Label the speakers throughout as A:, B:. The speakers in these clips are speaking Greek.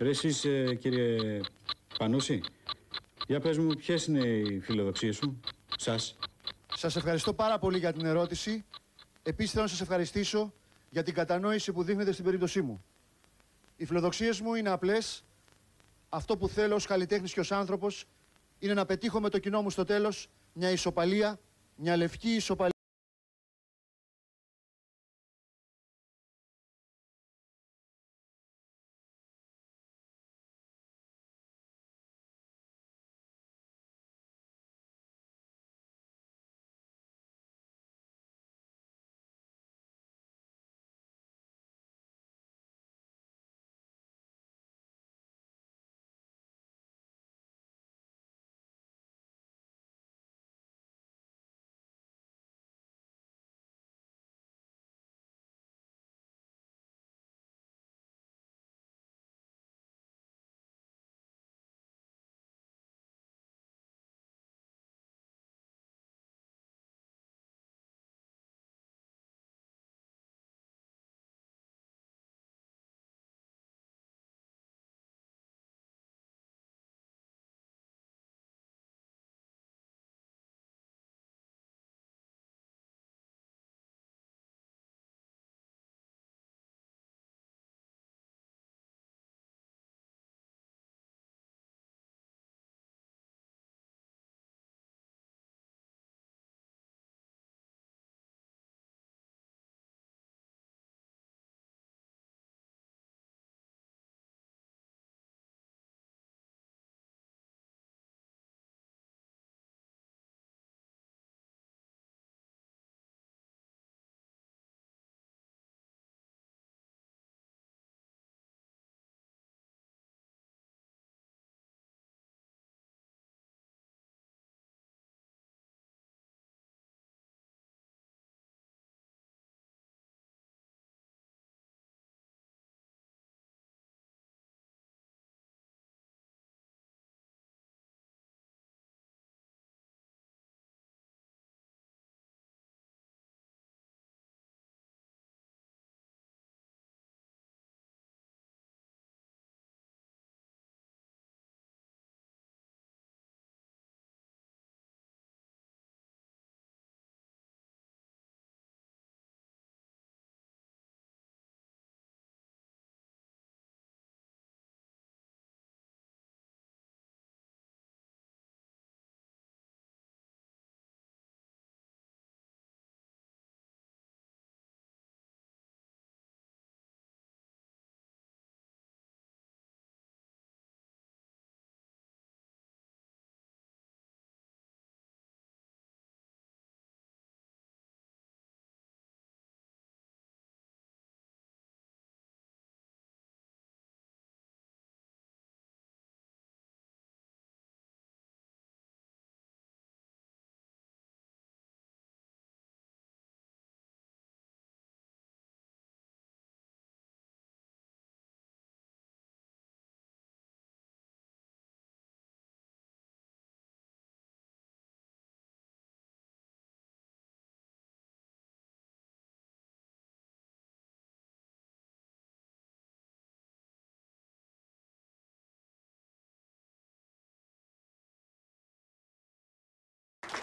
A: Ρε εσείς, ε, κύριε Πανούση, για πες μου ποιες είναι οι φιλοδοξίες σου, σας.
B: Σας ευχαριστώ πάρα πολύ για την ερώτηση. Επίσης θέλω να σας ευχαριστήσω για την κατανόηση που δείχνετε στην περίπτωσή μου. Οι φιλοδοξίες μου είναι απλές. Αυτό που θέλω ως καλλιτέχνης και ως άνθρωπος είναι να πετύχω με το κοινό μου στο τέλος μια ισοπαλία, μια λευκή ισοπαλία.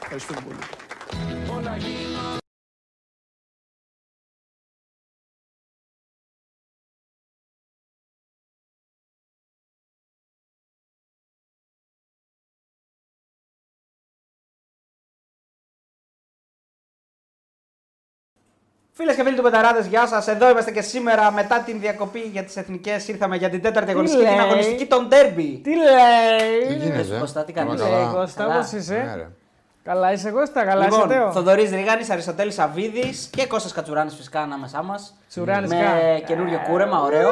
B: Ευχαριστούμε πολύ.
C: Φίλες και φίλοι του Πεταράδε, γεια σας. Εδώ είμαστε και σήμερα μετά την διακοπή για τις εθνικές. Ήρθαμε για την τέταρτη αγωνιστική, την
D: λέει?
C: αγωνιστική των Ντέρμπι.
D: Τι λέει!
E: Τι γίνεται,
C: σου,
E: ε?
C: Κώστα, τι κάνεις?
E: Όλα καλά.
D: Λέει, Κώστα,
C: Καλά.
D: πώς
E: Ναι,
D: είσαι.
E: ρε.
D: Καλά είσαι Κώστα, καλά είσαι
C: Λοιπόν,
D: Τέο.
C: Θοδωρής Ριγάνη, Αριστοτέλης Αβίδης και Κώστας Κατσουράνης φυσικά ανάμεσά μας.
D: Τσουράνης
C: Με
D: κα.
C: καινούριο κούρεμα, ωραίο.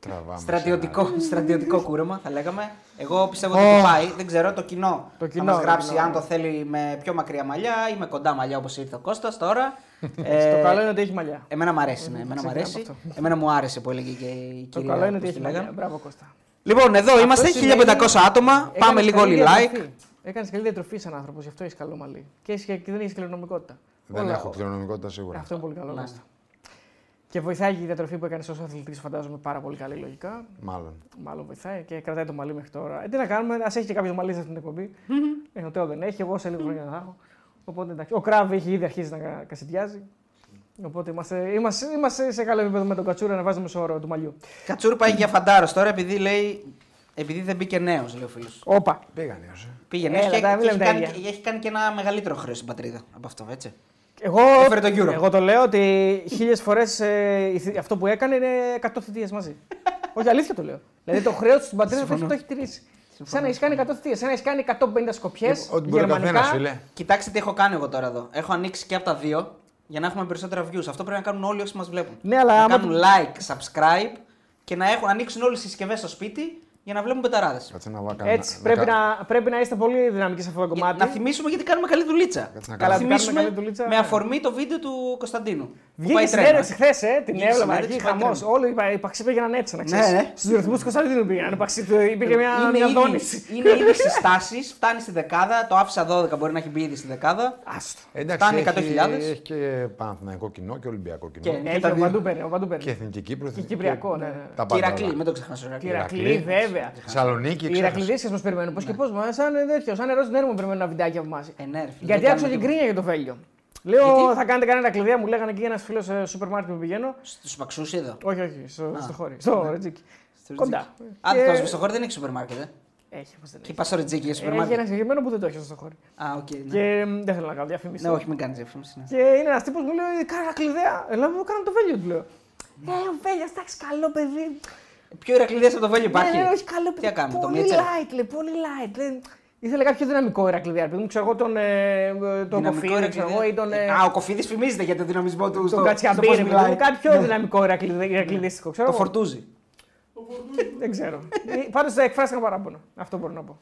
E: Τραβάμε.
C: Στρατιωτικό, στρατιωτικό κούρεμα, θα λέγαμε. Εγώ πιστεύω ότι το πάει. Δεν ξέρω, το κοινό
D: Το
C: θα
D: κοινό,
C: μας
D: το
C: γράψει
D: κοινό.
C: αν το θέλει με πιο μακριά μαλλιά ή με κοντά μαλλιά όπως ήρθε ο Κώστας τώρα.
D: Το
C: Ε,
D: καλό είναι ότι έχει μαλλιά.
C: Εμένα μου αρέσει, ναι, εμένα μου
D: Ε, ξεκινάμε
C: αρέσει.
D: από αυτό.
C: Εμένα μου άρεσε που έλεγε και η
D: Το
C: κυρία.
D: καλό είναι ότι
C: πώς
D: έχει
C: τη
D: μαλλιά.
C: λέγανε.
D: Μπράβο Κώστα.
C: Λοιπόν, εδώ είμαστε, 1500 άτομα. Πάμε λίγο όλοι like.
D: Έκανε καλή διατροφή σαν άνθρωπος, γι' αυτό έχεις καλό μαλλί. Και, έχεις- και δεν έχεις κληρονομικότητα.
E: Δεν
D: Όλα-
E: έχω κληρονομικότητα σίγουρα.
D: Αυτό είναι πολύ καλό. Κώστα. Και βοηθάει και η διατροφή που έκανες ως αθλητής, φαντάζομαι πάρα πολύ καλή λογικά.
E: Μάλλον.
D: Μάλλον βοηθάει και κρατάει το μαλλί μέχρι τώρα. Ε, τι να κάνουμε, ας έχει και κάποιος μαλλί σε αυτήν την εκπομπή. ε, ο Τέο δεν έχει, εγώ σε λίγο χρόνια θα έχω. Οπότε εντάξει. Ο Κράβ έχει ήδη αρχίσει να κα- κασιδιάζει. Οπότε είμαστε, είμαστε, είμαστε σε καλό επίπεδο με τον Κατσούρα να βάζουμε στο όρο του μαλλιού.
C: Κατσούρ πάει για φαντάρος τώρα επειδή λέει. Επειδή δεν μπήκε νέος, λέει ο φίλος.
D: Όπα.
E: Πήγαν οι όσοι.
C: Πήγαινε.
D: Έλα,
C: έχει,
D: τα- μην
C: έχει,
D: λέμε τα
C: κάνει,
D: ίδια.
C: και- έχει κάνει και ένα μεγαλύτερο χρέος στην πατρίδα από αυτό, έτσι.
D: Εγώ,
C: Έφερε τον Euro.
D: εγώ το λέω ότι χίλιες φορές αυτό που έκανε είναι 100 θητείες μαζί. Όχι, αλήθεια το λέω. Δηλαδή το χρέος του πατρίδα το έχει- το έχει τηρήσει. Σαν να έχεις κάνει 100 θητείες, σαν να έχεις κάνει 150 σκοπιέ.
E: Ό,τι Ε, μπορεί ο καθένας, φίλε.
C: Κοιτάξτε τι έχω κάνει εγώ τώρα εδώ. Έχω ανοίξει και από τα δύο για να έχουμε περισσότερα views. Αυτό πρέπει να κάνουν όλοι όσοι μας βλέπουν.
D: Ναι, αλλά
C: να
D: άμα
C: κάνουν
D: το-
C: like, subscribe και να έχουν, ανοίξουν όλες τις συσκευές στο σπίτι για να βλέπουν πεταράδες.
E: Κάτσε να βάκα.
D: Έτσι, πρέπει να, πρέπει να είστε πολύ δυναμικοί σε αυτό το κομμάτι.
C: Να θυμίσουμε γιατί κάνουμε καλή δουλίτσα.
E: Κάτσε να
C: να
E: κάνουμε.
C: θυμίσουμε
D: Κάνουμε καλή δουλίτσα,
C: με
D: ναι.
C: αφορμή το βίντεο του Κωνσταντίνου. που
D: Βγήκε η
C: τρένα.
D: συνέντευξη χθες, ε, την
C: Βγήκε η
D: έβλεπα
C: συνέντευξη,
D: εκεί,
C: πάει
D: χαμό.
C: τρένα.
D: Όλοι οι πα- οι παξί πήγαιναν έτσι, να
C: Ναι,
D: ξέρεις.
C: ναι.
D: Στους ρυθμού του Κωνσταντίνου πήγαν. υπήρξε- Υπήρχε μια, μια
C: ήδη-
D: δόνηση.
C: είναι ήδη συστάσει, φτάνει στη δεκάδα. Το άφησα 12, μπορεί να έχει μπει ήδη στη δεκάδα.
D: Άστο.
E: Εντάξει,
C: Φτάνει
E: έχει,
C: 100.000.
E: έχει και Παναθηναϊκό κοινό και Ολυμπιακό κοινό.
C: Και-
E: Και,
C: τα
D: Έχει,
C: δύο.
D: ο Παντού παίρνει. Ο Παντού παίρνει.
E: Εθνική Κύπρος.
D: Και Κυπριακό, ναι. ναι.
E: Τα
C: Και
E: πάντα.
C: Ηρακλή,
E: όλα.
C: μην το ξεχνάς. Ηρακλή.
D: Ηρακλή,
E: Ηρακλή.
D: βέβαια.
E: Θεσσαλονίκη,
D: Οι
E: ξέρω.
D: Ηρακλήδες μας περιμένουν. Πώς και πώς, μα σαν ε, τέτοιο, σαν νερός στην έρημο περιμένουν ένα βιντεάκι από εμάς.
C: Ε, ναι, ρε φίλε,
D: Γιατί
C: δεν
D: άκουσα
C: κάνουμε τίποτα.
D: και γκρίνια για το Βέλγιο. Λέω,
C: Γιατί?
D: θα κάνετε κανένα κλειδιά, μου λέγανε εκεί ένας φίλος σούπερ μάρκετ που πηγαίνω.
C: Στους παξούς είδα.
D: Όχι, όχι, στο,
C: Α, Ναι.
D: στο χώρι. Στο Ρετζίκι.
C: Στο
D: Ε, Κοντά.
C: Ριτζίκι.
D: Και-
C: Άντε, το Σβεστοχώρη δεν έχει σούπερ μάρκετ. ε.
D: Έχει, όπως δεν
C: Και
D: έχει.
C: πας στο Ριτζίκι για σούπερ
D: Ε, Έχει ένα
C: μάρκετ.
D: συγκεκριμένο που δεν το έχει στο χώρι.
C: Α, οκ. ναι.
D: Και μ, δεν θέλω να κάνω διαφήμιση.
C: Ναι, όχι, μην κάνεις διαφήμιση. ναι.
D: Και είναι ένας τύπος που μου λέει: Κάνε ένα κλειδιά. Ελά, μου κάνω το βέλιο του λέω. Ε, ο βέλιο, εντάξει, καλό παιδί.
C: Πιο Ηρακλήδες από το Βέλιο υπάρχει.
D: Ναι, ναι, όχι, καλό παιδί.
C: Τι να κάνουμε, το
D: πολύ
C: Μίτσελ.
D: light, λέει, πολύ light. λέει. Ήθελε κάποιο δυναμικό Ηρακλήδη, ρε παιδί μου, ξέρω εγώ τον, ε,
C: Δυναμικό
D: τον Κοφίδη, ξέρω
C: Ηρακλήδε.
D: εγώ, ή τον, ε,
C: Α, ο Κοφίδης φημίζεται για τον δυναμισμό του.
D: τον
C: στο- στο
D: Κατσιαμπή,
C: πώς
D: ρε παιδί
C: μιλάει.
D: μου, κάποιο δυναμικό Ηρακλήδη- Ηρακλήδιστικο, ξέρω
C: Ναι. Το
D: εγώ.
C: φορτούζι.
D: Δεν ξέρω. Ε, Πάντως εκφράστηκα παράπονο. Αυτό μπορώ να πω.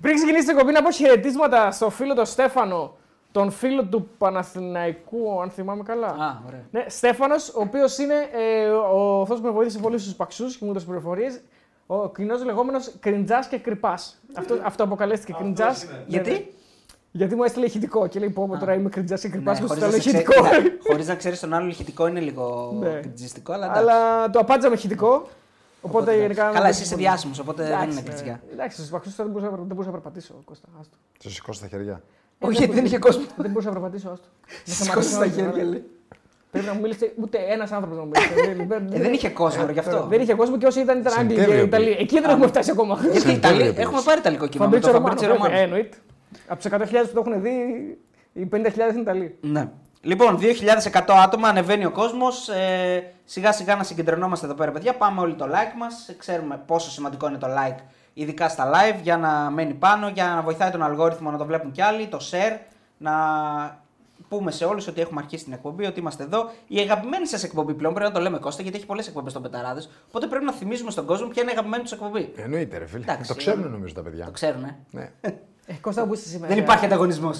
D: Πριν ξεκινήσει την κομπή, να πω χαιρετίσματα στο φίλο τον Στέφανο, τον φίλο του Παναθηναϊκού, αν θυμάμαι καλά.
C: Α, ωραία.
D: Ναι, Στέφανος, ο οποίος είναι ε, ο, αυτός που με βοήθησε πολύ στους παξούς και μου έδωσε πληροφορίες. Ο κοινός λεγόμενος κριντζάς και κρυπάς. αυτό, αυτό αποκαλέστηκε κριντζά.
C: Γιατί?
D: Γιατί μου έστειλε ηχητικό και λέει: Πω, πω τώρα είμαι κριντζάς
C: Ναι,
D: και κρυπά και μου έστειλε ηχητικό.
C: Χωρί ναι, να ξέρεις τον άλλο ηχητικό είναι λίγο
D: Ναι.
C: κριτζιστικό, αλλά. εντάξει.
D: Αλλά το απάντησα με ηχητικό. Οπότε, γενικά.
C: Καλά, εσύ είσαι διάσημος, οπότε δεν
D: Εντάξει,
C: είναι κριτικά.
D: ε, Εντάξει, στους παχτού δεν μπορούσα να- δεν μπορούσα να περπατήσω, Κώστα. Άστο.
E: Σου σηκώσει τα χέρια.
C: Όχι, γιατί δεν είχε κόσμο.
D: Δεν μπορούσα να περπατήσω, άστο. Δεν
C: Σηκώσει τα
D: σταματήσω,
C: χέρια,
D: άστο.
C: λέει.
D: Πρέπει να μου μιλήσετε ούτε ένας άνθρωπος να μου μιλήσει. Ε,
C: Ε, Δεν είχε κόσμο, ρε, γι' αυτό.
D: Ναι. Δεν είχε κόσμο και όσοι ήταν ήταν Άγγλοι και
E: Σεπτέμβριο
D: Ιταλοί.
E: πήγε.
D: Εκεί δεν έχουμε φτάσει ακόμα.
C: Γιατί
E: Σε
C: Ιταλία,
E: Ιταλία
C: έχουμε
E: πήγες.
C: πάρει Ιταλικό κοινό. με
D: Φαμπρίτσο
C: τον
D: Ρωμάνο. Ε, ναι.
C: Φαμπρίτσιο Ρωμάνο.
D: βέβαια, Εννοείται. Από τις 100.000 που το έχουν δει, οι 50.000 είναι Ιταλοί.
C: Ναι. Λοιπόν, 2.100 άτομα, ανεβαίνει ο κόσμος. σιγά σιγά να συγκεντρωνόμαστε εδώ πέρα, παιδιά. Πάμε όλοι το like μας. Ξέρουμε πόσο σημαντικό είναι το like, ειδικά στα live, για να μένει πάνω, για να βοηθάει τον αλγόριθμο να το βλέπουν κι άλλοι. Το share, να πούμε σε όλους ότι έχουμε αρχίσει την εκπομπή, ότι είμαστε εδώ. Η αγαπημένη σας εκπομπή πλέον πρέπει να το λέμε Κώστα, γιατί έχει πολλές εκπομπές των Πεταράδες. Οπότε πρέπει να θυμίζουμε στον κόσμο ποια είναι η αγαπημένη τους εκπομπή.
E: Εννοείται, ρε φίλε.
C: Εντάξει.
E: Το ξέρουν νομίζω τα
C: Το
E: παιδιά.
C: ξέρουν, ε.
E: Ναι.
D: Ε, Κώστα, όπου είσαι σήμερα.
C: Δεν υπάρχει ανταγωνισμός.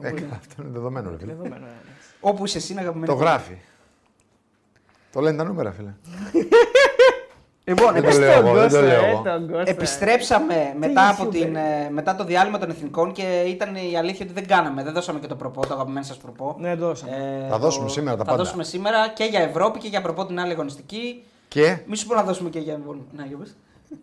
E: Ε, καλά, αυτό είναι δεδομένο, ρε φίλε.
D: Δεδομένο, ναι. ε.
C: Όπου είσαι εσύ είναι αγαπημένη.
E: Το
C: εκπομπή.
E: γράφει. Το λένε τα νούμερα, φίλε.
C: Λοιπόν,
D: ε,
E: Δεν το λέω εγώ, δεν το λέω εγώ.
C: Επιστρέψαμε μετά, από
D: YouTuber.
C: την, ε, μετά το διάλειμμα των εθνικών και ήταν η αλήθεια ότι δεν κάναμε. Δεν δώσαμε και το προπό, το αγαπημένο σας προπό.
D: Ναι, το δώσαμε.
C: Ε,
E: Θα δώσουμε σήμερα τα
C: θα
E: πάντα.
C: δώσουμε σήμερα και για Ευρώπη και για προπό την άλλη αγωνιστική.
E: Και
C: Μη σου πω να δώσουμε και για. Ευρώπη. Να, για πες.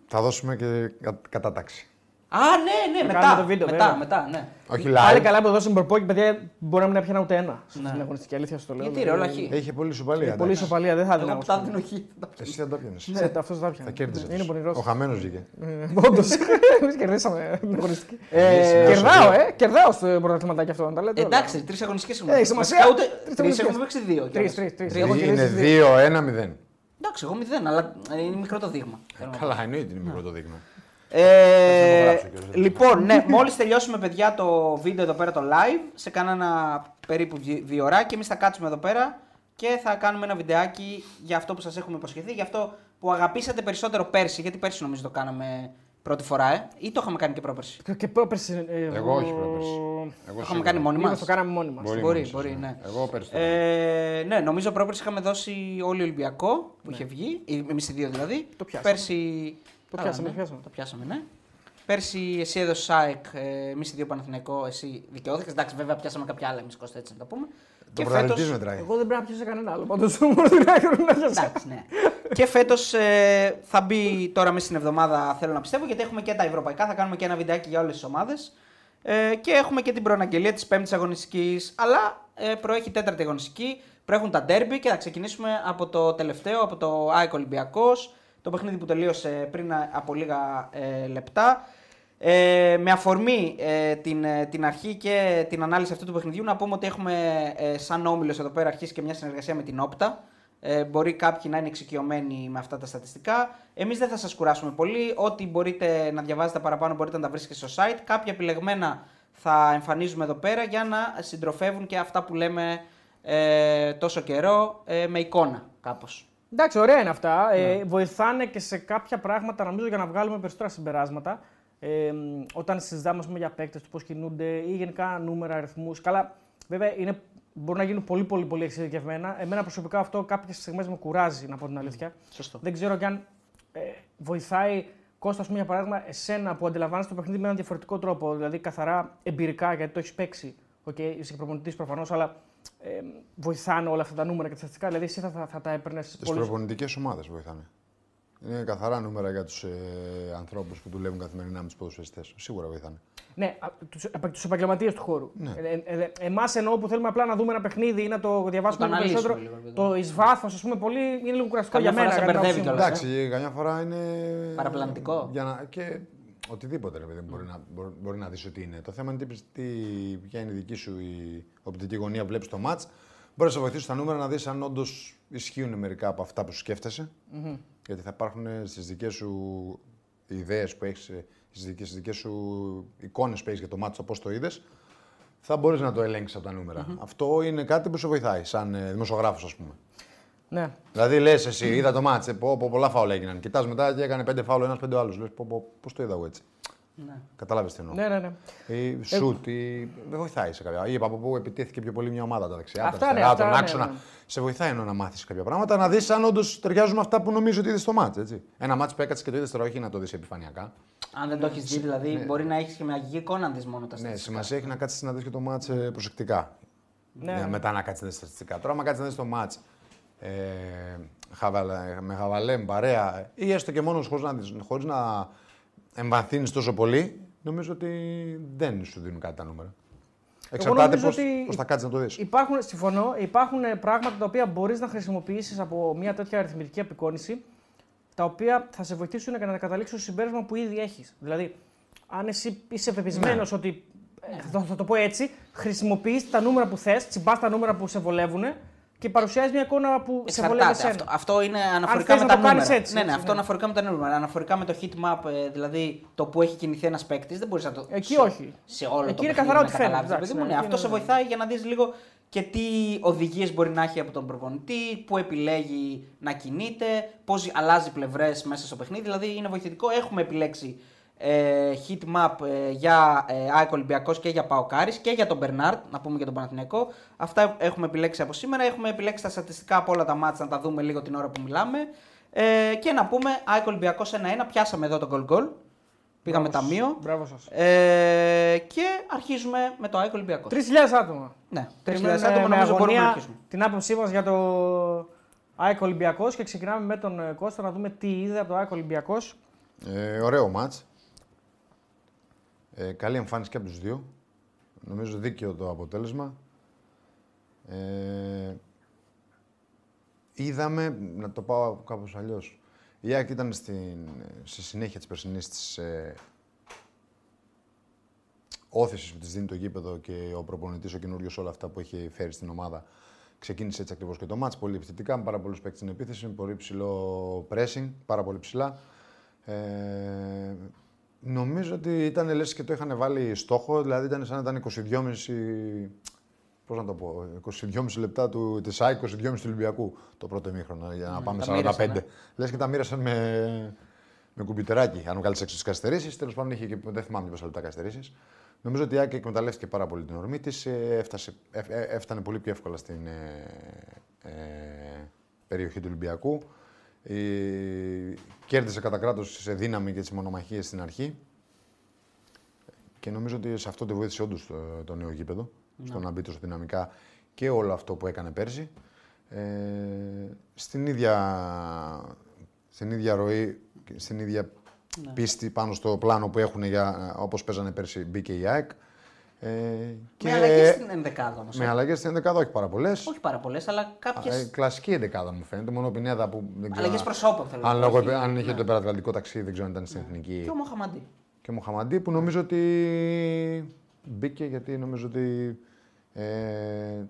E: θα δώσουμε και κα- κατάταξη.
C: Α, ναι, ναι, μετά.
D: κάνουμε το βίντεο,
C: μετά,
D: βέβαια.
C: μετά, ναι.
E: Όχι
D: Πάλι
E: live.
D: καλά που δώσαμε προπό και παιδιά μπορεί να μην έπιανα ούτε ένα.
C: Ναι.
D: Στην αγωνιστική αλήθεια σου το λέω. δηλαδή,
C: Γιατί ρε, όλα χ.
E: Είχε πολύ σουπαλία.
D: Πολύ
E: εντάξει.
D: ισοπαλία, Ε, δεν θα
C: Εγώ
D: δίνω.
C: που τα δίνω χ. θα τα πιάνω.
E: Εσύ δεν τα πιάνεις.
D: Ναι, αυτός θα πιάνε.
E: Θα κέρδιζες.
D: Είναι πονηρός.
E: Ο χαμένος βγήκε.
D: Όντως. Εμείς κερδίσαμε την αγωνιστική.
E: Ε,
D: Κερδάω, ε! Κερδάω στο πρωταθληματάκι αυτό να τα λέτε. όλα.
C: ναι, Ε, Εντάξει, τρεις αγωνιστικές έχουμε.
D: Ε, έχει σημασία.
C: Βασικά, ούτε- τρεις
D: Τρεις αγωνιστικές.
C: έχουμε παίξει δύο.
D: Τρεις,
C: κιόλας.
D: τρεις, τρεις.
C: Τρεις.
D: Εγώ κερδίζω
E: Είναι
D: δύο.
E: 2-1-0.
C: Εντάξει, εγώ μηδέν, αλλά ε, είναι μικρό το δείγμα. Θέλω να πω.
E: Ε, Καλά, εννοείται είναι μικρό το δείγμα.
C: Ε,
E: Θα σε απογράψω κιόλας.
C: λοιπόν, ναι, μόλις τελειώσουμε, παιδιά, το βίντεο εδώ πέρα, το live, σε κανένα περίπου δυ- δύο ώρα και εμείς θα κάτσουμε εδώ πέρα και θα κάνουμε ένα βιντεάκι για αυτό που σας έχουμε υποσχεθεί, για αυτό που αγαπήσατε περισσότερο πέρσι. Γιατί πέρσι νομίζω το κάναμε πρώτη φορά, ε, ή το είχαμε κάνει και πρόπερσι.
D: Και- Και πρόπερση.
E: Εγώ όχι πρόπερση. Εγώ
C: Το είχαμε
E: σίγουρα.
C: κάνει μόνοι μα.
D: Μήπως το κάναμε μόνοι μας.
E: Μπορεί,
C: Μπορεί,
E: μόνοι σας,
C: μπορεί,
E: ναι.
C: ναι.
E: Εγώ πέρσι το
C: Ε, ναι, νομίζω πρόπερσι είχαμε δώσει όλοι Ολυμπιακό
E: Ναι.
C: που είχε βγει. Εμείς οι δύο δηλαδή.
D: Το πιάσαμε.
C: Πέρσι.
D: Το
C: Καλά,
D: πιάσαμε,
C: ναι.
D: το πιάσαμε.
C: Το πιάσαμε, ναι. Πέρσι εσύ ε, έδωσες ΑΕΚ, εμείς οι δύο Παναθηναϊκό, εσύ δικαιώθηκες. Εντάξει, βέβαια πιάσαμε κάποια άλλα εμείς Κώστα, έτσι να τα πούμε.
E: Το
C: Και
E: πρωταθλητή
C: φέτος-
E: μετράει.
D: Εγώ δεν πρέπει να πιω σε κανένα άλλο. Πάντως μόνο την άκρη να πιάσω.
C: Εντάξει, ναι. και φέτος θα μπει τώρα μέσα στην εβδομάδα, θέλω να πιστεύω, γιατί έχουμε και τα ευρωπαϊκά. Θα κάνουμε και ένα βιντεάκι για όλες τις ομάδες. Ε, και έχουμε και την προαναγγελία της πέμπτης αγωνιστικής. Αλλά ε, προέχει τέταρτη αγωνιστική. Προέχουν τα ντέρμπι και θα ξεκινήσουμε από το τελευταίο, από το ΑΕΚ Ολυμπιακός. Το παιχνίδι που τελείωσε πριν από λίγα ε, λεπτά. Ε, με αφορμή ε, την, ε, την αρχή και την ανάλυση αυτού του παιχνιδιού, να πούμε ότι έχουμε ε, σαν όμιλος εδώ πέρα αρχίσει και μια συνεργασία με την Όπτα. Ε, μπορεί κάποιοι να είναι εξοικειωμένοι με αυτά τα στατιστικά. Εμείς δεν θα σας κουράσουμε πολύ. Ό,τι μπορείτε να διαβάζετε παραπάνω μπορείτε να τα βρίσκετε στο site. Κάποια επιλεγμένα θα εμφανίζουμε εδώ πέρα για να συντροφεύουν και αυτά που λέμε ε, τόσο καιρό ε, με εικόνα κάπως.
D: Εντάξει, ωραία είναι αυτά. Ε, βοηθάνε και σε κάποια πράγματα, νομίζω, για να βγάλουμε περισσότερα συμπεράσματα. Ε, μ, όταν συζητάμε ας πούμε, για παίκτες, του πώς κινούνται ή γενικά νούμερα, αριθμούς. Καλά, βέβαια είναι, μπορεί να γίνουν πολύ, πολύ, πολύ εξειδικευμένα. Εμένα προσωπικά αυτό κάποιες στιγμές με κουράζει, να πω την αλήθεια.
C: Σωστό.
D: Δεν ξέρω και αν ε, βοηθάει Κώστας, ας πούμε, για παράδειγμα, εσένα που αντιλαμβάνεσαι το παιχνίδι με έναν διαφορετικό τρόπο, δηλαδή καθαρά εμπειρικά γιατί το έχεις παίξει. Οκ, είσαι προπονητής προφανώς, αλλά ε, βοηθάνε όλα αυτά τα νούμερα και τα στατιστικά. Δηλαδή, εσύ θα, θα, θα τα έπαιρνες
E: Τις προπονητικές ομάδες βοηθάνε. Είναι καθαρά νούμερα για τους ε, ανθρώπους που δουλεύουν καθημερινά με τους ποδοσφαιριστές. Σίγουρα βοηθάνε.
D: Ναι, του επαγγελματίες του χώρου. Ε, ε, ε, Εμάς εννοώ που θέλουμε απλά να δούμε ένα παιχνίδι ή να το διαβάσουμε
C: Να το
D: λίγο
C: αναλύσουμε
D: περισσότερο.
C: λίγο,
D: το εις βάθος, ας πούμε, πολύ είναι λίγο κουραστικό
C: Καμιά
D: για
C: φορά σε
D: μένα. κατά την
C: μπερδεύει
D: άποψή μου.
C: κιόλας. ε.
E: Εντάξει, καμιά φορά είναι.
C: Παραπλανητικό.
E: Για να... Και οτιδήποτε ρε παιδί μου, μπορεί, να, μπορεί, μπορεί να δεις ότι είναι. Το θέμα είναι τι, τι, ποια είναι η δική σου η οπτική γωνία, βλέπεις το ματ. Μπορείς να σε βοηθήσει τα νούμερα να δεις αν όντως ισχύουν μερικά από αυτά που σκεφτεσαι Γιατί θα υπάρχουν στις δικές σου ιδέες που έχεις, στις δικές σου εικόνες που έχεις για το μάτς, το πώς το είδες, θα μπορείς να το ελέγξεις από τα νούμερα. Αυτό είναι κάτι που σε βοηθάει, σαν δημοσιογράφος, ας πούμε.
D: Ναι.
E: Δηλαδή λες εσύ, είδα το μάτσε, πω, πω, πολλά φάουλ έγιναν. Κοιτάς μετά και έκανε πέντε φάουλ ένας πέντε άλλο. Λες πώ το είδα εγώ έτσι. Ναι. Κατάλαβε τι εννοώ.
D: ναι, ναι, ναι.
E: Ή σουτ, ή... δεν βοηθάει σε κάποια. Ή από πού επιτέθηκε πιο πολύ μια ομάδα τα δεξιά,
D: Αυτά,
E: τα
D: ναι,
E: αριστερά,
D: αυτά,
E: τον
D: ναι,
E: άξονα.
D: ναι.
E: Σε βοηθάει ενώ να μάθεις κάποια πράγματα, να δεις αν όντως ταιριάζουν με αυτά που νομίζω ότι είδες στο μάτσε. Έτσι. Ένα μάτσε που έκατσε και το είδες τώρα, όχι να το δεις επιφανειακά.
C: Αν δεν το έχεις δει, δηλαδή, μπορεί να έχεις και μια αγγλική εικόνα να δεις μόνο τα
E: Ναι,
C: στατιστικά.
E: σημασία έχει να κάτσεις να δεις και το μάτσε προσεκτικά.
D: Ναι,
E: Ναι,
D: ναι.
E: μετά να κάτσεις να δεις στατιστικά. Τώρα, άμα κάτσεις να δεις το μάτ ε, χαβαλα- με χαβαλέμ, παρέα ή έστω και μόνος χωρίς να, δεις- χωρίς να εμβαθύνεις τόσο πολύ, νομίζω ότι δεν σου δίνουν κάτι τα νούμερα. Εξαρτάται
D: νομίζω
E: πώς
D: ότι
E: θα κάτσεις να το δεις.
D: Υπάρχουν, συμφωνώ, υπάρχουν ε, πράγματα τα οποία μπορείς να χρησιμοποιήσεις από μια τέτοια αριθμητική απεικόνηση, τα οποία θα σε βοηθήσουν να καταλήξεις στο συμπέρασμα που ήδη έχεις. Δηλαδή, αν εσύ είσαι πεπισμένος
C: Ναι.
D: ότι. ε, Θα, το- θα το πω έτσι, χρησιμοποιείς τα νούμερα που θες, τσιμπάς τα νούμερα που σε βολεύουν και παρουσιάζει μια εικόνα που σε βολεύει
C: Εξαρτάται.
D: εσένα.
C: Αυτό, αυτό είναι αναφορικά
D: θες
C: με
D: να
C: τα
D: το κάνεις
C: νούμερα.
D: έτσι,
C: ναι, ναι,
D: έτσι,
C: αυτό
D: ναι.
C: αναφορικά με τα νούμερα. Αναφορικά με το heat map, ε, δηλαδή το που έχει κινηθεί ένας παίκτης, δεν μπορείς να το.
D: Εκεί
C: σε,
D: όχι.
C: Σε όλο
D: Εκεί
C: το
D: είναι
C: παιχνίδι
D: καθαρά
C: να
D: ότι φαίνεται,
C: καταλάβεις, ρε
D: εντάξει,
C: παιδί μου,
D: ναι,
C: ναι.
D: εκεί
C: αυτό σε
D: είναι-
C: βοηθάει για να δεις λίγο και τι οδηγίες μπορεί να έχει από τον προπονητή, που επιλέγει να κινείται, πώς αλλάζει πλευρές μέσα στο παιχνίδι. Δηλαδή είναι βοηθητικό. Έχουμε επιλέξει ε, heat map ε, για ε, ΑΕΚ Ολυμπιακός και για Παοκάρης και για τον Μπερνάρτ, να πούμε για τον Παναθηναϊκό. Αυτά έχουμε επιλέξει από σήμερα. Έχουμε επιλέξει τα στατιστικά από όλα τα μάτια να τα δούμε λίγο την ώρα που μιλάμε. Ε, και να πούμε ΑΕΚ Ολυμπιακός 1-1, πιάσαμε εδώ τον goal goal. Πήγαμε
D: Μπράβος σας.
C: ταμείο.
D: Μπράβο σας.
C: Ε, και αρχίζουμε με το ΑΕΚ Ολυμπιακό.
D: 3.000 άτομα.
C: Ναι, 3.000
D: Περιμένουμε
C: άτομα
D: με
C: νομίζω μπορούμε να
D: αγωνία
C: αρχίσουμε.
D: την άποψή μας για το ΑΕΚ Ολυμπιακός και ξεκινάμε με τον ε, Κώστα να δούμε τι είδε από το ΑΕΚ Ολυμπιακός.
E: Ε, ωραίο μάτς. Ε, καλή εμφάνιση και από τους δύο. Νομίζω δίκαιο το αποτέλεσμα. Ε, είδαμε, να το πάω κάπως αλλιώς. Η ΑΕΚ ήταν στην, στη συνέχεια της περσινής της ε, όθησης που της δίνει το γήπεδο και ο προπονητής, ο καινούριος, όλα αυτά που έχει φέρει στην ομάδα. Ξεκίνησε έτσι ακριβώς και το μάτς, πολύ επιθετικά, με πάρα πολλούς παίκτες στην επίθεση, με πολύ ψηλό pressing, πάρα πολύ ψηλά. Ε, νομίζω ότι ήταν λες και το είχαν βάλει στόχο, δηλαδή ήταν σαν να ήταν 22,5 πώς να το πω, 22,5 λεπτά του, της ΑΕΚ, 22,5 του Ολυμπιακού το πρώτο ημίχρονο, για να πάμε
C: τα
E: 45.
C: μοίρασαν, ε.
E: Λες και τα μοίρασαν με, με κουμπιτεράκι, αν βγάλεις έξω τις καθυστερήσεις. Τέλος πάντων είχε και, δεν θυμάμαι πόσα λεπτά καθυστερήσεις. Νομίζω ότι η ΑΕΚ εκμεταλλεύτηκε πάρα πολύ την ορμή της, ε, έφτασε, ε, ε, έφτανε πολύ πιο εύκολα στην ε, ε, περιοχή του Ολυμπιακού. Ε, κέρδισε κατά κράτος σε δύναμη και τις μονομαχίες στην αρχή.
C: Ναι.
E: Και νομίζω ότι σε αυτό τη βοήθησε όντως το, το νέο γήπεδο. Στο να μπει τόσο δυναμικά και όλο αυτό που έκανε πέρσι. Ε, στην, ίδια, στην ίδια ροή, και στην ίδια
C: Ναι.
E: πίστη πάνω στο πλάνο που έχουν για, όπως παίζανε πέρσι μπήκε η ΑΕΚ. Ε,
C: Με αλλαγές στην ενδεκάδα όμως.
E: με αλλαγές στην ενδεκάδα, όχι πάρα πολλές.
C: Όχι πάρα πολλές, αλλά κάποιες.
E: Ε, Κλασική ενδεκάδα μου φαίνεται. Μόνο ο Πινέδα που δεν ξέρω.
C: Αλλαγές
E: αν-
C: προσώπων, θέλω να
E: Αν,
C: πω,
E: λόγω-
C: όχι-
E: αν είχε
C: ναι.
E: το υπερατλαντικό ταξίδι, δεν ξέρω αν ήταν στην εθνική.
C: Και ο Μοχαμαντή.
E: Και ο Μοχαμαντή που νομίζω ότι μπήκε γιατί νομίζω ότι ε,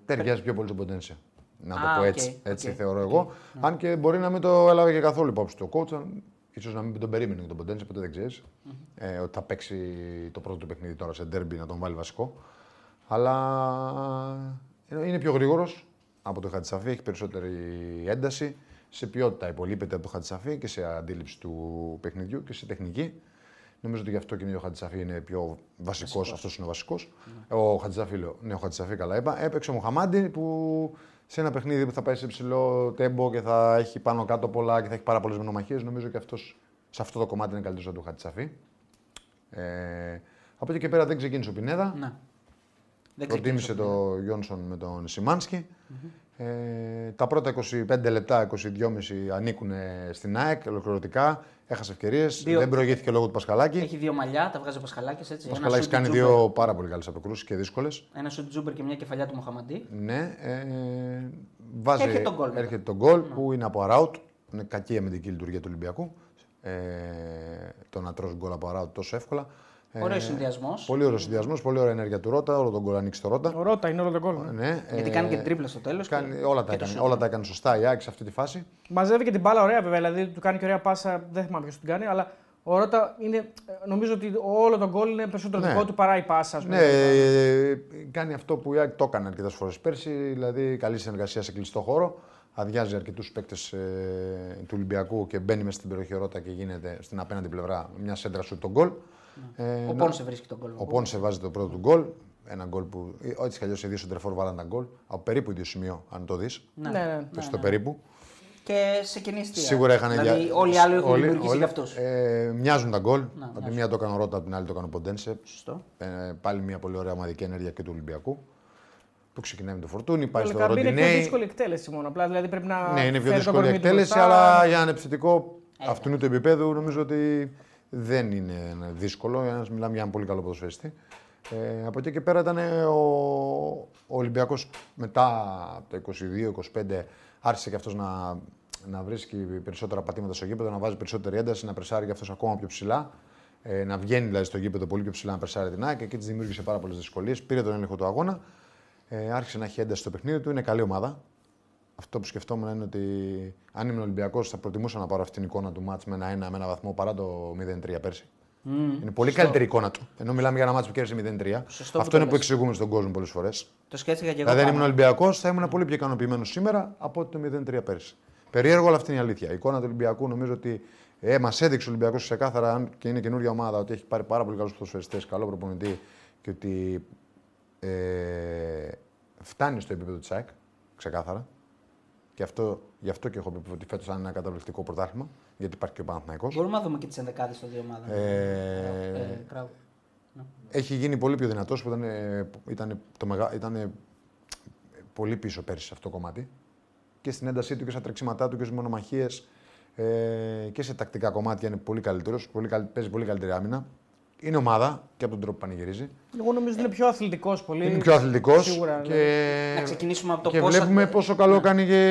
E: ταιριάζει πιο πολύ στον Ποντένσε. Να το
C: Α,
E: πω
C: οκ,
E: έτσι,
C: οκ.
E: έτσι θεωρώ εγώ. Αν και μπορεί να μην το έλαβε και καθόλου υπόψη του ο coach, αν- ίσως να μην τον περίμενε και τον Ποντένσε, ποτέ δεν ξέρεις. Ε, ότι θα παίξει το πρώτο του παιχνίδι τώρα σε ντέρμπι να τον βάλει βασικό. Αλλά ε, είναι πιο γρήγορος από τον Χατζησαφή, έχει περισσότερη ένταση. Σε ποιότητα υπολείπεται από τον Χατζησαφή και σε αντίληψη του παιχνιδιού και σε τεχνική. Νομίζω ότι γι' αυτό και ο Χατζησαφή είναι πιο βασικός. Αυτός είναι ο βασικός. Ο Χατζησαφή, λέω. Ναι, ο Χατζησαφή, καλά είπα. Έπαιξε ο Μοχαμάντη που σε ένα παιχνίδι που θα πάει σε ψηλό τέμπο και θα έχει πάνω κάτω πολλά και θα έχει πάρα πολλές μονομαχίες. Νομίζω και αυτός σε αυτό το κομμάτι είναι καλύτερος από τον Χατζησαφή. Ε, από εκεί και πέρα δεν ξεκίνησε ο Πινέδα.
C: Ναι. Δεν
E: Προτίμησε
C: ξεκίνησε.
E: το Γιόνσον με τον σιμανσκι Ε, τα πρώτα 25 λεπτά, 22,5 ανήκουν στην ΑΕΚ ολοκληρωτικά. Έχασε ευκαιρίες.
C: Δύο.
E: Δεν προηγήθηκε λόγω του Πασχαλάκη.
C: Έχει δύο μαλλιά, τα βγάζει ο Πασχαλάκης έτσι. ένα
E: Ο Πασχαλάκης
C: σουτ
E: κάνει
C: τζούμπερ-
E: δύο πάρα πολύ καλές αποκρούσεις και δύσκολες.
C: Ένα σουτ τζούμπερ και μια κεφαλιά του Μοχαμαντή.
E: Ναι, ε, βάζει,
C: Έρχεται το γκολ μετά.
E: έρχεται το γκολ
C: Ναι.
E: που είναι από αράουτ. Είναι κακή η αμυντική λειτουργία του Ολυμπιακού. Ε, το να τρως γκολ από αράουτ τόσο εύκολα. Ε,
C: Ωραίος συνδυασμός.
E: Πολύ ωραίος συνδυασμός, πολύ ωραία ενέργεια του Ρότα. Όλο τον γκολ ανοίξει το Ρότα.
D: Ο Ρότα είναι όλο τον κόλπο.
E: Ναι,
C: Γιατί κάνει και τρίπλα στο τέλος.
E: Κάνει, όλα, τα έκανε, όλα τα έκανε σωστά η ΑΕΚ σε αυτή τη φάση.
D: Μαζεύει και την μπάλα ωραία, βέβαια. Δηλαδή του κάνει και ωραία πάσα. Δεν θυμάμαι ποιος την κάνει, αλλά ο Ρότα είναι. Νομίζω ότι όλο τον γκολ είναι περισσότερο
E: Ναι.
D: δικό του παρά η πάσα. ας πούμε.
E: Ναι, ε, κάνει αυτό που η ΑΕΚ το έκανε αρκετές φορές πέρσι, δηλαδή καλή συνεργασία σε κλειστό χώρο. Αδειάζει αρκετούς παίκτες του Ολυμπιακού και μπαίνει μέσα στην περιοχή Ρότα και γίνεται στην απέναντι πλευρά μια σέντρα σου τον γκολ. Ε,
C: Ο
E: να-
C: Πόνσε βρίσκει τον κόλπο.
E: Ο Πόνσε βάζει το πρώτο του γκολ. Ένα γκολ που ε, έτσι κι αλλιώς οι δύο σεντρεφόρ βάλαν τα γκολ. Από περίπου ίδιο σημείο, αν το δεις.
D: ναι, ναι. ναι.
E: στο περίπου.
C: Και σε κοινή αιστεία.
E: Σίγουρα είχαν
C: Δηλαδή
E: δια-
C: όλοι οι άλλοι έχουν
E: όλοι-
C: δημιουργήσει
E: όλοι,
C: για αυτούς.
E: Ε, μοιάζουν τα γκολ. από τη
C: μοιάζουν.
E: μία το έκανε ο Ρότα, από την άλλη το έκανε ο Ποντένσε.
C: Σωστό.
E: Ε, πάλι μια πολύ ωραία ομαδική ενέργεια και του Ολυμπιακού. Που ξεκινάει με το φορτούνι, πάει στο
D: Λεκαμπή είναι πιο
E: Ροντινέι.
D: δύσκολη εκτέλεση μόνο. Απλά δηλαδή πρέπει να.
E: Ναι, είναι πιο
D: φέρει το
E: δύσκολη
D: κορμί του
E: εκτέλεση,
D: μπροστά.
E: αλλά για έναν επιθετικό
C: Ε,
E: αυτού του επίπεδου νομίζω ότι δεν είναι δύσκολο. Ένας, μιλάμε για έναν πολύ καλό ποδοσφαιριστή. Ε, από εκεί και πέρα ήταν ε, ο, ο Ολυμπιακός μετά από το 22-25 άρχισε και αυτός να, να βρίσκει περισσότερα πατήματα στο γήπεδο, να βάζει περισσότερη ένταση, να πρεσάρει και αυτός ακόμα πιο ψηλά. Ε, να βγαίνει δηλαδή στο γήπεδο πολύ πιο ψηλά να περσάρει την ΑΕΚ και της δημιούργησε πάρα πολλές δυσκολίες. Πήρε τον έλεγχο του αγώνα. Ε, άρχισε να έχει ένταση στο παιχνίδι του. Είναι καλή ομάδα. Αυτό που σκεφτόμουν είναι ότι αν ήμουν Ολυμπιακός, θα προτιμούσα να πάρω αυτήν την εικόνα του μάτς με ένα, ένα, με ένα βαθμό παρά το 0-3 πέρσι. είναι πολύ καλύτερη εικόνα του. Ενώ μιλάμε για ένα μάτς που κέρδισε 0-3.
C: Σωστό που
E: Αυτό
C: το
E: είναι που
C: λες.
E: εξηγούμε στον κόσμο πολλές φορές.
C: Το σκέφτηκα και εγώ.
E: Δηλαδή, αν
C: πάνω.
E: ήμουν Ολυμπιακός, θα ήμουν πολύ πιο ικανοποιημένος σήμερα από ότι το 0-3 πέρσι. Περίεργο, αλλά αυτή είναι η αλήθεια. Η εικόνα του Ολυμπιακού νομίζω ότι ε, μας έδειξε ο Ολυμπιακός ξεκάθαρα, αν και είναι καινούργια ομάδα, ότι έχει πάρει πάρα πολύ καλούς ποδοσφαιριστές, καλό προπονητή και ότι ε, φτάνει στο επίπεδο της ΑΕΚ. Ξεκάθαρα. Και αυτό, γι' αυτό και έχω πει ότι φέτος θα είναι ένα καταπληκτικό πρωτάθλημα, γιατί υπάρχει και ο Παναθηναϊκός.
C: Μπορούμε να δούμε και τις ενδεκάδες των δύο ομάδων.
E: Ε,
C: Ε, Κράου.
E: έχει γίνει πολύ πιο δυνατός που ήταν, ε, ήταν, το μεγα... ήταν ε, πολύ πίσω πέρσι σε αυτό το κομμάτι. Και στην έντασή του και στα τρεξίματά του και στις μονομαχίες ε, και σε τακτικά κομμάτια είναι πολύ καλύτερος. Πολύ καλ... Παίζει πολύ καλύτερη άμυνα. Είναι ομάδα και από τον τρόπο που πανηγυρίζει.
D: Εγώ νομίζω ότι είναι πιο αθλητικός πολύ.
E: Είναι πιο αθλητικός.
D: Σίγουρα.
E: Και...
D: δηλαδή.
C: Να ξεκινήσουμε από το Ναι.
E: και
C: πώς
E: βλέπουμε
C: ατε-
E: πόσο καλό κάνει και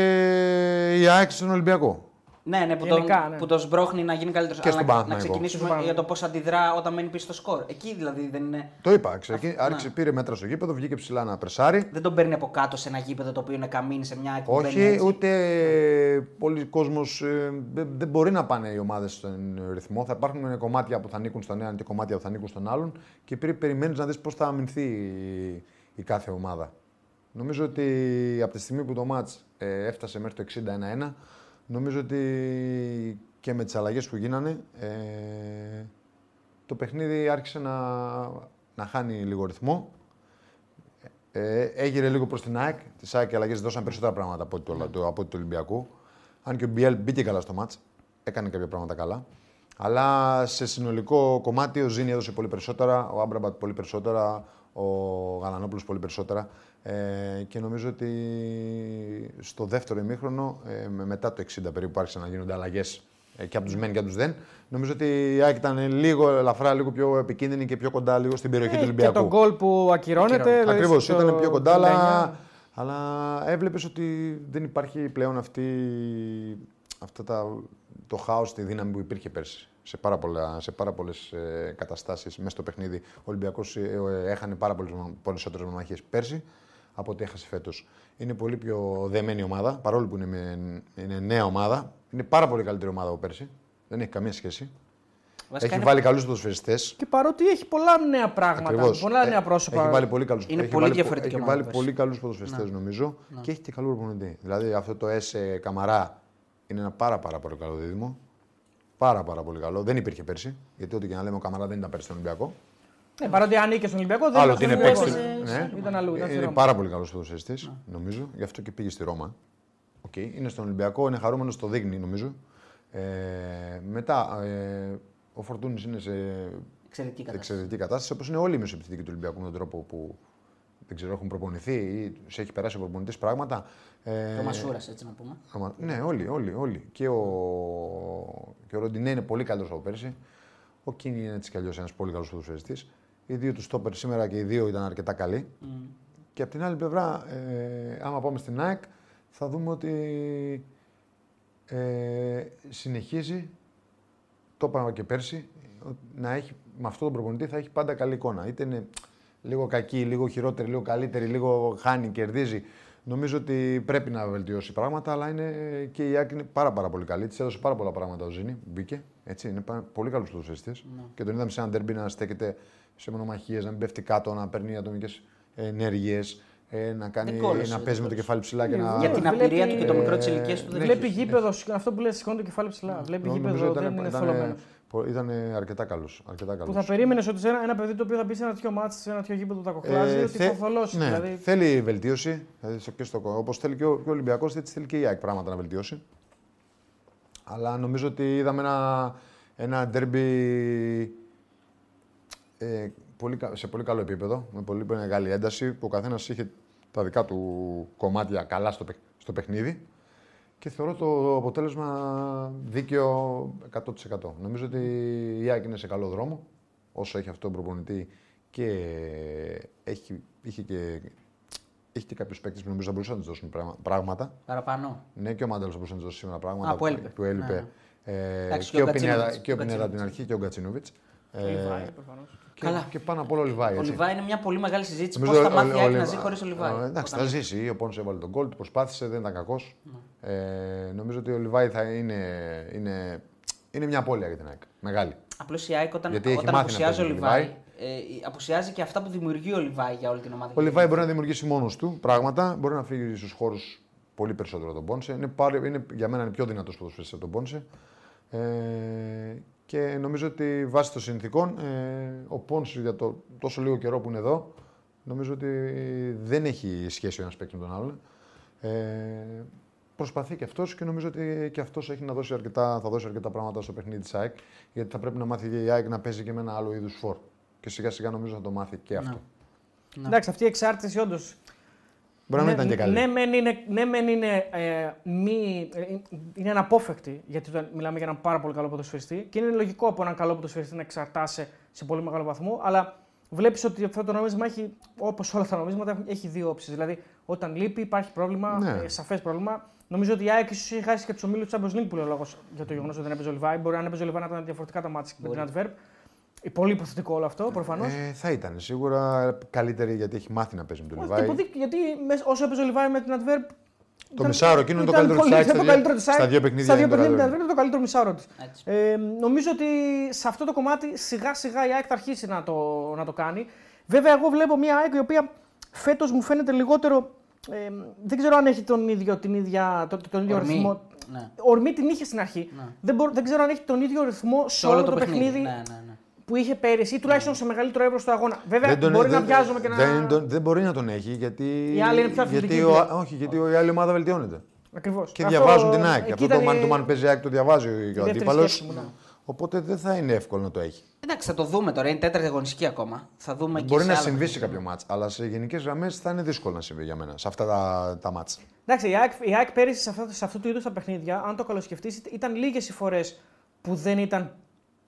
E: η ΑΕΚ στον Ολυμπιακό.
C: Ναι, ναι, που, τον,
D: Γενικά, ναι.
C: που τον σμπρώχνει να γίνει καλύτερος.
E: Και στον
C: να, να
E: Παναθηναϊκό.
D: Και
C: ξεκινήσουμε
D: στον
C: για το πώς αντιδρά όταν μένει πίσω στο σκορ. Εκεί δηλαδή δεν, είναι,
E: Το είπα. Ξεκι...
C: ναι.
E: Άρχισε, πήρε μέτρα στο γήπεδο, βγήκε ψηλά να πρεσάρει.
C: δεν τον παίρνει από κάτω σε ένα γήπεδο το οποίο είναι καμίνη σε μια εκπομπή.
E: Όχι, ούτε πολλοί κόσμος ε, δεν δεν μπορεί να πάνε οι ομάδες στον ρυθμό. Θα υπάρχουν κομμάτια που θα ανήκουν στον έναν και κομμάτια που θα ανήκουν στον άλλον και πρέπει περιμένεις να δεις πώς θα αμυνθεί η, η κάθε ομάδα. Νομίζω ότι από τη στιγμή που το μάτς ε, έφτασε μέχρι το 61-1, νομίζω ότι και με τις αλλαγές που γίνανε, ε, το παιχνίδι άρχισε να, να χάνει λίγο ρυθμό. Ε, έγειρε λίγο προς την ΑΕΚ. Τη ΑΕΚ οι αλλαγές δώσαν περισσότερα πράγματα από ό,τι του,
D: Ναι.
E: Ολα- του- από ό,τι του Ολυμπιακού. Αν και ο Μπιέλ μπήκε καλά στο μάτ, έκανε κάποια πράγματα καλά. Αλλά σε συνολικό κομμάτι ο Ζήνη έδωσε πολύ περισσότερα, ο Άμπραμπατ πολύ περισσότερα, ο ο Γαλανόπουλος πολύ περισσότερα. Ε, και νομίζω ότι στο δεύτερο ημίχρονο, ε, με- μετά το 60 περίπου, που άρχισαν να γίνονται αλλαγές και από τους μεν και από τους δεν. Νομίζω ότι η ΑΕΚ ήταν λίγο ελαφρά, λίγο πιο επικίνδυνη και πιο κοντά λίγο στην περιοχή του
D: Ε, και
E: Ολυμπιακού.
D: τον γκολ που ακυρώνεται. δηλαδή,
E: Ακριβώς,
D: στο
E: ήταν πιο κοντά, αλλά,
D: 59.
E: αλλά έβλεπες ότι δεν υπάρχει πλέον αυτή, αυτά τα, το χάος, τη δύναμη που υπήρχε πέρσι. Σε πάρα, πολλά, σε πάρα πολλές ε, καταστάσεις μέσα στο παιχνίδι. Ο Ολυμπιακός ε, ε, έχανε πάρα πολλές μο- περισσότερες μοναχίες πέρσι από ό,τι έχασε φέτος. Είναι πολύ πιο δεμένη ομάδα, παρόλο που είναι, με- είναι νέα ομάδα. Είναι πάρα πολύ καλύτερη ομάδα από πέρσι. Δεν έχει καμία σχέση.
C: Βασικά
E: έχει
C: είναι-
E: βάλει καλούς ποδοσφαιριστές.
D: Και παρότι έχει πολλά νέα πράγματα,
E: Ακριβώς.
D: πολλά
E: Ε,
D: νέα πρόσωπα.
E: Έχει βάλει πολύ καλούς
C: Είναι
E: έχει
C: πολύ
E: βάλει,
C: διαφορετική
E: Έχει
C: ομάδα
E: βάλει
C: πέρσι.
E: πολύ καλούς ποδοσφαιριστές
D: Ναι.
E: νομίζω και έχει και καλό προπονητή. Δηλαδή αυτό το S Καμαρά είναι ένα πάρα, πάρα πολύ καλό δίδυμο. Πάρα, πάρα πολύ καλό. Δεν υπήρχε πέρσι. Γιατί ό,τι και να λέμε, ο Καμαρά δεν ήταν πέρσι στον Ολυμπιακό.
D: Ναι, παρότι ανήκε στον Ολυμπιακό, δεν
E: Άλλο ότι
D: στον
E: είναι
D: Ολυμπιακό,
E: παίκτης.
D: ε,
E: Ναι.
D: Ήταν αλλού. ήταν στη
E: Είναι
D: Ρώμη. Ναι.
E: πάρα πολύ καλός ποδοσφαιριστής, νομίζω. Γι' αυτό και πήγε στη Ρώμα. Οκ, Είναι στον Ολυμπιακό, είναι χαρούμενος, το δείχνει, νομίζω. Ε, μετά, ε, ο Φορτούνης είναι σε
C: Εξαιρετική κατάσταση.
E: εξαιρετική κατάσταση, όπως είναι όλοι οι μεσοεπιθετικοί του Ολυμπιακού με τον τρόπο που δεν ξέρω, έχουν προπονηθεί ή σε έχει περάσει ο προπονητής πράγματα. Ε,
C: Το Μασούρας, έτσι να πούμε.
E: άμα- ναι, όλοι, όλοι, όλοι. Και ο, και ο Ροντινέ είναι πολύ καλός από πέρσι. Ο Κίνη είναι έτσι κι αλλιώς ένας πολύ καλός ποδοσφαιριστής. Οι δύο τους στόπερ σήμερα και οι δύο ήταν αρκετά καλοί. Και από την άλλη πλευρά, ε, άμα πάμε στην ΑΕΚ, θα δούμε ότι ε, συνεχίζει, το είπαμε και πέρσι, ο- να έχει, με αυτόν τον προπονητή θα έχει πάντα καλή εικόνα. Είτε είναι λίγο κακή, λίγο χειρότερη, λίγο καλύτερη, λίγο χάνει, κερδίζει. Νομίζω ότι πρέπει να βελτιώσει πράγματα, αλλά είναι και η Άκη είναι πάρα, πάρα πολύ καλή. Της έδωσε πάρα πολλά πράγματα ο Ζήνη. Μπήκε. Έτσι, είναι πάρα- πολύ καλό ποδοσφαιριστή. Και τον είδαμε σε ένα ντερμπι να στέκεται σε μονομαχίες, να μην πέφτει κάτω, να παίρνει ατομικές ενέργειες, να, κάνει,
C: Δεν κόλλωσε,
E: να
C: δεν
E: παίζει με
C: κόλλωσε.
E: το κεφάλι ψηλά και
D: Ναι,
E: να.
C: Για την
D: βλέπει-
C: απειρία του και το μικρό της
E: Ε,
C: ηλικίας του δεν
E: ναι.
D: Βλέπει
E: Έχει,
D: γήπεδο, αυτό που λες, σηκώνει το κεφάλι
E: Ναι.
D: ψηλά. Βλέπει γήπεδο, δεν είναι θολωμένο.
E: ε, Ήταν αρκετά καλός. Αρκετά
D: Που
E: καλός.
D: θα περίμενες ότι σε ένα, ένα παιδί το οποίο θα μπει σε ένα τέτοιο μάτσο, σε ένα τέτοιο γήπεδο που τα κοχλάζει,
E: Ε,
D: ότι
E: θε-
D: θα θολώσει.
E: ναι,
D: δηλαδή,
E: Θέλει βελτίωση. Δηλαδή στο, και στο, όπως θέλει και ο, και ο Ολυμπιακός, έτσι θέλει και η ΑΕΚ πράγματα να βελτιώσει. Αλλά νομίζω ότι είδαμε ένα, ένα ντέρμπι ε, πολύ, κα- σε πολύ καλό επίπεδο, με πολύ μεγάλη ένταση, που ο καθένας είχε τα δικά του κομμάτια καλά στο, παιχ- στο παιχνίδι. Και θεωρώ το αποτέλεσμα δίκαιο 100%. Νομίζω ότι η ΑΕΚ είναι σε καλό δρόμο, όσο έχει αυτόν τον προπονητή και έχει, είχε και, έχει και κάποιους παίκτες που νομίζω θα μπορούσαν να τους δώσουν πράγμα- πράγματα.
C: Παραπάνω.
E: Ναι, και ο Μάνταλος μπορούσε να τους δώσει σήμερα πράγματα
C: Α, που έλειπε. Ναι, ναι.
E: Ε,
C: Εντάξει,
E: και
C: και ο
E: ο Πινέδα
C: Γκατσίνοβιτς.
E: και ο
C: Ο
E: Πινέδα από την
C: Γκατσίνοβιτς.
E: αρχή και ο Γκατσίνοβιτ.
D: το
E: Ε,
D: Λιβάη, προφανώς.
E: και,
C: Καλά.
E: και πάνω απ' όλα ο Λιβάη.
C: Ο
E: έτσι.
C: Λιβάη είναι μια πολύ μεγάλη συζήτηση. Πώ
E: Νομίζω
C: θα
E: ο-
C: μάθει
E: ο-
C: η
E: ο
C: ΑΕΚ να
E: Λιβά-
C: ζει χωρίς ο
E: Ε,
C: Λιβάη.
E: Εντάξει,
C: Όταν-
E: θα ζήσει. Ο Πόνσε έβαλε τον κόλ, του προσπάθησε, δεν ήταν κακός.
C: Ναι.
E: Ε, νομίζω ότι ο Λιβάη θα είναι, είναι, είναι μια απώλεια για την ΑΕΚ. Μεγάλη.
C: Απλώς η ΑΕΚ όταν,
E: Γιατί έχει
C: όταν
E: μάθει να
C: απουσιάζει ο
E: παίζει με
C: Λιβάη, ε, απουσιάζει και αυτά που δημιουργεί ο Λιβάη για όλη την ομάδα.
E: Ο Λιβάη μπορεί να δημιουργήσει μόνος του πράγματα, μπορεί να φύγει στους χώρους πολύ περισσότερο από τον Πόνσε. Είναι, πάρα- είναι, για μένα είναι πιο δυνατός ποδοσφαιριστής από τον Πόνσε. Ε, και νομίζω ότι βάσει των συνθήκων, ε, ο Πόνσε για το τόσο λίγο καιρό που είναι εδώ, νομίζω ότι δεν έχει σχέση ο ένας παίκτης με τον άλλον. Ε, προσπαθεί και αυτός και νομίζω ότι και αυτός έχει να δώσει αρκετά, θα δώσει αρκετά πράγματα στο παιχνίδι της ΑΕΚ. Γιατί θα πρέπει να μάθει και η ΑΕΚ να παίζει και με ένα άλλο είδους φόρ. Και σιγά σιγά νομίζω θα το μάθει και αυτό.
D: Ναι. Εντάξει, αυτή η εξάρτηση όντως.
E: Μπορεί να μην ήταν και καλή.
D: Ναι, μεν είναι, ναι, μεν είναι, ε, μη, ε, είναι αναπόφευκτη, γιατί όταν μιλάμε για έναν πάρα πολύ καλό ποδοσφαιριστή και είναι λογικό από έναν καλό ποδοσφαιριστή να εξαρτάσαι σε πολύ μεγάλο βαθμό, αλλά βλέπεις ότι αυτό το νόμισμα έχει, όπως όλα τα νομίσματα, έχουν- έχει δύο όψεις. Δηλαδή, όταν λείπει υπάρχει πρόβλημα,
E: Ναι.
D: ε, σαφές πρόβλημα. Νομίζω ότι η ΑΕΚ ίσως έχει χάσει και τους ομίλους του Champions League που λέει ο λόγος για το γεγονός ότι δεν έπαιζε ο Λιβάη. Μπορεί αν έπαιζε ο Λιβάη να ήταν διαφορετικά τα μάτια με την Adverb. Πολύ υποθετικό όλο αυτό προφανώς.
E: Ε, θα ήταν σίγουρα καλύτερη γιατί έχει μάθει να παίζει με τον
D: Όχι,
E: Λιβάη.
D: τίποτα, γιατί μες- όσο έπαιζε ο Λιβάη με την Adverb.
E: Το μισάωρο εκείνο είναι το καλύτερο της ΑΕΚ, στα
D: Στα,
E: δύο-
D: καλύτερο της
E: στα
D: ΑΕΚ.
E: δύο παιχνίδια
D: Στα δύο
E: είναι το
D: παιχνίδια με την
E: καλύτερο.
D: Adverb είναι το καλύτερο μισάωρο της.
C: Έτσι.
D: Ε, νομίζω ότι σε αυτό το κομμάτι σιγά σιγά η ΑΕΚ θα αρχίσει να το, να το κάνει. Βέβαια, εγώ βλέπω μια ΑΕΚ η οποία φέτος μου φαίνεται λιγότερο. Ε, δεν ξέρω αν έχει τον ίδιο, την ίδια, το- τον ίδιο
C: Ορμή.
D: ρυθμό.
C: Ναι.
D: Ορμή την είχε στην αρχή. Δεν, μπορώ- δεν ξέρω αν έχει τον ίδιο ρυθμό σε όλο, το παιχνίδι,
C: Ναι, ναι, ναι.
D: που είχε πέρυσι ή τουλάχιστον σε μεγαλύτερο εύρος του αγώνα. Βέβαια,
E: τον-
D: μπορεί να βιάζομαι και να.
E: δεν, τον- δεν μπορεί να τον έχει γιατί.
D: Η άλλη είναι πιο
E: γιατί
D: αθλητική
E: ο,
D: πλέον.
E: όχι, γιατί ο- η άλλη ομάδα βελτιώνεται.
D: Ακριβώς.
E: Και
D: Αυτό-
E: διαβάζουν την ΑΕΚ.
D: εκεί
E: Αυτό το
D: ήταν
E: man
D: η-
E: to man παίζει η ΑΕΚ, το διαβάζει και ο
D: δεύτερη
E: αντίπαλος.
D: σκέψη μου, ναι.
E: Οπότε δεν θα είναι εύκολο να το έχει.
C: Εντάξει, θα το δούμε τώρα. Είναι τέταρτη αγωνιστική ακόμα. Θα δούμε και
E: Μπορεί
C: σε
E: να
C: άλλα
E: συμβεί σε
C: παιχνίδια.
E: κάποιο μάτ, αλλά σε γενικές γραμμές θα είναι δύσκολο να συμβεί για μένα σε αυτά τα, τα μάτ.
D: Εντάξει, η ΑΕΚ, η ΑΕΚ πέρυσι σε, αυτά, σε αυτού του είδους τα παιχνίδια, αν το καλοσκεφτείς, ήταν λίγες οι φορές που δεν ήταν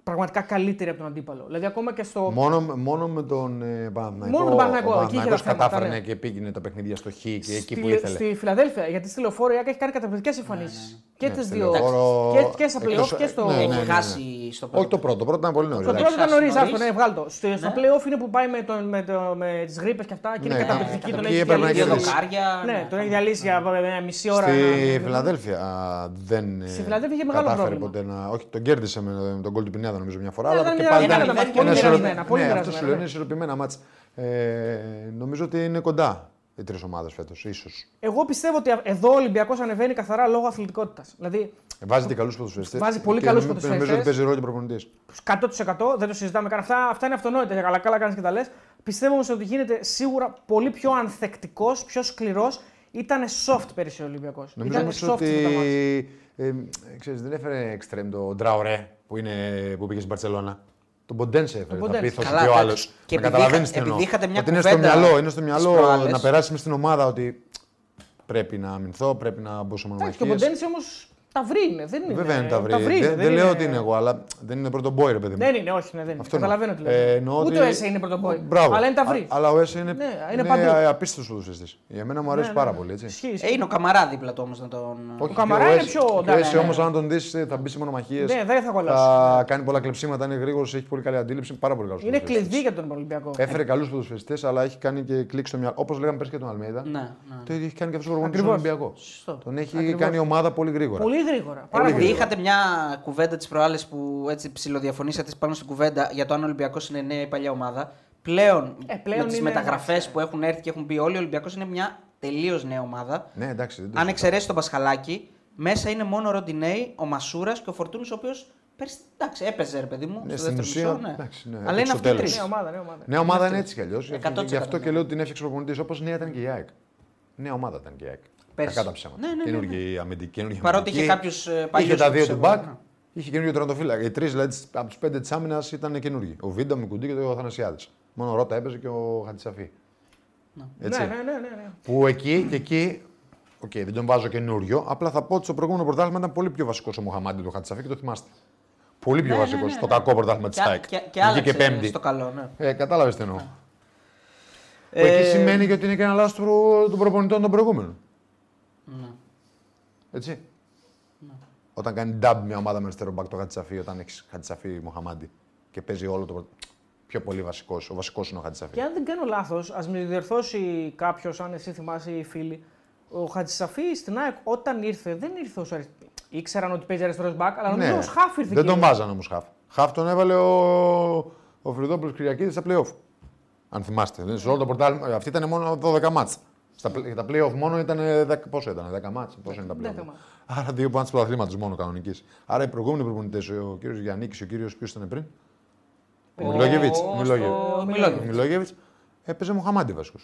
D: πραγματικά καλύτερη από τον αντίπαλο. Δηλαδή, ακόμα και στο.
E: Μόνο, μόνο με τον ε, Παναθηναϊκό.
D: Μόνο με τον Παναθηναϊκό,
E: Ο
D: εκεί
E: Παναθηναϊκός
D: είχε τα θέματα,
E: κατάφερε
D: ναι.
E: ναι, και πήγαινε τα παιχνίδια στο Χ και εκεί
D: στη,
E: που ήθελε.
D: στη Φιλαδέλφια. Γιατί στη λεωφόρο η ΑΕΚ έχει κάνει καταπληκτικές εμφανίσεις. Και
E: Ναι,
D: τι
E: στη
D: δύο.
E: Λεωφόρο,
D: Και, και στα
E: εκτός-
D: playoff και στο.
E: ναι, ναι,
C: Έχει
E: ναι, ναι.
C: χάσει στο πρώτο.
E: Όχι το πρώτο, το πρώτο ήταν πολύ νωρίς.
D: Το πρώτο ήταν
C: Έχει χάσει
D: νωρί, άστο,
C: νωρίς.
D: ναι, βγάλ το. Στο, στα
C: Ναι.
D: playoff είναι που πάει με, τον, με, το, με τις γρήπες και αυτά και είναι
E: Ναι,
D: καταπληκτική.
E: ναι.
D: Τον
E: Εκεί
D: έχει
E: έπρεπε να
C: Δύο
D: διαλύσει.
E: κερδίσει.
C: δοκάρια.
D: Ναι, τον έχει διαλύσει για μια μισή ώρα.
E: Στη
D: να-
E: Φιλαδέλφια α, δεν. ε,
D: Στη Φιλαδέλφια είχε μεγάλο
E: κατάφερε
D: πρόβλημα.
E: Ποτέ να, όχι, τον κέρδισε με, με τον κόλ του Πινιάδα νομίζω μια φορά.
D: Ναι,
E: αλλά
D: ήταν
E: και
D: μια-
E: πάλι
C: ήταν
E: ήταν
C: ένα μάτς
E: ένα
C: πολύ
E: ισορροπη-
D: μοιρασμένα, πολύ
E: Ναι, αυτό
D: μοιρασμένα,
E: σου λέω είναι
D: ναι.
E: ισορροπημένα μάτς. Ε, νομίζω ότι είναι κοντά οι τρεις ομάδες φέτος, ίσως.
D: Εγώ πιστεύω ότι εδώ ο Ολυμπιακός ανεβαίνει καθαρά λόγω αθλητικότητας. Δηλαδή
E: Βάζετε καλούς ποδοσφαιριστές.
D: Βάζει πολύ καλούς
E: Νομίζω ότι
D: ποδοσφαιριστές.
E: παίζει ρόλο και ο προπονητή.
D: 100% δεν το συζητάμε καν. Αυτά, αυτά είναι αυτονόητα. Καλά, καλά κάνεις και τα λες. Πιστεύω όμως ότι γίνεται σίγουρα πολύ πιο ανθεκτικός, πιο σκληρός. Ήταν soft πέρυσι ο Ολυμπιακός.
E: Νομίζω
D: Ήταν
E: όμως
D: soft
E: ότι.
D: με τα μάτς.
E: Ε, ε, ξέρεις, δεν έφερε εξτρέμ το Ντραωρέ που, είναι, που πήγε στην Παρσελώνα. Τον Ποντένσε
D: Τον
E: έφερε. θα πει
D: Ποντένσε.
E: θα σου
C: Καλά,
E: πει ο
C: εντάξει.
E: άλλο.
C: Και
E: Και
C: επειδή
E: καταλαβαίνεις
C: είχα-
E: τι εννοώ.
C: επειδή είχατε μια
E: Ότι είναι στο
C: κουβέντα
E: μυαλό, είναι στο
C: τις
E: μυαλό
C: προάλλες.
E: να περάσει μες στην ομάδα ότι πρέπει να αμυνθώ, πρέπει να μπω σε
D: Εντάξει, και ο
E: μονομαχίε.
D: Ποντένση όμως τα βρει είναι. Δεν είναι. ε,
E: Βέβαια είναι τα βρει.
D: είναι,
E: Δεν- Δεν λέω
D: είναι-
E: ότι είναι εγώ, αλλά δεν είναι πρώτο μπόι, ρε παιδί μου.
D: Δεν είναι, όχι, ναι, δεν είναι.
E: Αυτό
D: Καταλαβαίνω τι
E: εννοώ.
D: λέτε.
E: Ε, εννοώ
D: Ούτε
E: ότι-
D: ο ΕΣΕ είναι πρωτοπόη.
E: Μπράβο.
D: Αλλά είναι τα
E: Α-
D: βρει.
E: Αλλά ο Έσαι είναι,
D: Ναι, είναι
E: είναι
D: παντού.
E: απίστευτος ποδοσφαιριστής. Για μένα μου αρέσει
D: ναι,
E: πάρα
D: ναι.
E: πολύ. Έτσι.
D: Ισχύει, ισχύει.
C: Ε, είναι ο Καμαρά δίπλα του όμως να τον.
E: Όχι,
D: Καμαρά
E: και
D: είναι
E: Έσι-
D: πιο-
E: και
D: ναι,
E: Ο
D: ναι,
E: Έσαι
D: ναι.
E: όμως, αν τον δεις, θα μπεις σε μονομαχίες.
D: Ναι, δεν θα κολλάσει.
E: Θα κάνει πολλά κλεψίματα, είναι γρήγορος, έχει πολύ καλή αντίληψη. Πάρα πολύ καλός.
D: Είναι κλειδί για τον Ολυμπιακό.
E: Έφερε καλούς ποδοσφαιριστές, αλλά έχει κάνει και κλικ στο μυαλό. Όπως λέγαμε πέρσι και τον Αλμέιδα.
C: Ναι, ναι.
E: Το ίδιο έχει κάνει και αυτός ο προπονητή στον
D: Ακριβώς.
E: Ολυμπιακό.
C: Σωστό.
E: Τον έχει κάνει ομάδα πολύ γρήγορα.
D: Πολύ γρήγορα. Πάρα
C: Επειδή
D: πολύ.
C: είχατε μια κουβέντα της προάλλες που έτσι ψηλοδιαφωνήσατε πάνω στην κουβέντα για το αν ο Ολυμπιακός είναι νέα ή παλιά ομάδα. Πλέον,
D: Ε, πλέον
C: με τις
D: είναι-
C: μεταγραφές που έχουν έρθει και έχουν μπει όλοι, ο Ολυμπιακός είναι μια τελείως νέα ομάδα.
E: Ναι, εντάξει. δεν το
C: αν
E: συζητάω.
C: εξαιρέσει τον Πασχαλάκη, μέσα είναι μόνο ο Ροντινέη, ο Μασούρας και ο Φορτούνης, ο οποίος πέρσι εντάξει, έπαιζε, ρε παιδί μου,
E: Ναι,
C: στο
E: στην
C: δεύτερο
E: ουσία,
C: μισό. Ναι.
E: εντάξει, ναι,
C: Αλλά είναι
E: έπαιξε
C: αυτοί
E: ο
C: οι τρει.
E: τέλος.
D: Ναι, ομάδα, ναι, ομάδα.
E: Νέα ομάδα είναι έτσι κι αλλιώς. Γι'
C: 100%
E: αυτό
C: ναι.
E: και λέω ότι την έφτιαξε ο προπονητή όπως νέα ήταν και η ΑΕΚ. Νέα ομάδα ήταν και η ΑΕΚ.
C: Πέρσι.
E: Κακά τα ψέματα.
C: Ναι, ναι, ναι, ναι.
E: Καινούργιοι αμυντικοί, καινούργιοι
C: Παρότι
E: αμυντικοί.
C: είχε κάποιους, ε, παλιούς
E: Είχε τα δύο
C: που
E: του
C: ξέρω,
E: μπακ.
C: ναι.
E: Είχε καινούργιο τερματοφύλακα. Οι τρεις δηλαδή από τους πέντε της άμυνας ήταν καινούργιοι. Ο Βίντα, ο Μικουντή και ο Θανασιάδη. Μόνο ο Ρότα έπαιζε και ο Χατζησαφή.
D: Ναι, ναι, ναι, ναι, ναι.
E: Που εκεί και εκεί. Οκ, δεν τον βάζω καινούριο. Απλά θα πω ότι στο προηγούμενο πρωτάθλημα ήταν πολύ πιο βασικός ο Μοχαμάντι του Χατζησαφή και το θυμάστε. Πολύ
C: Ναι,
E: πιο βασικό στο κακό πρωτάθλημα της
C: Και-
E: ΑΕΚ.
C: Και, και
E: Βγήκε
C: άλλαξε
E: πέμπτη.
C: στο καλό, ναι.
E: Ε, Κατάλαβες τι εννοώ. Που εκεί σημαίνει και ότι είναι και ένα λάθο προ... των προπονητών των προηγούμενων. Έτσι. Όταν κάνει νταμπ μια ομάδα με αριστερό μπακ το Χατζησαφή, όταν έχεις Χατζησαφή Μοχαμάντι και παίζει όλο το. πρω- Πιο πολύ βασικός. Ο βασικός είναι ο Χατζησαφή.
D: Και αν δεν κάνω λάθος, ας με διορθώσει κάποιος, αν εσύ θυμάσαι οι φίλοι. Ο Χατζησαφή στην ΑΕΚ όταν ήρθε, δεν ήρθε ως αριστερό. Ήξεραν ότι παίζει αριστερός μπακ, αλλά νομίζω ως χάφ ήρθε.
E: Ναι. Δεν
D: κυρίως.
E: τον βάζανε όμως χαφ. Χαφ τον έβαλε ο, ο Φρυδόπουλος Κυριακίδης στα playoff. Αν θυμάστε. Ναι, Σε όλο το πορτάλ, αυτή ήταν μόνο 12 μάτς. Στα, πλε- τα playoff μόνο ήταν. ε, δέκα- Πόσο ήταν, 10 μάτς, Πόσο είναι τα
D: δέκα
E: playoff.
D: μάτς.
E: Άρα δύο μάτς πρωταθλήματο μόνο κανονικής. Άρα οι προηγούμενοι προπονητές, ο κύριος Γιάννης και ο κύριος ποιος ήταν πριν. Ο Μιλόγεβιτ.
D: στο
C: Μιλόγεβιτς.
E: Μιλόγεβιτ. Έπαιζε Μοχαμάντι βασικό.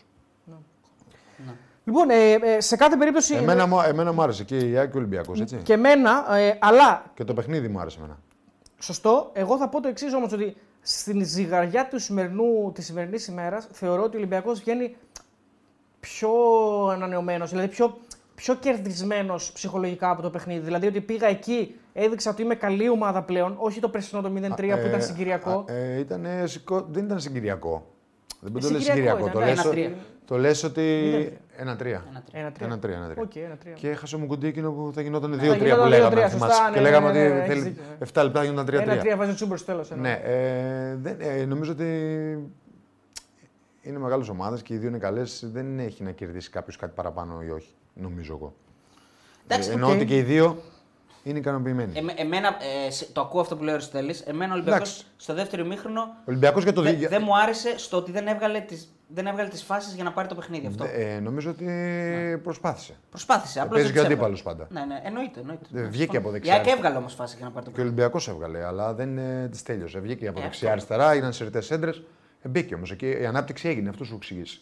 D: Λοιπόν, ε, ε, σε κάθε περίπτωση.
E: Εμένα, μου- εμένα μου άρεσε και η Άκη Ολυμπιακός, έτσι.
D: Και εμένα, ε, αλλά
E: Και το παιχνίδι μου άρεσε εμένα.
D: Σωστό. Εγώ θα πω το εξής όμως, ότι στην ζυγαριά του σημερινού, της σημερινής ημέρας θεωρώ ότι ο Ολυμπιακός βγαίνει πιο ανανεωμένος, δηλαδή πιο, πιο κερδισμένος ψυχολογικά από το παιχνίδι. Δηλαδή ότι πήγα εκεί, έδειξα ότι είμαι καλή ομάδα πλέον, όχι το περσινό το 0-3 που ήταν συγκυριακό. Ε,
E: Ε, ε, ήτανε σηκώ- δεν ήταν συγκυριακό. Δεν μπορεί να το λες
D: Συγκυριακό
E: συγκυριακό. Το
D: ήταν,
E: λες,
C: ναι,
E: ο-
C: ένα-τρία.
E: το λες ότι. Ένα-τρία.
D: Ένα-τρία.
E: Ένα-τρία. ένα-τρία.
D: Οκ, ένα-τρία.
E: Και έχασε ο Μουκουντή εκείνο που θα γινόταν
D: θα
E: 2-3
D: γινόταν
E: που λέγαμε.
D: 2-3,
E: αν θυμάσαι.
D: σωστά, ναι,
E: Και
D: ναι,
E: λέγαμε
D: ναι, ναι, ναι,
E: ότι
D: έχεις
E: θέλει
D: δίκιο, ναι.
E: 7 λεπτά γινόταν 3-3.
D: Ένα-τρία βάζει ο Τσούμπερ στο τέλος. ένα.
E: Ναι, ε, δεν- ε, νομίζω ότι είναι μεγάλες ομάδες και οι δύο είναι καλές. Δεν έχει να κερδίσει κάποιος κάτι παραπάνω ή όχι. Νομίζω εγώ.
C: Εντάξει,
E: Ε, Ενώ
C: οκ.
E: ότι και οι δύο είναι ικανοποιημένοι.
C: Ε, εμένα, ε, σε- το ακούω αυτό που λέει ο Αριστοτέλης, Εμένα ο Ολυμπιακός
E: Εντάξει.
C: στο δεύτερο ημίχρονο
E: Ο Ολυμπιακό για το
C: δε-
E: δι-
C: δεν μου άρεσε στο ότι δεν έβγαλε τις, δεν έβγαλε τις φάσεις για να πάρει το παιχνίδι αυτό. Ναι.
E: Ε, νομίζω ότι προσπάθησε.
C: Προσπάθησε. απλώς
E: παίζει
C: δεν
E: και ο
C: ξέβαλε.
E: αντίπαλος πάντα.
C: Ναι, ναι, εννοείται. εννοείται.
E: Δεν
C: Ναι,
E: βγήκε
C: συμφωνώ.
E: από δεξιά.
C: Η ΑΕΚ έβγαλε όμως φάση για να πάρει το
E: Και ο
C: παιχνίδι.
E: Ολυμπιακός έβγαλε, αλλά δεν ε, της τέλειωσε. Βγήκε από
C: Ε,
E: δεξιά
C: αυτό.
E: Ε, αριστερά, έγιναν σερτέ έντρες. Μπήκε όμως εκεί. Η ανάπτυξη έγινε, αυτό σου εξηγήσει.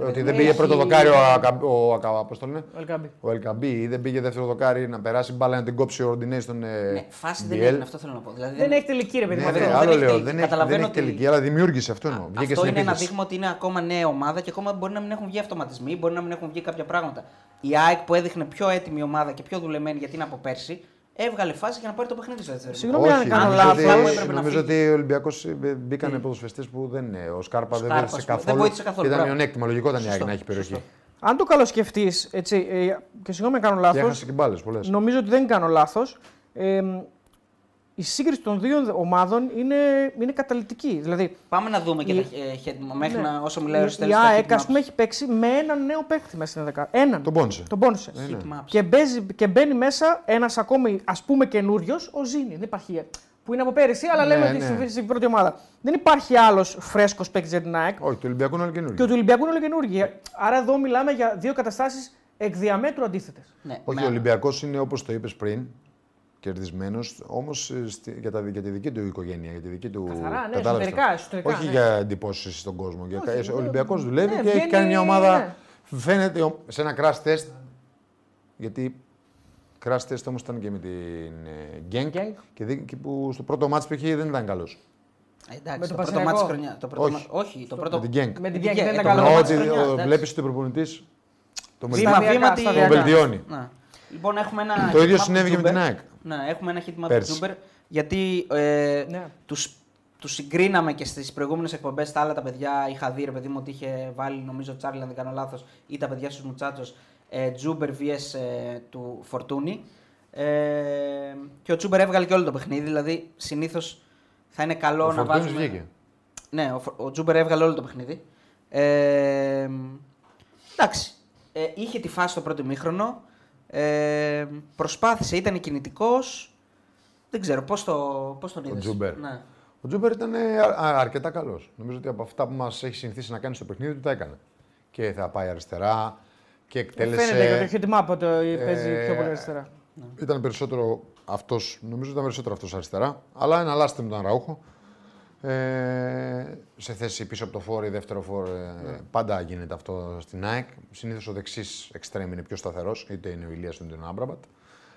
C: Ε,
E: Ότι δεν
D: Έχει-
E: πήγε πρώτο δοκάρι ο, Ακα, ο, Ακα- πώς τον λένε,
D: Ο Ελκάμπη.
E: ο Ελκαμπή ή δεν πήγε δεύτερο δοκάρι να περάσει μπάλα να την κόψει ο Ορντινέη στον. ε,
C: Ναι, φάση δεν
E: Μπιέλ.
C: έγινε, αυτό θέλω να πω. Δηλαδή,
D: Δεν έχει τελική ρε παιδί
E: Ναι,
D: μου.
E: ναι,
C: δεν
D: αυτό. Δηλαδή,
E: άλλο
C: έχει
E: λέω.
C: τελική.
E: Δεν έχει, δεν
C: Καταλαβαίνω
E: έχει τελική,
C: ότι-
E: αλλά δημιούργησε αυτό εννοώ. Βγήκε
C: αυτό
E: στην
C: είναι ένα
E: επίθεση.
C: δείγμα ότι είναι ακόμα νέα ομάδα και ακόμα μπορεί να μην έχουν βγει αυτοματισμοί, μπορεί να μην έχουν βγει κάποια πράγματα. Η ΑΕΚ που έδειχνε πιο έτοιμη ομάδα και πιο δουλεμένη γιατί είναι από πέρσι, έβγαλε φάση για να πάρει το παιχνίδι στο δεύτερο.
D: Συγγνώμη.
E: Όχι,
D: Συγγνώμη αν κάνω
E: νομίζω
D: λάθος,
E: ότι-
D: αλλά έπρεπε να
E: Νομίζω
C: φύγει.
E: ότι ο ε, Ολυμπιακό μπήκαν ποδοσφαιριστές που δεν. ε, Ο Σκάρπα δεν
C: Σκάρπας,
E: βοήθησε
C: δεν
E: καθόλου.
C: βοήθησε καθόλου,
E: Ήταν
C: μπράβο.
E: μειονέκτημα. Λογικό ήταν η ΑΕΚ
C: Σωστό,
E: να έχει περιοχή.
C: σωστό.
D: Αν το καλοσκεφτείς, έτσι, ε, και συγγνώμη αν κάνω
E: Και
D: λάθος,
E: έχασε και μπάλε πολλές.
D: νομίζω ότι δεν κάνω λάθος. Ε, η σύγκριση των δύο ομάδων είναι, είναι καταλητική. Δηλαδή,
C: Πάμε να δούμε και
D: Η-
C: τα ε, χέρια μου,
E: Ναι.
D: Ναι.
C: μέχρι να όσο μιλάει ο
D: η
C: Αριστοτέλης, τα
D: ΑΕΚ,
C: heat
D: ας πούμε,
C: maps.
D: έχει παίξει με έναν νέο παίκτη μέσα στην δεκάδα. Έναν.
E: Τον Ναι, πόνισε.
D: Τον πόνισε.
C: Heat maps.
D: Και, μπαίνει, και μπαίνει μέσα ένας ακόμη ας πούμε καινούριος, ο Ζήνη. Δεν υπάρχει. Που είναι από πέρυσι, αλλά
E: Ναι,
D: λέμε ότι
E: ναι.
D: στη- στην πρώτη ομάδα. Δεν υπάρχει άλλος φρέσκος παίκτης για την ΑΕΚ.
E: Όχι, του Ολυμπιακού είναι όλο καινούριο.
D: Και του Ολυμπιακού είναι όλοι καινούργιοι. Άρα εδώ μιλάμε για δύο καταστάσεις εκ διαμέτρου αντίθετες.
C: Ναι,
E: Όχι,
C: με-
E: ο Ολυμπιακός είναι όπως το είπες πριν, κερδισμένος, όμως για, τα- για τη δική του οικογένεια. Για τη δική του...
D: Καθαρά, ναι,
E: κατάλαβες το.
D: εσωτερικά, εσωτερικά,
E: Όχι
D: ναι.
E: για εντυπώσεις στον κόσμο. Για...
D: Όχι,
E: ο
D: ναι.
E: Ολυμπιακό δουλεύει
D: Ναι,
E: και έχει
D: βγαίνει,
E: κάνει μια ομάδα.
D: ναι.
E: Φαίνεται ο- σε ένα crash test. Γιατί crash test όμως ήταν και με την Γκένκ.
D: Genk.
E: Και, δι- και που στο πρώτο μάτι που είχε δεν ήταν καλός.
C: ε, Εντάξει,
D: Με
C: το
D: το
C: πρώτο
D: Πανσεραϊκό.
C: μάτς της χρονιάς. Το πρώτο
E: Όχι.
C: μάτς- Όχι, το πρώτο.
E: Με την Γκένκ.
D: Με την
C: Γκένκ,
D: Γκένκ δεν
C: ε,
D: ήταν
C: το
D: καλός
E: Εννοώ
C: πρώτο
D: μάτς
E: ότι
D: της
C: μάτς,
D: χρονιάς,
E: ο-
C: εντάξει.
E: βλέπεις ότι ο προπονητής. Το
C: Βήμα,
E: μελετάει.
D: Σταδιακά,
C: βήμα, τι-
D: σταδιακά.
E: Το βελτιώνει.
C: Ναι. Λοιπόν, έχουμε ένα.
E: Το ίδιο
C: heat map του
E: συνέβη και με
C: Τζούμπερ.
E: την ΑΕΚ.
C: Ναι, έχουμε ένα χίτμα του
E: Πέρσι.
C: Τζούμπερ. Γιατί ε,
D: Ναι.
C: τους, τους συγκρίναμε και στις προηγούμενες εκπομπές τα άλλα τα παιδιά. Είχα δει, ρε παιδί μου, ότι είχε βάλει, νομίζω, ο Τσάρλι, αν δεν κάνω λάθος, ή τα παιδιά στους Μουτσάτσο, ε, Τζούμπερ vs ε, του Φορτούνη. Ε, και ο Τζούμπερ έβγαλε και όλο το παιχνίδι. Δηλαδή, συνήθως θα είναι καλό
E: Ο
C: να
E: Φορτούνης
C: βάζουμε.
E: βγήκε.
C: Ναι, ο, Φο- ο Τζούμπερ έβγαλε όλο το παιχνίδι. Ε, εντάξει. Ε, είχε τη φάση το πρώτο μήχρονο. Ε, προσπάθησε, ήταν κινητικός. Δεν ξέρω πώς το, πώς τον είδες.
E: Τζούμπερ.
C: Ναι.
E: Ο Τζούμπερ ήταν ε, α- α- αρκετά καλός. Νομίζω ότι από αυτά που μας έχει συνηθίσει να κάνει στο παιχνίδι του τα έκανε. Και θα πάει αριστερά και
D: Φαίνεται και
E: εκτέλεσε.
D: το heat map ότι παίζει πιο πολύ
E: ε,
D: αριστερά.
C: Ναι.
E: Ήταν περισσότερο αυτός, νομίζω ήταν περισσότερο αυτός αριστερά. Αλλά εναλλάσσεται με τον Αραούχο. Ε, σε θέση πίσω από το φόρο ή δεύτερο φόρο.
C: Ναι.
E: Πάντα γίνεται αυτό στην ΑΕΚ. Συνήθως ο δεξής εξτρέμ είναι πιο σταθερός, είτε είναι ο Ηλίας είτε είναι ο Άμπραμπατ.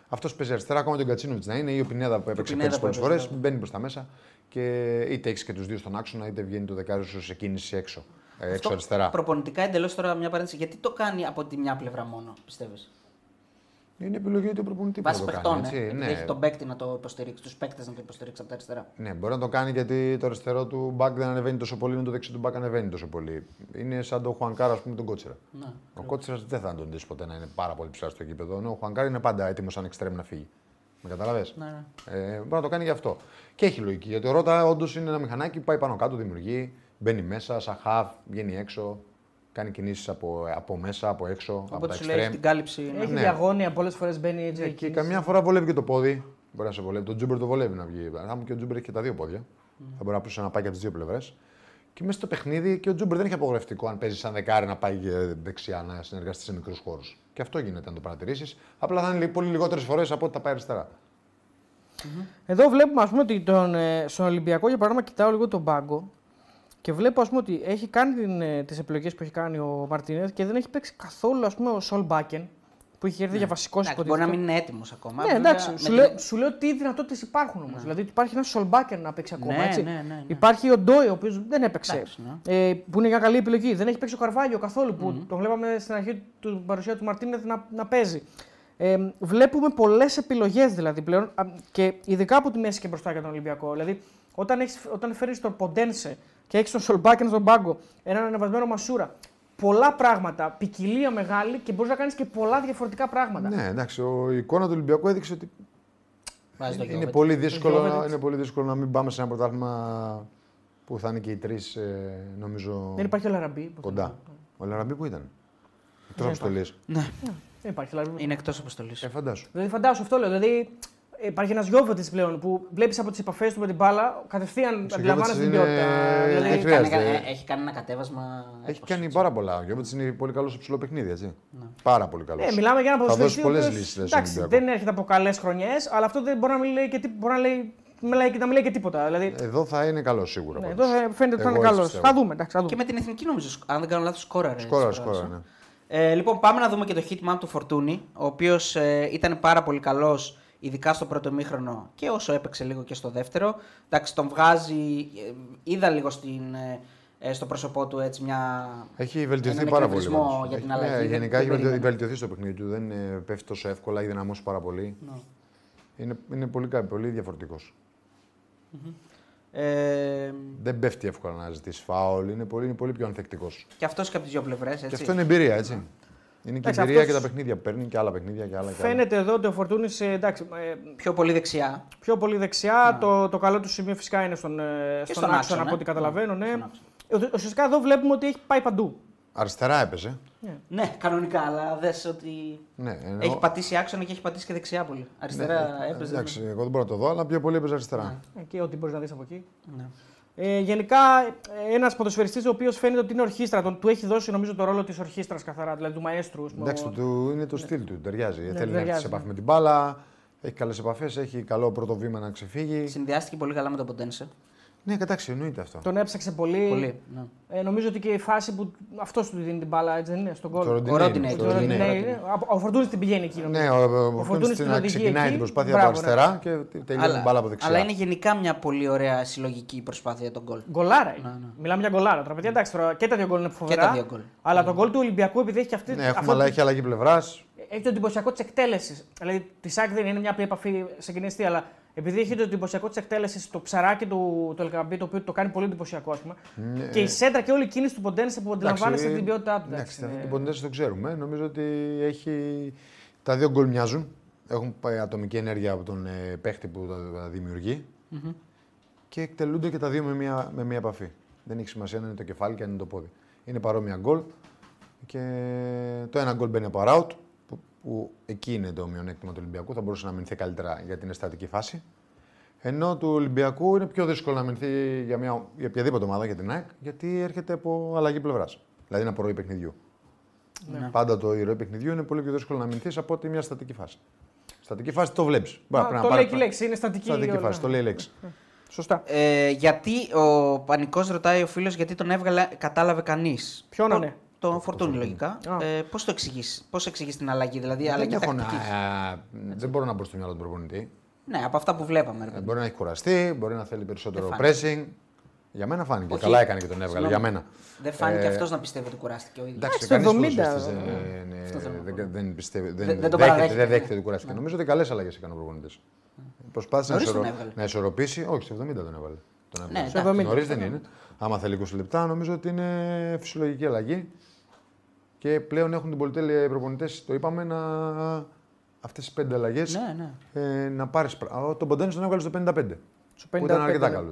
E: Αυτό παίζει αριστερά, ακόμα και ο Γκατσίνοβιτ να είναι ή ο Πινέδα που έπαιξε
C: Πινέδα
E: πέρυσι
C: που
E: πολλέ φορέ.
C: έπαιξε, ναι.
E: Μπαίνει προς τα μέσα και είτε έχεις και τους δύο στον άξονα, είτε βγαίνει το δεκάριο σου σε κίνηση έξω. ε, Έξω
C: Αυτό
E: αριστερά.
C: Προπονητικά εντελώς τώρα μια παρένθεση. Γιατί το κάνει από τη μια πλευρά μόνο, πιστεύεις.
E: Είναι επιλογή του προπονητή που θα
C: Βάσει
E: το κάνει.
C: παιχτών.
E: έτσι,
C: Ε, επειδή
E: ναι.
C: Έχει τον παίκτη να το υποστηρίξει, τους παίκτες να το υποστηρίξει από τα αριστερά.
E: Ναι, μπορεί να το κάνει γιατί το αριστερό του μπακ δεν ανεβαίνει τόσο πολύ, με το δεξί του μπακ ανεβαίνει τόσο πολύ. Είναι σαν το Χουανκάρα, ας πούμε, τον Κότσερα.
C: Ναι,
E: ο Κότσερα δεν θα τον δεις ποτέ να είναι πάρα πολύ ψηλά στο γήπεδο. Ενώ ο Χουανκάρα είναι πάντα έτοιμος αν εξτρέμει να φύγει. Με καταλαβέ.
C: Ναι, ναι.
E: Ε, μπορεί να το κάνει γι' αυτό. Και έχει λογική. Γιατί ο Ρότα όντως είναι ένα μηχανάκι που πάει πάνω κάτω, δημιουργεί, μπαίνει μέσα, σαν χαφ, βγαίνει έξω, κάνει κινήσεις από, από μέσα, από έξω, από τα
C: Οπότε σου λέει έχει
E: εξτρέμ.
C: την κάλυψη. ναι.
D: Έχει
E: ναι.
D: διαγώνια, πολλές φορές μπαίνει έτσι.
E: Ναι, και καμιά φορά βολεύει και το πόδι. Μπορεί να σε βολεύει. Το Τζούμπερ το βολεύει να βγει. Αν μου και ο Τζούμπερ έχει και τα δύο πόδια. Θα μπορεί να πούσε να πάει και από τις δύο πλευρές. Και μέσα στο παιχνίδι και ο Τζούμπερ δεν έχει απογορευτικό αν παίζει σαν δεκάρι να πάει ε, δεξιά να συνεργαστεί σε μικρούς χώρους. Και αυτό γίνεται να το παρατηρήσεις. Απλά θα είναι πολύ λιγότερες φορές από ό,τι θα πάει αριστερά.
D: Εδώ βλέπουμε ας πούμε, ότι τον, ε, στον Ολυμπιακό, για παράδειγμα, κοιτάω λίγο τον πάγκο και βλέπω ας πούμε, ότι έχει κάνει την, ε, τις επιλογές που έχει κάνει ο Μαρτίνεθ και δεν έχει παίξει καθόλου ας πούμε, ο Σολ Μπάκεν που είχε
E: Ναι.
D: έρθει για βασικό
C: Εντάξει,
D: υποτίθεται.
C: Μπορεί να μην είναι έτοιμος ακόμα.
D: Ναι,
C: βέβαια,
D: εντάξει.
C: με
D: Σου,
C: την-
D: λέω, σου λέω τι δυνατότητες υπάρχουν όμως. Δηλαδή ότι υπάρχει ένας Σολμπάκερ να παίξει ακόμα.
C: Ναι,
D: έτσι.
C: ναι, ναι, ναι.
D: Υπάρχει ο Ντόι, ο οποίος δεν έπαιξε.
C: Εντάξει, ναι.
D: ε, που είναι μια καλή επιλογή. Δεν έχει παίξει ο Καρβάλιο καθόλου που τον βλέπαμε στην αρχή του παρουσία του Μαρτίνεθ να, να παίζει. Ε, βλέπουμε πολλές επιλογές δηλαδή πλέον α, και ειδικά από τη μέση και μπροστά για τον Ολυμπιακό. Δηλαδή όταν, έχεις, όταν φέρει τον Ποντένσε και έχει τον Σολμπάκερ στον πάγκο, έναν ανεβασμένο Μασούρα. Πολλά πράγματα, ποικιλία μεγάλη και μπορείς να κάνεις και πολλά διαφορετικά πράγματα.
E: Ναι, εντάξει, ο, η εικόνα του Ολυμπιακού έδειξε ότι
C: Βάζει το
E: είναι,
C: Γιώβετ.
E: πολύ δύσκολο,
D: Γιώβετιτς.
E: να- είναι πολύ δύσκολο να μην πάμε σε ένα πρωτάθλημα που θα είναι και οι τρεις, νομίζω,
D: Δεν υπάρχει ο Λαραμπή. που
E: κοντά. Ο Λαραμπή που ήταν. Εκτό αποστολή.
D: Δεν υπάρχει Λαραμπή.
C: Είναι εκτός αποστολής.
E: Ε, φαντάσου.
D: Δηλαδή, φαντάσου αυτό λέω. Δηλαδή, ε, υπάρχει ένας Γιώβετη πλέον που βλέπεις από τις επαφές του με την μπάλα κατευθείαν αντιλαμβάνεσαι την
E: Γιώβετιτς
D: ποιότητα.
E: είναι-
D: Δηλαδή,
E: δεν
C: Έχει
E: χρειάζεται.
C: κάνει, ε, έχει κάνει ένα κατέβασμα.
E: Έχει
C: έπος,
E: κάνει
C: έτσι.
E: πάρα πολλά. Ο Γιώβετ είναι πολύ καλός σε ψηλό παιχνίδι, έτσι. Πάρα πολύ καλός.
D: ναι, μιλάμε για ένα
E: Θα δώσει
D: ποδοσφαιριστή. ο
E: πολλές
D: οποίος,
E: λύσεις.
D: Εντάξει, δεν έρχεται από καλές χρονιές, αλλά αυτό δεν μπορεί να μην λέει και τι μπορεί να λέει μιλάει, να μιλάει και τίποτα. Δηλαδή,
E: Εδώ θα είναι καλός σίγουρα.
D: ναι,
E: πάντως.
D: εδώ θα- φαίνεται ότι θα
E: Ε, Εγώ
D: είναι
E: έτσι
D: καλός.
E: πιστεύω.
D: Θα δούμε. Εντάξει, θα
C: Και
D: δούμε.
C: με την εθνική νομίζω, σκ- αν δεν κάνω λάθος, σκόραρε.
E: Σκόραρε,
C: Σκόραρε,
E: σκόραρε, ναι.
C: Ε, λοιπόν, πάμε να δούμε και το hitmap του Φορτούνη, ο οποίος ε, ήταν πάρα πολύ καλός, ειδικά στο πρώτο μήχρονο και όσο έπαιξε λίγο και στο δεύτερο. Εντάξει, τον βγάζει. ε, είδα λίγο στην, ε, ε, στο πρόσωπό του έτσι μια.
E: Έχει βελτιωθεί
C: έναν
E: πάρα πολύ.
C: εκνευρισμό
E: όμως.
C: για την
E: Έχει-
C: αλλαγή.
E: Ναι,
C: Δεν-
E: γενικά
C: δεν
E: έχει βελτιωθεί,
C: περίμενα.
E: βελτιωθεί στο παιχνίδι του. Δεν ε, πέφτει τόσο εύκολα, έχει δυναμώσει πάρα πολύ.
D: Ναι.
E: Είναι, είναι πολύ, κα- πολύ διαφορετικός.
C: Ε,
E: Δεν πέφτει εύκολα να ζητήσει φάουλ, είναι πολύ, είναι πολύ πιο ανθεκτικός.
C: και αυτός και από τις δύο πλευρές.
E: Και αυτό είναι εμπειρία, έτσι. Είναι και
D: Ναι. Εντάξει,
E: εμπειρία και
D: αυτός-
E: τα παιχνίδια που παίρνει και άλλα παιχνίδια και άλλα. και άλλα.
D: Φαίνεται εδώ ότι ο Φορτούνης. Εντάξει, ε,
C: Πιο πολύ δεξιά.
D: πιο πολύ δεξιά. Το, το καλό του σημείο φυσικά είναι στον, ε, στον,
C: Ναι. στον
D: άξονα,
C: άξονα,
D: από ό,τι
C: ναι.
D: καταλαβαίνω. Ναι.
C: Στον άξονα.
D: Ε, Ουσιαστικά εδώ βλέπουμε ότι έχει πάει παντού.
E: Αριστερά έπαιζε.
C: Ναι, κανονικά, αλλά δες ότι.
E: Ναι, εννοώ-
C: Έχει πατήσει άξονα και έχει πατήσει και δεξιά πολύ. Αριστερά
E: Ε,
C: έπαιζε.
E: Εντάξει, εγώ δεν μπορώ να το δω, αλλά πιο πολύ έπαιζε αριστερά.
D: Ε, Και ό,τι μπορείς να δεις από εκεί.
C: Ναι.
D: Ε, γενικά, ένας ποδοσφαιριστής ο οποίος φαίνεται ότι είναι ορχήστρα, τον, του έχει δώσει νομίζω το ρόλο της ορχήστρας καθαρά, δηλαδή του μαέστρου. ας πούμε,
E: Εντάξει,
D: ο-
E: το, του- είναι το στυλ του, ταιριάζει. Θέλει να έρθει
D: ταιριάζει,
E: σε
D: ναι.
E: επαφή με την μπάλα, έχει καλές επαφές, έχει καλό πρώτο βήμα να ξεφύγει.
C: Συνδυάστηκε πολύ καλά με τον Ποντένσε.
E: Ναι, κατάξει, εννοείται αυτό.
D: Τον έψαξε πολύ.
C: Πολύ. Ναι.
D: Ε, νομίζω ότι και η φάση που αυτός του δίνει την μπάλα, έτσι δεν είναι, στον κόλπο.
E: Το Ροντινέι,
C: Ο Ροντινέι,
E: το
C: το
D: Ναι,
E: Ροντινέι.
C: Ροντινέι.
D: είναι. Ο Φορτούνης την πηγαίνει εκεί. νομίζω.
E: Ναι, ο, ο,
D: Φορτούνης
E: Φορτούνης
D: την
E: να
D: οδηγεί
E: ξεκινάει
D: εκεί.
E: την προσπάθεια
D: Μπράβο,
E: από αριστερά και τελειώνει την μπάλα από δεξιά.
C: αλλά είναι γενικά μια πολύ ωραία συλλογική προσπάθεια για τον γκολ.
D: Γκολάρα.
C: Ναι,
D: είναι. Μιλάμε για γκολάρα. Τώρα, παιδιά, εντάξει, τώρα και τα δύο γκολ είναι φοβερά.
C: τα δύο γκολ.
D: Αλλά το γκολ του Ολυμπιακού επειδή έχει και αυτή.
E: Ναι, έχουμε,
D: αυτό
E: αλλά
D: το-
E: έχει αλλαγή πλευράς.
D: έχει το εντυπωσιακό της εκτέλεσης. Δηλαδή, τη ΣΑΚ δεν είναι μια απλή επαφή σε κοινή αιστεία, αλλά επειδή έχει το εντυπωσιακό της εκτέλεσης, το ψαράκι του το Ελκαμπή, το οποίο το κάνει πολύ εντυπωσιακό, ας πούμε. Και η σέντρα και όλη η κίνηση του Ποντένσε που αντιλαμβάνεσαι την ποιότητά του. εντάξει,
E: Ναι. Εντάξει,
D: είναι-
E: ναι. την Ποντένσε το ξέρουμε. Νομίζω ότι έχει... τα δύο γκολ μοιάζουν. Έχουν πάει ατομική ενέργεια από τον ε, παίχτη που τα, τα δημιουργεί. Και εκτελούνται και τα δύο με μία, με μία επαφή. Δεν έχει σημασία αν είναι το κεφάλι και αν είναι το πόδι. Είναι παρόμοια γκολ. Και το ένα γκολ μπαίνει από out, που, που εκεί είναι το μειονέκτημα του Ολυμπιακού. Θα μπορούσε να μηνθεί καλύτερα για την εστατική φάση. Ενώ του Ολυμπιακού είναι πιο δύσκολο να μηνθεί για, μια, για οποιαδήποτε ομάδα για την ΑΕΚ, γιατί έρχεται από αλλαγή πλευράς. Δηλαδή ένα πορεία παιχνιδιού.
D: Ναι.
C: Ναι.
E: Πάντα το ηρωή παιχνιδιού είναι πολύ πιο δύσκολο να μηνθείς από ότι μια στατική φάση. Στατική φάση το βλέπεις.
D: Α, το λέει και η λέξη, είναι στατική.
E: Στατική
D: όλα. Ναι.
E: φάση, το λέει η λέξη.
D: Σωστά.
C: Ε, γιατί ο πανικός ρωτάει ο φίλος γιατί τον έβγαλε, κατάλαβε κανείς.
D: Ποιον, ναι.
C: Το φορτούνι λογικά.
D: Α.
C: Ε, Πώς το εξηγείς, Πώς εξηγείς την αλλαγή, δηλαδή
E: δεν,
C: αλλαγή
E: έχω να-
C: τακτικής.
E: ε, δεν μπορώ να μπω στο μυαλό του προπονητή.
C: Ναι, από αυτά που βλέπαμε. ρε
E: Ε,
C: παιδί.
E: Μπορεί να έχει κουραστεί, μπορεί να θέλει περισσότερο
C: Δεν
E: pressing. Για μένα φάνηκε.
C: Όχι.
E: Καλά έκανε και τον έβγαλε.
C: Συγγνώμη.
E: Για μένα. Ε,
C: Δεν φάνηκε αυτός να πιστεύει ότι κουράστηκε ο ίδιος.
E: Εντάξει,
D: στο
E: κανείς
D: 70,
E: ποδοσφαιριστής
D: ε,
E: δεν- ναι, δεν- δεν πιστεύει. Δεν
C: δεν το
E: δέχεται-
C: παραδέχεται,
E: δεν
C: ναι.
E: δέχεται ότι κουράστηκε. Νομίζω ότι καλές αλλαγές έκανε ο προπονητής. Προσπάθησε να,
C: Νωρίς τον
E: ισορο-
C: έβγαλε. Ναι,
E: να ισορροπήσει. Όχι, σε 70 τον έβαλε. Τον έβγαλε.
C: εντάξει. Σε 70,
E: Νωρίς δεν είναι. Άμα θέλει 20 λεπτά, νομίζω ότι είναι φυσιολογική αλλαγή. Και πλέον έχουν την πολυτέλεια οι προπονητές, το είπαμε, να αυτές τις πέντε αλλαγές.
C: Ναι, ναι.
E: Ε, να πάρεις. Τον Ποντένι τον έβγαλε στο 55.
D: Στο
E: Που ήταν
D: 55,
E: αρκετά
D: ναι.
E: καλό.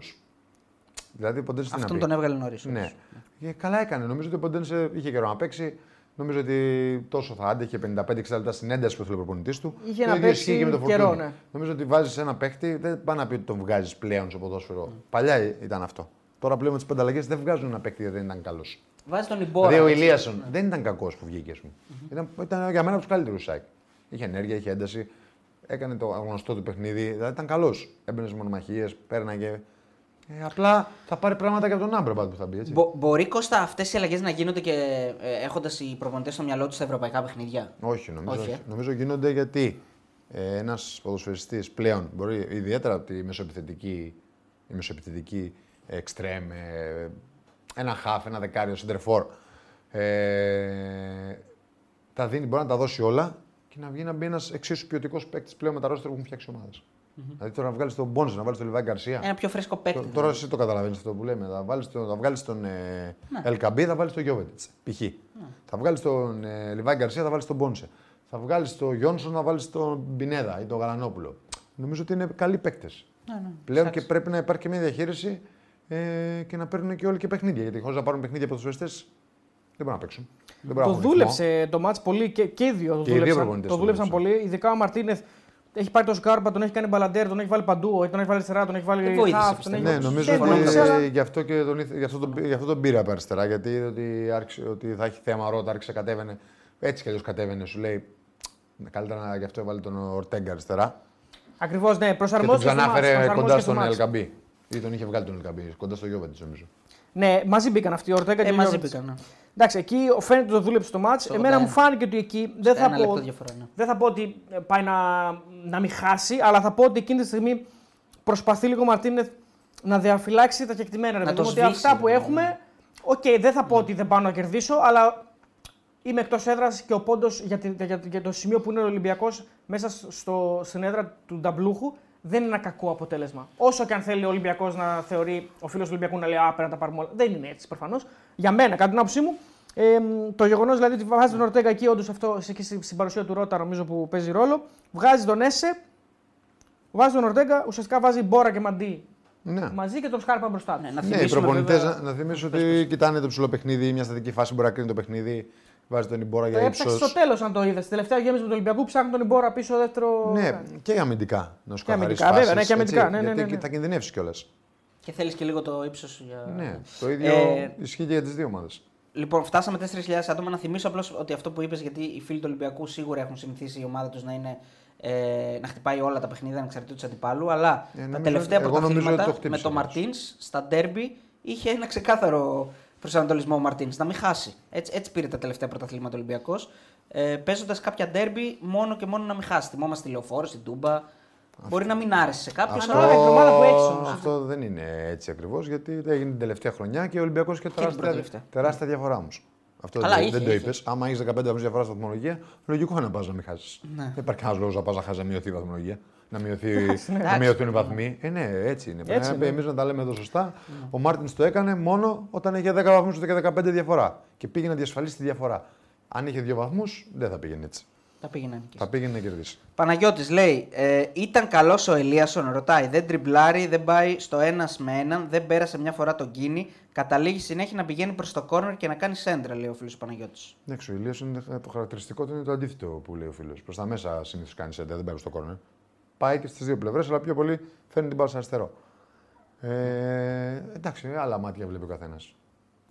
E: Δηλαδή, Ποντένι τι να
C: Αυτόν
E: πει.
C: τον έβγαλε νωρίς.
E: Ναι. Ε, καλά έκανε. Νομίζω ότι ο Ποντένσε είχε καιρό να παίξει. Νομίζω ότι τόσο θα άντεχε 55-60 λεπτά στην ένταση που θέλει ο προπονητής του.
D: Είχε
E: Το
D: να
E: ίδιο ισχύει
D: παίξει
E: Φορτούνη.
D: καιρό, ναι.
E: Νομίζω ότι βάζεις ένα παίχτη, δεν πάει να πει ότι τον βγάζεις πλέον στο ποδόσφαιρο. Παλιά ήταν αυτό. Τώρα πλέον με τις πενταλλαγέ δεν βγάζουν ένα παίχτη γιατί δεν ήταν καλός.
C: Βάζει τον Ιμπόρα.
E: Δηλαδή ο
C: έτσι.
D: ναι.
E: Ηλίασον δεν ήταν κακός που βγήκε. ας πούμε. Ήταν, ήταν για μένα από τους καλύτερους Σάκ. Είχε ενέργεια, είχε ένταση. Έκανε το γνωστό του παιχνίδι. Δηλαδή ήταν καλός. Έμπαινε στις μονομαχίες, πέρναγε. Ε, απλά θα πάρει πράγματα και από τον Άμπρεμπαντ που θα μπει. Έτσι.
C: Μπο- μπορεί Κώστα αυτές οι αλλαγές να γίνονται και έχοντας οι προπονητές στο μυαλό τους στα ευρωπαϊκά παιχνίδια.
E: Όχι, νομίζω,
C: Όχι,
E: όχι.
C: ε.
E: νομίζω γίνονται γιατί ε, ένας ποδοσφαιριστής πλέον μπορεί ιδιαίτερα από τη μεσοεπιθετική, η μεσοεπιθετική εξτρέμ, ε, ένα χαφ, ένα δεκάριο, σεντερφόρ. Ε, τα δίνει, μπορεί να τα δώσει όλα και να βγει να μπει ένας εξίσου ποιοτικός παίκτης πλέον με τα ρόστρα που έχουν φτιάξει ομάδες. Δηλαδή τώρα να βγάλεις τον Μπόνζ, να βάλεις τον Λιβάη Γκαρσία.
C: Ένα πιο φρέσκο παίκτη. δηλαδή.
E: Τ- Τώρα εσύ το καταλαβαίνεις αυτό που λέμε. Θα βάλεις τον, θα βγάλεις τον ε,
D: Ναι.
E: Ελκαμπή, θα βάλεις τον Γιώβετιτ. Π.χ. Θα βγάλεις τον ε, Λιβάη Γκαρσία, θα βάλεις τον Πόνσε. Θα βγάλεις τον Γιόνσον, θα βάλεις τον Πινέδα ή τον Γαλανόπουλο. Νομίζω ότι είναι καλοί παίκτες.
D: Ναι,
E: Πλέον και πρέπει να υπάρχει και μια διαχείριση ε, και να παίρνουν και όλοι και παιχνίδια. Γιατί χωρίς να πάρουν παιχνίδια από του δεν μπορούν να παίξουν. Δεν μπορούν
D: Το
E: να έχουν ρυθμό.
D: δούλεψε το μάτς πολύ και, και οι δύο το
E: δύο
D: δούλεψαν,
E: προπονητές
D: το
E: το
D: δούλεψαν
E: δούλεψαν.
D: πολύ. Ειδικά ο Μαρτίνεθ έχει πάρει το Σκάρπα, τον έχει κάνει μπαλαντέρ, τον έχει βάλει παντού, τον έχει βάλει αριστερά, τον έχει
C: Δεν
D: βάλει
C: βοήθησε,
D: χαφ. τον
C: πιστεύω.
D: έχει-
E: Ναι, νομίζω
D: Δεν
E: ότι
D: βοήθησε, αλλά-
E: γι' αυτό, και τον, ήθε- γι αυτό τον, γι' αυτό τον πήρε από αριστερά. Γιατί είδε ότι, άρχισε, ότι θα έχει θέμα ρότα, άρχισε κατέβαινε. Έτσι κι αλλιώς κατέβαινε, σου λέει. «Τσκ, Καλύτερα να γι' αυτό έβαλε τον Ορτέγκα αριστερά.
D: Ακριβώς, ναι,
E: Και τον
D: προσαρμόζεται. στο μάτς,
E: ξανάφερε
D: προσαρμόζεται
E: κοντά
D: στο
E: στον
D: μάτς.
E: Ελκαμπή. Ή τον είχε βγάλει τον Ελκαμπή, κοντά στο Γιώβαντη, νομίζω.
D: Ναι, μαζί μπήκαν αυτοί οι Ορτέγκα και
C: Ε,
D: ο
C: μαζί
D: Γιώβετιτς.
C: μπήκαν, ναι.
D: Εντάξει, εκεί ο Φέντερ το δούλεψε το μάτς.
C: Στο
D: Εμένα
C: 81.
D: μου φάνηκε ότι εκεί δεν
C: Ένα
D: θα, πω,
C: λεπτό διαφορά, ναι.
D: δεν θα πω ότι ε, πάει να, να μην χάσει, αλλά θα πω ότι εκείνη τη στιγμή προσπαθεί λίγο ο Μαρτίνεθ να διαφυλάξει τα κεκτημένα. Ρε,
C: Να
D: παιδί
C: το
D: μου, ότι
C: σβήσει,
D: αυτά που
C: ρε,
D: έχουμε, οκ, δεν θα πω ότι δεν πάω να κερδίσω, αλλά είμαι εκτός έδρας και ο πόντος για, τη- για, για το σημείο που είναι ο Ολυμπιακός μέσα στο, στην έδρα του Νταμπλούχου δεν είναι ένα κακό αποτέλεσμα. Όσο και αν θέλει ο Ολυμπιακός να θεωρεί, ο φίλος Ολυμπιακού να λέει Α, πρέπει να τα πάρουμε όλα. Δεν είναι έτσι προφανώς. Για μένα, κατά την άποψή μου, ε, μ, το γεγονός δηλαδή ότι βάζει τον Ορτέγκα εκεί, όντως αυτό εκεί στη- στην παρουσία του Ρότα νομίζω που παίζει ρόλο, βγάζει τον Έσε, βάζει τον Ορτέγκα, ουσιαστικά βάζει Μπόρα και Μαντί
E: Ναι.
D: μαζί και τον Σκάρπα μπροστά.
C: Ναι,
D: του.
C: να
E: Ναι, οι
C: θυμίσουμε
E: προπονητές
C: βέβαια-
E: να, να θυμίσω ότι κοιτάνε το ψηλό παιχνίδι, μια στατική φάση μπορεί να κρίνει το παιχνίδι. Βάζει τον Ιμπόρα
D: Το
E: για
D: έψαξε
E: ύψο.
D: Ε, στο τέλος, αν το είδες. Τελευταία γέμιση με τον Ολυμπιακό ψάχνει τον Ιμπόρα πίσω δεύτερο.
E: Ναι, και για αμυντικά να σου
D: Και αμυντικά,
E: καθαρίσει.
D: βέβαια, ναι, και αμυντικά, ναι, ναι, ναι, ναι.
E: θα κινδυνεύσεις κιόλας.
C: Και θέλεις και λίγο το ύψος για.
E: Ναι, το ίδιο
C: Ε,
E: ισχύει και για τις δύο ομάδες.
C: Λοιπόν, φτάσαμε 4.000 άτομα. Να θυμίσω απλώς ότι αυτό που είπες, γιατί οι φίλοι του Ολυμπιακού σίγουρα έχουν συνηθίσει η ομάδα τους να, είναι, ε, να χτυπάει όλα τα παιχνίδια ανεξαρτήτως του αντιπάλου. Αλλά
E: Ε, νομίζω-
C: τα τελευταία
E: εγώ νομίζω
C: πρωταθλήματα
E: ότι το χτύπησε
C: με τον
E: όμως.
C: Μαρτίν στα ντέρμπι είχε ένα ξεκάθαρο προσανατολισμό ο Μαρτίν. Να μην χάσει. Έτσι, έτσι πήρε τα τελευταία πρωταθλήματα Ολυμπιακός. Ε, Παίζοντας κάποια ντέρμπι μόνο και μόνο να μην χάσει. Θυμόμαστε τη Λεωφόρο, την Τούμπα. Μπορεί να μην άρεσε σε κάποιον,
D: Ανάλογα με την ομάδα που έχεις όμως.
E: αυτό δεν είναι έτσι ακριβώς γιατί τα έγινε την τελευταία χρονιά και ο Ολυμπιακός είχε τεράστια,
C: προτελευταία.
E: τεράστια διαφορά όμως. Αυτό
C: Καλά,
E: δεν,
C: είχε,
E: δεν το
C: είχε.
E: είπες. Άμα έχεις 15 βαθμούς διαφοράς στην βαθμολογία, λογικό να πας να μην χάσεις. Δεν υπάρχει κανένα λόγος να πας να χάσεις να μειωθεί η βαθμολογία. Να, μειωθεί, να μειωθούν οι βαθμοί. Ε, ναι, έτσι είναι.
D: Έτσι είναι.
E: Εμείς να τα λέμε εδώ σωστά. Ο Μάρτιν το έκανε μόνο όταν είχε 10 βαθμούς και 15 διαφορά. Και πήγε να διασφαλίσει τη διαφορά. Αν είχε δύο βαθμούς, δεν θα πήγαινε έτσι.
C: Τα πήγαινε να νικήσει.
E: Θα πήγαινε να κερδίσει.
C: Παναγιώτης λέει: ε, Ήταν καλός ο Ελίασον, ρωτάει. Δεν τριμπλάρει, δεν πάει στο ένας με έναν, δεν πέρασε μια φορά τον κίνη. Καταλήγει συνέχεια να πηγαίνει προς το κόρνερ και να κάνει σέντρα, λέει ο φίλος Παναγιώτης.
E: Εντάξει, ο Ηλία είναι το χαρακτηριστικό του είναι το αντίθετο που λέει ο φίλος. Προς τα μέσα συνήθως κάνει σέντα, δεν πάει στο κόρνερ. Πάει και στις δύο πλευρές, αλλά πιο πολύ φέρνει την μπάλα στο αριστερό. Ε, εντάξει, άλλα μάτια βλέπει ο καθένας.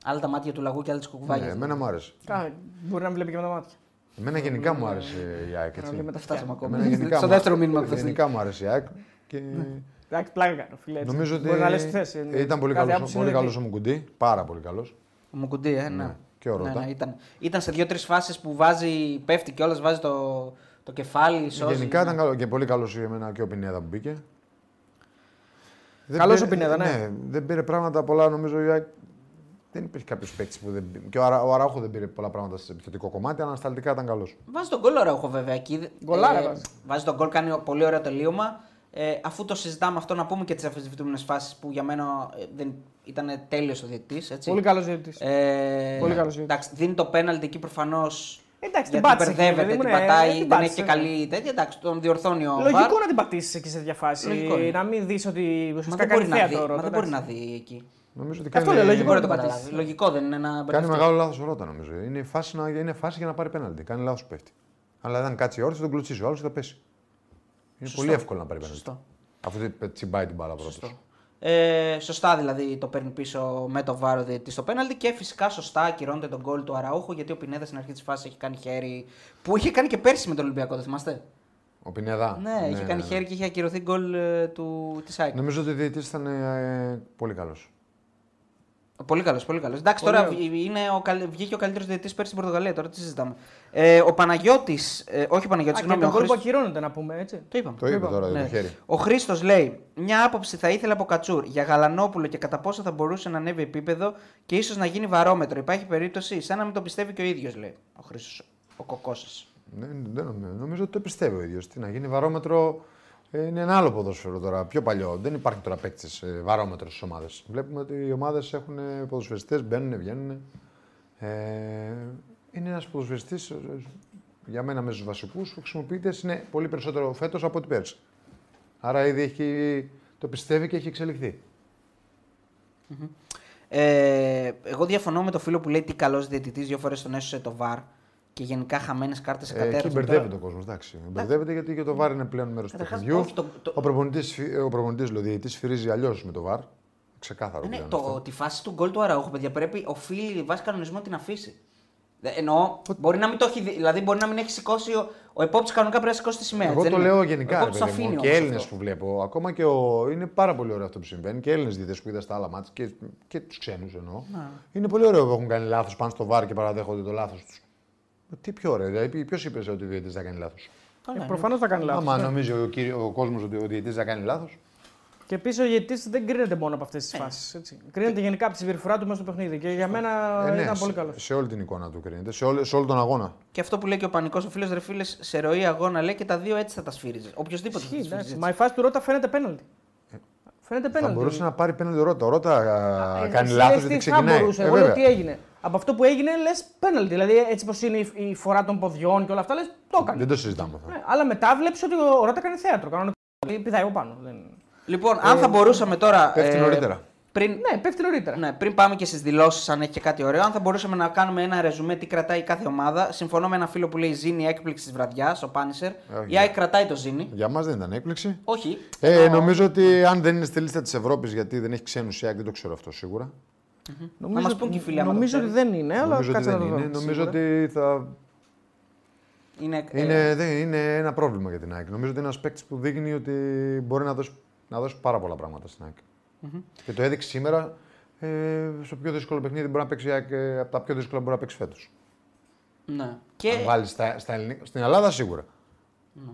C: Άλλα τα μάτια του λαγού και άλλα της κουκουβάγια.
E: Ναι, εμένα μου άρεσε.
D: Κα- Μπορεί να βλέπει και με τα μάτια.
E: Εμένα γενικά μου άρεσε η ΑΕΚ. Έτσι.
C: μετά φτάσαμε ακόμα.
E: Εμένα γενικά
C: Στο
E: μου-
C: δεύτερο μήνυμα που θα στείλει.
E: Γενικά μου άρεσε η ΑΕΚ. Και...
D: Εντάξει, πλάκα κάνω, φίλε. Ναι. έτσι.
E: Νομίζω ότι
D: Μπορεί να λες τη θέση.
E: ε, ήταν πολύ
D: Κάθε
E: καλός
D: άποψη
E: πολύ
D: είναι
E: καλός ο Μουκουντή. Πάρα πολύ καλός.
C: Μου κουντί, ε, ναι.
E: Και ο Ρώτα.
C: Ναι, ναι, ήταν. ήταν σε δύο-τρει φάσεις που βάζει, πέφτει κιόλας, βάζει το, το κεφάλι, σώζει.
E: Γενικά
C: ναι.
E: ήταν καλό και πολύ καλός εμένα και ο Πινέδα που μπήκε. Δεν
D: Καλός
E: πήρε-
D: ο Πινέδα, ναι.
E: Δεν πήρε πράγματα πολλά, νομίζω. η ΑΕΚ. Δεν υπήρχε κάποιος παίκτης που δεν. πήρε- Και ο, Αρα... ο Αραούχο δεν πήρε πολλά πράγματα σε επιθετικό κομμάτι, αλλά ανασταλτικά ήταν καλός.
C: Βάζει τον γκολ ωραίο, βέβαια εκεί.
D: Γκολάρα
C: Ε,
D: βάζει.
C: βάζει τον γκολ, κάνει πολύ ωραίο τελείωμα. Ε, αφού το συζητάμε αυτό, να πούμε και τις αφισβητούμενες φάσεις που για μένα ε, δεν ήταν τέλειος ο διαιτητής.
D: Πολύ καλός διαιτητής.
C: Ε,
D: Πολύ καλός διαιτητής.
C: εντάξει, δίνει το πέναλτι εκεί προφανώς.
D: Εντάξει,
C: γιατί
D: την πάτησε, παιδί
C: μπερδεύεται,
D: μου,
C: την
D: ναι,
C: πατάει,
D: την
C: δεν
D: πάτησε,
C: έχει και
D: ναι.
C: καλή τέτοια. Εντάξει, τον διορθώνει ο Βαρ.
D: Ε, Λογικό να την πατήσεις εκεί σε διαφάση.
C: Λογικό είναι.
D: Να μην δεις ότι
C: Μα
D: ουσιαστικά
C: δεν
D: κάνει
C: μπορεί να
D: θέα
C: δει,
D: τώρα.
C: μα δεν μπορεί να δει εκεί.
E: Νομίζω ότι
D: Αυτό
E: κάνει,
C: Δεν
D: λέω, λογικό.
C: μπορεί να το
D: να πατήσει.
C: καταλάβεις. Λογικό δεν είναι να
E: κάνει
C: μπερδευτεί.
E: μεγάλο λάθος ο Ρότα, νομίζω. Είναι φάση, να... είναι φάση για να πάρει πέναλτι. Κάνει λάθος που πέφτει. Αλλά αν κάτσει η ώρα, θα τον κλωτσίσει. Ο άλλος θα πέσει. Είναι
C: Σωστό.
E: πολύ εύκολο να πάρει πέναλτι.
C: Σωστό.
E: Αφού δεν τσιμπάει την μπάλα πρώτος.
C: Σωστό. Ε, σωστά δηλαδή το παίρνει πίσω με το βάρο διαιτητή στο πέναλτι και φυσικά σωστά ακυρώνεται τον γκολ του Αραούχο γιατί ο Πινέδας στην αρχή της φάσης έχει κάνει χέρι. που είχε κάνει και πέρσι με τον Ολυμπιακό, το θυμάστε.
E: Ο Πινέδα.
C: Ναι, είχε κάνει χέρι και είχε ακυρωθεί γκολ ε, του της ΑΕΚ.
E: Νομίζω ότι ο διαιτητής ήταν ε, πολύ καλός.
C: Πολύ καλός, πολύ καλός. Εντάξει,
D: Πολύ
C: τώρα
D: ωραίο.
C: βγ- είναι ο, καλ- βγήκε ο καλύτερος διαιτητής πέρσι στην Πορτογαλία, τώρα τι συζητάμε. Ε, ο Παναγιώτης, ε, όχι ο Παναγιώτης,
D: Και
C: συγγνώμη, ο
D: τον κόλπο
C: Χρήστος.
D: ακυρώνεται να πούμε έτσι. Λοιπόν,
C: Το είπαμε.
E: Το είπε
D: είπαμε,
E: τώρα το
C: Ναι.
E: χέρι.
C: Ο Χρήστος λέει: Μια άποψη θα ήθελα από Κατσούρ για Γαλανόπουλο και κατά πόσο θα μπορούσε να ανέβει επίπεδο και ίσως να γίνει βαρόμετρο. Υπάρχει περίπτωση, σαν να μην το πιστεύει και ο ίδιος, λέει ο Χρήστος. Ο κοκός
E: Ναι, δεν νομίζω. Νομίζω ότι το πιστεύει ο ίδιος. Τι να γίνει, βαρόμετρο ε, είναι ένα άλλο ποδόσφαιρο τώρα, πιο παλιό. Δεν υπάρχει τώρα παίκτη ε, βαρόμετρος στις ομάδες. Βλέπουμε ότι οι ομάδες έχουν ε, ποδοσφαιριστές, μπαίνουν, βγαίνουν. Ε, είναι ένας ποδοσφαιριστής, ε, ε, για μένα με του βασικούς που χρησιμοποιείται είναι πολύ περισσότερο φέτος από ό,τι πέρσι. Άρα ήδη έχει, το πιστεύει και έχει εξελιχθεί.
C: Ε, εγώ διαφωνώ με το φίλο που λέει τι καλός διαιτητής δύο φορές τον έσωσε το βαρ και γενικά χαμένες κάρτες σε
E: Ε, εκεί
C: κατέρασμα.
E: μπερδεύεται ο κόσμος. Εντάξει. Μπερδεύεται γιατί και το βάρ είναι πλέον μέρος του
C: Ναι. Καταρχάς,
E: παιχνιδιού.
C: όχι, το- το-
E: Ο προπονητής, ο προπονητής, δηλαδή, διαιτητής φυρίζει αλλιώς με το βάρ. Ξεκάθαρο.
C: Ναι,
E: πλέον αυτό.
C: το, τη φάση του γκολ του Αραούχου, παιδιά, πρέπει οφείλει βάσει κανονισμό την αφήσει. Δε- Εννοώ, μπορεί να μην το έχει δει, δηλαδή μπορεί να μην έχει σηκώσει. Ο, ο επόπτη κανονικά πρέπει να σηκώσει τη σημαία.
E: Εγώ
C: έτσι
E: το
C: ναι, δεν
E: λέω
C: είναι. Ο
E: γενικά. Ρε,
C: επόπτης
E: παιδί
C: αφήνει
E: μου, και
C: όμως
E: Έλληνες
C: αυτό.
E: που βλέπω. Ακόμα και ο... είναι πάρα πολύ ωραίο αυτό που συμβαίνει. Και Έλληνες δίδε που είδα στα άλλα μάτια και, και τους ξένους εννοώ.
C: Ναι.
E: Είναι πολύ ωραίο που έχουν κάνει λάθος, πάνε στο βαρ και παραδέχονται το λάθος τους. Τι πιο ωραίο. Δηλαδή, ποιος είπε ότι ο διαιτητής θα κάνει λάθος.
D: Ε,
C: ναι.
D: Προφανώς θα κάνει ναι. λάθο.
E: Άμα νομίζει ο, κύριο- ο κόσμος ότι ο διαιτητής θα κάνει λάθος.
D: Και επίσης ο ηγετή δεν κρίνεται μόνο από αυτές
C: Ναι.
D: τι φάσει. Κρίνεται γενικά από τη συμπεριφορά του μέσα στο παιχνίδι. Και για μένα
E: Ε,
D: ήταν πολύ καλό.
E: ναι, σε, σε όλη την εικόνα του κρίνεται. Σε, όλη- σε όλο τον αγώνα.
C: Και αυτό που λέει και ο πανικός ο φίλος ρε φίλες, σε ροή αγώνα λέει και τα δύο έτσι θα τα σφύριζες. Οποιοδήποτε θα τα
D: Ισχύει,
C: σφύριζε.
D: εντάξει.
C: έτσι.
D: Μα η φάση του Ρότα φαίνεται πέναλτι. Φαίνεται πέναλτι.
E: Θα μπορούσε να πάρει πέναντι ρότα. Ρότα α,
D: Ε,
E: κάνει
D: εσύ
E: λάθος
D: λες
E: γιατί
D: τι
E: ξεκινάει.
D: Θα μπορούσε.
E: Ε,
D: Εγώ λέω
E: βέβαια.
D: τι έγινε. Από αυτό που έγινε λες πέναλτι. Δηλαδή έτσι πως είναι η, η φορά των ποδιών και όλα αυτά λες το έκανε.
E: Δεν το συζητάμε αυτό.
D: Ναι, αλλά μετά βλέπεις ότι ο Ρότα κάνει θέατρο. Κανονικό. Δηλαδή, Πηδάει από πάνω. Δεν...
C: Λοιπόν, αν
D: Ε,
C: θα μπορούσαμε τώρα. ε,
E: πέφτει νωρίτερα.
C: Πριν,
D: Ναι, πέφτει νωρίτερα.
C: Ναι, πριν πάμε και στις δηλώσεις, αν έχει και κάτι ωραίο, αν θα μπορούσαμε να κάνουμε ένα ρεζουμέ τι κρατάει κάθε ομάδα. Συμφωνώ με ένα φίλο που λέει Ζήνη έκπληξη της βραδιάς, ο Πάνισερ.
E: Όχι.
C: Η ΑΕΚ κρατάει το Ζήνη.
E: Για μας δεν ήταν έκπληξη.
C: Όχι.
E: Ε,
C: εννοώ-
E: νομίζω ότι αν δεν είναι στη λίστα της Ευρώπης γιατί δεν έχει ξένους η ΑΕΚ, δεν το ξέρω αυτό σίγουρα.
C: μας πούν και οι φίλοι άμα το
D: Νομίζω ότι
C: ξέρουν.
D: δεν είναι, Ε, αλλά
E: νομίζω ότι
D: κάτσε να
E: δεν
D: το δω.
E: είναι. Νομίζω
D: σίγουρα.
E: ότι θα.
C: Είναι, ε,
E: Είναι, δεν, είναι ένα πρόβλημα για την ΑΕΚ. Νομίζω ότι είναι ένας παίκτης που δείχνει ότι μπορεί να δώσει, να δώσει πάρα πολλά πράγματα στην ΑΕΚ. Και το έδειξε σήμερα ε, στο πιο δύσκολο παιχνίδι μπορεί να παίξει η ΑΕΚ, ε, από τα πιο δύσκολα που μπορεί να παίξει φέτος.
C: Ναι.
E: Αν
C: Και
E: βάλεις στα, στα ελληνικά, στην Ελλάδα σίγουρα.
D: Ναι.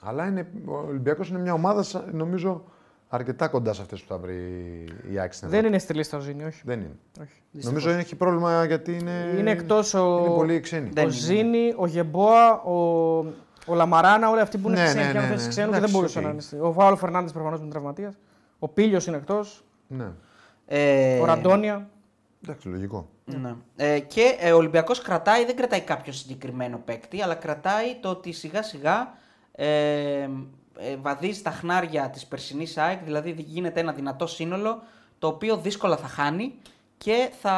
E: Αλλά είναι, ο Ολυμπιακός είναι μια ομάδα, σα- νομίζω, αρκετά κοντά σε αυτές που θα βρει η ΑΕΚ στην
D: Δεν
E: Ευρώπη.
D: είναι στη λίστα ο Ζήνη, όχι.
E: Δεν είναι.
D: όχι.
E: Νομίζω έχει πρόβλημα γιατί είναι.
D: Είναι εκτός ο-
E: Ε,
D: Ναι.
E: Είναι πολύ ξένοι.
C: Δεν
D: ο
C: είναι.
D: Ζήνη, ο Γεμπόα, ο, ο Λαμαράνα, όλοι αυτοί που είναι
E: Ναι,
D: ξένοι
E: ναι,
D: και αν
E: ναι,
D: θέσει
E: ναι.
D: ξένου και δεν
E: Εντάξει,
D: μπορούσαν
E: οκ.
D: να είναι. στη- Ο Βάολο Φερνάνδη προφανώ είναι τραυματίας. Ο Πίλιος είναι εκτός.
E: Ναι.
C: ε,
D: Ο Ραντόνια.
E: Εντάξει, λογικό.
C: Ναι. Ε, και ε, ο Ολυμπιακός κρατάει, δεν κρατάει κάποιο συγκεκριμένο παίκτη, αλλά κρατάει το ότι σιγά σιγά ε, ε, βαδίζει τα χνάρια της περσινής ΑΕΚ, δηλαδή γίνεται ένα δυνατό σύνολο το οποίο δύσκολα θα χάνει και θα,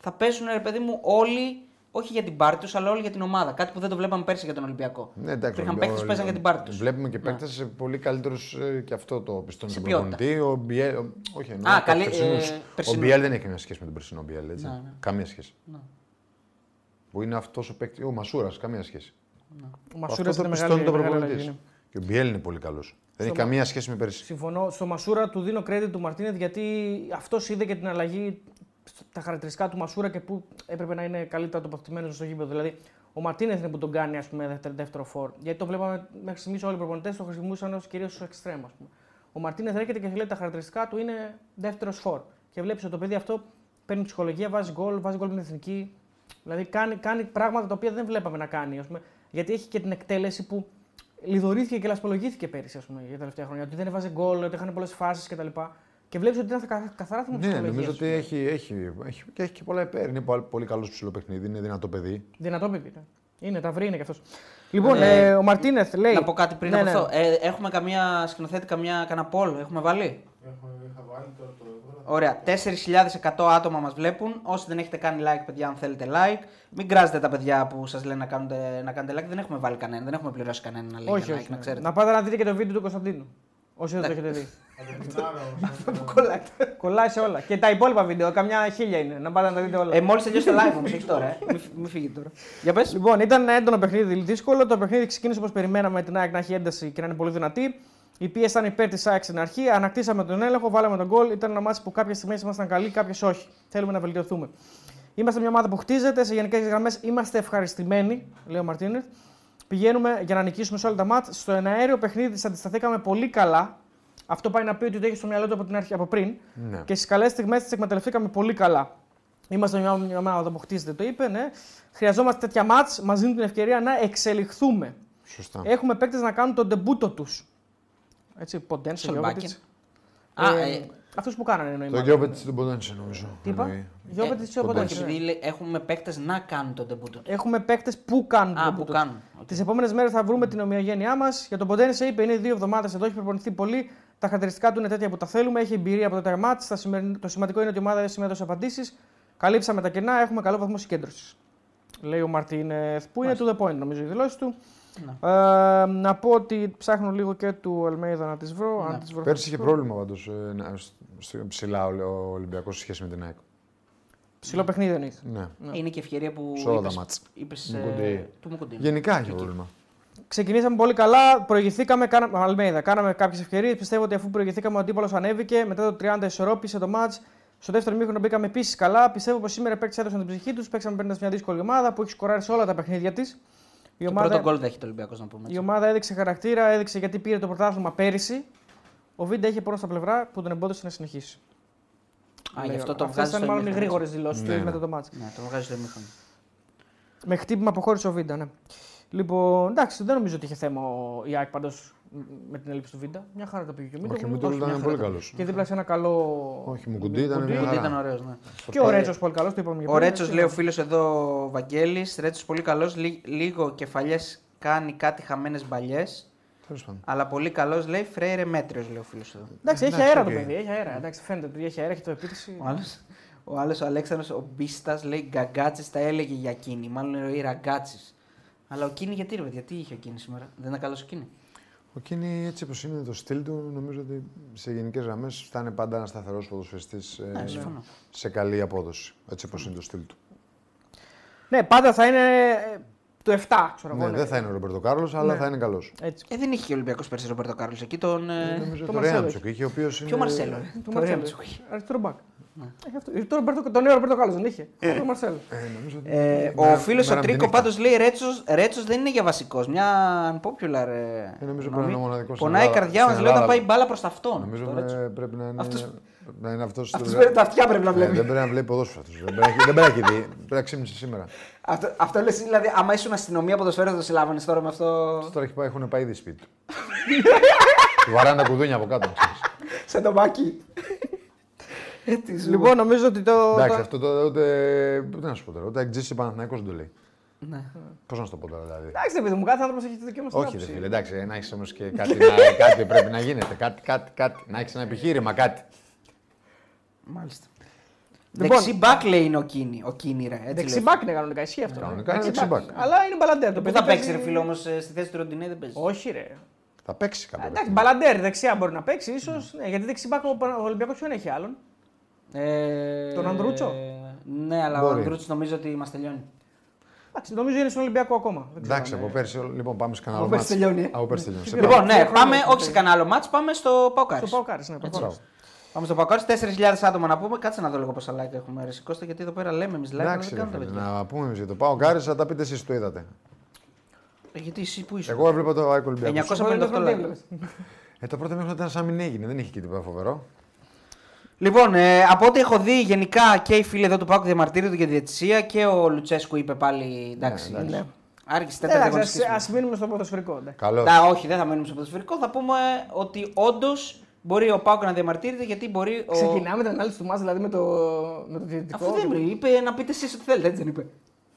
C: θα παίζουν ρε παιδί μου όλοι, όχι για την πάρτη τους, αλλά όλοι για την ομάδα. Κάτι που δεν το βλέπαμε πέρσι για τον Ολυμπιακό.
E: Ναι, εντάξει,
C: Υπήρχαν
E: ο-
C: παίκτες που
E: ο-
C: παίζαν για την πάρτη τους.
E: Βλέπουμε και παίκτε πολύ καλύτερους και αυτό το πιστώνει
C: Σε
E: στον
C: ποιότητα.
E: προπονητή. Ο Μπιέλ, ο- όχι, εννοώ,
C: Α,
E: τους
C: καλή- ε,
E: περσινούς. ο
C: περσινούς.
E: Μπιέλ δεν έχει καμία σχέση με τον περσινό Μπιέλ. Έτσι.
C: Ναι, ναι.
E: Καμία σχέση. Που είναι αυτός ο παίκτη. Ο Μασούρας, καμία σχέση.
D: Ο
E: Αυτό
D: Μασούρα
E: το
D: είναι
E: πιστώνει
D: μεγάλη,
E: τον
D: μεγάλη αλλαγή. ναι.
E: προπονητή.
D: είναι.
E: Και ο Μπιέλ είναι πολύ καλός. Δεν έχει καμία σχέση με πέρσι.
D: Συμφωνώ. Στο Μασούρα του δίνω credit του Μαρτίνετ γιατί αυτός είδε και την αλλαγή τα χαρακτηριστικά του Μασούρα και που έπρεπε να είναι καλύτερα τοποθετημένος στο γήπεδο. Δηλαδή, ο Μαρτίνεθ είναι που τον κάνει ας πούμε, δεύτερο, δεύτερο φόρ. Γιατί το βλέπαμε μέχρι στιγμής όλοι οι προπονητές το χρησιμοποιούσαν ως κυρίως ως εξτρέμ. Ας πούμε. Ο Μαρτίνεθ έρχεται και λέει τα χαρακτηριστικά του είναι δεύτερος φόρ. Και βλέπεις ότι το παιδί αυτό παίρνει ψυχολογία, βάζει γκολ, βάζει γκολ με την εθνική. Δηλαδή κάνει, κάνει πράγματα τα οποία δεν βλέπαμε να κάνει. Ας πούμε, γιατί έχει και την εκτέλεση που λιδωρήθηκε και λασπολογήθηκε πέρυσι ας πούμε, για τα τελευταία χρόνια. Ότι δεν έβαζε γκολ, ότι είχαν πολλές φάσεις κτλ. Και βλέπεις ότι ήταν καθα- καθαρά θέμα
E: Ναι,
D: ψυχολογίας,
E: νομίζω
D: ας
E: ότι
D: πούμε.
E: έχει, έχει, έχει, και έχει και πολλά υπέρ. Είναι πολύ- πολύ καλός ψηλό παιχνίδι, είναι δυνατό παιδί.
D: Δυνατό παιδί. ναι. Είναι, τα βρει είναι κι αυτός. Λοιπόν,
E: Ναι.
D: ε, ο Μαρτίνεθ λέει.
C: Να πω κάτι πριν
D: Ναι,
C: από
D: ναι.
C: αυτό. Ε, έχουμε καμία σκηνοθέτη, καμία, κανένα poll, έχουμε βάλει. Ωραία, 4.100 άτομα μας βλέπουν. Όσοι δεν έχετε κάνει like, παιδιά, αν θέλετε like. Μην κράζετε τα παιδιά που σας λένε να κάνετε, να κάνετε like. Δεν έχουμε βάλει κανένα, δεν έχουμε πληρώσει κανένα να λέει
D: όχι,
C: για like,
D: όχι,
C: Ε, να
D: ναι.
C: ξέρετε. Ναι.
D: Να πάτε να δείτε και το βίντεο του Κωνσταντίνου. Όσοι δεν το έχετε δει.
C: Κολλάτε.
D: Κολλάει σε όλα. Και τα υπόλοιπα βίντεο, καμιά χίλια είναι. Να πάτε να τα δείτε όλα.
C: Ε, μόλις τελειώσει το live όμως, όχι τώρα, ε. Μην μη φύγετε τώρα. Για πες.
D: Λοιπόν, ήταν ένα έντονο παιχνίδι, δύσκολο. Το παιχνίδι ξεκίνησε όπως περιμέναμε την ΑΕΚ να έχει ένταση και να είναι πολύ δυνατή. Η πίεση ήταν υπέρ της ΑΕΚ στην αρχή. Ανακτήσαμε τον έλεγχο, βάλαμε τον γκολ. Ήταν ένα μάτι που κάποιες στιγμές ήμασταν καλοί, κάποιες όχι. Θέλουμε να βελτιωθούμε. Είμαστε μια ομάδα που χτίζεται. Σε γενικές γραμμές είμαστε ευχαριστημένοι, λέει ο Μαρτίνερ. Πηγαίνουμε για να νικήσουμε σε όλα τα μάτ. Στο εναέριο παιχνίδι της αντισταθήκαμε πολύ καλά. Αυτό πάει να πει ότι το έχεις στο μυαλό του από την αρχή, από πριν.
E: Ναι.
D: Και στις καλές στιγμές τι εκμεταλλευτήκαμε πολύ καλά. Είμαστε μια, μια ομάδα που χτίζεται, το είπε, ναι. Χρειαζόμαστε τέτοια μάτς, μας δίνουν την ευκαιρία να εξελιχθούμε.
E: Σωστά.
D: Έχουμε παίκτες να κάνουν τον τεμπούτο τους. Έτσι, Ποντένσε,
C: Στον
D: Γιώβετιτς.
C: Μπάκεν. Α,
D: Ε,
C: ε,
D: αυτούς που κάνανε εννοεί.
E: Το
D: μάλλον.
E: Γιώβετ τον Ποντένσε νομίζω. Δηλαδή,
D: Τι είπα,
E: εννοεί.
D: Γιώβετιτς ή ο
E: τον
D: Ποντένσε.
C: Όχι, επειδή λέει, έχουμε παίκτες να κάνουν τον τεμπούτο.
D: Έχουμε παίκτες που κάνουν.
C: Α,
D: τον
C: που
D: τούτο.
C: κάνουν. Οκ.
D: Τις επόμενες μέρες θα βρούμε την ομοιογένειά μας. Για τον Ποντένσε είπε, είναι δύο εβδομάδες εδώ, έχει προπονηθεί πολύ. Τα χαρακτηριστικά του είναι τέτοια που τα θέλουμε, έχει εμπειρία από το τερμάτ. Το σημαντικό είναι ότι η ομάδα δεν σημαίνει απαντήσεις. Καλύψαμε τα κενά, έχουμε καλό βαθμό συγκέντρωσης. Λέει ο Μαρτίνεθ, που είναι to the point νομίζω η δηλώση του. Ε, να πω ότι ψάχνω λίγο και του Αλμέιδα να τις βρω. Αν τις βρω θα
E: Πέρσι
D: τις
E: είχε ε,
D: πω.
E: πρόβλημα πάντως ψηλά ο Ολυμπιακός σε σχέση με την ΑΕΚ.
D: Ψηλό παιχνίδι δεν είχε.
E: Ναι.
C: Είναι και ευκαιρία που.
E: Σε όλα τα
C: είπες-
E: μάτς.
C: είπες,
E: Μουκουντή.
C: ε, του Μουκουντή.
E: Γενικά έχει πρόβλημα.
D: Ξεκινήσαμε πολύ καλά, προηγηθήκαμε. Κάναμε, Αλμέιδα, κάναμε κάποιες ευκαιρίες. Πιστεύω ότι αφού προηγηθήκαμε, ο αντίπαλος ανέβηκε. Μετά το 30 ισορρόπησε το μάτ. Στο δεύτερο μήχρονο μπήκαμε επίσης καλά. Πιστεύω πως σήμερα οι παίκτες έδωσαν την ψυχή τους. Παίξαμε παίρνοντας μια δύσκολη ομάδα που έχει σκοράρει σε όλα τα παιχνίδια της. Η,
C: Το
D: ομάδα-
C: πρώτο γκολ δέχεται ο Ολυμπιακός να πούμε.
D: η
C: έτσι.
D: ομάδα έδειξε χαρακτήρα, έδειξε γιατί πήρε το πρωτάθλημα πέρυσι. Ο Βίντα είχε πόνο στα πλευρά που τον εμπόδισε να συνεχίσει.
C: Α, γι' αυτό το
D: Αυτές
C: βγάζει.
D: ήταν
C: στο
D: μάλλον οι
C: ημίχρονο,
D: γρήγορες δηλώσεις
E: Ναι,
D: του
E: ναι.
D: μετά το μάτ.
C: έτσι. Ναι, το βγάζει στο ημίχρονο.
D: Με χτύπημα αποχώρησε ο Βίντα, ναι. Λοιπόν, εντάξει, δεν νομίζω ότι είχε θέμα ο Ιάκ πάντως με την έλλειψη του Βίντα. Μια χαρά το πήγε και ο
E: Όχι, ο
D: Μίτογλου.
E: Μητούλου
C: μια
E: ήταν πολύ
C: χαρά.
E: καλός.
D: Και δίπλα σε ένα καλό.
E: Όχι, μου κουντί ήταν μια
D: Μουκουντή.
C: Μουκουντή
E: χαρά.
C: ήταν ωραίος, ναι.
D: Και ο Ρέτσος πολύ καλός, το είπαμε και
C: Ο
D: πριν,
C: Ρέτσος
D: έτσι.
C: λέει ο φίλος εδώ, Βαγγέλης. Ρέτσος πολύ καλός. Λίγο κεφαλιές κάνει κάτι χαμένες μπαλιές.
E: Τέλος πάντων.
C: Αλλά πολύ καλός λέει Φρέιρε μέτριος, λέει ο φίλος εδώ.
D: Εντάξει, έχει
E: Εντάξει,
D: αέρα
E: οκ.
D: το παιδί, έχει αέρα. Εντάξει, φαίνεται ότι έχει αέρα, έχει το επίθεση.
C: Ο άλλος ο, άλλος, ο Αλέξανδρος, ο Μπίστας, λέει Γκαγκάτσης τα έλεγε για Κίνη. Μάλλον λέει Ραγκάτση. Αλλά ο Κίνη γιατί ρε, παιδιά, τι είχε ο Κίνη σήμερα. Δεν ήταν καλός ο Κίνη.
E: Ο Κίνη έτσι όπως είναι το στυλ του, νομίζω ότι σε γενικές γραμμές θα είναι πάντα ένας σταθερός ποδοσφαιριστής
C: Ναι, συμφωνώ.
E: ε, σε καλή απόδοση. Έτσι όπως είναι το στυλ του.
D: Ναι, πάντα θα είναι ε, του 7, ξέρω εγώ.
E: Ναι,
D: ναι.
E: δεν θα είναι ο Ρομπερτο Κάρλος, αλλά θα είναι καλός.
D: Έτσι.
C: Ε, δεν είχε και ο Ολυμπιακός πέρσι Ρομπέρτο Κάρλος εκεί. Τον. Ε...
E: Νομίζω
D: το
E: το
D: Μαρσέλο
E: Ρέαντσοκ είχε, ο οποίο είναι.
C: Ποιο Μαρσέλο. ε?
D: Του
C: Το Ναι.
D: Μαρσέλ.
C: Ρέαμψο είχε.
D: Αριστερό μπακ. Ε, αυτό. Ε, Το Ρομπέρτο- το νέο Ρομπέρτο Κάλλο δεν είχε. Το Μαρσέλ.
E: Ε, νομίζω ότι-
C: Ε, ο
E: μέρα-
C: φίλος ο
E: μέρα
C: Τρίκο
E: από τη
C: πάντω
E: νύχτα.
C: λέει Ρέτσος, Ρέτσος δεν είναι για βασικός. Μια unpopular. ε,
E: Ε, νομίζω πρέπει να
C: γνώμη.
E: είναι ο μοναδικός στην
C: Πονάει η
E: Ελλάδα-
C: καρδιά
E: στην
C: μα, λέει όταν
E: Ελλάδα.
C: πάει μπάλα προς ταυτόν.
E: Νομίζω ε, πρέπει να είναι.
C: Αυτός-
E: Να είναι αυτός
C: Αυτός
E: το-
C: παίρνει τα αυτιά πρέπει να
E: Ναι, δεν
C: βλέπει.
E: πρέπει να βλέπει ποδόσφαιρο. αυτός. Δεν πρέπει να- δεν πρέπει να έχει δει. Πρέπει να ξύπνησε σήμερα.
C: Αυτό, αυτό λες, δηλαδή, άμα ήσουν αστυνομία από το σφαίρο, θα το συλλάβανε τώρα με αυτό.
E: Τώρα έχει πάει- έχουν πάει ήδη σπίτι του. Του Βαράνε τα κουδούνια από κάτω. ξέρεις.
C: Σαν το μπάκι. Ε,
D: Λοιπόν, νομίζω ότι το.
E: Εντάξει,
D: το-
E: αυτό τώρα ούτε. Τι να σου πω τώρα, ούτε εξή Παναθυναϊκό δεν το λέει.
C: Ναι.
E: Πώς να σου το πω τώρα δηλαδή.
D: Εντάξει, ρε παιδί μου, κάθε άνθρωπος έχει τη δική μας
E: Όχι, ρε φίλε, εντάξει, ε, να έχεις όμως και κάτι, να, κάτι πρέπει να γίνεται. Κάτι, κάτι, κάτι. Να έχεις ένα επιχείρημα, κάτι.
C: Μάλιστα.
D: Λοιπόν-
C: Δεξί μπακ λέει είναι ο Κίνη. Ο Κίνη, ρε. έτσι λέει.
D: Δεξιμπάκ είναι κανονικά, ισχύει αυτό.
E: Κανονικά είναι
D: Δεξιμπάκ.
E: δεξιμπάκ.
D: Αλλά είναι μπαλαντέρ. Το
C: Πού
D: παιδί
C: θα παίξει, ρε
D: παίζει-
C: φίλε, όμω στη θέση του Ροντινέ δεν παίζει.
D: Όχι, ρε.
E: Θα παίξει κάποιο.
D: Εντάξει, μπαλαντέρ δεξιά μπορεί να παίξει, ίσως. Ναι, γιατί δεξιμπάκ ο Πα- ο Ολυμπιακός δεν έχει άλλον.
C: Ε,
D: Τον Ανδρούτσο?
C: Ναι, αλλά ο
E: Μπορεί.
C: Ανδρούτσος νομίζω ότι μας τελειώνει.
D: Εντάξει, νομίζω είναι στον Ολυμπιακό ακόμα. Δεν ξέρω
E: Εντάξει,
D: αν,
E: από
D: ε,
E: πέρσι. Λοιπόν, πάμε σε κανένα
C: Από
E: άλλο.
C: πέρσι
E: μάτς.
C: τελειώνει, ε.
E: Από πέρσι τελειώνει. Σε
C: Λοιπόν,
D: Μπράβο.
C: ναι, πάμε
D: Μπράβο.
C: όχι σε κανένα άλλο μάτς, πάμε στο Παοκάρι.
D: Το Παοκάρι, ναι, προφανώς.
C: Πάμε στο Παοκάρι, 4.000 άτομα να πούμε. Κάτσε να δω λίγο πόσα like έχουμε. Ρε Κώστα, γιατί εδώ πέρα λέμε εμείς like, αλλά
E: Εντάξει,
C: δεν
E: ρε
C: κάνουμε
E: φίλε,
C: τα παιδιά.
E: να πούμε εμείς για το πάω Κάρι, θα τα πείτε εσείς το είδατε.
C: Ε, Γιατί εσύ που είσαι.
E: Εγώ έβλεπα το Άικο Ολυμπιακό.
C: 958
D: Εγώ δεν
C: like.
D: βλέπεις.
E: Ε, το πρώτο μήχρονο ήταν σαν μην έγινε, δεν είχε και τίποτα φοβερό.
C: Λοιπόν, ε, από ό,τι έχω δει γενικά και οι φίλοι εδώ του Πάκου διαμαρτύρονται για τη διαιτησία και ο Λουτσέσκου είπε πάλι εντάξει.
E: εντάξει.
C: ναι. Άρχισε τέταρτη
D: Εντάξει,
C: αγωνιστική.
D: ας Ε, μείνουμε στο ποδοσφαιρικό. εντάξει.
E: Καλό.
C: Να, όχι, δεν θα μείνουμε στο ποδοσφαιρικό. Θα πούμε ότι όντως μπορεί ο Πάκου να διαμαρτύρεται γιατί μπορεί. Ο...
D: Ξεκινάμε την ανάλυση του μάτς δηλαδή με το, με το διαιτητικό.
C: Αφού δεν μπορεί, είπε να πείτε εσείς ό,τι θέλετε, έτσι δεν είπε.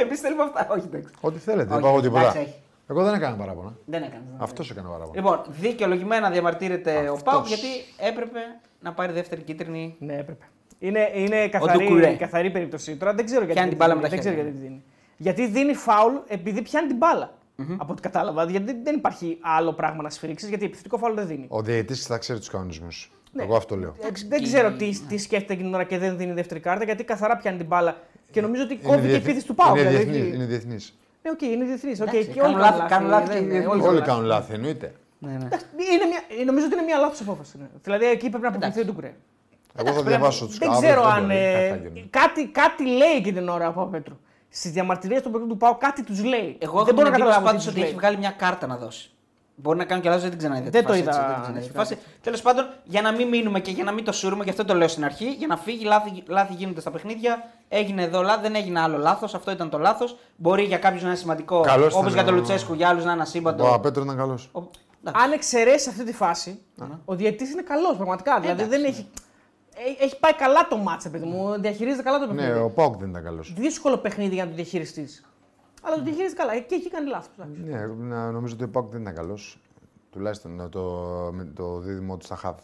C: Εμείς θέλουμε αυτά. Όχι, εντάξει.
E: Ό,τι θέλετε,
C: Όχι,
E: δεν είπα εγώ τίποτα.
C: εντάξει, έχει.
E: Εγώ δεν έκανα παράπονα.
C: Δεν έκανες.
E: Αυτός έκανες παράπονα.
C: Λοιπόν, δικαιολογημένα διαμαρτύρεται ο
E: Αυτός.
C: Πάουκ γιατί έπρεπε να πάρει δεύτερη κίτρινη.
D: Ναι, έπρεπε. Είναι, είναι
C: Ντουκουρέ.
D: καθαρή, καθαρή περίπτωση. Τώρα δεν ξέρω γιατί.
C: Πιάνει
D: τη
C: την μπάλα
D: δίνει,
C: με τα
D: δεν ξέρω
C: χέρια.
D: γιατί τη δίνει. Γιατί δίνει φάουλ επειδή πιάνει την μπαλα Από ό,τι κατάλαβα. Γιατί δεν υπάρχει άλλο πράγμα να σφυρίξεις γιατί επιθετικό φάουλ δεν δίνει.
E: Ο διαιτή θα ξέρει τους κανονισμούς. Εγώ αυτό λέω.
D: Ε, δεν ξέρω τι, τι σκέφτεται εκείνη την ώρα και δεν δίνει δεύτερη κάρτα γιατί καθαρά πιάνει την μπάλα.
C: Ε,
D: Και νομίζω ότι κόβει και η
E: διεθ-
D: επίθεση του Πάου.
E: Είναι
D: δηλαδή,
E: διεθνής.
D: έχει-
E: Είναι διεθνής.
D: Ναι, οκ, είναι διεθνής.
C: Εντάξει,
D: Okay,
C: κάνουν λάθη- κάνουν λάθη και οι διεθνείς.
E: Όλοι κάνουν λάθη, εννοείται.
C: Ναι, ναι.
D: Είναι μια, νομίζω ότι είναι μια λάθος απόφαση. ναι. Δηλαδή εκεί πρέπει να αποκλειστεί ο Ντουκουρέ.
E: Εγώ θα
D: Πρέπει να-
E: διαβάσω τους
D: Δεν ξέρω αν. ε, κάτι, κάτι λέει εκείνη την ώρα από Πέτρου. Στις διαμαρτυρίες του Πέτρου του Πάου κάτι τους λέει.
C: Εγώ
D: δεν
C: έχω την εντύπωση
D: τι
C: πάντω
D: τους
C: ότι
D: λέει.
C: έχει βγάλει μια κάρτα να δώσει. Μπορεί να κάνω και λάθος, δεν την ξαναείδα.
D: Δεν
C: τη
D: το
C: φάση,
D: είδα,
C: έτσι, δεν την ξαναείδα
D: ναι,
C: τη φάση. Τέλος πάντων, για να μην μείνουμε και για να μην το σούρουμε, γι' αυτό το λέω στην αρχή, για να φύγει, λάθη, λάθη γίνονται στα παιχνίδια. Έγινε εδώ λάθο, δεν έγινε άλλο λάθος. Αυτό ήταν το λάθος. Μπορεί για κάποιους να είναι σημαντικό,
E: Καλός
C: όπως
E: ήταν
C: για τον
E: ο-
C: Λουτσέσκου, για άλλους να είναι
E: Ο
C: ασύμπαντο.
E: Απέτρο ήταν καλός.
C: Ο- εντάξει.
D: Αν εξαιρέσεις αυτή τη φάση, ο διαιτητής είναι καλός πραγματικά. δηλαδή
C: εντάξει, ναι.
D: δεν έχει. Έ- Έχει πάει καλά το μάτσα, παιδί μου. Διαχειρίζεται καλά το παιχνίδι.
E: Ναι, ο Πάουκ δεν ήταν καλός.
D: Δύσκολο παιχνίδι για να το διαχειριστείς. Αλλά
C: Ναι.
D: το διαχειρίζεται καλά. Ε, Και εκεί κάνει λάθος.
E: Ναι, εγώ να- νομίζω ότι ο Πάουκ δεν ήταν καλός. Τουλάχιστον ε, το, με το δίδυμο του στα χαβ.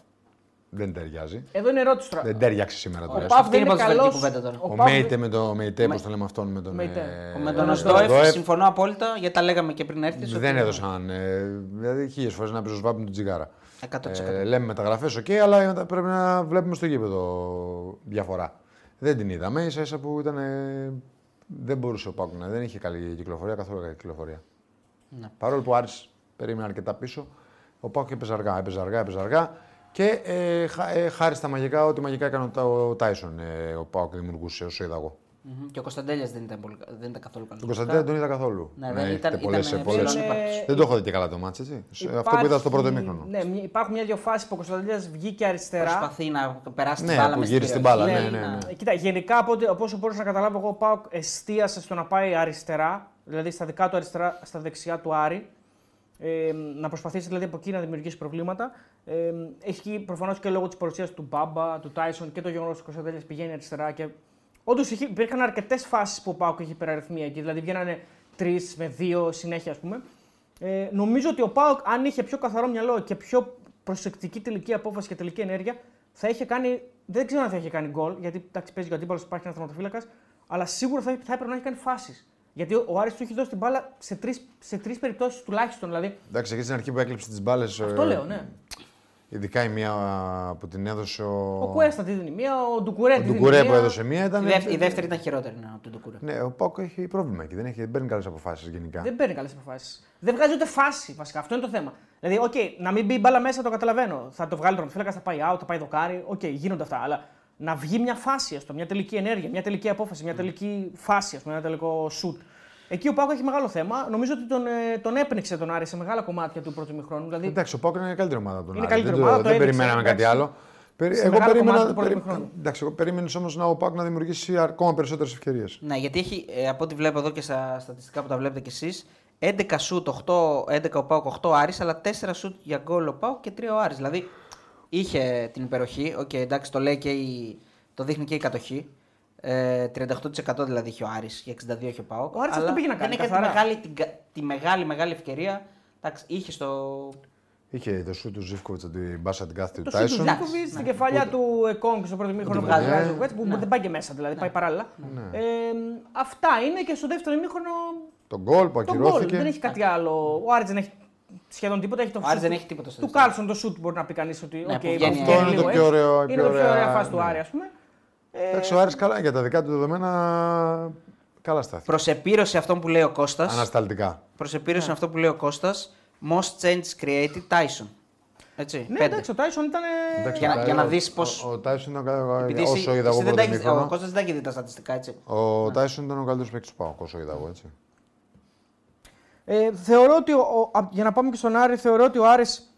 E: Δεν ταιριάζει.
D: Εδώ είναι ερώτηση τώρα.
E: Δεν τέριαξε σήμερα
D: Ο
E: τουλάχιστον.
D: Πάουκ
C: Αυτή
D: δεν
C: είναι
D: είναι
C: η ποδοσφαιρική
D: καλός.
C: κουβέντα τώρα.
E: Ο
D: Πάουκ δεν-
E: Μέιτε με το Μέιτε, πώ το λέμε αυτόν, με τον.
D: Μέιτε.
E: ε,
C: με τον
E: ε,
C: Οστόεφ
E: Ροστόεφ,
C: συμφωνώ απόλυτα, γιατί τα λέγαμε και πριν έρθεις.
E: Δεν έδωσαν. ε, Δηλαδή, χίλιες φορές να πεζοσβάπουν την τσιγάρα.
C: 100%.
E: Ε, λέμε μεταγραφές, οκ, αλλά μετά πρέπει να βλέπουμε στο γήπεδο διαφορά. Δεν την είδαμε. σα ίσα που ήταν. ε, δεν μπορούσε ο Πάκου να. Δεν είχε καλή κυκλοφορία, καθόλου καλή κυκλοφορία. Παρόλο που ο Άρης περίμενε αρκετά πίσω, ο Πάκου έπαιζε αργά, έπαιζε αργά, έπαιζε αργά. Και ε, χα- ε, χάρη στα μαγικά, ό,τι μαγικά έκανε ο Τα- ο Τάισον, ε, ο Πάκου δημιουργούσε, όσο είδα εγώ.
C: Μμμ. Και ο Κωνσταντέλιας δεν, ήταν πολύ- δεν ήταν καθόλου καλός.
E: Τον Κωνσταντέλια δεν τον είδα καθόλου.
C: Ναι, δεν
E: έχετε
C: ήταν-
E: πολλές-
C: ήταν
E: πολλές-
C: ψηλός
D: υπάρξης.
E: Δεν το έχω δει και καλά το μάτς, έτσι. Σε- Αυτό που είδα στο πρώτο
D: Υπάρχει-
E: μήχρονο.
D: Ναι, μια- υπάρχουν μια-δυο φάσεις που ο Κωνσταντέλιας βγήκε αριστερά.
C: Προσπαθεί να περάσει
E: Ναι,
C: την μπάλα
E: που
C: μες
E: γύρισε την
C: περιοχή,
E: μπάλα, ναι, ναι,
C: να-
E: ναι.
D: Ε, Κοίτα, γενικά από ό,τι- από όσο μπορούσα να καταλάβω, εγώ ο Πάοκ εστίασε στο να πάει αριστερά, δηλαδή στα δικά του αριστερά, στα δεξιά του Άρη. Ε, να προσπαθήσει δηλαδή από εκεί να δημιουργήσει προβλήματα. Ε, έχει προφανώς και λόγω της παρουσίας του Μπάμπα, του Τάισον και το γεγονός ότι ο Κωνσταντέλιας πηγαίνει αριστερά. Και... Όντως υπήρχαν αρκετές φάσεις που ο Πάοκ είχε υπεραριθμία εκεί, δηλαδή βγαίνανε τρεις με δύο συνέχεια, ας πούμε. Ε, νομίζω ότι ο Πάοκ, αν είχε πιο καθαρό μυαλό και πιο προσεκτική τελική απόφαση και τελική ενέργεια, θα είχε κάνει. Δεν ξέρω αν θα είχε κάνει γκολ, γιατί εντάξει, παίζει και ο αντίπαλος, υπάρχει ένας θερματοφύλακα, αλλά σίγουρα θα, είχε- θα έπρεπε να έχει κάνει φάσεις. Γιατί ο Άρης του έχει δώσει την μπάλα σε τρεις σε τρεις περιπτώσεις τουλάχιστον. Δηλαδή,
E: Εντάξει, εκεί στην αρχή που έκλειψε τις μπάλες.
D: αυτό λέω, ναι.
E: Ειδικά η μία α, που την έδωσε ο.
D: Ο Κουέστα τη δίνει μία, ο Ντουκουρέ
E: Ο
D: τη δίνει
E: Ντουκουρέ που
D: μία.
E: έδωσε μία
C: Η,
E: ήταν.
C: δεύ- η δεύτερη ήταν χειρότερη ναι, από τον Τουκούρα.
E: Ναι, ο Πάουκ έχει πρόβλημα εκεί. Δεν, έχει, δεν παίρνει καλές αποφάσεις γενικά.
D: Δεν παίρνει καλές αποφάσεις. Δεν βγάζει ούτε φάση βασικά. Αυτό είναι το θέμα. Δηλαδή, οκ, να μην μπει η μπάλα μέσα το καταλαβαίνω. Θα το βγάλει τον φύλακα, θα πάει out, θα πάει δοκάρι. Οκ, γίνονται αυτά. Αλλά να βγει μια φάση, ας το, μια τελική ενέργεια, μια τελική απόφαση,
E: Mm.
D: μια τελική φάση, ας πούμε, ένα τελικό shoot. Εκεί ο Πάκο έχει μεγάλο θέμα. Νομίζω ότι τον, ε, τον έπνιξε τον Άρη σε μεγάλα κομμάτια του πρώτου μηχρόνου. Δηλαδή,
E: Εντάξει, ο Πάουκ είναι η καλύτερη ομάδα από τον
D: Είναι
E: Άρη.
D: καλύτερη
E: δεν, το-
D: ομάδα, το
E: δεν
D: έδειξε,
E: περιμέναμε κάτι
D: εντάξει.
E: άλλο. Περι-
D: Σε
E: Εγώ
D: μεγάλο κομμάτι
E: περίμενα.
D: του πρώτου
E: περι-
D: μηχρόνου.
E: Εντάξει, εγώ περίμενες όμως να ο Πάουκ να δημιουργήσει ακόμα περισσότερες ευκαιρίες.
C: Ναι, γιατί έχει, ε, από ό,τι βλέπω εδώ και στα στατιστικά που τα βλέπετε κι εσείς, 11 σουτ, 8, 11 ο Πάουκ, 8 ο Άρης, αλλά 4 σουτ για γκολ ο Πάουκ και 3 ο Άρης. Δηλαδή είχε την υπεροχή, οκ, εντάξει, το, λέει και η, το δείχνει και η κατοχή. Ε, 38% δηλαδή είχε ο Άρης και 62% είχε ο Πάουκ.
D: Ο Άρης αυτό πήγε να κάνει,
C: Δεν είχε τη
D: καθαρά.
C: μεγάλη, την, κα- τη μεγάλη, μεγάλη ευκαιρία. Εντάξει, είχε στο.
E: Είχε το σου του Ζήφκοβιτ την μπάσα την κάθε του
D: το shoot του
E: Τάισον.
C: Ζήφκοβιτς.
D: Ζήκοβιτ στην
C: Ναι.
D: κεφαλιά του Εκόνγκ στο πρώτο μήχρονο
E: Του
D: που
E: βγάζει.
D: βγάζει
E: Ναι.
D: ο Κουέτς, που δεν πάει και μέσα δηλαδή, πάει παράλληλα.
E: Ναι.
D: Ε, αυτά είναι και στο δεύτερο μήχρονο
E: Το γκολ που
D: Το γκολ, δεν
E: ακυρώθηκε.
D: έχει κάτι άλλο. Ο Άρης δεν έχει σχεδόν τίποτα. Έχει το
C: Ο Άρης
D: shoot
C: δεν
D: του-
C: έχει τίποτα στο
D: Του
C: δεύτερο.
D: Κάλσον το σουτ μπορεί να πει κανείς ότι.
C: Ναι,
D: οκ,
C: που βγαίνει
D: βγαίνει
C: Αυτό είναι
E: το
D: λίγο
E: πιο ωραίο,
D: έτσι.
E: πιο
D: Είναι το πιο ωραία
E: ωραία,
D: φάση του
E: ναι.
D: Άρη, ας πούμε. Ε,
E: Εντάξει, ο Άρης καλά για τα δικά του δεδομένα. Καλά στάθηκε.
C: Προ επίρρωση αυτό που λέει ο Κώστας.
E: Ανασταλτικά.
C: Προ επίρρωση
D: Ναι.
C: αυτό που λέει ο Κώστας, Most changes created, Tyson. Έτσι,
D: Ναι,
C: πέντε.
D: εντάξει, ο Τάισον ήταν. ε,
E: Εντάξει,
C: Για
E: ο
C: να-
E: Τάι-
C: για να
E: ο-
C: δεις πως-
E: ο- Ο Τάισον ήταν ο κα-
C: Επειδή εσύ-
E: όσο
C: εσύ
E: είδα εγώ
C: δεν
E: πρώτο
C: τα έχεις- Ο
E: μήχρονο.
C: Κώστας Ναι. δεν τα έχεις δει τα στατιστικά έτσι.
E: Ο Τάισον ήταν ο καλύτερος παίκτης του Πάουκ, όσο είδα εγώ έτσι.
D: Ε, θεωρώ ότι, ο- ο- α- για να πάμε και στον Άρη, θεωρώ ότι ο Άρης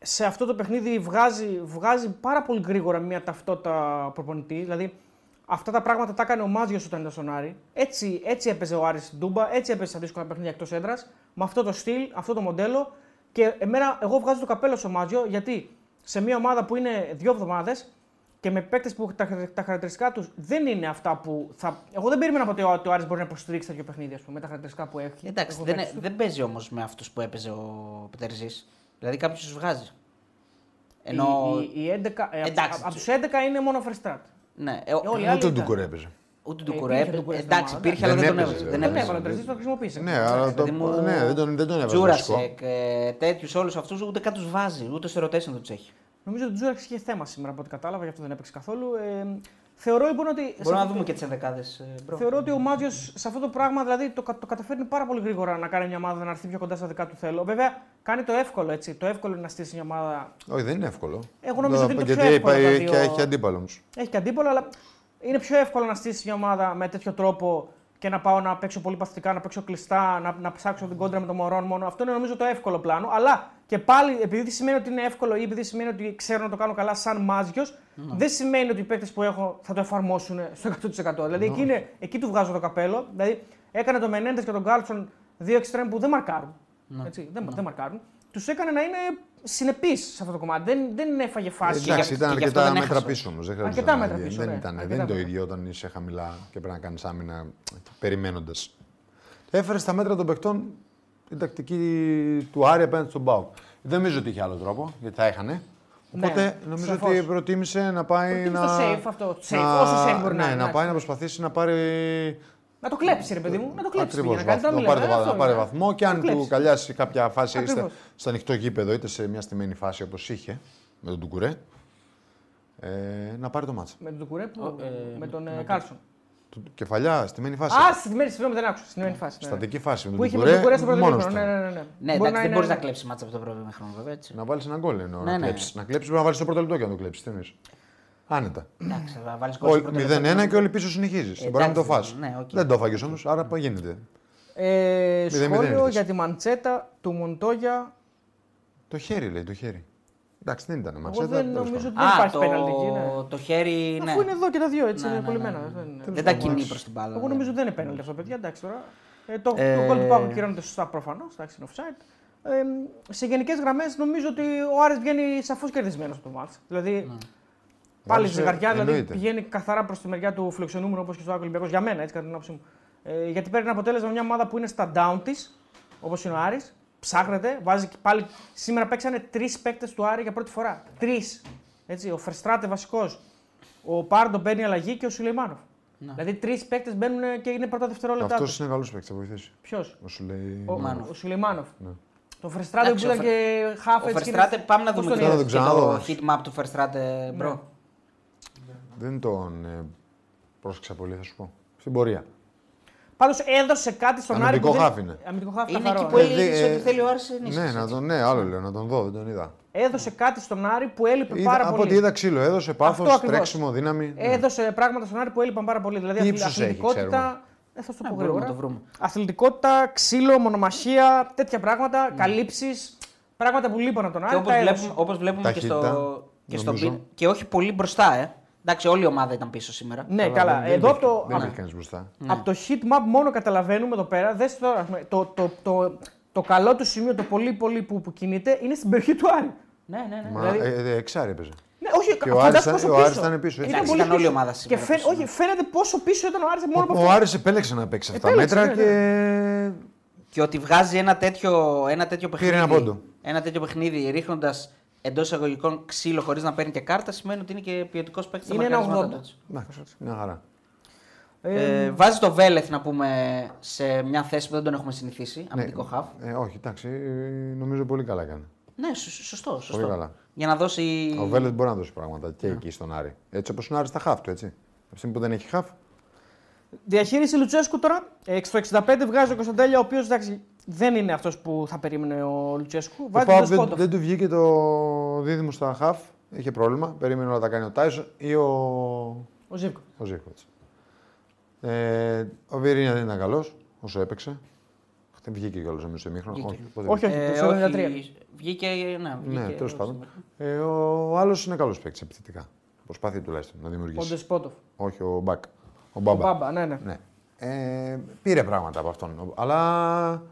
D: σε αυτό το παιχνίδι βγάζει, βγάζει πάρα πολύ γρήγορα μια ταυτότητα προπονητής. Δηλαδή, αυτά τα πράγματα τα έκανε ο Μάζιος όταν ήταν στον Άρη. Έτσι, έτσι έπαιζε ο Άρης στην Τούμπα, έτσι έπαιζε στα δύσκολα παιχνίδια εκτός έδρας, με αυτό το στυλ, αυτό το μοντέλο. Και εμένα, εγώ βγάζω το καπέλο στο Μάζιο, γιατί σε μια ομάδα που είναι δύο εβδομάδες, και με παίκτες που τα, τα χαρακτηριστικά τους δεν είναι αυτά που θα. Εγώ δεν περίμενα ποτέ ότι ο Άρης μπορεί να υποστηρίξει τέτοιο παιχνίδι, ας πούμε, με τα χαρακτηριστικά που έχει.
C: Εντάξει,
D: Έχω
C: δεν,
D: παίξει.
C: δεν παίζει όμως με αυτούς που έπαιζε ο Πτερζή. Δηλαδή κάποιος τους βγάζει. Ενώ.
D: Οι, οι, οι 11, ε,
C: Εντάξει.
D: από του 11 είναι μόνο Verstappen.
C: Ναι, ε, ο-
D: όλοι οι άλλοι
E: Ούτε
D: ήταν.
E: τον Κουρέπεζε.
C: ούτε
D: Ε,
C: του
D: υπήρχε
C: Κουρέπε.
D: του Κουρέ στην
C: Εντάξει,
D: ομάδα,
C: υπήρχε, αλλά δεν
E: εντάξει.
C: τον έβαζε. Δεν
E: Δεν
D: Δεν
C: έβαζε.
D: έβαλε τον Τερζή, το χρησιμοποίησε.
E: Ναι, αλλά το,
C: παιδί μου,
E: ναι, δεν τον, δεν τον έβαζε βασικό.
C: Τζούρασεκ, ε, τέτοιους όλους αυτούς ούτε καν τους βάζει, ούτε στο rotation δεν τους έχει.
D: Νομίζω ότι ο Τζούραξ είχε θέμα σήμερα από ό,τι κατάλαβα, γι' αυτό δεν έπαιξε καθόλου. Ε, θεωρώ λοιπόν ότι. σε
C: Μπορούμε να
D: αυτό-
C: δούμε και ε, τις ενδεκάδες.
D: Θεωρώ ότι ο Μάτζιος σε αυτό το πράγμα δηλαδή, το, κα- το καταφέρνει πάρα πολύ γρήγορα να κάνει μια ομάδα να έρθει πιο κοντά στα δικά του θέλω. Βέβαια, κάνει το εύκολο έτσι. Το εύκολο είναι να στήσει μια ομάδα.
E: Όχι, δεν είναι εύκολο.
D: Εγώ νομίζω ότι είναι το πιο
E: Γιατί
D: εύκολο
E: πάει-
D: τα δύο.
E: και έχει αντίπαλο όμως.
D: Έχει και αντίπολο, αλλά είναι πιο εύκολο να στήσει μια ομάδα με τέτοιο τρόπο και να πάω να παίξω πολύ παθητικά, να παίξω κλειστά, να, να ψάξω την κόντρα με τον Μωρόν μόνο. Αυτό είναι νομίζω το εύκολο πλάνο. Αλλά και πάλι, επειδή δεν σημαίνει ότι είναι εύκολο ή επειδή σημαίνει ότι ξέρω να το κάνω καλά σαν μάζιος, δεν σημαίνει ότι οι παίκτες που έχω θα το εφαρμόσουν στο 100%. Δηλαδή εκεί, είναι, εκεί του βγάζω το καπέλο. Δηλαδή έκανε τον Μενέντε και τον Κάλτσον δύο εξτρέμ που δεν μαρκάρουν. Έτσι, δεν, δεν μαρκάρουν. Τους έκανε να είναι συνεπείς σε αυτό το κομμάτι. Δεν, δεν έφαγε φάση.
C: και
E: Εντάξει,
C: γι'
E: ήταν
C: αυτό
E: αρκετά
C: δεν
E: μέτρα
C: έχασε.
E: πίσω όμως. Δεν χρειάζεται
D: Αρκετά
E: να-
D: μέτρα πίσω,
E: Δεν
D: ναι.
E: ήταν, δεν
D: Αρκετά
E: είναι το
D: μέτρα.
E: ίδιο όταν είσαι χαμηλά και πρέπει να κάνεις άμυνα περιμένοντας. Έφερες στα μέτρα των παιχτών την τακτική του Άρη απέναντι στον Μπάουκ. Δεν νομίζω ότι είχε άλλο τρόπο, γιατί θα έχανε. Οπότε
D: Ναι,
E: νομίζω
D: σαφώς.
E: ότι προτίμησε να πάει
D: Προτίμησε
E: να.
D: το safe αυτό, safe, όσο safe μπορεί να
E: ναι,
D: είναι,
E: να πάει
D: εντάξει.
E: να προσπαθήσει να πάρει.
D: Να το κλέψει, ρε παιδί μου, να το κλέψει.
E: Ακριβώς,
D: πήγε να κάνει,
E: βαθμό,
D: τα
E: πάρει το
D: λέμε,
E: βα-
D: αυτό
E: να πάρει
D: είναι.
E: βαθμό και
D: Να
E: αν
D: το
E: του
D: κλέψει.
E: καλιάσει κάποια φάση είτε
D: Ακριβώς.
E: στο ανοιχτό γήπεδο είτε σε μια στημένη φάση όπως είχε με τον Τουκουρέ. ε, να πάρει το μάτσα.
D: Με τον Τουκουρέπου,
F: Ο, ε,
D: με τον ε, Κάρσον.
E: Του- Κεφαλιά, στη μένη φάση.
D: Α, στη μέση, συγγνώμη, δεν άκουσα. Στη μέση φάση. ναι, ναι.
E: Στατική φάση. Με
D: Που
E: τον
D: είχε με τον Τουκουρέ στο πρώτο
E: μόνος
D: ημίχρονο.
E: του.
D: Ναι, ναι, ναι. ναι.
C: Ναι,
D: Μπορεί
C: εντάξει, δεν
D: είναι-
C: μπορεί να κλέψεις μάτσα από το πρώτο χρόνο, βέβαια. Έτσι.
E: Να βάλεις ένα γκολ εννοώ.
C: Ναι,
E: να
C: ναι.
E: κλέψεις. Να κλέψεις πρέπει να βάλεις το πρώτο λεπτό και να το κλέψεις. Τι εννοείς. Άνετα.
C: Εντάξει, θα βάλεις
E: Όλοι
D: ναι.
E: 0-1 και όλοι πίσω συνεχίζεις. Στην παρά να το
C: εντάξει,
E: φας.
C: ναι, οκ.
E: Δεν το φάγες όμως, άρα πα- γίνεται.
D: Ε,
E: Μηδέν, μηδέν
D: σχόλιο
E: ήρθες.
D: για τη μαντσέτα του Μοντόγια.
E: Το χέρι λέει, το χέρι. Εντάξει, δεν ήταν ε, μάτσα.
D: Εγώ δεν νομίζω ότι δεν
C: Α,
D: υπάρχει
C: το,
D: πέναλτι εκεί. ναι.
C: το χέρι. Ναι.
D: Αφού είναι εδώ και τα δύο έτσι,
C: Ναι,
D: είναι
C: ναι,
D: κολλημένα.
C: ναι, ναι.
D: δεν είναι-
C: Δεν τα κινεί προς την μπάλα.
D: Εγώ
C: ναι.
D: νομίζω δεν είναι πέναλτι αυτό, παιδιά. Εντάξει τώρα. Ε, το
C: Ε,
D: ε... γκολ του Πάκου κυρώνεται σωστά προφανώς. Εντάξει, είναι offside. Ε, σε γενικές γραμμές νομίζω ότι ο Άρης βγαίνει σαφώς κερδισμένος από το μάτς.
C: Ναι.
D: Δηλαδή πάλι
E: Άρης,
D: στη ζυγαριά,
E: ε,
D: δηλαδή
E: εννοείται.
D: πηγαίνει καθαρά προς τη μεριά του φιλοξενούμενου όπως και στο Άκο Ολυμπιακός για μένα, έτσι κατά την άποψή μου. Ε, γιατί παίρνει αποτέλεσμα μια ομάδα που είναι στα down της, όπως είναι ο Άρης, Ψάχνεται, βάζει και πάλι. Σήμερα παίξανε τρεις παίκτες του Άρη για πρώτη φορά. Τρεις. Έτσι, ο Φερστράτε βασικός, ο Πάρντο μπαίνει αλλαγή και ο Σουλεϊμάνοφ.
C: Ναι.
D: Δηλαδή τρεις παίκτες μπαίνουν και είναι πρώτα δευτερόλεπτα.
E: Αυτός είναι καλός παίκτης, θα βοηθήσει.
D: Ποιος,
E: Όσο λέει.
D: ο,
C: Μάνοφ.
D: ο Σουλεϊμάνοφ.
E: Ναι.
D: Το Φερστράτε που
C: Εντάξει, ο
D: ήταν
C: Φερ-
D: και
C: Ο
D: χάφετ.
C: Φερστράτε, πάμε να δούμε
D: τον
C: και
E: είδες?
C: το-
E: Να τον
C: και το
E: ξαναδώ.
C: heat map του Φερστράτε,
D: Ναι.
C: μπρο.
E: Δεν τον ε, πρόσεξα πολύ, θα σου πω. Στην πορεία.
D: Πάντως έδωσε κάτι στον Άρη.
E: Αμυντικό
D: που δεν-
E: χάφ είναι.
D: Αμυντικό χάφ,
C: Είναι
D: καθαρό,
C: εκεί
D: ναι.
C: που έλεγε
E: Ε,
C: ότι θέλει ο Άρης ενίσχυση.
E: Ναι, να τον, ναι, άλλο λέω, να τον δω, δεν τον είδα.
D: Έδωσε κάτι στον Άρη που έλειπε
E: Είδα-
D: Ε, πάρα
E: από
D: πολύ.
E: ό,τι είδα ξύλο, έδωσε πάθο,
D: Αυτό ακριβώς. Ε,
E: τρέξιμο, δύναμη. ναι.
D: Έδωσε πράγματα στον Άρη που έλειπαν πάρα πολύ. Δηλαδή
E: Τι
D: αθλη-
E: ύψος έχει,
D: αθλητικότητα.
E: ξέρουμε.
D: Ε, θα σου το
C: Ναι,
D: πω
C: μπορούμε
D: γρήγορα.
C: να το βρούμε.
D: Αθλητικότητα, ξύλο, μονομαχία, τέτοια πράγματα, καλύψεις. Πράγματα που λείπαν από τον Άρη.
C: Ναι. Και όπως
D: τα έδωσε.
C: βλέπουμε, όπως βλέπουμε και στο.
E: Ταχύτητα,
C: Και, στο
E: νομίζω.
C: πι- και όχι πολύ μπροστά, ε. Εντάξει, όλη η ομάδα ήταν πίσω σήμερα.
D: Ναι, καλά.
E: δεν- δεν
D: Εδώ από
E: υπήρχε-
D: το, ναι.
E: Δεν
D: απ-
E: υπήρχε κανείς μπροστά.
D: απ' το heat map μόνο καταλαβαίνουμε εδώ πέρα. Δες τώρα, ας πούμε, το, το, το, το, καλό του σημείο, το πολύ πολύ που, που κινείται, είναι στην περιοχή του Άρη.
C: ναι, ναι. ναι.
D: Δηλαδή-
E: Μα ε, ε, εξάρι έπαιζε.
D: Ναι, όχι,
E: Και
D: φαντάζομαι
E: ο Άρης
D: πόσο
E: ήταν- ο Άρης ήταν πίσω, έτσι.
C: Εντάξει,
D: πολύ
C: ήταν όλη η
D: πίσω.
C: ομάδα
D: Και
C: σήμερα
D: φαίν,
C: πίσω, ναι.
D: όχι, φαίνεται πόσο πίσω ήταν ο Άρης μόνο από
E: Ο,
D: αυτό.
E: ο Άρης επέλεξε να παίξει αυτά τα
D: Επέλεξε,
E: μέτρα
D: ναι,
E: και.
C: Και ότι βγάζει ένα τέτοιο, ένα τέτοιο παιχνίδι.
E: ένα πόντο.
C: ένα τέτοιο παιχνίδι ρίχνοντας εντός εισαγωγικών ξύλο χωρίς να παίρνει και κάρτα, σημαίνει ότι είναι και ποιοτικός παίκτης.
D: Είναι ένα 80.
E: Εντάξει, μια χαρά. ναι.
C: Ε, βάζεις το Βέλεθ να πούμε σε μια θέση που δεν τον έχουμε συνηθίσει.
E: Ναι,
C: Αμυντικό χαφ.
E: Ε, όχι, εντάξει, ε, νομίζω πολύ καλά έκανε.
C: Ναι, σω- σωστό. σωστό.
E: Πολύ καλά.
C: Για να δώσει.
E: Ο Βέλετ μπορεί να δώσει πράγματα
D: Ναι.
E: και εκεί στον Άρη. Έτσι όπως είναι ο Άρη στα χαφ του, έτσι. Από τη στιγμή που δεν έχει χαφ,
D: Διαχείριση Λουτσέσκου τώρα. Ε, στο 65 βγάζει ο Κωνσταντέλια, ο οποίος δεν είναι αυτός που θα περίμενε ο Λουτσέσκου.
E: Το
D: Βάζει τον
E: Πάοκ δεν,
D: Σκότοφ.
E: δεν του βγήκε το δίδυμο στα χαφ. Είχε πρόβλημα. Περίμενε να τα κάνει ο Τάισον ή ο,
D: Ο Ζήβκο.
E: ο Ζήφκοβιτς. Ε, ο Βιερίνια δεν ήταν καλός όσο έπαιξε. Δεν βγήκε καλό νομίζω στο ημίχρονο.
C: Βγήκε.
E: πότε
D: Όχι,
E: βγήκε.
D: όχι,
C: Ε,
D: το 73.
C: όχι, βγήκε. Ναι, βγήκε
E: Ναι, τέλο
C: εδώ
E: πάντων.
C: σήμερα.
E: Ε, ο άλλος είναι καλός παίκτης επιθετικά. Προσπαθεί τουλάχιστον να
D: Ο
E: δημιουργήσει.
D: Ντεσπότοφ.
E: Όχι, ο Μπακ. Ο
D: Ο
E: Μπάμπα.
D: Μπάμπα, ναι, ναι.
E: Ναι. Ε, πήρε πράγματα από αυτόν. Αλλά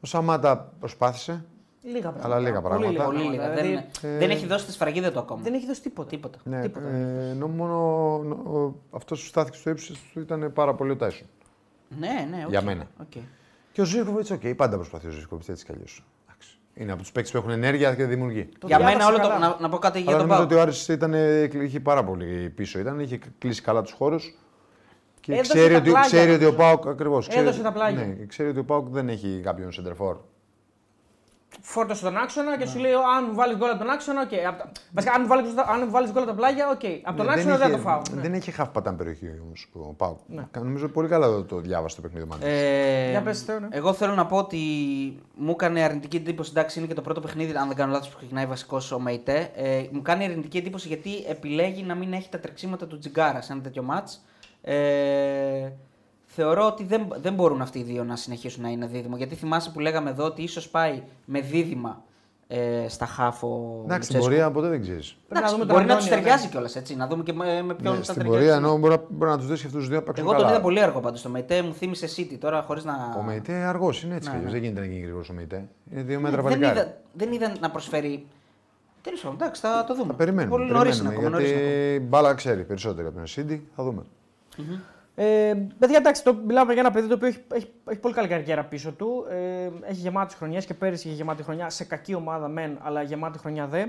E: ο Σαμάτα προσπάθησε.
D: Λίγα πράγματα.
E: Αλλά λίγα
D: Πολύ
E: πράγματα.
C: Πολύ λίγα.
D: δηλαδή,
C: Δεν,
E: ε,
C: δεν έχει δώσει τη σφραγίδα του ακόμα.
D: δεν έχει δώσει τίποτα.
C: Τίποτα.
E: Ναι,
D: Τίποτα.
E: ε, ενώ μόνο ο- ο- αυτός που στάθηκε στο ύψος του ήταν πάρα πολύ ο Τάισον.
C: Ναι, ναι, οκ.
E: Για μένα.
C: Οκ.
E: Και ο Ζήκοβιτ, οκ, πάντα προσπαθεί ο Ζήκοβιτ έτσι κι αλλιώς. Είναι από τους παίκτες που έχουν ενέργεια και δημιουργεί.
D: Το
C: Για
D: διάβασα
C: μένα όλο το.
D: καλά.
C: Να, να πω κάτι για
E: Αλλά
C: τον Πάο.
E: νομίζω ότι ο Άρης ήταν, ε, είχε πάρα πολύ πίσω. Ήταν, είχε κλείσει καλά τους χώρους. Και
D: Έδωσε
E: ξέρει
D: τα
E: ότι,
D: πλάγια,
E: ξέρει ότι ο
D: νομίζω.
E: Πάοκ. Ακριβώς.
D: Έδωσε τα πλάγια.
E: Ναι, ξέρει ότι ο Πάοκ δεν έχει κάποιον σεντερφόρ.
D: Φόρτωσε τον άξονα
E: ναι.
D: και σου λέει: Αν μου βάλεις γκολ από τον άξονα, οκ. Απ' τα- Βασικά, αν μου βάλεις γκολ από τα πλάγια, οκ. Από τον
E: Ναι,
D: άξονα δεν
E: είχε-
D: το φάω. Ναι.
E: Δεν έχει half πατάν περιοχή όμως ο Πάοκ. Νομίζω πολύ καλά το, το διάβασε το παιχνίδι μάλλον.
C: Ε,
D: Για πες, Θεό, ναι.
C: Εγώ θέλω να πω ότι μου έκανε αρνητική εντύπωση. Εντάξει, είναι και το πρώτο παιχνίδι, αν δεν κάνω λάθος, που ξεκινάει βασικός ο Μεϊτέ. Ε, μου κάνει αρνητική εντύπωση γιατί επιλέγει να μην έχει τα τρεξίματα του Τζιγκάρα σε ένα τέτοιο μάτ. Ε, θεωρώ ότι δεν, δεν μπορούν αυτοί οι δύο να συνεχίσουν να είναι δίδυμο. Γιατί θυμάσαι που λέγαμε εδώ ότι ίσως πάει με δίδυμα ε, στα χάφο.
E: Εντάξει, στην πορεία ποτέ δεν ξέρεις.
D: Πρέπει να δούμε τον
C: μπορεί να του
D: Αντώνιο, ναι.
C: ταιριάζει κιόλας έτσι. Να δούμε και με, με ποιον
E: Ναι,
C: θα
E: στην
C: ταιριάζει.
E: πορεία ενώ μπορεί, να- μπορεί να τους δει και αυτούς τους δύο να παίξουν
C: Εγώ τον
E: καλά.
C: είδα πολύ αργό πάντως. Το Μεϊτέ μου θύμισε City τώρα χωρίς να.
E: Ο Μεϊτέ αργός είναι έτσι. κι αλλιώς. Δεν γίνεται να γίνει γρήγορος ο Μεϊτέ. Είναι δύο μέτρα
C: Ναι, Ε, δεν,
E: παλικάρι.
C: είδα, δεν είδα να προσφέρει. Τέλος πάντων, εντάξει, θα το δούμε.
E: Θα περιμένουμε.
C: Πολύ νωρίς είναι
E: περιμένουμε
C: ακόμα. νωρίς είναι ακόμα.
E: γιατί μπάλα ξέρει περισσότερο από τον Σίντι. Θα δούμε.
D: Ε, παιδιά, εντάξει, το, μιλάμε για ένα παιδί το οποίο έχει, έχει, έχει πολύ καλή καριέρα πίσω του. Ε, έχει γεμάτη χρονιά και πέρυσι είχε γεμάτη χρονιά σε κακή ομάδα μεν, αλλά γεμάτη χρονιά δε.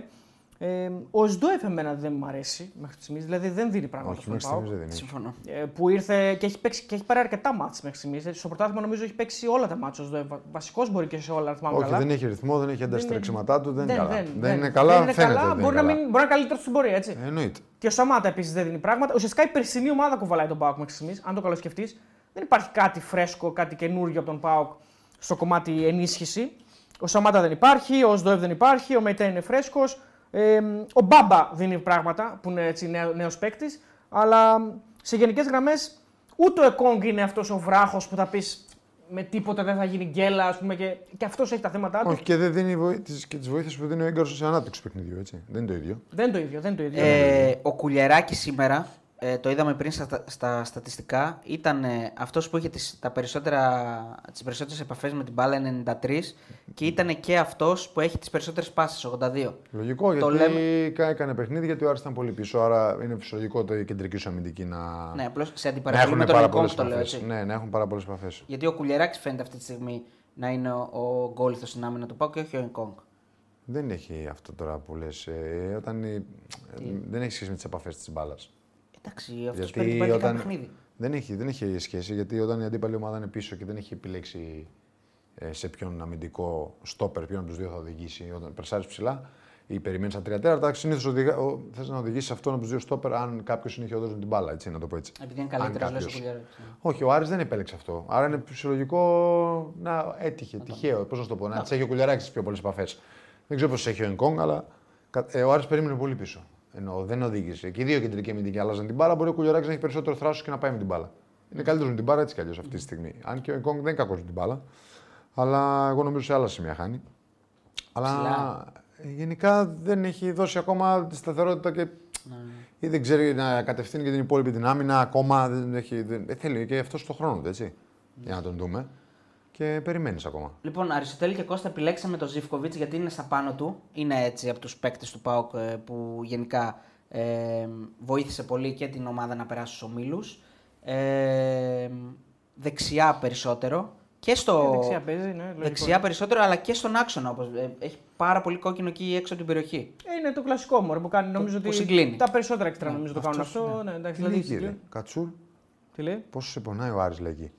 D: Ε, ο Σντόεφ εμένα δεν μου αρέσει μέχρι στιγμής, δηλαδή δεν δίνει πράγματα
E: Όχι,
D: στον
E: μέχρι
D: ΠΑΟΚ.
E: στιγμής δεν είναι.
C: Συμφωνώ.
D: Ε, που ήρθε και έχει, παίξει, και έχει πάρει αρκετά μάτς μέχρι στιγμής. Στο πρωτάθλημα νομίζω έχει παίξει όλα τα μάτς ο Σντόεφ. Βασικός μπορεί και σε όλα, αν θυμάμαι
E: Όχι,
D: καλά.
E: δεν έχει ρυθμό, δεν έχει ένταση
D: Δεν είναι-
E: τρεξιματά του, δεν, είναι καλά.
D: δεν,
E: Δεν, είναι καλά,
D: δεν είναι
E: φαίνεται.
D: καλά,
E: δεν
D: μπορεί, να
E: είναι καλά. Ε,
D: μην, μπορεί να είναι καλύτερος στην πορεία, έτσι.
E: Εννοείται.
D: Και ο Σαμάτα επίσης δεν δίνει πράγματα. Ουσιαστικά η περσινή ομάδα κουβαλάει τον Πάοκ μέχρι στιγμής, αν το καλώς σκεφτείς. Δεν υπάρχει κάτι φρέσκο, κάτι καινούργιο από τον Πάοκ στο κομμάτι ενίσχυση. Ο Σαμάτα δεν υπάρχει, ο Σντοεύ δεν υπάρχει, ο Μεϊτέ είναι φρέσκος. Ε, ο Μπάμπα δίνει πράγματα που είναι έτσι νέο παίκτης. Αλλά σε γενικές γραμμές ούτε ο Εκόνγκ είναι αυτός ο βράχος που θα πεις με τίποτα δεν θα γίνει γκέλα, ας πούμε. Και, και αυτός έχει τα θέματα του.
E: Όχι, και δεν δίνει βοή- τις- και τις βοήθειες που δίνει ο Έγκαρο σε ανάπτυξη παιχνιδιού, έτσι. Δεν είναι το ίδιο.
D: Δεν είναι το ίδιο, δεν είναι το ίδιο.
C: Ε, ο Κουλιεράκη σήμερα, ε, το είδαμε πριν στα, στα στατιστικά, ήταν ε, αυτός που είχε τις, τα περισσότερα, τις περισσότερες επαφές με την μπάλα 93 και ήταν και αυτός που έχει τις περισσότερες πάσεις, 82.
E: Λογικό,
C: Το
E: γιατί
C: λέμε-
E: κα- έκανε παιχνίδι, γιατί ο Άρης ήταν πολύ πίσω. Άρα είναι φυσιολογικό το η κεντρική σου αμυντική να,
C: Ναι, απλώς σε
E: να
C: αντιπαραγωγή
E: έχουν
C: με τον
E: πάρα
C: Εκόνγκ
E: πολλές
C: το λέω
E: επαφές.
C: έτσι.
E: Ναι, να έχουν πάρα πολλές επαφές.
C: Γιατί ο Κουλιεράκης φαίνεται αυτή τη στιγμή να είναι ο, ο γκόλιθος στην άμυνα του Πάου και όχι ο Εκόνγκ.
E: Δεν έχει αυτό τώρα που λες. όταν η- δεν έχει σχέση με τις επαφές της μπάλας.
C: Εντάξει, αυτός παίρνει παίρνει κάθε παιχνίδι.
E: Δεν έχει, δεν έχει σχέση, γιατί όταν η αντίπαλη ομάδα είναι πίσω και δεν έχει επιλέξει ε, σε ποιον αμυντικό στόπερ, ποιον από τους δύο θα οδηγήσει, όταν περσάρεις ψηλά ή περιμένεις τα τρία τέταρτα, συνήθω θες να οδηγήσεις αυτόν από τους δύο στόπερ, αν κάποιος είναι χειρότερος με την μπάλα, έτσι, να το πω έτσι.
C: Επειδή είναι
E: Αν
C: καλύτερος, λες ο
E: κάποιος-
C: Κουλιεράκης.
E: όχι, ο Άρης δεν επέλεξε αυτό. Άρα είναι φυσιολογικό να έτυχε, τυχαίο. Πώς να σου το πω, να τις έχει ο Κουλιαράκης τις πιο πολλές επαφές. Δεν ξέρω πώς έχει ο Ενκόνγκ, αλλά κα- ε, ο Άρης περίμενε πολύ πίσω. Ενώ δεν οδήγησε. Και οι δύο κεντρικοί αμυντικοί άλλαζαν την μπάλα. Μπορεί ο Κουλιαράκης να έχει περισσότερο θράσος και να πάει με την μπάλα. Είναι καλύτερος με την μπάλα έτσι κι αλλιώς αυτή τη στιγμή. Αν και ο Ενκόνγκ δεν είναι κακό με την μπάλα. Αλλά εγώ νομίζω σε άλλα σημεία χάνει. Αλλά
C: Ψηλά.
E: ε, γενικά δεν έχει δώσει ακόμα τη σταθερότητα και ή δεν ξέρει να κατευθύνει και την υπόλοιπη την άμυνα ακόμα. Δεν έχει, δεν, ε, θέλει και αυτό το χρόνο του, έτσι. Για να τον δούμε. Και περιμένεις ακόμα.
C: Λοιπόν, Αριστοτέλη και Κώστα επιλέξαμε τον Ζήφκοβιτ γιατί είναι στα πάνω του. Είναι έτσι από τους παίκτες του ΠΑΟΚ ε, που γενικά ε, βοήθησε πολύ και την ομάδα να περάσει στους ομίλους. Ε, δεξιά περισσότερο. Και στο...
D: Ε, δεξιά παίζει, ναι, λογικό.
C: Δεξιά περισσότερο, αλλά και στον άξονα. Όπως, ε, έχει πάρα πολύ κόκκινο εκεί έξω από την περιοχή.
D: Ε, Είναι το κλασικό μωρέ που κάνει. Νομίζω
C: που
D: ότι
C: συγκλίνει.
D: τα περισσότερα έξτρα νομίζω το κάνουν αυτό. Ναι,
C: Ε,
D: εντάξει, δηλαδή.
E: Λίγη, ρε.
D: συγκλίνει.
E: Κατσούρ,
D: Τι λέει.
E: πόσο σε πονάει ο Άρης λέγει.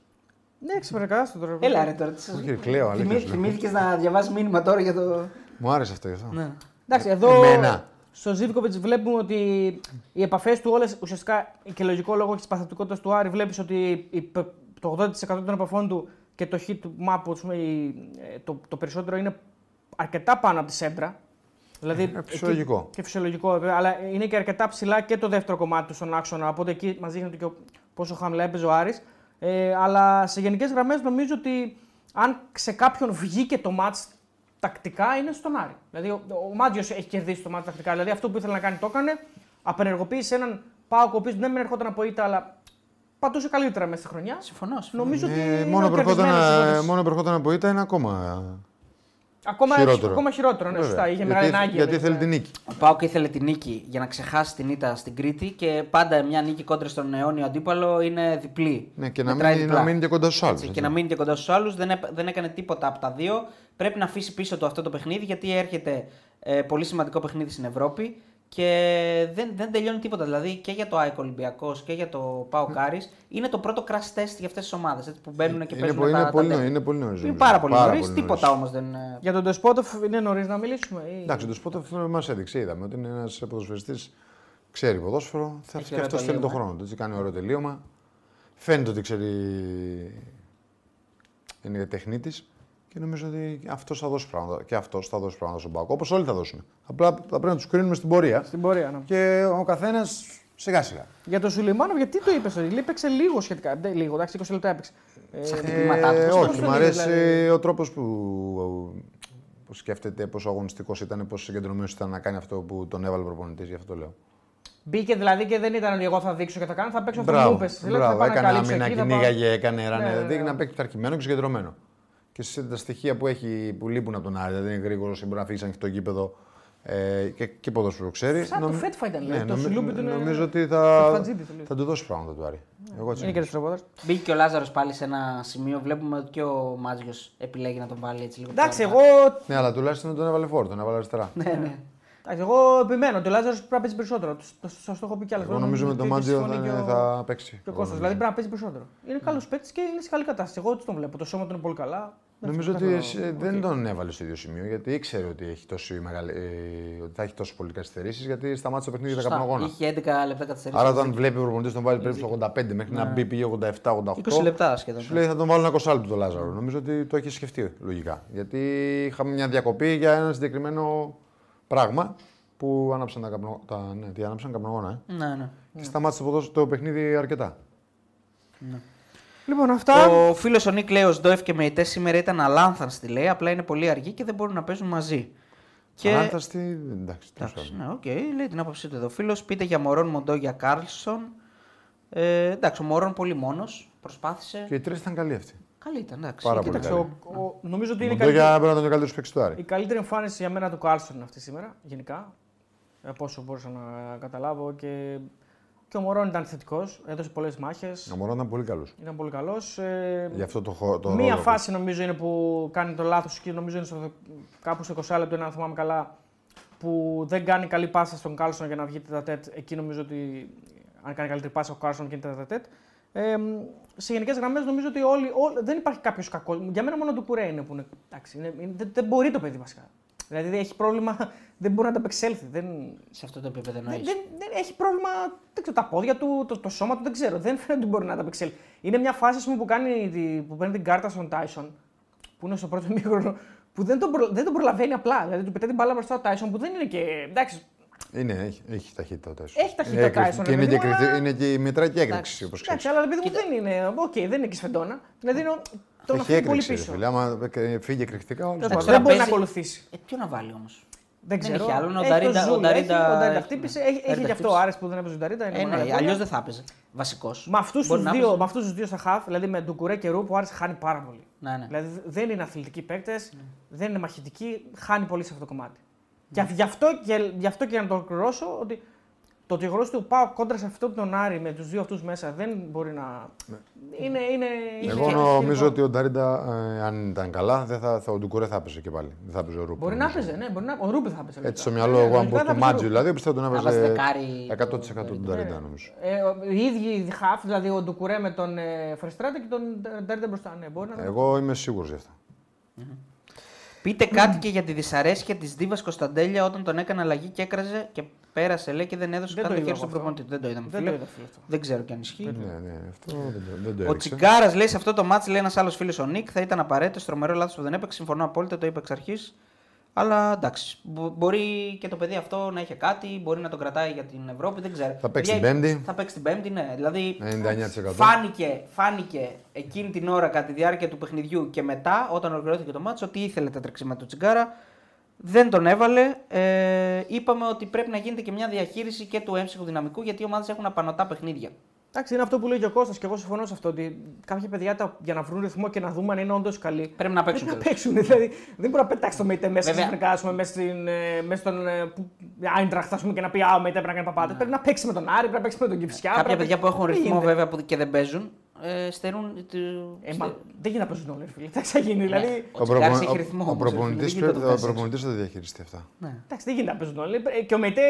D: Ναι, ξεπερκάστο τώρα.
C: Έλα ρε τώρα. τι σας-
E: Όχι, ρε, κλαίω, αλήθεια
C: Θυμή-
E: σου λέω.
C: Θυμήθηκες να διαβάσεις μήνυμα τώρα για το.
E: Μου άρεσε αυτό γι' αυτό.
C: Ναι.
D: Εντάξει, εδώ
E: Εμένα.
D: στο Ζήβκοβιτ βλέπουμε ότι οι επαφές του όλες ουσιαστικά και λογικό λόγο της παθητικότητας του Άρη βλέπεις ότι η πε- το 80% των επαφών του και το χ του μάπου, ας πούμε, η- ε, το, το περισσότερο είναι αρκετά πάνω από τη σέντρα. Δηλαδή,
E: Ε, φυσιολογικό.
D: εκεί- Και φυσιολογικό, βέβαια, αλλά είναι και αρκετά ψηλά και το δεύτερο κομμάτι του στον άξονα. Οπότε εκεί μας δείχνει και ο- πόσο χαμηλά έπαιζε ο Άρης. Ε, αλλά σε γενικές γραμμές νομίζω ότι αν σε κάποιον βγήκε το μάτς τακτικά είναι στον Άρη. Δηλαδή ο, ο Μάντιο έχει κερδίσει το μάτς τακτικά. Δηλαδή αυτό που ήθελε να κάνει το έκανε. Απενεργοποίησε έναν Πάοκ ο οποίος δεν με ερχόταν από ήττα, αλλά πατούσε καλύτερα μέσα στη χρονιά.
C: Συμφωνώ. συμφωνώ.
D: Νομίζω ότι.
E: Ε,
D: είναι
E: μόνο,
D: ο
E: που ερχόταν,
D: κερδισμένος
E: ε,
D: της
E: μόνο που ερχόταν από ήττα είναι ακόμα.
D: Ακόμα χειρότερο.
E: χειρότερο.
D: Ακόμα χειρότερο, ναι,
E: Βέβαια.
D: σωστά. Είχε
E: γιατί,
D: μεγάλη ανάγκη.
E: Γιατί
D: βέβαια.
E: θέλει την νίκη.
C: Ο Πάοκ ήθελε τη νίκη για να ξεχάσει την ήττα στην Κρήτη και πάντα μια νίκη κόντρα στον αιώνιο αντίπαλο είναι διπλή.
E: Ναι, και να
C: Μετράει
E: μείνει,
C: διπλά.
E: να μείνει και κοντά στους άλλους.
C: Έτσι, και να μείνει και κοντά στους άλλους. Δεν, έπα- δεν έκανε τίποτα από τα δύο. Πρέπει να αφήσει πίσω του αυτό το παιχνίδι γιατί έρχεται ε, πολύ σημαντικό παιχνίδι στην Ευρώπη και δεν, δεν τελειώνει τίποτα. Δηλαδή και για το ΑΕΚ Ολυμπιακός και για το ΠΑΟΚ Άρης είναι το πρώτο crash test για αυτές τις ομάδες που μπαίνουν και
E: Ναι. Ε, Είναι
C: παίζουν
E: πο-
C: τα,
E: είναι
C: τα
E: πολύ
C: τεστ.
E: νωρί, είναι πολύ νωρίς,
C: Είναι
E: νομίζω.
C: πάρα πολύ
E: Πάρα
C: νωρίς.
E: πολύ νωρί.
C: Τίποτα όμως δεν. ε,
D: Για τον Τεσπότοφ είναι νωρίς να μιλήσουμε. Ή...
E: Εντάξει, το Σπότοφ μας έδειξε. Είδαμε ότι είναι ένας ποδοσφαιριστής ξέρει ποδόσφαιρο. Θα
C: Έχει
E: και αυτό
C: ωραίο
E: θέλει τον
C: τελείωμα.
E: χρόνο του. Έτσι, κάνει ωραίο τελείωμα. Φαίνεται ότι ξέρει. Είναι τεχνίτης και νομίζω ότι αυτός θα δώσει πράγματα. Και αυτός θα δώσει πράγματα στον Πάκο. Όπως όλοι θα δώσουν. Απλά θα πρέπει να τους κρίνουμε στην πορεία.
D: Στην πορεία, ναι.
E: Και ο καθένας σιγά σιγά.
D: Για τον Σουλεϊμάνοβ, γιατί το είπες, ότι έπαιξε λίγο σχετικά. Δεν, λίγο, εντάξει, 20 λεπτά έπαιξε. Ε,
C: Σαν χτυπήματά του.
E: Ε,
C: Πώς
E: όχι,
D: τον
E: μου
D: είδες,
E: αρέσει
D: δηλαδή?
E: ο τρόπος που, που σκέφτεται, πόσο αγωνιστικός ήταν, πόσο συγκεντρωμένος ήταν να κάνει αυτό που τον έβαλε ο προπονητής, γι' αυτό το λέω.
D: μπήκε δηλαδή και δεν ήταν ότι εγώ θα δείξω και θα κάνω, θα παίξω αυτό που μου
E: Μπράβο,
D: είπες. Λέω, θα
E: μπράβο.
D: πάω να
E: έκανε
D: καλύψω
E: άμυνα,
D: εκεί, θα πάω-
E: κυνήγαγε, έκανε ράνε.
D: ναι,
E: δηλαδή
D: ναι.
E: να παίξει πειθαρχημένο και συγκεντρωμένο. Και σε τα στοιχεία που, έχει, που λείπουν από τον Άρη, δηλαδή είναι γρήγορος, μπορεί να φύγει ανοιχτό γήπεδο ε, και, και ποδόσφαιρο ξέρει. Ναι,
D: Σαν το Φέτφα ήταν, λέει, το
E: νομι-
D: σουλούπι του είναι-
E: Νομίζω ότι
D: το
E: θα,
D: Φατζίδι του λέει. Ναι.
E: θα του δώσει πράγματα του Άρη. Εγώ έτσι
D: Είναι και
E: νομίζω.
D: ο Στροπόδας.
C: Μπήκε και ο Λάζαρος πάλι σε ένα σημείο. Βλέπουμε ότι και ο Μάτζιο επιλέγει να τον βάλει έτσι λίγο. πιο
D: Εντάξει,
C: αργά.
D: εγώ
E: Ναι, αλλά τουλάχιστον τον έβαλε φόρτο, τον έβαλε αριστερά.
C: Ναι, ναι.
D: Εντάξει, εγώ επιμένω ότι ο Λάζαρος πρέπει να παίζει περισσότερο. Σας το έχω πει κι άλλες
E: Εγώ νομίζω με το Μάντζιο θα, είναι- θα παίξει.
D: Και ο
E: Εγώ
D: Κώστας, δηλαδή
E: νομίζω.
D: πρέπει να παίζει περισσότερο. Είναι καλός παίκτης και είναι σε καλή κατάσταση. Εγώ έτσι τον βλέπω. Το σώμα του είναι πολύ καλά. Δεν
E: Νομίζω
D: ξέρω
E: ότι
D: κατά-
E: εσύ δεν τον έβαλε στο ίδιο σημείο γιατί ήξερε ότι, έχει τόσο μεγάλη, ε, ότι θα έχει τόσο πολλέ καθυστερήσεις γιατί σταμάτησε το παιχνίδι για τα
C: Σωστά.
E: καπνογόνα.
C: Είχε 11 λεπτά καθυστερήσεις.
E: Άρα όταν βλέπει ο προπονητής τον βάλει περίπου στο 85 μέχρι
D: Ναι.
E: να μπει πήγε 87-88.
C: 20 λεπτά σχεδόν.
E: Σου λέει θα τον βάλω ένα κοσάλπι τον Λάζαρο. Νομίζω ότι το έχει σκεφτεί λογικά. Γιατί είχαμε μια διακοπή για ένα συγκεκριμένο πράγμα που άναψαν τα καπνο... τα... Ναι, τι άναψαν καπνογόνα. Ε.
C: Ναι, ναι.
E: Και σταμάτησε το, ποδόσ- το παιχνίδι αρκετά.
D: Λοιπόν, αυτά.
C: Ο φίλος ο Νίκ λέει ο Σντόεφ και Μεϊτές σήμερα ήταν αλάνθαστοι λέει. Απλά είναι πολύ αργοί και δεν μπορούν να παίζουν μαζί.
E: Και...
C: Και...
E: Ανάταστη, εντάξει, τέλος
C: Εντάξει,
E: πάντων.
C: ναι, οκ, λέει την άποψή του εδώ. Φίλος, πείτε για Μωρόν Μοντό για Κάρλσον. Ε, εντάξει, ο Μωρόν πολύ μόνος. Προσπάθησε.
E: Και οι τρεις ήταν καλοί αυτοί.
C: Καλή ήταν, εντάξει.
E: Πάρα
C: Εκεί
E: πολύ
D: Κοίταξε,
E: καλή.
D: ο- ο- νομίζω ότι είναι
E: Μοντόγια
D: καλύτερη,
E: έπρεπε να ήταν ο καλύτερο παίκτη του
D: η
E: Άρη.
D: καλύτερη εμφάνιση για μένα του Κάρλσον αυτή σήμερα, γενικά. Από όσο μπορούσα να καταλάβω. Και, και ο Μωρόν ήταν θετικός, έδωσε πολλές μάχες.
E: Ο Μωρόν ήταν πολύ καλός.
D: Ήταν πολύ καλός. Ε,
E: Γι' αυτό το, χω- το
D: Μία
E: ρόλο που-
D: φάση νομίζω είναι που κάνει το λάθος και νομίζω είναι στο, κάπου στο 20 λεπτό, είναι, αν θυμάμαι καλά, που δεν κάνει καλή πάσα στον Κάλσον για να βγει τέτα τέτ. Εκεί νομίζω ότι αν κάνει καλύτερη πάσα ο Κάλσον και τέτα τέτ. Ε, μ, σε γενικές γραμμές νομίζω ότι όλοι, όλοι- δεν υπάρχει κάποιος κακός. Για μένα μόνο του Κουρέ είναι που είναι. Εντάξει, είναι, είναι- δεν, δεν μπορεί το παιδί βασικά. Δηλαδή δεν έχει πρόβλημα, δεν μπορεί να ανταπεξέλθει. Δεν,
C: Σε αυτό το επίπεδο
D: δεν,
C: εννοείς.
D: δεν, δεν έχει πρόβλημα. Δεν ξέρω, τα πόδια του, το, το σώμα του δεν ξέρω. Δεν φαίνεται ότι μπορεί να τα απεξέλθει. Είναι μια φάση ας πούμε, που, κάνει, τη- που παίρνει την κάρτα στον Τάισον, που είναι στο πρώτο μήχρονο, που δεν τον, προ- δεν τον προλαβαίνει απλά. Δηλαδή του πετάει την μπάλα μπροστά ο Τάισον που δεν είναι και. Εντάξει,
E: Είναι, έχει, έχει ταχύτητα ο Τάισον.
D: Έχει ταχύτητα ο Τάισον,
E: Και
D: ρε
E: είναι και,
D: παιδί μου,
E: κριτή-
D: αλλά-
E: είναι και η μετρά και έκρηξη όπω ξέρει.
D: εντάξει αλλά ρε παιδί μου δεν είναι. Οκ, δεν είναι και σφεντόνα. Δηλαδή είναι ο- τον
E: Έχει
D: αφήνει πολύ
E: έκρηξη. Ρε,
D: πίσω.
E: φίλε, άμα ε, φύγει εκρηκτικά, όλος
D: Τέλος πάντων,
C: τώρα
D: δεν μπορεί να
C: παίζει-
D: ακολουθήσει.
C: Ε, ποιο να βάλει όμως.
D: Δεν ξέρω.
C: Ναι, έχει άλλον, ο
D: Έχει το
C: Νταρίντα- ο
D: Ζούλα,
C: Νταρίντα-
D: έχει- Ο Νταρίντα
C: έχει-
D: χτύπησε.
C: ναι.
D: Έχει, έχει
C: Νταρίντα
D: γι' αυτό
C: χτύπησε.
D: Άρες που δεν έπαιζε ο Νταρίντα. είναι
C: Ε,
D: μεγάλη
C: ναι,
D: απώλεια.
C: αλλιώ δεν θα έπαιζε. Βασικός.
D: Με αυτούς τους
C: Μπορεί να
D: δύο,
C: παίζει.
D: με αυτούς τους δύο στα χαφ, δηλαδή με τον Κουρέ και Ρου, που Άρης χάνει πάρα πολύ.
C: Ναι, ναι.
D: Δηλαδή δεν είναι αθλητικοί παίκτες, δεν είναι μαχητικοί, χάνει πολύ σε αυτό το κομμάτι. Και γι' αυτό και, γι αυτό και για να το ολοκληρώσω, ότι το γεγονός του πάω κόντρα σε αυτόν τον Άρη με τους δύο αυτούς μέσα δεν μπορεί να. Είναι. είναι
E: Εγώ
D: είναι-
E: νομίζω ότι ο Νταρίντα, ε, αν ήταν καλά, δεν θα, θα, ο Ντουκουρέ θα έπαιζε και πάλι. Δεν θα έπαιζε ο Ρούπ.
D: Μπορεί να
E: νομίζω.
D: παίζει, ναι, μπορεί να. Ο Ρούμπι θα παίζει.
E: Έτσι στο
D: λογικά.
E: μυαλό, εγώ αν
D: λογικά
E: πω
D: θα
E: του
D: παίζει ο
E: Μάτζι,
D: Ρούμπι.
E: δηλαδή, πιστεύω τον
C: Να βάζει
E: έβαζε
C: δεκάρι
E: 100%
C: τον
E: τον Νταρίντα, νομίζω.
D: Ε, ο- οι ίδιοι χαφ, δηλαδή ο Ντουκουρέ με τον ε, Φρεστράτα και τον Ντέρντε μπροστά. Ναι, μπορεί να.
E: Εγώ είμαι σίγουρος γι' αυτό.
C: Πείτε κάτι και για τη δυσαρέσκεια της Δίβας Κωνσταντέλια όταν τον έκανε αλλαγή και έκραζε και πέρασε λέει και δεν έδωσε
D: Δεν
C: καν
D: το
C: το χέρι
D: είδα εγώ
C: στον προπονητή.
D: αυτό.
C: του. Δεν το είδαμε.
D: Δεν
C: φίλε.
D: το είδα φίλε αυτό.
C: Δεν ξέρω και αν ισχύει.
E: Ναι, ναι, αυτό δεν το- δεν το
C: Ο
E: έριξε.
C: Τσιγκάρας λέει σε αυτό το μάτσο, λέει ένας άλλος φίλος ο Νίκ, θα ήταν απαραίτητος, τρομερό λάθος που δεν έπαιξε. Συμφωνώ απόλυτα, το είπα εξ αρχής. Αλλά εντάξει, μπο- μπορεί και το παιδί αυτό να έχει κάτι, μπορεί να τον κρατάει για την Ευρώπη, δεν ξέρω.
E: Θα παίξει
C: Παιδιά,
E: την Πέμπτη.
C: Θα παίξει την Πέμπτη, ναι. Δηλαδή
E: 99%.
C: φάνηκε, φάνηκε εκείνη την ώρα κατά τη διάρκεια του παιχνιδιού και μετά, όταν ολοκληρώθηκε το μάτσο, ότι ήθελε τα τρεξίματα του Τσιγκάρα. Δεν τον έβαλε. Ε, είπαμε ότι πρέπει να γίνεται και μια διαχείριση και του έμψυχου δυναμικού γιατί οι ομάδες έχουν απανοτά παιχνίδια.
D: Εντάξει, είναι αυτό που λέει και ο Κώστας και εγώ συμφωνώ σε αυτό. Ότι κάποια παιδιά τα, για να βρουν ρυθμό και να δούμε αν είναι όντως καλοί.
C: Πρέπει να παίξουν
D: Πρέπει να
C: τέλος.
D: παίξουν. Δηλαδή, δεν μπορεί να πετάξει το Μέιτε μέσα
C: Βέβαια.
D: ξαφνικά, ας πούμε, μέσα, στην, ε, μέσα στον ε, που- Άιντραχτ ας πούμε, και να πει Α, ο Μέιτε πρέπει να κάνει παπάτε. Πρέπει να παίξει με τον Άρη, πρέπει να Ε, παίξει με τον Κυψιά.
C: Ναι. Κάποια παιδιά που έχουν ρυθμό βέβαια που και δεν παίζουν, ε, στερούν. του-
D: Ε,
C: στε-
D: μα, δεν γίνεται να παίζουν όλοι, ρε φίλε. Εντάξει, θα
C: Ναι.
D: γίνει. Δηλαδή,
C: Ο
E: προπο-
C: Τσιγκάρας έχει ρυθμό.
E: ο- ο
C: όμως, ρε φίλε,
E: προπονητής
C: δεν
E: πρέπει-
C: γίνεται να το
E: ο
C: θες έτσι.
E: προπονητής θα τα διαχειριστεί αυτά.
C: Ναι.
D: εντάξει, δεν γίνεται να παίζουν όλοι. Ε, Και ο Μέιτε, ε,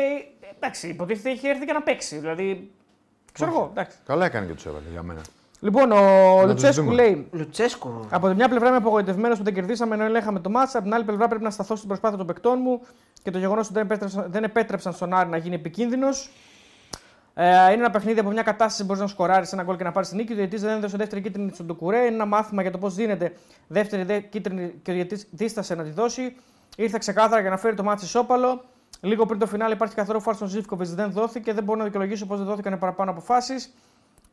D: εντάξει, υποτίθεται έχει έρθει για να παίξει. Δηλαδή, ξέρω εγώ. εντάξει.
E: Καλά έκανε και τους έβαλε για μένα.
D: Λοιπόν, ο
E: τους
D: Λουτσέσκου
E: δούμε.
D: λέει
C: Λουτσέσκου.
D: Από τη μια πλευρά είμαι απογοητευμένος που δεν κερδίσαμε ενώ ελέγχαμε το μάτσα. Από την άλλη πλευρά πρέπει να σταθώ στην προσπάθεια των παικτών μου και το γεγονός ότι δεν επέτρεψαν, δεν επέτρεψαν στον Άρη να γίνει επικίνδυνος. Ε, είναι ένα παιχνίδι από μια κατάσταση που μπορείς να σκοράρεις ένα γκολ και να πάρεις την νίκη. Ο διαιτή δεν έδωσε δεύτερη κίτρινη στον Τουκουρέ. Είναι ένα μάθημα για το πώς δίνεται δεύτερη δε, κίτρινη και ο διαιτή δίστασε να τη δώσει. Ήρθε ξεκάθαρα για να φέρει το μάτι σόπαλο. Λίγο πριν το φινάλε υπάρχει καθαρό φάρ στον Ζήφκοβιτ, δεν δόθηκε. Δεν μπορώ να δικαιολογήσω πώς δεν δόθηκαν οι παραπάνω αποφάσεις.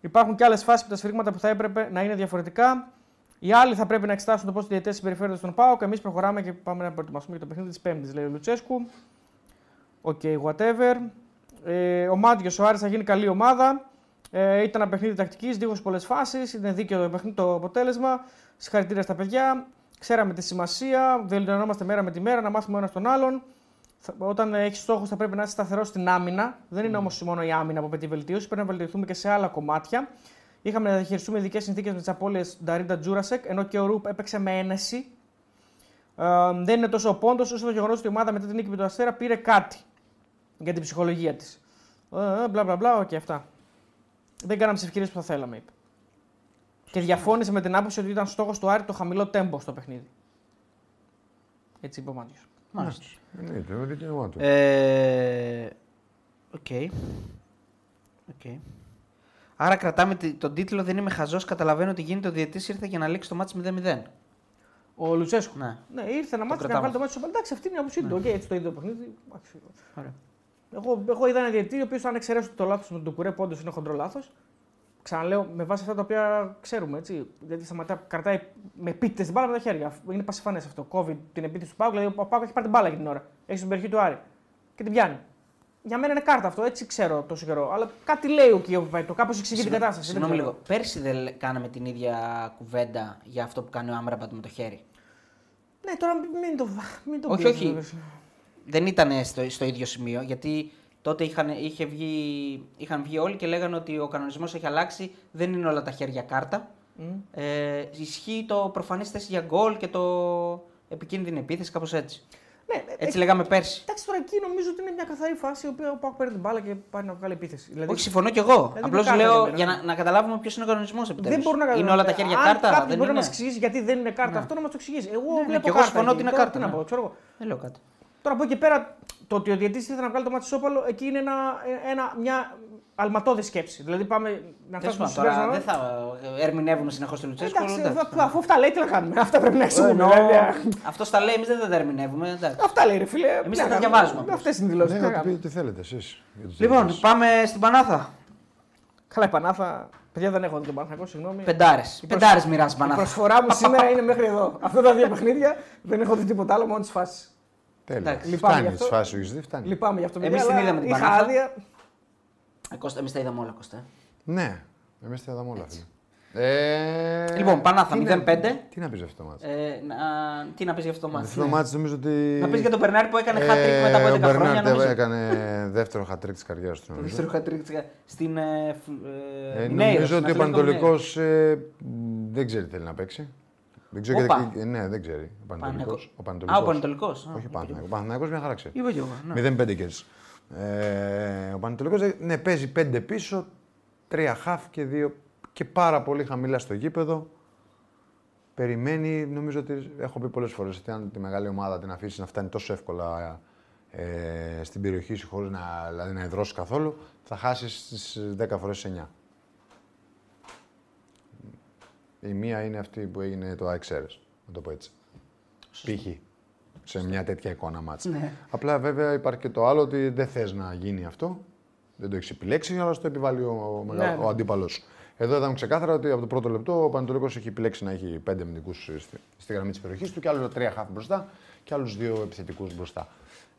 D: Υπάρχουν και άλλες φάσεις που τα σφυρίγματα που θα έπρεπε να είναι διαφορετικά. Οι άλλοι θα πρέπει να εξετάσουν το πώς οι διαιτέ συμπεριφέρονται στον Πάοκ. Εμείς προχωράμε και πάμε να προετοιμαστούμε για το παιχνίδι της Πέμπτης, λέει ο Λουτσέσκου. Οκ, whatever. Ε, ο Μάντιος, ο Άρης θα γίνει καλή ομάδα. Ε, ήταν ένα παιχνίδι τακτικής, δίχως πολλές φάσεις. Είναι δίκαιο το, παιχνίδι, το αποτέλεσμα. Συγχαρητήρια στα παιδιά. Ξέραμε τη σημασία. Βελτιωνόμαστε μέρα με τη μέρα να μάθουμε ο ένας τον άλλον. Θα- Όταν έχεις στόχους, θα πρέπει να είσαι σταθερός στην άμυνα. Δεν είναι όμως μόνο η άμυνα που απαιτεί βελτίωση. Πρέπει να βελτιωθούμε και σε άλλα κομμάτια. Είχαμε να διαχειριστούμε ειδικές συνθήκες με τις απώλειες Νταρίντα Τζούρασεκ, ενώ και ο Ρουπ έπαιξε με ένεση. Ε, δεν είναι τόσο ο πόντος όσο το γεγονός ότι η ομάδα μετά την νίκη με τον Αστέρα πήρε κάτι. για την ψυχολογία της. Ε, ε, μπλα μπλα μπλα, οκ, αυτά. Δεν κάναμε τις ευκαιρίες που θα θέλαμε, είπε. Και διαφώνησε με την άποψη ότι ήταν στόχος του Άρη το χαμηλό τέμπο στο παιχνίδι. Έτσι είπε ο Μάντιο.
C: Μάλιστα.
E: Ναι, το είναι δικαίωμά του.
C: Ε, Οκ. Οκ. Άρα κρατάμε τη- τον τίτλο Δεν είμαι χαζός. Καταλαβαίνω ότι γίνεται. Ο διαιτή ήρθε για να λήξει το μάτι 0-0.
D: Ο Λουτσέσκου.
C: Ναι.
D: Ναι, ήρθε να μάθει να
C: κρατάμε.
D: βάλει το μάτι στο παλί. Εντάξει, αυτή είναι η άποψή του. Οκ, έτσι το είδε το παιχνίδι. Εντάξει.
C: Ωραία.
D: Εγώ, εγώ είδα ένα διαιτητή ο οποίος, αν εξαιρέσω το λάθος με τον Τουκουρέ, που όντως είναι χοντρό λάθος, ξαναλέω με βάση αυτά τα οποία ξέρουμε. Έτσι, γιατί σταματά, κρατάει με επίτηδες την μπάλα με τα χέρια. Είναι πασιφανές αυτό. Κόβει την επίθεση του Πάουκ, δηλαδή ο Πάουκ έχει πάρει την μπάλα για την ώρα. Έχει στην περιοχή του Άρη και την πιάνει. Για μένα είναι κάρτα αυτό, έτσι ξέρω τόσο καιρό. Αλλά κάτι λέει ο Κιωβάιτο, κάπως εξηγεί την
C: Συγγνώμη-
D: κατάσταση. δεν
C: Συγγνώμη
D: ξέρω.
C: λίγο. Πέρσι δεν λέ- κάναμε την ίδια κουβέντα για αυτό που κάνει ο Άμραμπατ με το χέρι.
D: Ναι, τώρα μην- μην το, μην το
C: Όχι,
D: πεις,
C: όχι.
D: βέβαια.
C: δεν ήταν στο, στο ίδιο σημείο, γιατί τότε είχαν, είχε βγει, είχαν βγει όλοι και λέγανε ότι ο κανονισμός έχει αλλάξει, δεν είναι όλα τα χέρια κάρτα. Ε, ισχύει το προφανές θέση για γκολ και το επικίνδυνη επίθεση, κάπως έτσι.
D: Ναι,
C: Έτσι λέγαμε πέρσι.
D: Εντάξει, τώρα εκεί νομίζω ότι είναι μια καθαρή φάση η οποία ο Πάουκ παίρνει την μπάλα και πάει να βγάλει επίθεση. Δηλαδή,
C: Όχι, συμφωνώ κι εγώ.
D: δεν
C: Απλώς
D: είναι κάρτα
C: λέω
D: για
C: για
D: μένα.
C: να, να καταλάβουμε ποιος είναι ο κανονισμός επιτέλους.
D: δεν μπορούν να
C: Είναι όλα τα χέρια
D: Αν
C: κάρτα,
D: κάποιος
C: δεν
D: μπορεί να
C: είναι.
D: μας εξηγήσει γιατί δεν είναι κάρτα αυτό, να μας το εξηγήσει. Εγώ
C: ναι,
D: βλέπω
C: κι εγώ
D: κάρτα
C: συμφωνώ
D: εκεί.
C: ότι είναι
D: Τώρα
C: κάρτα,
D: Τι να
C: ναι.
D: πω, ξέρω εγώ.
C: Δεν λέω κάτι.
D: Τώρα από εκεί πέρα, το ότι ο διαιτή ήθελε να βγάλει το μάτι σόπαλο, εκεί είναι ένα, ένα, μια αλματώδη σκέψη. Δηλαδή πάμε να
C: Τέλος
D: φτάσουμε
C: πάντων,
D: στο
C: τώρα
D: συμπέρασμα.
C: δεν θα ναι. ερμηνεύουμε συνεχώς τον Λουτσέσκο.
D: Εντάξει,
C: εντάξει.
D: αφού- αφού αυτά λέει, τι να κάνουμε. Αυτά πρέπει να εξηγούμε.
C: Εννοώ,
D: βέβαια.
C: Αυτό τα λέει, εμείς δεν θα τα ερμηνεύουμε. εντάξει.
D: Αυτά λέει, ρε φίλε.
C: Εμείς
D: τι να
C: θα τα
D: κάνουμε.
C: διαβάζουμε.
D: Αυτές είναι οι δηλώσεις.
E: Ναι, ό,τι πείτε, τι θέλετε εσείς. για τους
C: Λοιπόν,
E: διαιτητές.
C: πάμε στην Πανάθα.
D: Καλά, η Πανάθα. Παιδιά δεν έχω δει τον Παναθακό, συγγνώμη.
C: Πεντάρες.
D: Η
C: Πεντάρες μοιράζει
D: Η
C: Πανάθα.
D: προσφορά μου σήμερα είναι μέχρι εδώ. Αυτά τα δύο παιχνίδια δεν έχω δει τίποτα άλλο, μόνο τις φάσεις.
E: Τέλεια.
C: εντάξει,
D: λυπάμαι γι'
E: Φτάνει,
D: αυτό. Λοιπόν,
E: τις φάσεις που έχεις δει, φτάνεις.
D: Λυπάμαι γι' αυτό.
C: Εμείς
D: παιδιά,
C: την
D: αλλά
C: είδαμε την
D: Είχα
C: Πανάθα.
D: άδεια.
C: Ε, Κώστα, εμείς τα είδαμε όλα, Κώστα. ε.
E: Ναι, εμείς τα είδαμε όλα. φίλε. Ε,
C: Λοιπόν, Πανάθα,
E: τι να-
C: 0-5.
E: Τι να πεις για αυτό το μάτς.
C: Ε, να, τι να πεις για αυτό το μάτι.
E: Αυτό το μάτς νομίζω ότι...
C: Να πεις για τον Μπερνάρ που έκανε
E: Ε,
C: χατρίκ μετά από 11
E: ο
C: χρόνια.
E: Μπερνάρντε
C: νομίζω.
E: έκανε δεύτερο χατρίκ της καριέρας του. νομίζω.
C: Δεύτερο χατρίκ της- στην. Ε, φλ-
E: Ε,
C: ε, Μινέιρο,
E: νομίζω
C: στην
E: ότι
C: Ατλέτικο
E: ο Πανετολικό
C: Μινέιρο.
E: δεν ξέρει τι θέλει να παίξει. Δεν ξέρω
C: Οπα.
E: γιατί. ε, Ναι, δεν ξέρει. Ο Πανετολικός.
C: Πανεκο- Α, ο Πανετολικό.
E: Όχι ο Πανετολικό. Ο Πανετολικός μια χαρά ξέρει.
C: Είπα κι εγώ. ναι.
E: 0-5 κέρδισε. Ε, ο Πανετολικός ναι, παίζει 5 πίσω, 3 χαφ και 2 και πάρα πολύ χαμηλά στο γήπεδο. Περιμένει, νομίζω ότι έχω πει πολλές φορές ότι αν τη μεγάλη ομάδα την αφήσει να φτάνει τόσο εύκολα ε, στην περιοχή σου χωρίς να, δηλαδή, να εδρώσει καθόλου, θα χάσεις τις 10 φορέ 9. Η μία είναι αυτή που έγινε το ΑΕΞΕΡΕ, να το πω έτσι. Π.χ. σε μια τέτοια εικόνα μάτσα. Απλά βέβαια υπάρχει και το άλλο ότι δεν θες να γίνει αυτό. Δεν το έχεις επιλέξει, αλλά στο επιβάλλει ο,
D: Ναι,
E: μεγα-
D: ναι.
E: ο αντίπαλο. Εδώ είδαμε ξεκάθαρα ότι από το πρώτο λεπτό ο Πανατολικό έχει επιλέξει να έχει πέντε αμυντικού στη, στη γραμμή της περιοχής του και άλλο τρία χαφ μπροστά και άλλους δύο επιθετικούς μπροστά.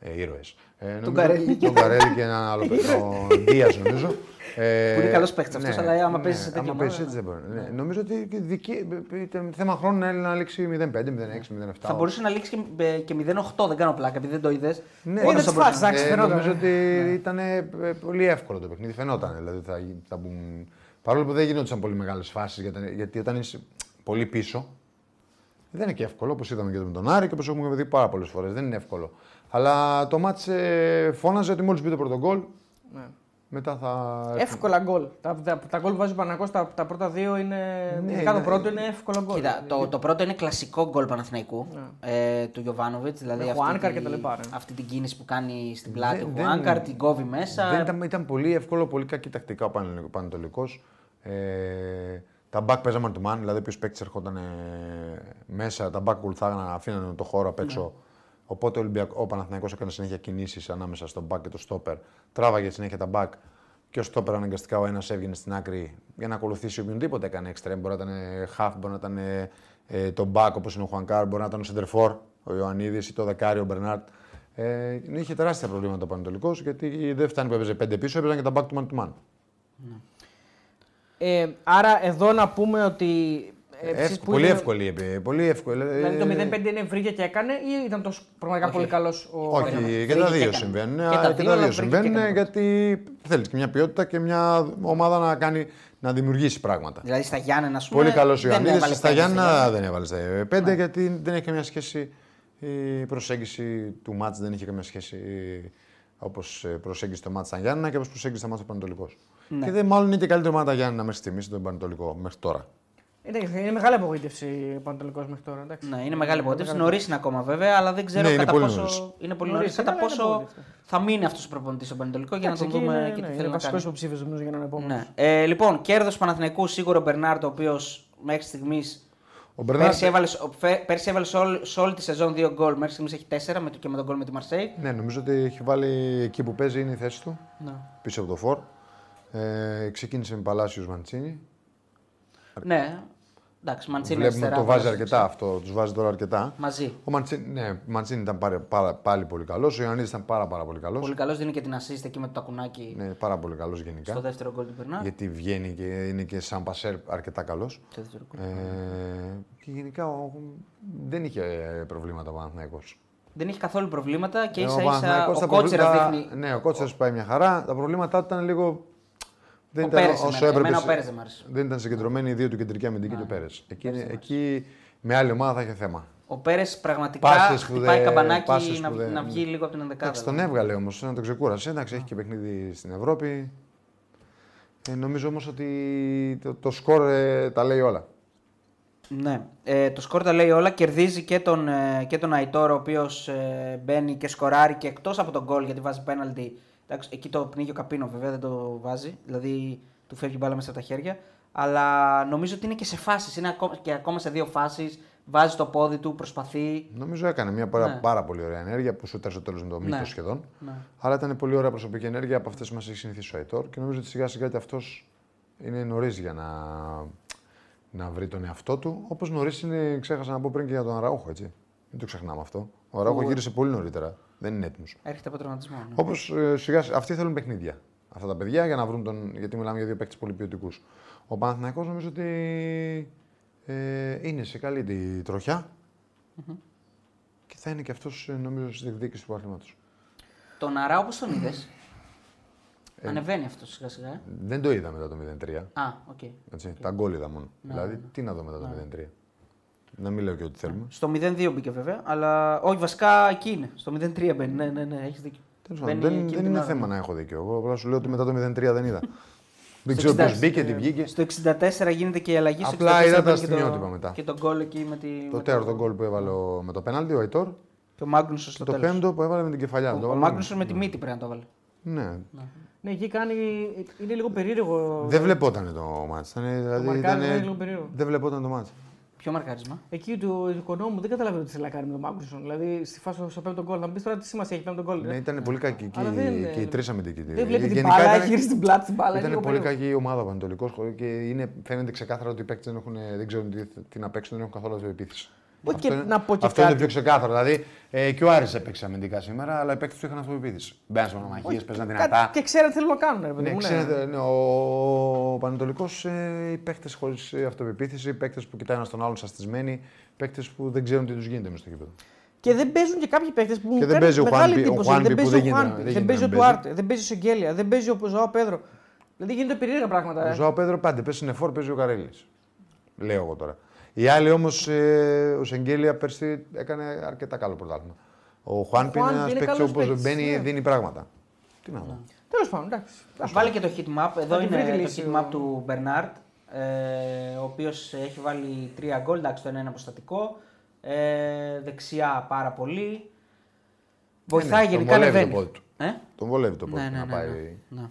E: Ε, ήρωες. Ε, νομίζω-
C: Καρέλη.
E: Τον Καρέλη και έναν άλλο παίκτη. τον Δίας, νομίζω. Ε, ναι,
C: Που είναι καλός παίκτης αυτός, αλλά άμα παίζεις σε τέτοια
E: άμα
C: ομάδα,
E: παίζει έτσι δεν μπορεί. Ναι. Νομίζω ότι δική, ήταν θέμα χρόνου να- να λήξει 05, 06, 07.
C: Θα μπορούσε να λήξει και- ε, και 08, δεν κάνω πλάκα, επειδή δεν το είδες.
E: Ναι,
D: Είδα τις φάσεις, εντάξει,
E: Ε,
D: φαινόταν,
E: Νομίζω
D: ε.
E: ότι ήταν ε, πολύ εύκολο το παιχνίδι. Φαινόταν. Δηλαδή θα, γι- θα μπουν... Παρόλο που δεν γινόντουσαν πολύ μεγάλες φάσεις, γιατί, γιατί όταν είσαι πολύ πίσω, δεν είναι και εύκολο όπως είδαμε και με τον Άρη και όπως έχουμε δει πάρα πολλές φορές. Δεν είναι εύκολο. Αλλά το μάτς ε, φώναζε ότι μόλις μπει το πρώτο γκολ,
D: Ναι. Ε,
E: μετά θα. έρθουν.
D: Εύκολα γκολ. Τα, τα, τα γκολ που βάζει ο Παναγό, τα, τα πρώτα δύο είναι.
E: Ναι,
D: ειδικά το
E: είναι-
D: πρώτο είναι εύκολο γκολ.
C: Κοίτα, το, το πρώτο είναι κλασικό γκολ Παναθηναϊκού
E: Ναι.
C: ε, του Γιωβάνοβιτ. Δηλαδή
D: Με
C: αυτή,
D: Χουάνκαρ και
C: τη-
D: τα λοιπά, ρε.
C: αυτή την κίνηση που κάνει στην πλάτη
E: Δεν-
C: ο
E: δεν-
C: Χουάνκαρ, την κόβει μέσα.
E: Δεν ήταν, ήταν πολύ εύκολο, πολύ κακή τακτικά ο Πανελ- Πανετολικός. Ε, τα μπακ παίζαμε του man, δηλαδή ποιο παίκτης ερχόταν μέσα, τα μπακ κουλθάγανε, αφήνανε το χώρο απ' έξω. Οπότε ο, Ολυμπιακ- ο Παναθηναϊκός έκανε συνέχεια κινήσεις ανάμεσα στον μπακ και το στόπερ. Τράβαγε συνέχεια τα μπακ και ο στόπερ αναγκαστικά ο ένας έβγαινε στην άκρη για να ακολουθήσει οποιονδήποτε έκανε εξτρέμ. Μπορεί να ήταν ε, half, μπορεί να ήταν ε, ε, το μπακ όπως είναι ο Χουανκάρ, μπορεί να ήταν ο Σεντερφόρ, ο Ιωαννίδης ή το Δεκάρι, ο Μπερνάρτ. Ε, είχε τεράστια προβλήματα ο Πανετολικός γιατί δεν φτάνει που έπαιζε πέντε πίσω, έπαιζαν και τα back του man to man.
D: Ε, άρα εδώ να πούμε ότι. ε,
E: Εύκολο,
D: εσείς που
E: πολύ,
D: είδε-
E: εύκολη, επι- πολύ εύκολη. ε,
D: Δηλαδή
C: Ε,
D: το 0-5 είναι βρήκε και έκανε ή ήταν τόσο πραγματικά πολύ καλός ο Παναθηναϊκός?
E: ε, Όχι, και
C: Βρήκε
E: τα
C: και
E: δύο
C: έκανε.
E: συμβαίνουν.
C: Και
E: α,
C: τα
E: Και
C: δύο,
E: τα
C: αλλά
E: δύο
C: βρήκε και έκανε
E: συμβαίνουν
C: πρώτο.
E: γιατί θέλει και μια ποιότητα και μια ομάδα να, κάνει, να δημιουργήσει πράγματα.
C: Δηλαδή στα Γιάννενα, ας πούμε.
E: Πολύ καλός ο
C: δεν έβαλε
E: Ιωαννίδη. Στα
C: πέντε Ναι.
E: Γιάννα δεν έβαλε στα πέντε γιατί δεν έχει καμία σχέση η προσέγγιση του μάτς, δεν είχε καμία σχέση Όπω προσέγγισε το μάτι στα Γιάννενα και όπως προσέγγισε το μάτι ο Πανετολικό.
C: Ναι.
E: Και δεν, μάλλον είναι και καλύτερο μάτι τα Γιάννενα μέχρι στιγμής στον Πανετολικό μέχρι τώρα.
D: Ε, Εντάξει, είναι μεγάλη απογοήτευση ο Πανατολικό μέχρι τώρα. Εντάξει.
C: Ναι, είναι μεγάλη απογοήτευση. Νωρίς είναι ακόμα βέβαια, αλλά δεν ξέρω
E: Ναι, είναι
C: κατά
E: πολύ
C: πόσο.
E: νωρίς.
C: Είναι πολύ
D: Νωρίς
C: νωρίς. Κατά
D: είναι, αλλά είναι
C: πόσο
D: απογοήτευση.
C: θα μείνει αυτός ο προπονητής στον Πανετολικό για να τον δούμε και ναι, τι θέλει να
D: Βασικός
C: κάνει.
D: υποψήφιος νομίζω για έναν επόμενο.
C: Ναι. Ε, λοιπόν, κέρδος Παναθηναϊκού σίγουρο Μπερνάρτ, ο οποίος μέχρι στιγμής.
E: Ο Μπερνάρ.
C: Πέρσι έβαλες, ο- φε- πέρσι έβαλες σε, όλη, σε όλη τη σεζόν δύο γκολ. Μέχρι στιγμής έχει τέσσερα με, το- και με τον γκολ με τη Μαρσέη.
E: Ναι, νομίζω ότι έχει βάλει εκεί που παίζει είναι η θέση του.
C: Ναι.
E: Πίσω από το φόρ. Ε, ξεκίνησε με Παλάσιος Μαντσίνη.
C: ναι. Εντάξει, Μαντσίνη
E: Βλέπουμε ότι
C: αριστερά,
E: το βάζει
C: βέβαια,
E: αρκετά αυτό. Τους βάζει τώρα αρκετά.
C: Μαζί.
E: Ο Μαντσίνη, ναι, ο Μαντσίνη ήταν πάρα, πάρα- πάλι πολύ καλός. Ο Ιωαννίδης ήταν πάρα, πάρα πολύ καλός.
C: Πολύ καλός δίνει και την assist εκεί με το τακουνάκι
E: Ναι, πάρα πολύ καλός γενικά.
C: στο δεύτερο γκολ του Μπερνάρτ.
E: Γιατί βγαίνει και είναι και σαν πασέρ αρκετά καλός.
C: Στο δεύτερο γκολ.
E: Ε, και γενικά ο, δεν είχε προβλήματα ο Παναθυναϊκό.
C: Δεν έχει καθόλου προβλήματα
E: Ε,
C: και ίσα ίσα ο Κότσερα δείχνει.
E: Ναι, ο Κότσερα πάει μια χαρά. Τα προβλήματά του ήταν λίγο. Δεν
C: Ο
E: ήταν
C: Πέρες εμένα-
E: όσο έπρεπε.
C: εμένα ο
E: σε-
C: Πέρες δεν μ' άρεσε. Ναι.
E: δεν ήταν συγκεντρωμένοι οι δύο του κεντρική αμυντική και ο Πέρε. Εκεί, εκεί με άλλη ομάδα θα είχε θέμα.
C: Ο Πέρες πραγματικά
E: Πάσες που
C: χτυπάει
E: δεν-
C: καμπανάκι
E: πάσες
C: να,
E: που δεν-
C: να βγει λίγο από την ενδεκάδα. ναι.
E: Εντάξει, τον έβγαλε όμως, να τον ξεκούρασε. Εντάξει, έχει και παιχνίδι στην Ευρώπη. Ε, νομίζω όμως ότι το, το σκορ ε, τα λέει όλα.
C: Ναι. Ε, το σκορ τα λέει όλα. Κερδίζει και τον, ε, και τον Αϊτόρ, ο οποίος ε, μπαίνει και σκοράρει και εκτός από τον γκολ γιατί βάζει πέναλτι. Εντάξει, εκεί το πνίγει ο Καπίνο, βέβαια δεν το βάζει. Δηλαδή του φεύγει η μπάλα μέσα από τα χέρια. Αλλά νομίζω ότι είναι και σε φάσεις. Είναι ακόμα, και ακόμα σε δύο φάσεις. Βάζει το πόδι του, προσπαθεί.
E: Νομίζω έκανε μια πάρα,
C: Ναι.
E: πάρα πολύ ωραία ενέργεια που σου στο τέλος με το μήκο
C: Ναι.
E: σχεδόν.
C: Ναι.
E: Αλλά ήταν πολύ ωραία προσωπική ενέργεια από αυτές που μας έχει συνηθίσει ο Αϊτόρ και νομίζω ότι σιγά σιγά και αυτός είναι νωρίς για να, να βρει τον εαυτό του. Όπως νωρίς είναι, ξέχασα να πω πριν και για τον Αραούχο, έτσι. Μην το ξεχνάμε αυτό. Ο Αραούχο
C: ε.
E: γύρισε πολύ νωρίτερα. Δεν είναι έτοιμος.
C: Έρχεται από τραυματισμό. ναι.
E: Όπως ε, σιγά αυτοί θέλουν παιχνίδια. Αυτά τα παιδιά για να βρουν τον. Γιατί μιλάμε για δύο παίκτες πολύ ποιοτικούς. Ο Παναθηναϊκός νομίζω ότι ε, είναι σε καλή τη τροχια Και θα είναι και αυτός νομίζω στη διεκδίκηση του πρωταθλήματο.
C: Τον Αρά, όπως τον είδες.
E: Ε,
C: Ανεβαίνει αυτός σιγά σιγά. ε.
E: Δεν το είδα μετά το 0-3.
C: Α, οκ.
E: Έτσι, Τα γκολ είδα μόνο.
C: Ναι,
E: δηλαδή,
C: ναι.
E: τι να δω μετά το 0-3. Να μην λέω και ό,τι θέλουμε.
C: Στο 0-2 μπήκε βέβαια, αλλά όχι βασικά εκεί είναι. Στο 0-3 μπαίνει. Ναι, ναι, ναι, έχεις δίκιο.
E: Τέλος πάντων,
C: Μπαίνει
E: δεν,
C: εκείνη
E: δεν
C: την
E: είναι
C: ώρα.
E: θέμα να έχω δίκιο. Εγώ απλά σου λέω ότι μετά το 0-3 δεν είδα. δεν ξέρω πώς
C: 66,
E: μπήκε, τι βγήκε.
C: ε, Στο 64 γίνεται και η αλλαγή. στο
E: Απλά
C: 64
E: είδα τα
C: μπαίνει και το-
E: στιγμιότυπα μετά.
C: Και τον γκολ εκεί με τη. με
E: Το τέταρτο γκολ που έβαλε ο- με το πέναλτι, ο Αϊτόρ.
C: Και ο Μάγνουσος
E: Και
C: στο
E: το
C: τέλος.
E: πέμπτο που έβαλε με την κεφαλιά.
C: Ο,
E: Το
C: ο
E: έβαλε-
C: Μάγνουσος με τη μύτη πρέπει να το βάλει.
E: Ναι.
D: Ναι, εκεί κάνει. Είναι λίγο περίεργο.
E: Δεν βλεπόταν το μάτς. Ήταν, δηλαδή,
D: μαρκάρισμα
E: ήτανε-
D: είναι λίγο περίεργο.
E: Δεν βλεπόταν το μάτς.
C: Ποιο μαρκάρισμα.
D: Εκεί του οικονόμου δεν καταλαβαίνω τι θέλει να κάνει με τον Μάγκουσον. Δηλαδή στη φάση στο πέμπτο γκολ. Θα μου πεις τώρα τι σημασία έχει πέμπτο γκολ.
E: Ναι, ήταν πολύ κακή και,
D: Ε, Αλλά δεν-
E: και οι τρεις αμυντικοί.
D: Δεν βλέπει την
E: Γενικά
D: μπάλα,
E: ήταν-
D: έχει γυρίσει την πλάτη στην μπάλα. είναι
E: Ήταν
D: λίγο
E: πολύ
D: περίεργο.
E: κακή η ομάδα ο Πανατολικός χωρίς- και είναι, φαίνεται ξεκάθαρα ότι οι παίκτες δεν, έχουν, δεν ξέρουν τι, τι να παίξουν, δεν έχουν καθόλου αυτοεπίθεση.
D: Μπορεί και να πω και
E: αυτό είναι το
D: κάτι.
E: πιο ξεκάθαρο. Δηλαδή ε, και ο Άρης έπαιξε αμυντικά σήμερα, αλλά οι παίκτες του είχαν αυτοεπίθεση. Μπαίναν σε μονομαχίε, παίζαν δυνατά.
D: Κάτι- Και ξέρετε τι θέλουν να κάνουν. Ρε, παιδί
E: Ναι,
D: μου, ναι.
E: ξέρετε, ναι, ο Πανετολικός, ε, οι παίκτες χωρίς αυτοπεποίθηση, οι παίκτες που κοιτάνε ένα τον άλλον σαστισμένοι, παίκτες που δεν ξέρουν τι τους γίνεται μες στο κήπεδο.
D: Και δεν παίζουν και κάποιοι παίχτε που μου
E: δεν
D: κάνουν
E: παίζει ο
D: μεγάλη
E: Χουάνπι- ο
D: εντύπωση.
E: Χουάνπι
D: δεν
E: που
D: παίζει
E: δεν
D: ο
E: γίνεται να-
D: Χουάνπι,
E: δεν
D: δεν
E: γίνεται
D: παίζει
E: να
D: ο
E: μην
D: Τουάρτε, δεν παίζει ο Σεγγέλια, δεν παίζει ο Ζωάο Πέδρο. Δηλαδή γίνονται περίεργα πράγματα.
E: Ο
D: ε.
E: Ζωάο Πέδρο πάντα παίζει νεφόρ, παίζει ο Καρέλης. Λέω εγώ τώρα. Οι άλλοι όμως, ε, ο Σεγγέλια πέρσι έκανε αρκετά καλό πρωτάθλημα. Ο Χουάνπι είναι
D: Χουάνπι
E: ένα
D: είναι
E: παίκτης
D: καλός
E: όπως
D: παίκτης,
E: μπαίνει,
D: ναι.
E: δίνει πράγματα. Τι να
C: Ναι.
E: δω.
D: Τέλος πάντων, εντάξει.
C: Βάλει και το hitmap. Εδώ
D: Θα τη βρει τη
C: είναι το
D: λύση ο-
C: hitmap του Μπερνάρτ. Ε, ο οποίος έχει βάλει τρία γκολ. Εντάξει, το ένα είναι αποστατικό. Ε, δεξιά πάρα πολύ. Βοηθάει
E: ναι, τον
C: γενικά
E: βολεύει το
C: ανεβαίνει.
E: πόδι του.
C: Ε?
E: Τον βολεύει το πόδι
C: Ναι,
E: του
C: ναι,
E: να
C: ναι,
E: πάει.
C: ναι, ναι.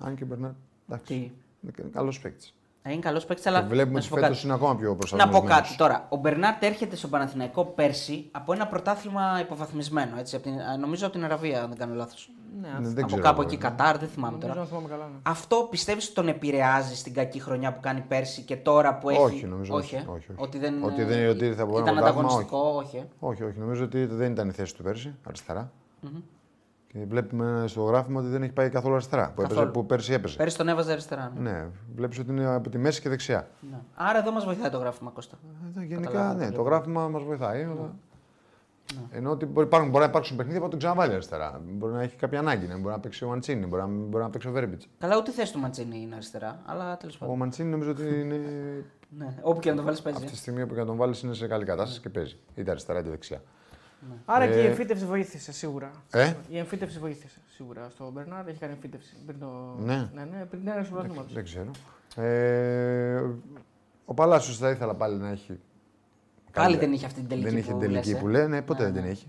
E: Αν και περνά. Εντάξει.
C: Τι?
E: Καλός παίκτης.
C: Ε, Είναι καλός παίκτης, αλλά.
E: Το βλέπουμε
C: να
E: ότι
C: σου πω
E: φέτος
C: κάτι.
E: είναι ακόμα πιο
C: Να πω
E: προσαρμοσμένος.
C: κάτι τώρα. Ο Μπερνάρτ έρχεται στον Παναθηναϊκό πέρσι από ένα πρωτάθλημα υποβαθμισμένο. Έτσι, από την, νομίζω από την Αραβία, αν δεν κάνω λάθος.
E: Ναι, Δεν
C: Από
E: ξέρω.
C: κάπου
E: εγώ.
C: εκεί, Κατάρ, δεν θυμάμαι
D: Νομίζω να
C: τώρα.
D: θυμάμαι καλά. ναι.
C: Αυτό πιστεύεις ότι τον επηρεάζει στην κακή χρονιά που κάνει πέρσι και τώρα που έχει.
E: Όχι, νομίζω
C: όχι,
E: όχι,
C: ε.
E: όχι, όχι.
C: Ότι δεν,
E: Ότι δεν-
C: ε,
E: ότι θα μπορεί να
C: ήταν
E: πρωτάθλημα,
C: ανταγωνιστικό, όχι. ε.
E: Όχι, όχι. Νομίζω ότι δεν ήταν η θέση του πέρσι, αριστερά. Και βλέπουμε στο γράφημα ότι δεν έχει πάει καθόλου αριστερά. Που, έπαιζε,
C: Καθόλου.
E: που πέρσι έπαιζε.
C: Πέρσι τον έβαζε αριστερά. ναι.
E: Ναι, βλέπεις ότι είναι από τη μέση και δεξιά.
C: Ναι. Άρα εδώ μας βοηθάει το γράφημα, Κώστα.
E: Εδώ γενικά,
C: Καταλάβαμε
E: ναι,
C: το
E: το γράφημα μας βοηθάει.
C: Ναι.
E: Αλλά... Ενώ ότι μπορεί, υπάρχουν, μπορεί να υπάρξουν παιχνίδια που τον ξαναβάλει αριστερά. Μπορεί να έχει κάποια ανάγκη, να μπορεί να παίξει ο Μαντσίνη, μπορεί να, μπορεί να παίξει ο Βέρμπιτ.
C: Καλά, ούτε η θέση του Μαντζίνη είναι αριστερά, αλλά τέλος
E: Ο
C: πάντων.
E: Μαντσίνη νομίζω ότι είναι
C: Ναι. Όπου και να το βάλεις, παίζει.
E: αυτή τη στιγμή που για να τον βάλεις είναι σε καλή κατάσταση και παίζει. Είτε αριστερά είτε δεξιά.
D: Άρα και η
E: Ε,
D: εμφύτευση βοήθησε σίγουρα.
E: Ε?
D: Η εμφύτευση βοήθησε σίγουρα στο Μπερνάρ. Έχει κάνει εμφύτευση πριν το.
E: Ναι.
D: ναι, ναι πριν την έναρξη του πρωταθλήματο.
E: Δεν ξέρω. Ε, ο Παλάσιος θα ήθελα πάλι να έχει.
C: Πάλι
E: καλύτερα.
C: δεν είχε αυτή την τελική
E: Δεν είχε
C: που
E: την τελική
C: λες, ε.
E: που λένε, ναι, ποτέ δεν την έχει.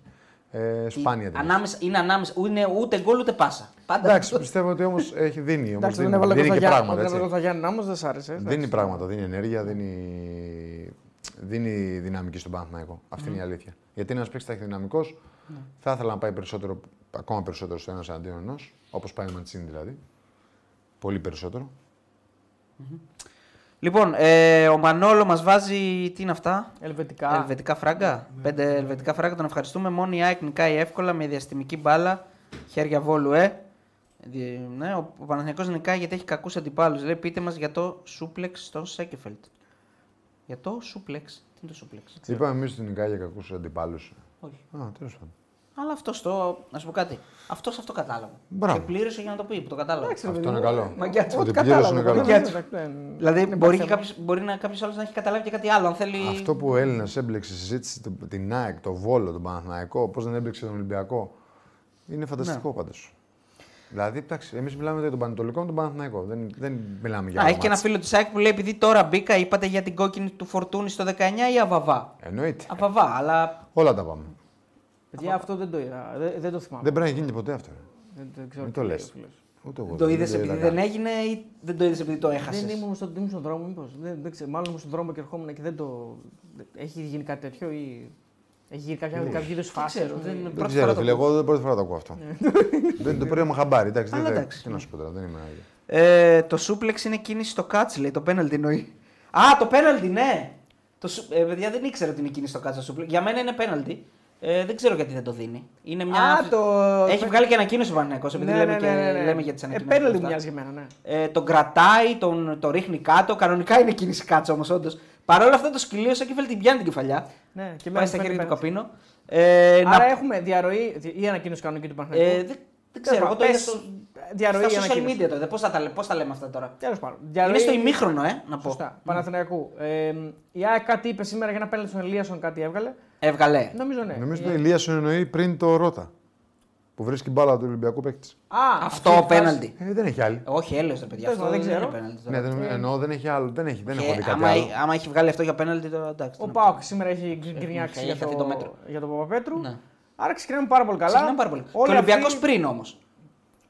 E: Ε, σπάνια την έχει.
C: Ανάμεσα, είναι ανάμεσα, είναι ούτε γκολ ούτε πάσα. Πάντα.
E: Εντάξει, πιστεύω ότι όμως έχει δίνει. Όμως
D: Εντάξει,
E: δίνει,
D: δεν έβαλε
E: δίνει
D: γκολ
E: και
D: στα Γιάννη-
E: πράγματα.
D: όταν
E: Έτσι.
D: έβαλε γκολ στα Γιάννη όμω δεν σ' άρεσε. εντάξει.
E: Δίνει πράγματα, δίνει ενέργεια, δίνει, δίνει δυναμική στον Παναθηναϊκό. Αυτή
C: Ναι.
E: είναι η αλήθεια. Γιατί ένας παίκτης ταχυδυναμικό θα ήθελα να πάει περισσότερο, ακόμα περισσότερο στο ένας αντίον ενός, όπως πάει ο Μαντσίνη δηλαδή. Πολύ περισσότερο.
C: Λοιπόν, ε, ο Μανόλο μας βάζει. Τι είναι αυτά.
D: Ελβετικά.
C: Ελβετικά Ναι, φράγκα. Πέντε ελβετικά φράγκα, τον ευχαριστούμε. Μόνη η ΑΕΚ νικάει εύκολα με διαστημική μπάλα. Χέρια βόλου, ε. Δι- Ναι, ο ο Παναθηναϊκός νικάει γιατί έχει κακούς αντιπάλους. Λέει, πείτε μας για το σούπλεξ στον Σέκεφελτ. Για το σούπλεξ. Τι είναι το σούπλεξ.
E: Είπαμε εμείς στην Νικάγια κακού αντιπάλους.
C: Όχι.
E: Α, τέλος πάντων.
C: Αλλά αυτός το. Να σου πω κάτι. Αυτός αυτό κατάλαβε.
E: Μπράβο.
C: Και πλήρωσε για να το πει που το κατάλαβε.
D: Εντάξει, ρε
E: Αυτό
D: παιδί
E: είναι
D: μου.
E: καλό.
C: Μαγιά του.
E: Ότι
D: Κατάλαβα,
E: πλήρωσε είναι
D: κατάλαβα,
E: καλό.
D: εντάξει, δεν-
C: Δηλαδή,
D: δεν
C: μπορεί, και
D: υπάρχει
C: κάποιος, μπορεί να κάποιος άλλος να έχει καταλάβει και κάτι άλλο. Αν θέλει.
E: Αυτό που ο Έλληνα έμπλεξε στη συζήτηση το- την ΑΕΚ, το Βόλο, τον Παναθηναϊκό, πώς δεν έμπλεξε τον Ολυμπιακό. Είναι φανταστικό ναι. πάντως. Δηλαδή, εντάξει, εμείς μιλάμε για τον Πανατολικό με τον Παναθηναϊκό. Δεν, δεν μιλάμε για
C: Να, έχει
E: άλλο
C: και ένα
E: μάτς.
C: φίλο της ΑΕΚ που λέει: Επειδή τώρα μπήκα, είπατε για την κόκκινη του φορτούνη στο 19 ή αβαβά.
E: Εννοείται.
C: Αβαβά, αλλά.
E: Όλα τα πάμε.
D: Παιδιά, αυτό δεν το είδα. Δεν, δεν το θυμάμαι.
E: Δεν πρέπει να γίνεται ποτέ αυτό. ρε.
D: Δεν, δεν ξέρω
E: Μην το
D: τι
E: λε.
D: λέει ο φίλος.
E: Ούτε εγώ.
C: Το είδε
E: είδα
C: επειδή
E: καν.
C: δεν έγινε ή δεν το είδες επειδή το έχασες.
D: Δεν ήμουν στον, ήμουν στον δρόμο, μήπως. Δεν, δεν ξέρω. Μάλλον ήμουν στον δρόμο και ερχόμουν και δεν το. Έχει γίνει κάτι τέτοιο ή. Έχει γίνει κάποια κάποιο είδους φάση.
C: ξέρω,
D: ας πούμε.
C: δεν είναι-
E: Δεν
C: Πρώτη φορά
E: ξέρω,
C: το Ναι.
E: φίλε, εγώ δεν πρώτη φορά το ακούω αυτό. δεν το πήραμε χαμπάρι. Εντάξει,
C: Αλλά
E: δεν δεν-
C: εντάξει.
E: Τι να σου πω τώρα, δεν είμαι άγιο.
C: Ε, το σούπλεξ είναι κίνηση στο κάτσι, λέει. Το πέναλτι εννοεί. Α, το πέναλτι, ναι! Το σου... ε, παιδιά, δεν ήξερα ότι είναι κίνηση στο κάτσι το σούπλεξ. Για μένα είναι πέναλτι. Ε, δεν ξέρω γιατί δεν το δίνει. Είναι μια...
D: Α, το.
C: Έχει βγάλει και ανακοίνωση ο Παναγενικό, επειδή
D: Ναι,
C: λέμε,
D: ναι,
C: και...
D: ναι, ναι, ναι.
C: λέμε για τις
D: Ε,
C: ανακοίνωσει.
D: πέναλτι μοιάζει για μένα, ναι.
C: Ε, τον κρατάει, τον, το ρίχνει κάτω. Κανονικά είναι κίνηση κάτσα όμως, όντως. Παρ' όλα αυτά το σκυλί ο Σάκεφελ την πιάνει την κεφαλιά.
D: Ναι, και
C: πάει
D: εμένα
C: στα
D: μου φαίνεται
C: χέρια του
D: πέναλτι.
C: καπίνο. Ε,
D: Άρα
C: να...
D: έχουμε διαρροή δι- ή ανακοίνωση κανονική του Παναγενικού.
C: ε, δεν, δεν ξέρω, εγώ το
D: Πες,
C: είδα στο...
D: διαρροή
C: στα social
D: ανακοίνωση.
C: media τότε. Πώς θα, τα λέ- πώς τα λέμε αυτά τώρα.
D: Τέλος πάντων. Διαρροή...
C: Είναι στο ημίχρονο, ε, να πω.
D: Σωστά. Παναθηναϊκού. Ε, η ΑΕΚ κάτι είπε σήμερα για ένα πέναλτι στον Ελίασον, κάτι έβγαλε.
C: Έβγαλε.
D: Νομίζω ναι.
E: Νομίζω ότι ο Ηλίασον εννοεί πριν το Ρότα. Που βρίσκει μπάλα του Ολυμπιακού παίκτης.
D: Α,
C: Αυτό πέναλτι.
E: Ε, δεν έχει άλλη.
C: Όχι, έλεος ρε παιδιά.
D: Τέλος
C: Αυτό
D: πάντων,
C: δεν
D: δεν
C: είναι
D: ξέρω.
C: πέναλτι. τώρα.
E: Ναι, δεν, εννοώ δεν έχει άλλο. Δεν, έχει, δεν
C: Και
E: έχω δει κάτι
C: άμα,
E: άλλο.
C: άμα έχει βγάλει αυτό για πέναλτι τώρα εντάξει.
D: Ο
C: τι να
D: Πάοκ σήμερα έχει γκρι- γκρινιάξει
C: έχει
D: για,
C: χαθεί
D: το,
C: το μέτρο.
D: για τον Παπαπέτρου.
C: Ναι.
D: Άρα ξεκινάμε πάρα πολύ καλά.
C: Ξεκινάμε πάρα πολύ. Και Ο
D: Όλοι
C: Ολυμπιακός
D: αυτοί-
C: πριν όμως.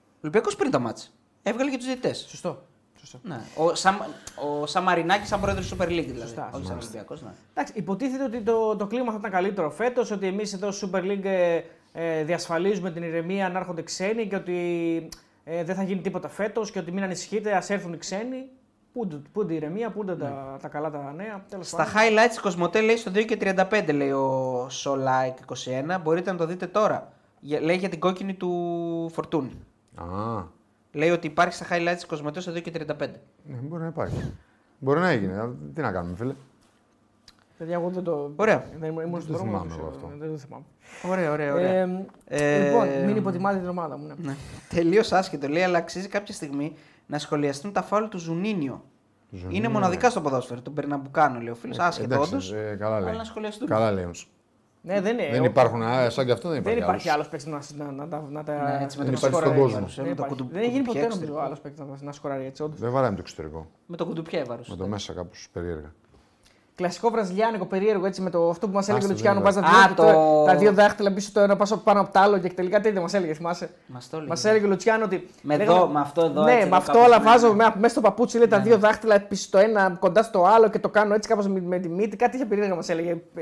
C: Ο Ολυμπιακό πριν τα μάτς. Έβγαλε και τους διαιτητές.
D: Σωστό. Σωστό.
C: Ναι. Ο, Σα... ο Σαμαρινάκης σαν πρόεδρος του Super League δηλαδή.
D: Σωστά.
C: Όχι σαν Ολυμπιακός. Ναι.
D: Εντάξει, υποτίθεται ότι το, το κλίμα θα ήταν καλύτερο φέτος, ότι εμείς εδώ στο Super League ε, ε, διασφαλίζουμε την ηρεμία αν έρχονται ξένοι και ότι ε, δεν θα γίνει τίποτα φέτος και ότι μην ανησυχείτε, ας έρθουν οι ξένοι. Πού είναι- πού είναι η ηρεμία, πού είναι τα, τα καλά τα νέα. Τέλος
C: Ναι. Στα
D: πάντων.
C: highlights Κοσμοτέ λέει στο 2 και 35 λέει ο Σολάικ 21. Μπορείτε να το δείτε τώρα. Για- Λέει για την κόκκινη του Φορτούνη.
E: Α,
C: Λέει ότι υπάρχει στα highlights της Κοσμοτέ στο 2 και 35.
E: ναι, μπορεί να υπάρχει. Μπορεί να έγινε. αλλά Τι να κάνουμε, φίλε.
D: Παιδιά, εγώ δεν το.
C: Ωραία.
D: Δεν ήμουν- ήμουν στον
E: το
D: δρόμο,
E: θυμάμαι
D: δεν
E: εγώ
D: ξέρω,
E: αυτό.
D: Δεν το θυμάμαι.
C: Ωραία, ωραία, ωραία.
D: Ε,
C: Ε,
D: Λοιπόν, μην υποτιμάτε την ομάδα μου. Ναι.
C: Ναι. Τελείως άσχετο λέει, αλλά αξίζει κάποια στιγμή να σχολιαστούν τα φάουλ του Ζουνίνιο.
E: Ζουνίνιο,
C: είναι
E: ναι.
C: μοναδικά στο ποδόσφαιρο. Τον Περναμπουκάνο λέει ο φίλος. άσχετο
E: Εντάξει,
C: όντως.
E: ε, καλά λέει.
C: αλλά να Ε, σχολιαστούν.
E: Καλά λέει όμως.
D: ναι, δεν είναι.
E: Δεν
D: Ο-
E: υπάρχουν, α, σαν και αυτό δεν
D: Δεν
E: υπάρχει.
D: υπάρχει
E: άλλος.
D: άλλος παίκτης να, να, να, τα- να τα.
C: Ναι, έτσι με τον
E: Δεν υπάρχει στον
C: Σκοράρη,
E: κόσμο.
C: παρουσιάζει,
D: Δεν,
C: με τον
D: υπάρχει.
C: κουτου-
D: δεν έχει γίνει ποτέ
C: κουτουπιέξτερ.
D: νομίζω άλλος παίκτης να, να σκοράρει έτσι. Όντως.
E: Δεν βαράμε το εξωτερικό.
C: Με τον κουτουπιά έβαρουσε.
E: Με το μέσα κάπως περίεργα.
D: Κλασικό βραζιλιάνικο περίεργο έτσι με το, αυτό που μας έλεγε ο
E: δεν
D: Λουτσιάνο.
E: είναι.
D: Βάζει
C: Α,
D: τα,
C: το-
D: το... τα δύο δάχτυλα πίσω το ένα πάσο πάνω από το άλλο και τελικά τι δεν μας έλεγε, θυμάσαι.
C: Μας το έλεγε.
D: Μας έλεγε ο Λουτσιάνο ότι.
C: Με
D: λέγαμε-
C: εδώ, με αυτό εδώ,
D: Ναι,
C: έτσι
D: με
C: εδώ
D: αυτό
C: κάπως,
D: όλα
C: ναι,
D: βάζω
C: ναι.
D: με- μέσα στο παπούτσι, λέει τα δύο δάχτυλα πίσω το ένα κοντά στο άλλο και το κάνω έτσι κάπως με, με τη μύτη. Κάτι είχε περίεργα μας έλεγε. ε,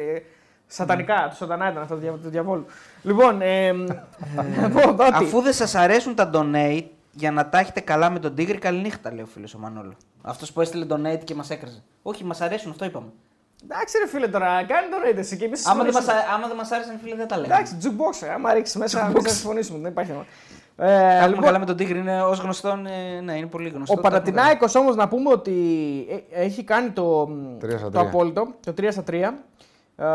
D: Σατανικά,
C: Ναι.
D: του σατανά ήταν αυτό το δια- του διαβόλου. Λοιπόν, ε, να πω ότι-
C: Αφού δεν σας αρέσουν τα donate για να τα έχετε καλά με τον Τίγρη, καληνύχτα λέει ο φίλος ο Μανόλο. Αυτός που έστειλε donate και μας έκραζε. Όχι, μας αρέσουν, αυτό είπαμε.
D: Εντάξει, ρε φίλε τώρα, κάνει τον εσύ και εμείς.
C: Άμα δεν, μας, α- άμα δεν μας άρεσαν, φίλε, δεν τα λέμε.
D: Εντάξει, jukebox, ε, άμα ρίξεις μέσα εμείς θα συμφωνήσουμε, δεν υπάρχει θέμα.
C: Τα
D: Ε,
C: έχουμε καλά
D: λοιπόν,
C: με τον Τίγρη, είναι ως γνωστόν. ε, ναι, είναι πολύ γνωστό.
D: ο
C: Τα έχουμε καλά.
D: Πανατινάικος όμως να πούμε ότι ε, έχει κάνει το, μ,
E: 3 στα
D: το
E: 3.
D: απόλυτο, το 3 στα 3. Ε,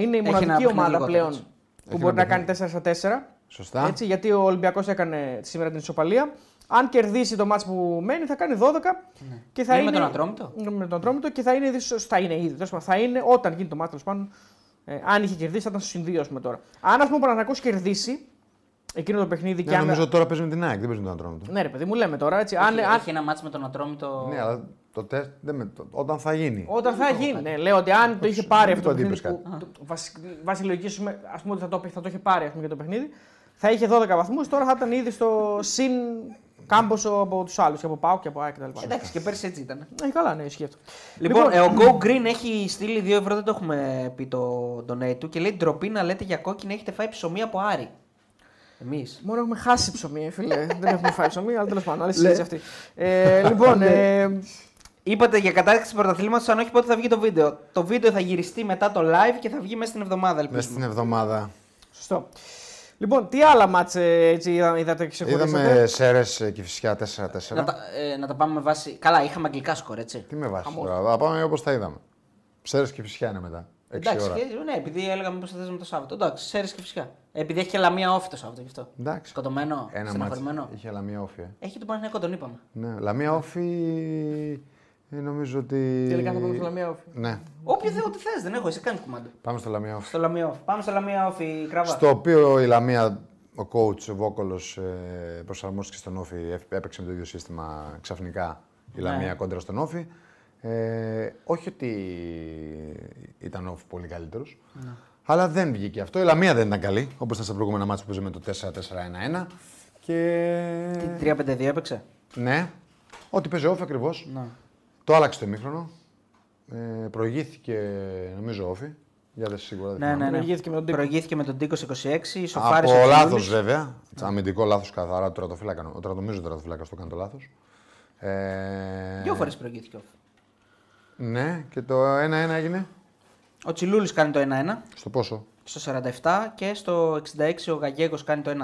D: είναι η
C: Έχει ένα
D: μοναδική
C: παιχνίδι
D: ομάδα
C: λιγότερο,
D: πλέον
C: έτσι.
D: που
E: Έχει
D: μπορεί
E: ένα
D: να κάνει
E: παιχνίδι.
D: 4 στα 4.
E: Σωστά.
D: Έτσι, γιατί ο Ολυμπιακός έκανε σήμερα την ισοπαλία. Αν κερδίσει το μάτς που μένει, θα κάνει 12 και θα
C: Είναι
D: είναι.
C: Ναι. με τον Ατρόμητο?
D: Ναι, Με τον Ατρόμητο και θα είναι, ίσως- θα είναι ήδη. τέλος πάντων, Θα είναι όταν γίνει το μάτς τέλος πάντων Ε, αν είχε κερδίσει, θα ήταν στο συνδύο πούμε τώρα. Αν ας πούμε, ο Παναγιακό κερδίσει εκείνο το παιχνίδι
E: Ναι,
D: και αν.
E: νομίζω τώρα παίζει με την ΑΕΚ, δεν παίζει με τον Ατρόμητο.
D: Ναι, ρε παιδί μου, λέμε τώρα έτσι. Αν,
C: έχει,
D: αν-
C: έχει ένα μάτς με τον Ατρόμητο.
E: Ναι, αλλά το τεστ δεν με, το- όταν θα γίνει.
D: Όταν θα γίνει. Ναι, λέω ότι αν το είχε πάρει
E: μην
D: αυτό το
E: το
D: παιχνίδι.
E: αντίπες
D: Που, το- βασι- βάσει λογικής, ας πούμε ότι θα το, είχε- θα το είχε πάρει ας πούμε, για το παιχνίδι, θα είχε 12 βαθμούς. Τώρα θα ήταν ήδη στο συν κάμποσο από τους άλλους και από Πάου και από ΑΕΚ κτλ.
C: Εντάξει, και πέρσι έτσι ήταν.
D: Ε, καλά, ναι, ισχύει αυτό. ναι.
C: Λοιπόν, ε, ο
E: ναι.
C: Go Green έχει στείλει 2 ευρώ, δεν το έχουμε πει το donate του και λέει ντροπή να λέτε για κόκκινη, έχετε φάει ψωμί από Άρη. Εμείς.
D: Μόνο έχουμε χάσει ψωμί, ε, φίλε. Δεν έχουμε φάει ψωμί, αλλά τέλος πάντων. Άλλη συζήτηση αυτή. Ε, λοιπόν,
C: Ναι.
D: ε,
C: Είπατε για κατάρτιση πρωταθλήματος, αν όχι πότε θα βγει το βίντεο. Το βίντεο θα γυριστεί μετά το live και θα βγει μέσα στην εβδομάδα,
E: Μέσα
C: ελπίζουμε.
E: στην εβδομάδα.
D: σωστό. Λοιπόν, τι άλλα μάτς ε, έτσι είδα- είδατε και ξεχωρίσατε.
E: Είδαμε Σέρε και φυσικά 4-4.
C: Να τα, ε, να τα πάμε με βάση. Καλά, είχαμε αγγλικά σκορ, έτσι.
E: Τι με βάζει τώρα, θα πάμε όπως τα είδαμε. Σέρες και φυσικά είναι μετά. 6
C: Εντάξει,
E: ώρα.
C: και, ναι, επειδή έλεγαμε πώς θα θέσουμε το Σάββατο. Εντάξει, ξέρει και φυσικά. Επειδή έχει και λαμία όφη το Σάββατο γι' αυτό.
E: Εντάξει.
C: Σκοτωμένο,
E: Ένα
C: στεναχωρημένο.
E: μάτσο. Είχε λαμία όφη. ε.
C: Έχει τον Παναγενικό, τον είπαμε.
E: Ναι, λαμία όφη. ε, Νομίζω ότι.
D: Τελικά θα πάμε στο Λαμία Όφη.
E: Ναι,
C: Όποιο θε, ό,τι θες, δεν έχω, εσύ κάνει κουμάντο.
E: πάμε στο λαμία όφη.
C: Στο λαμία όφη. Πάμε στο λαμία όφη, κραβά.
E: Στο οποίο η Λαμία, ο coach, ο Βόκολος, προσαρμόστηκε στον Όφη, Έ- έπαιξε με το ίδιο σύστημα ξαφνικά η
C: Ναι.
E: Λαμία κόντρα στον Όφη. Ε, όχι ότι ήταν Όφη πολύ καλύτερος.
D: Ναι.
E: Αλλά δεν βγήκε αυτό. Η Λαμία δεν ήταν καλή, όπως ήταν στα προηγούμενα μάτια που παίζαμε το 4-4-1-1. Και.
C: 3-5-2 έπαιξε.
E: Ναι, ό,τι παίζει Όφη ακριβώς.
C: Ναι.
E: Το άλλαξε το μήχρονο. Ε, προηγήθηκε, νομίζω, Όφη. Για δεν σίγουρα. δεν
C: Ναι,
E: θυμάμαι.
C: ναι, ναι.
D: Προηγήθηκε με τον Τίκο.
C: Προηγήθηκε με τον Τίκο 26, σοφάρισε.
E: Από
C: ο
E: λάθο
C: Γιούλης.
E: βέβαια.
C: Ναι.
E: Αμυντικό λάθος καθαρά του τρατοφύλακα. Ο τρατομίζω τρατοφύλακα το κάνει το λάθος. Ε,
C: Δύο φορές προηγήθηκε. όφη.
E: Ναι, και το 1-1 έγινε.
C: Ο Τσιλούλης κάνει το 1-1
E: Στο πόσο.
C: στο 47 και στο 66 ο Γαγέκο κάνει το 1-2.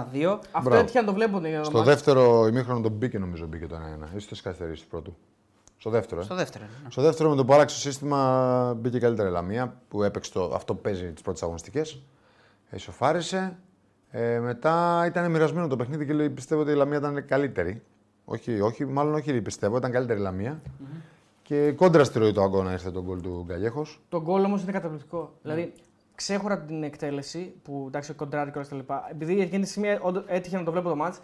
D: Αυτό
E: Μπράβο.
D: έτυχε να το βλέπουν για το
E: Στο
D: μάτς.
E: δεύτερο ημίχρονο τον μπήκε νομίζω μπήκε το 1-1. Ή στι καθυστερήσει του πρώτου. Στο δεύτερο. Ε.
C: Στο δεύτερο. ναι.
E: Στο δεύτερο με το που άλλαξε το σύστημα μπήκε καλύτερα η Λαμία που έπαιξε το, αυτό που παίζει τις πρώτες αγωνιστικές. Ισοφάρισε. Ε, μετά ήταν μοιρασμένο το παιχνίδι και λέει, πιστεύω ότι η Λαμία ήταν καλύτερη. Όχι, όχι μάλλον όχι πιστεύω, ήταν καλύτερη η λαμια
D: Mm-hmm.
E: Και κόντρα στη ροή του αγώνα ήρθε τον γκολ του Γκαγέχο.
D: Το γκολ όμως είναι καταπληκτικό.
E: Ναι.
D: Δηλαδή, ξέχωρα την εκτέλεση που εντάξει, κοντράρει και όλα τα λοιπά. Επειδή εκείνη τη στιγμή όντω, έτυχε να το βλέπω το μάτ,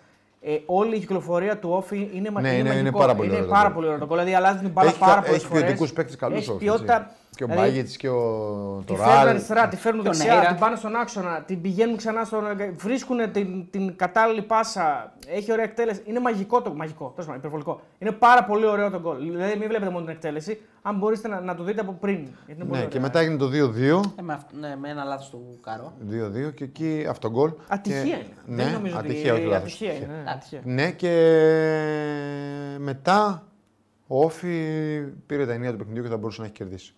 D: ε, όλη η κυκλοφορία του όφη είναι μα-
E: Ναι, είναι- είναι
D: μαγικό.
E: πάρα πολύ ωραίο
D: είναι
E: το
D: πάρα
E: γκολ.
D: πολύ ωραίο το γκολ. Δηλαδή, αλλάζει την μπάλα
E: έχει
D: πάρα πολλές
E: έχει
D: φορέ.
E: ποιοτικού παίκτες καλούς
D: Έχει ποιότητα.
E: Και ο
D: δηλαδή,
E: Μπάγκετ και ο
D: Τη φέρνουν
E: Τωράλ.
D: αριστερά, τη φέρνουν
C: Τον
D: δεξιά,
C: Νέιρα.
D: την πάνε στον άξονα, την πηγαίνουν ξανά στον. Βρίσκουν την, την κατάλληλη πάσα. Έχει ωραία εκτέλεση. Είναι μαγικό το. Μαγικό, τέλος πάντων, υπερβολικό. Είναι πάρα πολύ ωραίο το γκολ. Δηλαδή, μην βλέπετε μόνο την εκτέλεση. Αν μπορείτε να, να το δείτε από πριν. Γιατί είναι πολύ
E: Ναι,
D: ωραίο.
E: και μετά έγινε το 2-2.
C: Ε, με, αυ- ναι, με ένα λάθος του Καρό.
E: 2-2 και εκεί αυτό γκολ.
D: Ατυχία
E: Και-
D: είναι.
E: Ναι,
D: Δεν νομίζω
E: ατυχία,
D: ότι
E: όχι λάθος.
D: Ατυχία είναι. ναι,
C: Εντάξει.
D: ατυχία.
E: Ναι, και μετά ο Όφη πήρε τα ενία του παιχνιδιού και θα μπορούσε να έχει κερδίσει.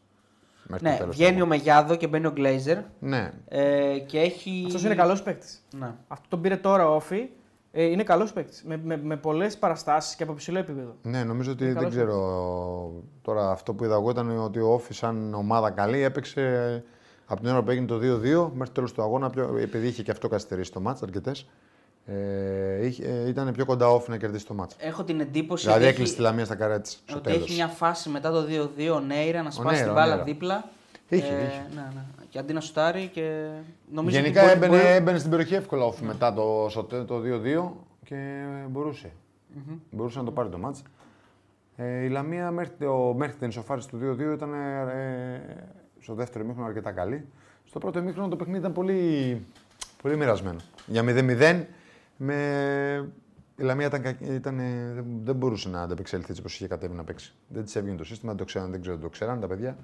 E: Μέχρι το
C: Ναι,
E: τέλος.
C: βγαίνει ο Μεγιάδο και μπαίνει ο Γκλέιζερ.
E: Ναι,
C: Ε, και έχει.
D: Αυτός είναι καλός παίκτης.
C: Ναι.
D: Αυτό τον πήρε τώρα ο Όφη. Ε, είναι καλός παίκτης. Με, με, με πολλές παραστάσεις και από ψηλό επίπεδο.
E: ναι, νομίζω ότι δεν
D: καλός
E: ξέρω. Τώρα αυτό που είδα εγώ ήταν ότι ο Όφη, σαν ομάδα καλή, έπαιξε από την ώρα που έγινε το 2-2 μέχρι το τέλος του αγώνα. πιο- Επειδή είχε και αυτό καθυστερήσει το μάτς αρκετές. Ε, είχε- ε, ήταν πιο κοντά ο Όφη να κερδίσει το μάτς.
C: Έχω την εντύπωση
E: Δηλαδή
C: ότι, Ε,
E: έκλεισε τη
C: έχει...
E: λαμία στα καρά της στο
C: ότι
E: τέλος. ναι,
C: έχει μια φάση μετά το 2-2 ο Νέιρα να σπάσει
E: Νέιρα,
C: την
E: ο
C: μπάλα
E: Νέιρα.
C: δίπλα.
E: Είχε, είχε.
C: Ναι, ναι. Και αντί να σουτάρει και. Νομίζω
E: Γενικά
C: ότι μπορεί-
E: έμπαινε,
C: μπορεί-
E: έμπαινε στην περιοχή εύκολα όφη μετά το, στο τε- το 2-2 και μπορουσε Μπορούσε να το πάρει το μάτς. Ε, η Λαμία μέχρι, το, μέχρι την ισοφάριση του 2-2 ήταν ε, στο δεύτερο ημίχρονο αρκετά καλή. Στο πρώτο ημίχρονο το παιχνίδι ήταν πολύ, πολύ μοιρασμένο. Για 0-0 με... η Λαμία ήταν, κακ- ήταν, ε, δεν, δεν μπορούσε να ανταπεξέλθει έτσι όπως είχε κατέβει να παίξει. Δεν της έβγαινε το σύστημα, δεν το ξέραν, δεν ξέρω, αν το ξέραν τα παιδιά.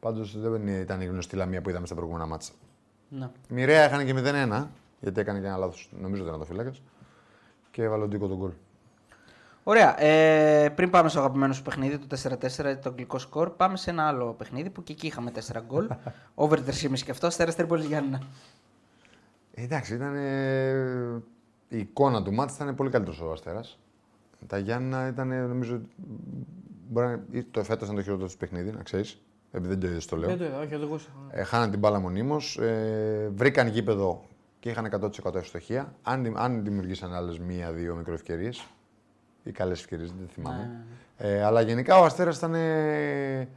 E: Πάντως δεν ήταν η γνωστή Λαμία που είδαμε στα προηγούμενα μάτσα.
C: Ναι.
E: Μοιραία έχανε και 0-1, γιατί έκανε και ένα λάθος, νομίζω ήταν το φύλακα. Και έβαλε τον Τίκο τον κολ.
C: Ωραία. Ε, πριν πάμε στο αγαπημένο σου παιχνίδι, το 4-4, το αγγλικό σκορ, πάμε σε ένα άλλο παιχνίδι που και εκεί είχαμε 4 γκολ. Over 3,5 και αυτό, αστέρα Τρίπολη Γιάννα.
E: Εντάξει, ήταν. ε, η εικόνα του μάτς ήταν πολύ καλύτερος ο Αστέρας. Τα Γιάννα ήταν, ε, νομίζω. Μπορεί να, ή το φέτος ήταν το χειρότερο τους παιχνίδι, να ξέρεις. Επειδή δεν το είδες, το λέω.
D: Δεν το είδα, όχι, δεν το ακούσα.
E: Ε, χάναν την μπάλα μονίμως. Ε, βρήκαν γήπεδο και είχαν 100% ευστοχία. Αν, δη- αν δημιουργήσαν άλλες μία-δύο μικροευκαιρίες ή καλές ευκαιρίες, δεν θυμάμαι. Ε, αλλά γενικά ο Αστέρας ήταν ε,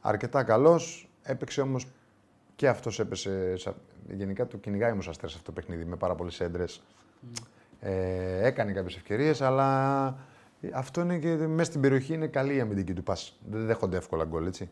E: αρκετά καλός. Έπαιξε όμως Και αυτός έπεσε. σα- Γενικά του κυνηγάει όμως αστέρας αυτό το παιχνίδι με πάρα πολλές έντρες. Ε, έκανε κάποιες ευκαιρίες, αλλά ε, αυτό είναι και μέσα στην περιοχή είναι καλή η αμυντική του πάση. Δεν δέχονται εύκολα γκολ, έτσι.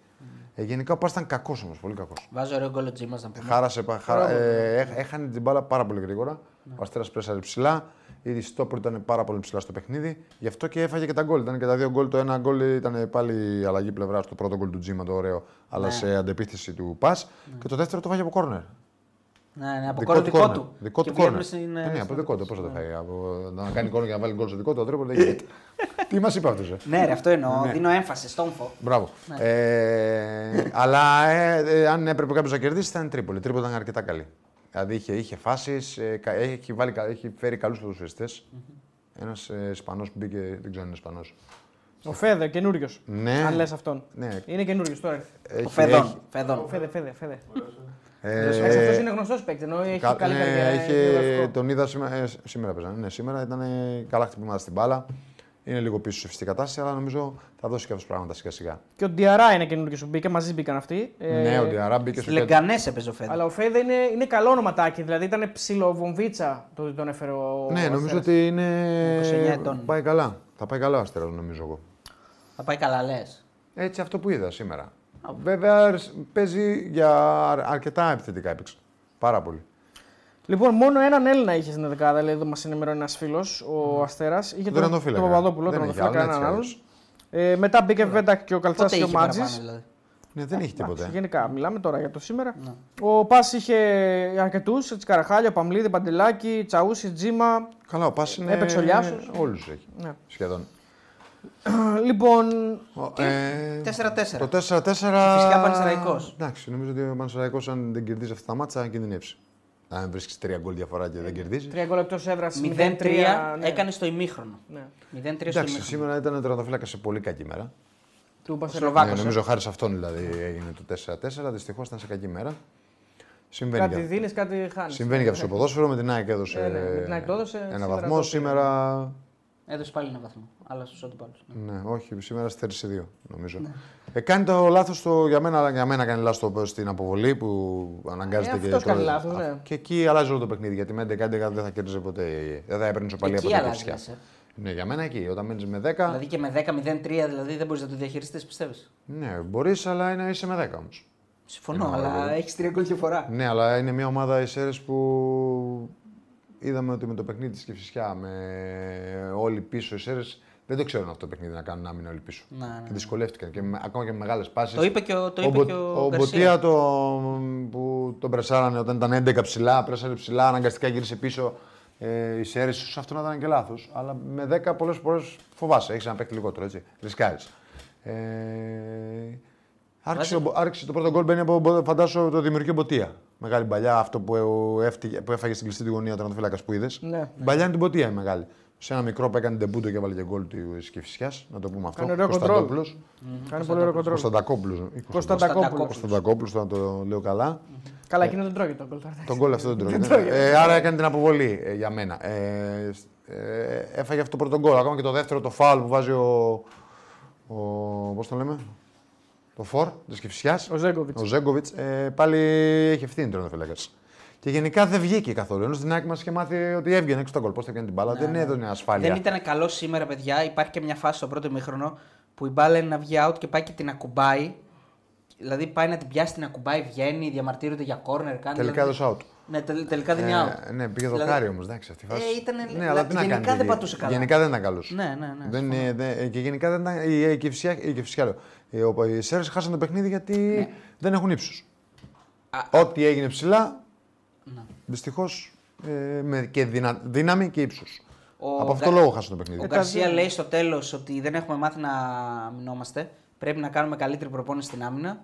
E: Ε, γενικά ο Πας ήταν κακός όμως, πολύ κακός.
C: Βάζω ωραίο γκολ ο Τζίμας να πούμε.
E: Χάρασε, πα- χαρά,
C: ναι.
E: ε, έχ- έχανε την μπάλα πάρα πολύ γρήγορα. Ο Αστέρας πρέσαρε ψηλά. Η Στόπολ ήταν πάρα πολύ ψηλά στο παιχνίδι. Γι' αυτό και έφαγε και τα γκολ. Ήταν και τα δύο γκολ. Το ένα γκολ ήταν πάλι αλλαγή πλευράς. Το πρώτο γκολ του Τζίμα, το ωραίο, αλλά σε αντεπίθεση του Πα. Και το δεύτερο το φάγε από κόρνερ.
C: Ναι, ναι, από κόρο δικό
E: κόρνερ.
C: του.
E: Δικό
C: Και
E: του
C: βγαίνουν
E: κόρνερ.
C: στην,
E: Ε,
C: ε,
E: Ναι, από
C: στο-
E: δικό του. Πώς θα το φάει. από- Να κάνει κόρνερ και να βάλει γκολ στο δικό του. Το δεν γίνεται. Τι μας είπε ε? αυτό.
C: Ναι, ρε, αυτό εννοώ. Δίνω έμφαση στον φω.
E: Μπράβο.
D: Ναι.
E: Ε, αλλά ε, ε, αν έπρεπε κάποιος να κερδίσει, ήταν η Τρίπολη. Η Τρίπολη ήταν αρκετά καλή. Δηλαδή είχε, είχε φάσεις, έχει, βάλει, κα- έχει φέρει καλούς ποδοσφαιριστές. Ένας Ένα Ισπανός που μπήκε, δεν ξέρω αν είναι Ισπανός.
D: Ο Φέδε, καινούριος.
E: Ναι.
D: Αν λες αυτόν.
E: Ναι.
D: Είναι καινούριος τώρα. ήρθε.
C: Ο Φεδόν. Φεδόν.
D: Φέδε, Φέδε, Φέδε.
E: Ε,
D: Αυτός είναι γνωστός παίκτης. Ενώ έχει
E: κα-
D: καλή ε,
E: ναι,
D: καριέρα. είναι
E: είχε-
D: γραφικό.
E: τον είδα σήμερα, ε, σήμερα παίζανε. Ναι, σήμερα ήταν ε, καλά χτυπήματα στην μπάλα. Είναι λίγο πίσω σε φυσική κατάσταση, αλλά νομίζω θα δώσει κάποια πράγματα σιγά σιγά.
D: Και ο Ντιαρά είναι καινούριο που μπήκε. Μαζί μπήκαν αυτοί. Ε,
E: ναι, ο Διαρά μπήκε
C: Στη
E: στο κέντρο.
C: Λεγκανέ έπαιζε ο Φέδον.
D: Αλλά ο Φέδε είναι, είναι καλό ονοματάκι. Δηλαδή ήταν ψιλοβομβίτσα το ότι τον έφερε ο.
E: Ναι, νομίζω
D: Αστέρας.
E: ότι είναι.
C: 29 ετών.
E: Πάει καλά. Θα πάει καλά ο Αστέρας, νομίζω εγώ.
C: Θα πάει καλά, λες.
E: Έτσι αυτό που είδα σήμερα. Βέβαια ρ- παίζει για αρ- αρκετά επιθετικά έπαιξε. Πάρα πολύ.
D: Λοιπόν, μόνο έναν Έλληνα είχε στην δεκάδα, λέει εδώ μας ενημερώνει ένας φίλος,
E: Ναι.
D: ο Αστέρας. Είχε
E: Τον
D: τον, τον
E: τερματοφύλακα.
D: Παπαδόπουλο,
E: Δεν
D: τον
E: είχε
D: Παπαδόπουλο,
E: άλλον,
D: κανέναν άλλον.
E: έτσι
D: Ε, μετά μπήκε Βέντα και ο Καλτσά
C: Πότε
D: και ο
C: είχε
D: Μάτζη.
C: παραπάνω, δηλαδή.
E: Ναι,
D: Ε,
E: δεν έχει τίποτα.
D: Γενικά, μιλάμε τώρα για το σήμερα.
E: Ναι.
D: Ο Πα είχε αρκετούς, Τσικαραχάλια, Παμλίδη, Παντελάκη, Τσαούσης, Τζίμα.
E: Καλά, ο Πας είναι...
D: Ε, Έπαιξε ο Λιάσος.
E: Όλους έχει.
D: Ναι.
E: Σχεδόν.
D: λοιπόν,
E: Ο- ε,
C: 4-4.
E: Το 4-4...
C: Φυσικά Πανσεραϊκός.
E: Εντάξει, νομίζω ότι ο Πανσεραϊκός αν δεν κερδίζει αυτά τα μάτσα θα κινδυνεύσει. Αν βρίσκεις τρία γκολ διαφορά και δεν κερδίζεις.
D: τρία γκολ εκτός έδρας.
C: 0-3 έκανε στο ημίχρονο.
D: Ναι.
C: 0-3 στο
E: Εντάξει,
C: ημίχρονο.
E: σήμερα ήταν ο τερματοφύλακα σε πολύ κακή μέρα.
D: Του
C: Σλοβάκος,
D: Πασεροβάκη.
E: Ναι,
C: ε.
E: νομίζω χάρη σε αυτόν δηλαδή έγινε το 4-4. Δυστυχώς ήταν σε κακή μέρα. Συμβαίνει.
D: Κάτι
E: για-
D: δίνεις, κάτι Ναι. χάνεις.
E: Συμβαίνει και αυτό στο ποδόσφαιρο. Με την ΑΕΚ έδωσε,
D: Ε, ναι, με την ΑΕΚ το έδωσε,
E: ένα
D: σήμερα
E: βαθμό.
D: το
E: Σήμερα. ε.
C: Έδωσε πάλι ένα βαθμό. Αλλά στου αντιπάλου.
E: Ναι, όχι, σήμερα στέρισε δύο, νομίζω.
D: Ναι.
E: Ε, κάνει το λάθος το, για μένα, για μένα κάνει λάθος το- στην αποβολή που αναγκάζεται
D: Ε,
E: και.
D: αυτός
E: τρώει.
D: κάνει λάθος, ναι.
E: Α, Και εκεί αλλάζει όλο το παιχνίδι. Γιατί με 11-11 δεν θα κέρδιζε ποτέ. Δεν θα έπαιρνε σοπαλία
C: Εκεί
E: ποτέ.
C: αλλάζει,
E: φυσικά.
C: λες, ε.
E: Ναι, για μένα εκεί. Όταν μένει με 10,
C: Δηλαδή και με 10-0-3 δηλαδή δεν μπορείς να το διαχειριστείς, πιστεύεις.
E: ναι, μπορείς, αλλά είναι, είσαι με 10 όμω. Ε,
C: Συμφωνώ, αλλά έχεις τρία γκολ διαφορά.
E: Ναι, αλλά είναι μια ομάδα οι Σέρες που είδαμε ότι με το παιχνίδι της Κηφισιά, με όλοι πίσω οι Σέρες, δεν το ξέρουν αυτό το παιχνίδι να κάνουν άμυνα όλοι πίσω.
C: Ναι, ναι, ναι.
E: Και δυσκολεύτηκαν και με, ακόμα και με μεγάλες πάσεις.
C: Το είπε και ο- το είπε
E: Μπο-
C: και ο
E: ο
C: Γκαρσία.
E: Μποτία το, που τον πρεσάρανε όταν ήταν 11 ψηλά, πρέσαρε ψηλά, αναγκαστικά γύρισε πίσω. Ε, οι Σέρες ίσως αυτό να ήταν και λάθος, αλλά με 10 πολλές φορές φοβάσαι, έχεις ένα παίκτη λιγότερο, έτσι, ρισκάρεις. Ε, Άρχισε, ο Μπο- άρχισε το πρώτο γκολ μπαίνει από Μπο- φαντάσου το δημιουργεί Μποτία. Μεγάλη παλιά, αυτό που, ε, έφτυγε- που έφαγε στην κλειστή τη γωνία όταν το φύλακα που είδες.
D: Ναι.
E: Η παλιά είναι την Μποτία η μεγάλη. Σε ένα μικρό που έκανε τεμπούντο και βάλε και γκολ τη Κυφσιά, να το πούμε αυτό.
D: Κάνει ωραίο κοντρόλ.
E: Κωνσταντόπουλος.
D: Κάνει πολύ ωραίο κοντρόλ.
E: Κωνσταντακόπουλος, ή
D: Κωνσταντακόπουλος.
E: Κωνσταντακόπουλος, θα το λέω καλά.
D: Καλά, εκείνο δεν τρώγει τον γκολ. τώρα.
E: Τον γκολ αυτό δεν τρώγεται. ε, άρα έκανε την αποβολή ε, για μένα. Ε, σ- ε, έφαγε αυτό το πρώτο γκολ. Ακόμα και το δεύτερο, το φάουλ που βάζει ο. ο Πώς το λέμε, το φορ της Κυφσιά.
D: Ο Ζέγκοβιτς.
E: Ο Ζέγκοβιτ. Ε, πάλι έχει ευθύνη τώρα φυλακά. Και γενικά δεν βγήκε καθόλου. Ενώ στην άκρη μας είχε μάθει ότι έβγαινε έξω τα γκολ. Πώ θα έκανε την μπάλα, δεν έδωνε ασφάλεια.
C: Δεν ήταν καλό σήμερα, παιδιά. Υπάρχει και μια φάση στο πρώτο ημίχρονο που η μπάλα είναι να βγει out και πάει και την ακουμπάει. Δηλαδή πάει να την πιάσει, την ακουμπάει, βγαίνει, διαμαρτύρονται για corner. Κάνει,
E: Τελικά
C: δηλαδή...
E: έδωσε out.
C: Ναι, τελ- τελικά δίνει out.
E: Ε, ναι, πήγε
C: Δηλαδή-
E: δοκάρι όμως. Εντάξει, αυτή η φάση.
C: Ε, ήτανε-
E: ναι, αλλά τι να
C: γενικά
E: κάνει.
C: δεν
E: και-
C: πατούσε καλά.
E: Γενικά δεν ήταν καλός.
C: Ναι, ναι, ναι.
E: Δεν, ε, δεν- ε, και γενικά δεν ήταν. Η, η, Κυφσιά- η, Κυφσιά λέω. Ε, ο- οι Σέρε χάσαν το παιχνίδι γιατί
C: Ναι.
E: δεν έχουν ύψου. Ό,τι έγινε ψηλά.
C: Ναι.
E: Δυστυχώς ε, με και δυνα, δύναμη και ύψου.
C: Ο
E: Από αυτό
C: Γκα-
E: το λόγο χάσαν το παιχνίδι.
C: Ο Γκαρσία λέει στο τέλος ότι δεν έχουμε μάθει να αμυνόμαστε. Πρέπει να κάνουμε καλύτερη προπόνηση στην άμυνα.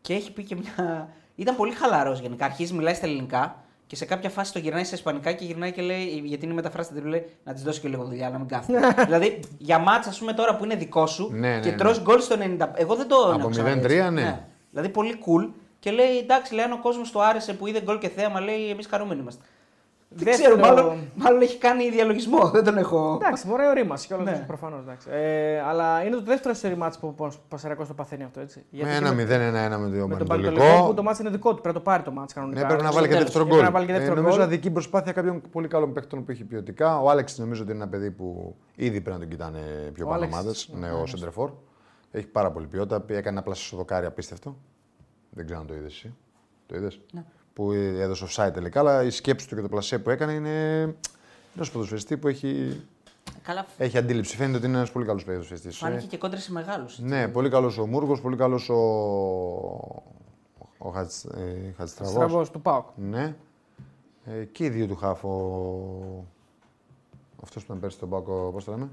C: Και έχει πει και μια. Ήταν πολύ χαλαρός γενικά. Αρχίζει, μιλάει στα ελληνικά και σε κάποια φάση το γυρνάει σε ισπανικά και γυρνάει και λέει: Γιατί είναι μεταφράστη στην τρίπλα, λέει να της δώσει και λίγο δουλειά, να μην κάθεται. δηλαδή για μάτσα, ας πούμε τώρα που είναι δικό σου
E: Ναι, ναι,
C: και
E: ναι.
C: τρως γκολ στο 90. Εγώ δεν το.
E: Από
C: άκουσα να λέει
E: 0-3,
C: έτσι.
E: ναι.
C: Δηλαδή πολύ cool. Και λέει: Εντάξει, λέει αν ο κόσμος το άρεσε που είδε γκολ και θέαμα, λέει: Εμείς χαρούμενοι είμαστε. Δεν
D: Δεύτερο-
C: ξέρω, μάλλον, μάλλον έχει κάνει διαλογισμό. Δεν τον έχω.
D: Εντάξει, μπορεί ο ρήμας και όλα
C: Ναι.
D: ναι. προφανώ. Ε, αλλά είναι το δεύτερο σερι μάτς που ο Πασαρακό το παθαίνει αυτό. Έτσι.
E: Με
D: και
E: ένα 0-1-1
D: με-
E: με το
D: με τον Πανετολικό που το
E: Πανετολικό.
D: μάτς είναι δικό του. Πρέπει να το πάρει το μάτς κανονικά.
E: Ναι, πρέπει να
D: Στο
E: βάλει και
D: τέλος.
E: δεύτερο
D: Πρέπει να
E: γκολ.
D: βάλει και
E: Ε,
D: δεύτερο
E: νομίζω
D: γκολ.
E: αδική προσπάθεια κάποιων πολύ καλών παίκτων που έχει ποιοτικά. Ο Άλεξ νομίζω ότι είναι ένα παιδί που ήδη πρέπει να τον κοιτάνε πιο
D: Ο Άλεξ,
E: πανομάδε. Ναι, ο Σεντρεφόρ. Έχει πάρα πολύ ποιότητα. Έκανε ένα πλάσιο στο δοκάρι απίστευτο. Δεν ξέρω αν το είδες εσύ. Το είδες.
D: Ναι.
E: Που έδωσε offside τελικά, αλλά η σκέψη του και το πλασέ που έκανε είναι ένα ποδοσφαιριστή που έχει,
C: Καλά,
E: έχει αντίληψη. Φαίνεται ότι είναι ένας πολύ καλός ποδοσφαιριστής.
C: φάνηκε και κόντρα σε μεγάλους.
E: Ναι, πολύ καλός ο Μούργος, πολύ καλός ο, ο Χατζ- ε, Χατζητραβός.
D: Στραβός του Πάοκ.
E: Ναι. Ε, και οι δύο του χάφ. Ο... Αυτός που ήταν πέρσι τον Πάκο, πώς το λέμε.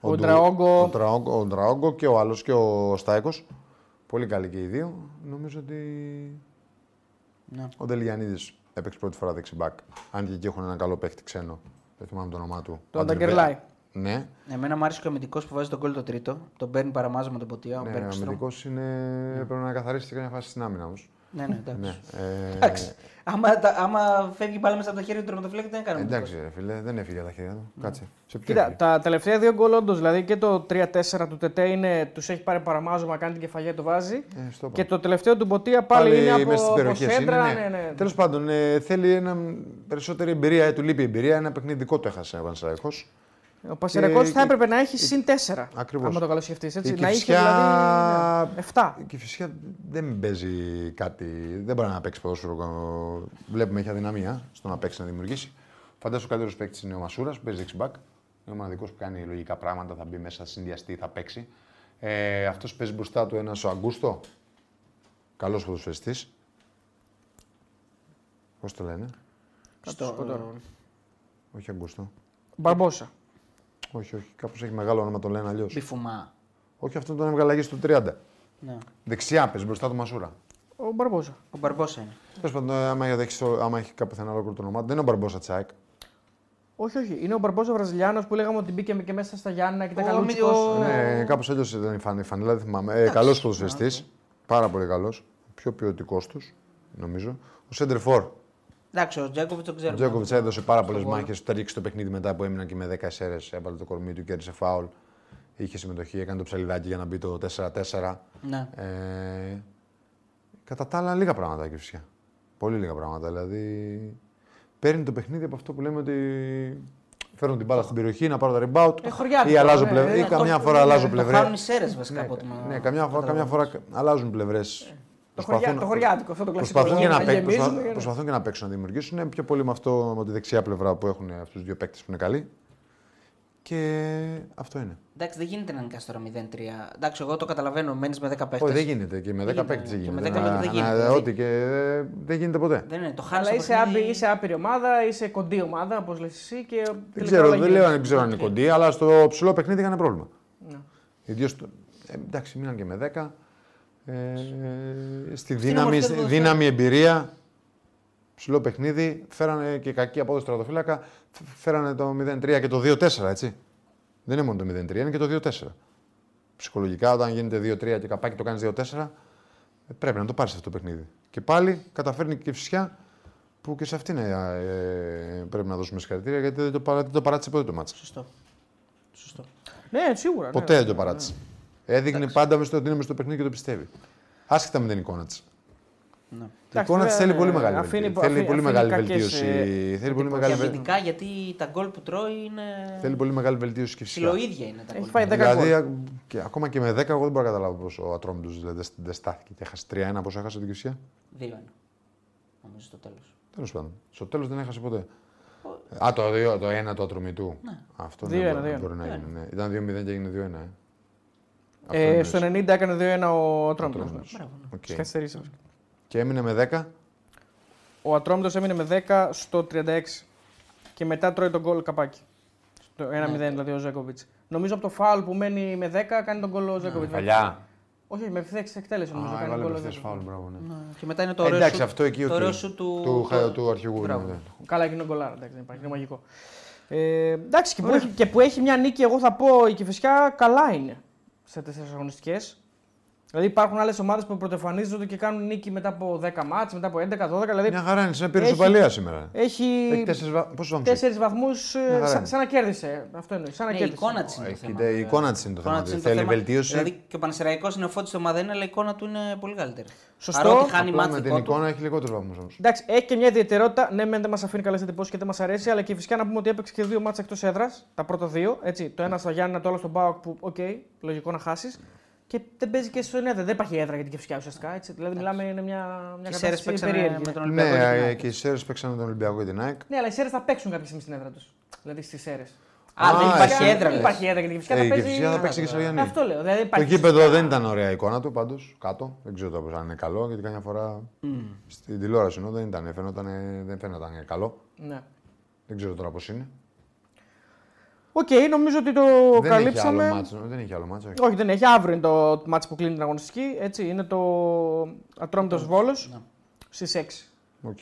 D: Ο
E: Ντου-
D: Ντραόγκο.
E: Ο Ντραόγκο, ο Ντραόγκο και ο άλλος και ο Στάικος. Πολύ καλοί και οι δύο. Νομίζω ότι.
C: Ναι.
E: Ο Ντελιανίδη έπαιξε πρώτη φορά δεξιμπάκ. Αν και εκεί έχουν έναν καλό παίχτη ξένο. Δεν θυμάμαι το όνομά του.
D: Τον
E: Αντρεβέ-
D: Νταγκερλάι.
E: Ναι,
C: Εμένα μου άρεσε και ο αμυντικός που βάζει τον κόλλο το τρίτο. Τον παίρνει παραμάζα με τον ποτία.
E: ναι ο αμυντικός είναι.
D: Ναι.
E: Πρέπει να καθαρίσει και καμιά φάση στην άμυνα όμως.
C: Ναι, ναι, εντάξει.
E: Ναι. Ε,
C: Εντάξει. Άμα, τα- άμα φεύγει η μπάλα μέσα από τα χέρια του τερματοφύλακα, τι να κάνουμε.
E: εντάξει, ρε φίλε, δεν έφυγε τα χέρια του. Κάτσε. Σε ποιο
D: Ναι. Κοίτα,
E: έφυγε?
D: τα τελευταία δύο γκολ όντως, δηλαδή και το 3-4 του Τετέ είναι, τους έχει πάρει παραμάζωμα, κάνει την κεφαλιά, το βάζει.
E: Ε, στο είπα.
D: και το τελευταίο του Μποτία πάλι, είναι από,
E: μέσα στις
D: από
E: περιοχές
D: σέντρα.
E: είναι,
D: ναι, ναι.
E: Τέλος πάντων, ε, θέλει ένα, περισσότερη εμπειρία, ε, του λείπει η εμπειρία. Ένα παιχνίδι δικό το έχασε ο Πανσεραϊκός.
D: Ο Πασερακό
E: Ε, Και-
D: θα έπρεπε να έχει συν 4.
E: Ακριβώς.
D: Άμα το καλό σκεφτεί.
E: Η
D: Έτσι. Να είχε
E: Κηφισιά-
D: δηλαδή. Ναι, 7.
E: Η Κηφισιά δεν παίζει κάτι, δεν μπορεί να παίξει ποδόσφαιρο. Βλέπουμε έχει αδυναμία στο να παίξει, να δημιουργήσει. Φαντάζομαι ο καλύτερος παίκτης είναι ο Μασούρας που παίζει δεξιμπακ. Είναι ο μοναδικός που κάνει λογικά πράγματα, θα μπει μέσα, θα συνδυαστεί, θα παίξει. Ε, αυτός παίζει μπροστά του ένας ο Αγκούστο. Καλός ποδοσφαιριστής. Πώς το λένε,
C: Στο...
E: όχι Αγκούστο.
D: Μπαρμπόσα.
E: Όχι, όχι. Κάπως έχει μεγάλο όνομα, το λένε αλλιώς.
C: Μπιφουμά.
E: Όχι, αυτόν τον έβγαλε αλλαγή στο 30.
C: Ναι.
E: Δεξιά πες, μπροστά του Μασούρα.
D: Ο Μπαρμπόσα.
C: Ο Μπαρμπόσα είναι.
E: Τέλος πάντων, ε, άμα έχει, άμα έχει κάποιο ολόκληρο το όνομά του, δεν είναι ο Μπαρμπόσα Τσάικ.
D: Όχι, όχι. Είναι ο Μπαρμπόσα Βραζιλιάνος που λέγαμε ότι μπήκε και μέσα στα Γιάννα και ήταν
C: Ο
D: καλούτσικος.
C: αμυντικός.
E: Ναι, κάπως αλλιώς ήταν η φαν- η φανέλα, δεν θυμάμαι. Ε, καλό ποδοσφαιριστή. Πάρα πολύ καλός. Πιο ποιοτικός τους, νομίζω. Ο Σέντερφορ.
C: Εντάξει, ο Τζέκοβιτ τον
E: Ο
C: ξέρουμε.
E: Τζέκοβιτ έδωσε πάρα πολλέ
C: Στον
E: μάχες. Του τέριξε το παιχνίδι μετά που έμειναν και με 10 εσέρε. Έβαλε το κορμί του, κέρδισε φάουλ. Είχε συμμετοχή, έκανε το ψαλιδάκι για να μπει το 4-4.
C: Ναι.
E: Ε, κατά τα άλλα, λίγα πράγματα και φυσικά. Πολύ λίγα πράγματα. Δηλαδή, παίρνει το παιχνίδι από αυτό που λέμε ότι φέρνω την μπάλα στην περιοχή, να πάρω τα rebound
D: Ε, χωριάτικο,
E: ή, αλλάζω
D: ναι,
E: πλευρά,
D: ναι,
E: ή
D: ναι,
E: καμιά
C: το-
E: φορά
C: ναι,
E: αλλάζω
C: το
E: πλευρά.
C: χάνουν οι σέρες βασικά από ό,τι μα-
E: ναι, καμιά, φορά, καμιά φορά αλλάζουν πλευρές.
D: Ε, Το, χωριά, το χωριάτικο, αυτό το κλασικό.
E: Προσπαθούν, και να, παί-
D: γεμίζουμε
E: προσπα-
D: και να-
E: προσπαθούν και να παίξουν, να δημιουργήσουν. Είναι πιο πολύ με, αυτό, με τη δεξιά πλευρά που έχουν αυτούς του δύο παίκτες που είναι καλοί. Και αυτό είναι.
C: Εντάξει, δεν γίνεται να νικάς τώρα 0-3. Εντάξει, εγώ το καταλαβαίνω. Μένεις με 10 παίχτε.
E: Όχι, δεν γίνεται. Και με 10 παίκτε
C: Και
E: δεν
C: με
E: γίνεται.
C: 10 παίκτες δεν
E: Να- να-
C: γίνεται.
E: Ό,τι και ε, δεν γίνεται ποτέ.
C: Δεν είναι. Το χάνεις.
D: Αλλά είσαι, άπειρη, είσαι άπειρη ομάδα, είσαι κοντή ομάδα, όπως λες εσύ. Και
E: Δεν
D: τελικά
E: ξέρω,
D: όλα
E: δεν
D: γίνονται.
E: λέω αν δεν ξέρω αν είναι κοντή, αλλά στο ψηλό παιχνίδι είχαν πρόβλημα.
C: Ναι.
E: Ιδίω. ε, Εντάξει, μείναν και με 10. Ε, στη δύναμη,
C: ομορφιά
E: στη
C: του
E: δύναμη εμπειρία, ψηλό παιχνίδι, φέρανε και κακή απόδοση στρατοφύλακα, φ- φέρανε το 0-3 και το 2-4, έτσι. Δεν είναι μόνο το 0-3, είναι και το 2-4. Ψυχολογικά, όταν γίνεται 2-3 και καπάκι το κάνεις 2-4, ε, πρέπει να το πάρεις αυτό το παιχνίδι. Και πάλι καταφέρνει και η φυσιά που και σε αυτήν ε, ε, πρέπει να δώσουμε συγχαρητήρια γιατί δεν το, παρά, δεν το παράτησε ποτέ το μάτς.
C: Σωστό. Σωστό.
D: Ναι, σίγουρα. ναι.
E: Ποτέ δεν το παράτησε. Έδειχνε πάντα μες στο, ότι είναι μες στο παιχνίδι και το πιστεύει. Άσχετα με την εικόνα της.
C: Ναι.
E: Η
D: Εντάξει,
E: εικόνα της
D: βέβαια,
E: θέλει πολύ
D: ε,
E: μεγάλη
D: αφήνει-
E: βελτίωση.
D: αφήνει-
E: Θέλει πολύ
D: αφήνει
E: μεγάλη
D: κακές,
E: βελτίωση.
D: ε,
E: Θέλει πολύ
C: Και
E: μεγάλη βελτίωση.
C: αμυντικά γιατί τα γκολ που τρώει είναι.
E: Θέλει πολύ μεγάλη βελτίωση και φυσικά.
C: Ψιλοίδια είναι τα
D: Έχει
C: Ε, γκολ.
D: φάει 10
E: Δηλαδή,
D: γκολ.
E: α- και, ακόμα και με 10, εγώ δεν μπορώ να καταλάβω πόσο ο Ατρόμητος δηλαδή, δεν στάθηκε και έχασε 3-1 πόσο έχασε την Κυψιά.
C: Δύο είναι. Νομίζω στο τέλος.
E: Τέλος πάντων. Στο τέλος δεν έχασε ποτέ. Α, το 2, το 1 του ατρομητού.
C: Ναι.
E: Αυτό δεν
D: Δύο-ένα,
E: μπορεί,
D: δύο-ένα.
E: μπορεί να γίνει. ναι. Ήταν 2-0 και έγινε 2-1. Ε. Αυτό
D: Ε,
E: εννοείς.
D: στο 90 έκανε 2-1 ο Ατρόμητος. ναι.
E: Ατρόμητος. Οκ.
D: Στις καθυστερήσεις.
E: Και έμεινε με 10.
C: Ε,
D: Ο Ατρόμητος έμεινε με 10 στο 36. Και μετά τρώει τον γκολ καπάκι. Το 1-0
E: Ναι.
D: δηλαδή ο Ζέκοβιτ. Νομίζω από το φάουλ που μένει με 10 κάνει τον γκολ ο Ζέκοβιτ.
E: Ναι. Παλιά.
D: Όχι, όχι, με ευθέξη εκτέλεση νομίζω.
E: Α,
D: κάνει τον
E: έβαλε
D: γκολ ο
E: απευθείας
D: Ζέκοβιτς.
E: φάουλ, μπράβο, ναι.
C: Και μετά είναι το ωραίο
E: Εντάξει,
C: σου-
E: αυτό εκεί
C: το
E: οκ.
C: ωραίο σου του.
E: του, χα-
C: το-
E: του αρχηγού.
C: Μπράβο.
E: ναι, ναι.
D: Καλά έγινε ο γκολάρα, εντάξει, δεν υπάρχει, είναι μαγικό. Ε, εντάξει, και που, έχει, και που έχει μια νίκη, εγώ θα πω η Κηφισιά καλά είναι σε τέσσερις αγωνιστικές. Δηλαδή υπάρχουν άλλες ομάδες που πρωτοεμφανίζονται και κάνουν νίκη μετά από 10 μάτς, μετά από 11, 12. Δηλαδή
E: Μια χαρά είναι, σαν πήρε
D: Έχει-
E: σοπαλία σήμερα.
D: έχει
E: Έχει τέσσερις βα- πόσους βαθμούς έχει?
D: τέσσερις βαθμούς
E: χαρά
D: σαν,
E: είναι.
D: σαν να κέρδισε. Αυτό εννοείς. Σαν να
C: Ναι, η
D: κέρδισε.
C: εικόνα της είναι το
E: Ε,
C: θέμα.
E: κοίτα, η εικόνα της είναι το
C: Η εικόνα
E: θέμα.
C: της είναι το
E: Θέλει
C: θέμα.
E: βελτίωση.
C: Δηλαδή και ο Πανεσαιραϊκός είναι φώτης ομάδα είναι, αλλά η εικόνα του είναι πολύ καλύτερη.
D: Σωστό.
C: Παρότι χάνει
E: Απλά
C: μάτς
E: με την
C: δικό του.
E: εικόνα έχει λιγότερους βαθμούς όμως.
D: Εντάξει, έχει και μια ιδιαιτερότητα. Ναι, μεν δεν μας αφήνει καλέ εντυπώσει και δεν μας αρέσει, αλλά και φυσικά να πούμε ότι έπαιξε και δύο μάτσα εκτός έδρας. Τα πρώτα δύο. Έτσι, το ένα στο Γιάννη, το άλλο στον Πάοκ που, οκ, λογικό να χάσεις. Και δεν παίζει και στον έδρα. Δεν υπάρχει έδρα για την Κεφσιά ουσιαστικά. Έτσι. Δηλαδή, μιλάμε είναι μια, μια
C: Και οι Σέρες
D: κατάσταση
C: παίξανε
D: περίεργη.
C: με τον
E: Ναι,
C: Ολυμπιακό. Ε, και την
E: ε,
C: ΑΕΚ.
E: και οι Σέρες παίξαν με τον Ολυμπιακό και την ΑΕΚ.
D: Ναι, αλλά οι Σέρες θα παίξουν κάποια στιγμή στην έδρα τους. Δηλαδή στις Σέρες.
C: Α, δεν
E: Α,
C: υπάρχει
E: εσύ.
C: έδρα.
D: Δεν
C: λες.
D: υπάρχει έδρα για την Κεφσιά.
E: Ε,
D: θα
E: Η
D: παίζει-
E: Κυφυσιά θα παίξει και στο Γιάννη.
D: Αυτό λέω. Δηλαδή,
E: Το
D: υπάρχει.
E: γήπεδο δεν ήταν ωραία η εικόνα του πάντως κάτω. Δεν ξέρω τώρα αν είναι καλό γιατί καμιά φορά
C: Mm.
E: στην τηλεόραση ενώ δεν ήταν. Φαινόταν, δεν φαίνονταν καλό.
D: Ναι.
E: Δεν ξέρω τώρα πώς είναι.
D: Οκ, νομίζω ότι το
E: Δεν έχει, άλλο
D: καλύψαμε.
E: μάτσο, δεν έχει άλλο μάτσο. όχι.
D: Όχι, δεν έχει. Αύριο είναι το μάτς που κλείνει την αγωνιστική. Έτσι, είναι το Ατρόμητος Βόλος
C: Ναι.
D: στις 6.
E: Οκ.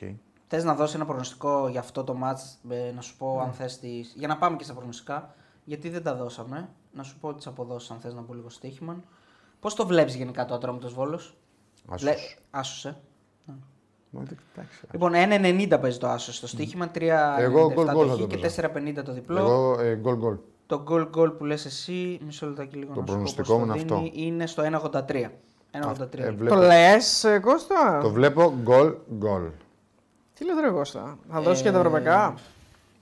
C: Θες να δώσει ένα προγνωστικό για αυτό το μάτς, ε, να σου
E: Ναι.
C: πω αν θες τις... Για να πάμε και στα προγνωστικά, γιατί δεν τα δώσαμε. Να σου πω τις αποδόσεις αν θες να πω λίγο στοίχημα. Πώς το βλέπεις γενικά το Ατρόμητος Βόλος.
E: Άσος.
C: Άσος, ε.
E: Μα, δεν- εντάξει.
C: Λοιπόν, 1,90 παίζει το άσος στο στοίχημα, 3,97
E: Εγώ goal, goal
C: το
E: θα
C: χ και
E: το παίζω.
C: 4,50 το διπλό.
E: Εγώ ε, γκολ γκολ.
C: Το goal goal που λες εσύ, μισό λεπτάκι λίγο να
E: Το
C: σου πω
E: προγνωστικό
C: πώς το
E: μου είναι
C: δίνει,
E: αυτό.
C: είναι στο 1,83. 1,83.
E: Ε,
D: Το
E: βλέπω-
D: λες, ε, Κώστα.
E: Το βλέπω γκολ γκολ.
D: Τι λες ρε Κώστα. Θα δώσεις
E: Ε,
D: και τα ευρωπαϊκά.
C: θα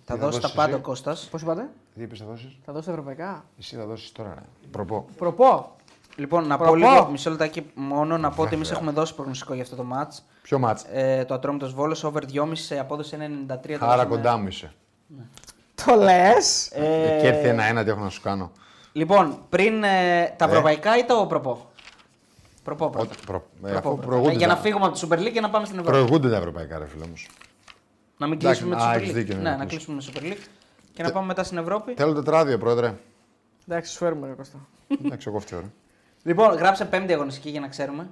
E: θα
C: δώσει τα
E: δώσεις
C: πάντα ο
E: εσύ?
C: Κώστας.
D: Πώς είπατε.
E: Τι είπες, θα δώσεις.
D: Θα δώσει τα ευρωπαϊκά.
E: Εσύ θα δώσεις τώρα. ναι. ρε. Προπό.
D: Προπό.
C: Λοιπόν, να πω
D: Προπό.
C: λίγο μισό λεπτάκι μόνο να πω ότι εμείς έχουμε δώσει προγνωστικό για αυτό το match.
E: Ποιο μάτς.
C: Ε, το Ατρόμητος Βόλος, over 2,5 σε απόδοση 1,93. το
E: Άρα
C: δώσαμε.
E: κοντά μου είσαι.
D: Το λες.
E: Ε, Και έρθει ένα-ένα τι έχω να σου κάνω.
C: Λοιπόν, πριν ε, τα ευρωπαϊκά ή το προπό. Προπό πρώτα.
E: Ό,τι προ- ε,
C: Προπό
E: αφού
C: πρώτα.
E: προηγούνται
C: για να
E: τα-
C: φύγουμε από τη Super League και να πάμε στην Ευρώπη.
E: Προηγούνται τα ευρωπαϊκά ρε φίλε μου.
C: Να μην
E: Εντάξει,
C: κλείσουμε
E: α,
C: τη
E: έχεις
C: Super League.
E: δίκιο, ναι,
C: ναι,
E: να
C: να κλείσουμε τη Super League και να πάμε μετά στην Ευρώπη.
E: Θέλω τετράδιο πρόεδρε.
D: Εντάξει, σου φέρουμε ρε Κώστα.
E: Εντάξει, εγώ φτιάχνω.
C: Λοιπόν, γράψε πέμπτη αγωνιστική για να ξέρουμε.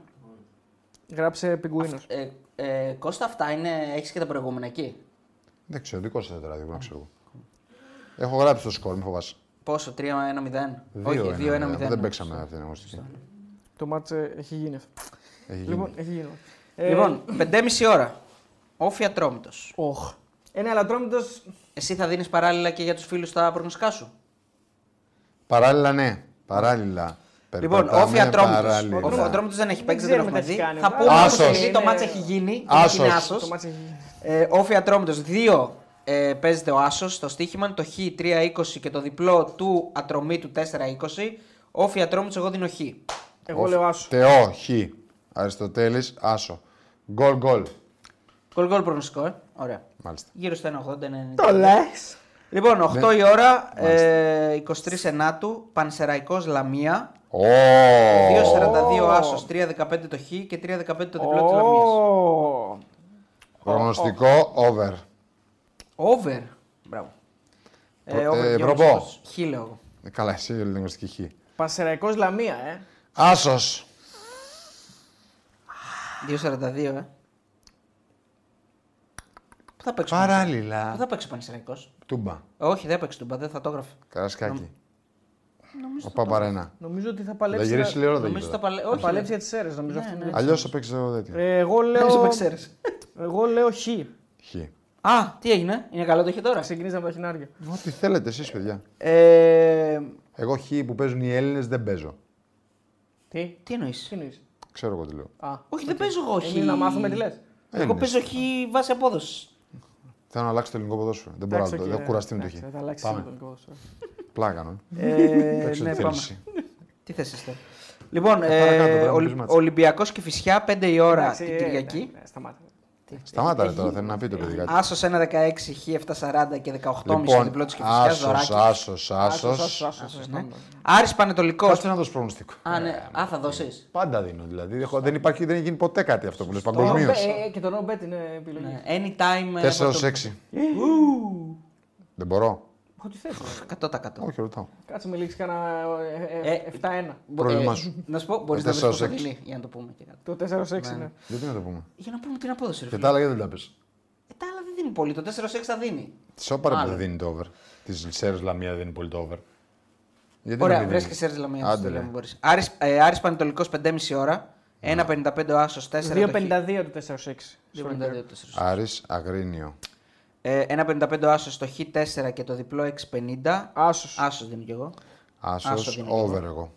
D: Γράψε πιγκουίνος.
C: Ε, ε, Κώστα, αυτά είναι. Έχεις και τα προηγούμενα εκεί.
E: Δεν ξέρω, δικό σας τετράδιο, να ξέρω εγώ. Έχω γράψει το σκορ, μη φοβάσαι.
C: Πόσο, 3-1-0. Όχι,
E: 2-1-0,
C: 2-1-0.
E: ναι, Δεν παίξαμε αυτή την αγωνιστική.
D: Το μάτς ε, έχει γίνει αυτό.
E: Έχει γίνει.
D: Λοιπόν, έχει γίνει. Ε,
C: Λοιπόν, 5,5 ώρα. Όφια τρόμητο.
D: Οχ. Ε, ναι, αλλά Ατρόμητος
C: Εσύ θα δίνεις παράλληλα και για τους φίλους τα προγνωστικά σου.
E: Παράλληλα, ναι. Παράλληλα.
C: Λοιπόν,
E: Περπατάμε
C: όφια τρόμητο.
E: παράλληλα.
C: Ο Ατρόμητος δεν έχει παίξει, δεν τον
D: ξέρουμε
C: έχουμε
D: τι
C: δει.
D: κάνει.
C: Θα πούμε
E: Άσος.
C: όμω επειδή το
D: Είναι-
C: μάτσο έχει γίνει.
E: Άσος.
C: Είναι
D: το
C: άσο.
D: μάτς έχει γίνει.
C: Ε, όφια τρόμητο 2 ε, παίζεται ο άσος στο στοίχημα. Το χ 3-20 και το διπλό του ατρομήτου 4-20. Όφια τρόμητο, εγώ δίνω χ.
D: Εγώ λέω άσου.
E: Θεό, Χ. Αριστοτέλης, Άσο. Γκολ, γκολ.
C: Γκολ γκολ προγνωστικό, ε. Ωραία.
E: Μάλιστα.
C: Γύρω στο 1,80-90.
D: Το λες.
C: Λοιπόν,
E: Ναι.
C: 8 η ώρα, ε, 23 Ενάτου, Πανσεραϊκός Λαμία,
E: Ω!
C: 2,42 Άσος, 3,15 το Χ και 3,15 το διπλό της Λαμίας.
D: Ω.
E: Προγνωστικό, over.
C: Over. Μπράβο.
E: Προ-
C: over
E: ε,
C: 2,5.
E: προπό.
C: Χ λέω εγώ.
E: Ε, Καλά, εσύ ελληνικοστική Χ.
D: Πανσεραϊκός Λαμία, ε.
E: Άσος.
C: 2,42 ε. Πού θα παίξει ο Πανσεραϊκός? Πού
E: Παράλληλα.
C: θα παίξει ο Πανσεραϊκός. Ε,
E: Τούμπα.
C: Όχι, δεν παίξει τούμπα, δεν θα το έγραφε.
E: Καρασκάκι. Ο Παπαρένα.
D: Νομίζω ότι θα
E: Θα
D: παλέψει.
E: γυρίσει λίγο δεν
C: Νομίζω θα
E: γυρίσει.
C: παλε...
D: θα
C: Όχι,
D: παλέψει
C: δεν-
D: για τις αίρες, νομίζω.
C: Ναι,
D: αυτή
C: ναι.
D: είναι.
E: Αλλιώ θα παίξει το τέτοιο.
D: Ε, εγώ
C: Νομίζω
D: λέω.
C: παίξει αίρες.
D: εγώ λέω χ.
E: Χ.
C: Α, τι έγινε, είναι καλό το χ τώρα.
D: Ξεκινήσαμε από τα χινάρια.
E: Ό,τι θέλετε εσείς, παιδιά.
C: Ε,
E: Εγώ χ που παίζουν οι Έλληνες δεν παίζω.
D: Τι,
C: τι εννοείς.
D: τι εννοείς?
E: Ξέρω εγώ τι λέω.
D: Α.
C: Όχι, δεν παίζω εγώ χ.
D: Εμείς να μάθουμε τι λες.
C: Εγώ
E: Είναι.
C: παίζω χ βάσει απόδοσης.
E: Θέλω να αλλάξω το ελληνικό ποδόσφαιρο. Δεν μπορώ να
D: Εντάξει, οκ,
E: το. Δεν έχω
D: ε,
E: κουραστεί με το
D: εντάξει, Θα τα
E: χ.
D: αλλάξεις
E: Πάμε.
D: σύντομα το ποδόσφαιρο.
E: Πλάκα, ναι.
C: Ε,
E: Παίξω
C: ναι,
E: ό,τι
C: πάμε.
E: θέλεις εσύ.
C: Τι θες εσύ τώρα. Λοιπόν,
E: παρακάτω,
C: ε,
E: τώρα,
C: Ολυ-
E: πες μάτς.
C: Ολυμπιακός και Φυσιά, 5 η ώρα
D: Εντάξει,
C: την
D: ε,
C: Κυριακή.
D: ναι, ναι, Σταμάτα.
E: Σταμάτα ρε τώρα, θέλω να πει το παιδί κάτι.
C: Άσος 1-16, Χ 7-40 και 18,5 λοιπόν,
E: Λοιπόν,
C: διπλό της και Φυσιάς, δωράκι.
E: άσος, άσος,
D: Άσος,
E: άσος.
D: άσος, άσος,
C: Ναι.
D: σταμάτα.
C: Άρης Πανετολικός.
E: Κάτσε να δώσω προγνωστικό.
C: Α, ναι. Α, θα δώσεις.
E: Πάντα δίνω δηλαδή. έχω- Δεν υπάρχει, δεν έχει γίνει ποτέ κάτι αυτό που λες
D: Το
E: παγκοσμίως.
D: no bet- ε, Και το no bet είναι επιλογή.
C: Ναι. Anytime. ε,
E: 4
C: από το-
E: 6.
D: ε,
E: Δεν μπορώ.
D: Ό,τι θες. ρε.
C: 100%.
E: Όχι, ρωτάω.
D: Κάτσε με λήξει κανένα ε, ε,
C: Ε,
D: 7-1.
E: Πρόβλημά
C: Ε,
E: σου.
C: Να σου πω, μπορείς
E: Το
C: να βρεις πόσο
E: 4-6.
C: δίνει, για να το πούμε και κάτι.
D: Το 4-6
C: Ναι.
D: είναι.
E: Γιατί να το πούμε.
C: Για να πούμε την απόδοση. ρε
E: Και
C: φίλε.
E: τα άλλα γιατί δεν τα πεις.
C: Ε, Τα άλλα δεν δίνει πολύ. Το 4-6 θα δίνει.
E: Τη Όπαρα που
C: Μάλλον.
E: Ε, δεν δίνει το over. Της Λισέρε Λαμία δεν δίνει πολύ το over. Γιατί να
C: Ωραία,
E: μην
C: βρες
E: είναι.
C: και Σέρι Λαμία.
E: Άντε,
C: Άντε,
E: ρε. Ναι.
C: λέμε, μπορείς. Άρης, ε, Άρης Πανετολικός 5,5 ώρα. 1,55 ο Άσος 4.
D: 2,52 του 4-6.
C: 2,52
E: Άρης Αγρίνιο.
C: ε, 1,55 ο Άσος το Χ4 και το διπλό 6,50.
D: Άσος.
C: Άσος δίνω κι εγώ. Άσος
E: Άσος,
C: δίνω κι εγώ.
E: over εγώ.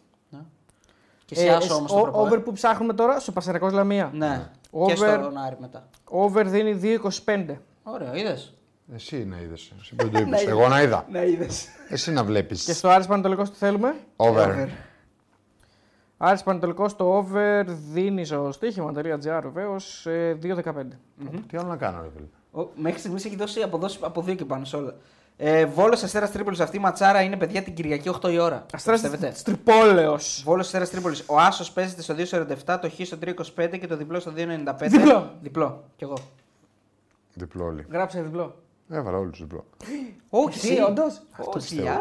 C: Και σε Άσο
D: εσύ-
C: όμως
D: Ε, ο-
C: το προπονώ.
D: Over που ψάχνουμε τώρα, στο Πασαρακός Λαμία.
C: Ναι.
D: Over-
C: Και στον Άρη μετά.
D: Over δίνει 2,25.
C: Ωραίο, είδες.
E: Εσύ να είδες. Εσύ που το είπες. Εγώ να είδα.
C: Ναι, είδες.
E: Εσύ να
D: Και
E: βλέπεις.
D: στο Άρης Πανατολικός τι θέλουμε.
E: Over.
D: Άρης Πανατολικός το over δίνει στο στοίχημα.gr βεβαίως ε, 2,15.
E: Τι άλλο να κάνω, ρε φίλε.
C: Ο- Μέχρι στιγμής έχει δώσει αποδόσεις από δύο και πάνω σε όλα. Ε, Βόλος Αστέρας Τρίπολης. Αυτή η ματσάρα είναι παιδιά την Κυριακή 8 η ώρα.
D: Αστράς
C: Πιστεύετε.
D: Τρυπόλεως.
C: Βόλος Αστέρας Τρίπολης. Ο Άσος παίζεται στο 2,47, το Χ στο 3,25 και το διπλό στο 2,95.
D: Διπλό.
C: Διπλό. Κι εγώ.
E: Διπλό όλοι.
D: Γράψε διπλό.
E: Έβαλα όλους διπλό.
C: Όχι,
D: Εσύ, όντως.
C: Όχι,
E: πιστεύω.
C: α,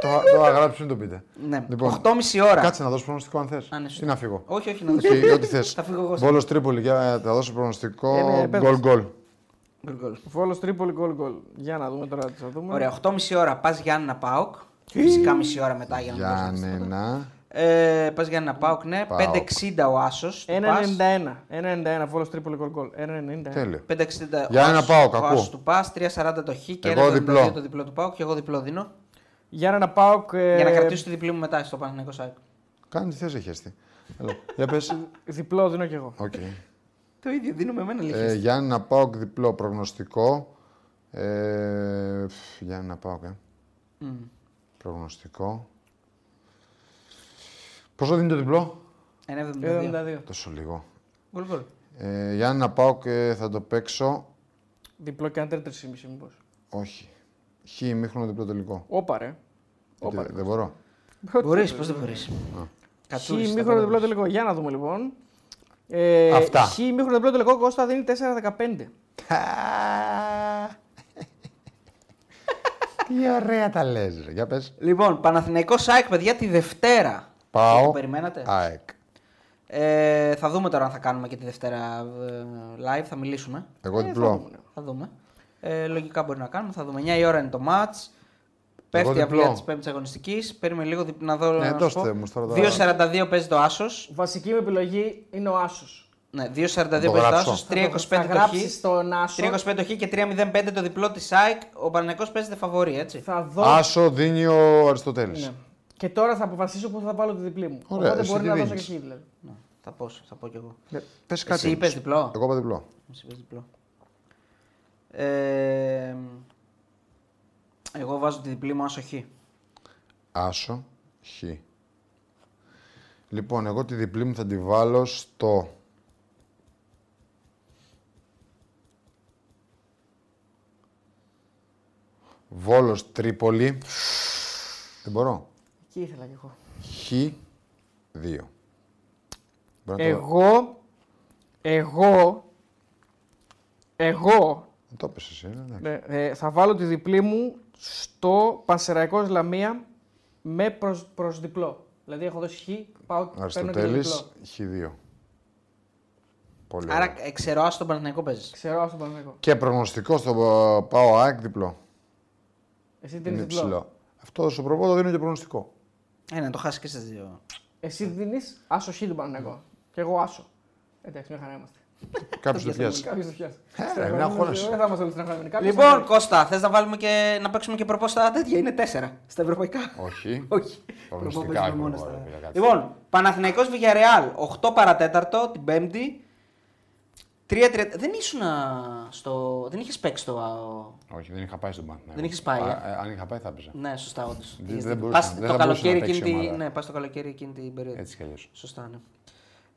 E: Το το αγράψεις μην το πείτε.
C: Ναι,
E: Λοιπόν,
C: 8,5 ώρα.
E: Κάτσε να δώσω προγνωστικό αν θες.
C: Α, ναι,
E: Ή να φύγω.
C: Όχι, όχι, να δώσω.
E: Όχι, ό,τι θες.
C: Θα φύγω εγώ.
E: Βόλος Τρίπολη, για να τα δώσω
D: Ε,
E: προγνωστικό.
D: ναι, πες
E: Γκολ
D: μας.
E: γκολ.
C: Γκολ, γκολ.
D: Βόλος Τρίπολη γκολ γκολ. Για να δούμε τώρα τι θα δούμε.
C: Ωραία, 8,5 ώρα πας Γιάννα Πάοκ. Φυσικά μισή ώρα μετά για να μην δώσεις τίποτα.
E: Γιάννενα.
C: Ε, πας Γιάννα Πάοκ, ναι.
E: Πάοκ.
C: 5,60 ο Άσος.
D: 1,91. 1,91 Βόλος Τρίπολη γκολ γκολ.
C: Ε.
D: 1,90.
E: Τέλειο.
C: 5,60
E: Για
C: ο
E: ένα
C: Άσος-
E: ΠΑΟΚ,
C: ο
E: ακούω.
C: Άσος του Πα, 3,40 το Χ και
E: Εγώ
C: 1,72
E: διπλό.
C: το διπλό του Πάου και εγώ διπλό δίνω.
D: Για να πάω. ε,
C: Για να κρατήσω τη διπλή μου μετά στο Παναγενικό Σάικ.
E: Κάνει τι θες, έχει έρθει. Έλα, Για πες.
D: Διπλό δίνω κι εγώ.
E: Οκ.
C: Το ίδιο δίνω με εμένα
E: Ε, Γιάννενα Πάοκ διπλό προγνωστικό. Ε, φ, Γιάννενα Πάοκ, ε. Προγνωστικό. Πόσο δίνει το διπλό?
C: 1,72.
D: 1,72.
E: Τόσο λίγο.
C: Γκολ, γκολ.
E: Ε, Γιάννενα Πάοκ ε, θα το παίξω.
D: Διπλό και αν 3,5 μήπως.
E: Όχι. Χ ημίχρονο διπλό τελικό.
D: Όπα ρε.
E: Ε, Δεν μπορώ.
C: Μπορείς, πώς δεν μπορείς.
D: Χ μήχρονο διπλό τελικό. Για να δούμε λοιπόν. Ε,
E: Αυτά.
D: Χ μήχρονο διπλό τελικό Κώστα δίνει 4,15.
E: Τι ωραία τα λες. ρε. Για πες.
C: Λοιπόν, Παναθηναϊκός Σάικ, παιδιά, τη Δευτέρα.
E: Πάω.
C: Το περιμένατε.
E: ΑΕΚ.
C: Ε, θα δούμε τώρα αν θα κάνουμε και τη Δευτέρα ε, live, θα μιλήσουμε.
E: Εγώ διπλό.
C: Ε, Θα δούμε. Ε, λογικά μπορεί να κάνουμε. Θα δούμε. 9 η ώρα είναι το match.
E: Εγώ
C: Πέφτει η
E: διπλό.
C: αυλία της πέμπτης αγωνιστικής. Περίμενε λίγο δι- να δω.
E: Ναι,
C: να σου
E: δώστε
C: πω.
E: μου τώρα τα-
C: 2.42 παίζει το άσος.
D: Βασική μου επιλογή είναι ο Άσος.
C: Ναι, 2.42 παίζει το
E: γράψω.
C: άσος. 3.25
D: Θα
C: το χ.
D: γράψεις τον Άσο.
C: 3.25 το χ και 3.05 το διπλό της ΣΑΕΚ. Ο Παναγενικός παίζεται φαβορή, έτσι.
D: Θα δω.
E: Άσο δίνει ο Αριστοτέλης.
D: Ναι. Και τώρα θα αποφασίσω πού θα βάλω τη διπλή μου.
E: Ωραία,
D: Οπότε
E: εσύ
D: μπορεί
E: τι
D: να δώσω και
E: δίνεις.
D: χ δηλαδή.
C: Ναι, θα πω, θα πω κι εγώ.
E: Ε, Πες
C: Εσύ
E: κάτι.
C: είπες διπλό.
E: Εγώ είπα διπλό.
C: Εσύ παίζει διπλό. Ε, εγώ βάζω τη διπλή μου άσο χ.
E: Άσο, χ. Λοιπόν, εγώ τη διπλή μου θα τη βάλω στο... Βόλος Τρίπολη. Δεν μπορώ.
D: Εκεί ήθελα κι εγώ.
E: Χ, 2.
D: Εγώ. Εγώ. Εγώ.
E: Να το πες εσύ, ναι, ναι.
D: ναι, ε, θα βάλω τη διπλή μου στο Πανσεραϊκός Λαμία με προς, προς διπλό. Δηλαδή έχω δώσει χ, πάω και παίρνω και το
E: Αριστοτέλης,
D: διπλό.
E: Χ2. Πολύ
C: Άρα
E: ωραία.
C: εξαιρώ άσο τον Παναγενικό παίζεις.
D: Ξέρω αυτό Παναθηναϊκό.
E: Και προγνωστικό στο ε, πάω ΑΕΚ διπλό.
D: Εσύ
E: Είναι
D: δίνεις διπλό.
E: ψηλό. Αυτό στο προπόδο δίνω και προγνωστικό.
C: Ε, να το χάσεις και στις δύο.
D: Εσύ δίνεις άσο χ του Παναθηναϊκό. Και εγώ άσο. Εντάξει, μια χαρά είμαστε.
E: Κάποιος το πιάσει.
D: Κάποιος το πιάσει.
E: ρε, μην αγχώνεσαι.
D: Δεν θα είμαστε όλοι στεναχωρημένοι. Κάποιος θα
C: Λοιπόν, Κώστα, θες να, βάλουμε και, να παίξουμε και προπόστα τέτοια. Είναι τέσσερα στα ευρωπαϊκά.
E: Όχι.
C: Όχι.
E: Οργανωστικά
C: Προπό παίζουμε
E: έχουμε
C: μόνο
E: βάλει,
C: στα-
E: φίλε, κάτσε.
C: Λοιπόν, Παναθηναϊκός Βηγιαρεάλ, 8 παρατέταρτο την Πέμπτη. 3-30. Δεν ήσουν στο. Δεν είχες παίξει το.
E: Όχι, δεν είχα πάει στον Παναθηναϊκό.
C: Δεν είχες πάει, ε.
E: Α, ε, Αν είχα πάει, θα έπαιζα.
C: Ναι, σωστά, όντως.
E: Δεν- δεν μπορούσα, δεν θα
C: το
E: μπορούσε
C: καλοκαίρι
E: να παίξει
C: εκείνη
E: η
C: την.
E: ομάδα.
C: Ναι, πας το καλοκαίρι εκείνη την περίοδο.
E: Έτσι κι αλλιώς.
C: Σωστά, ναι.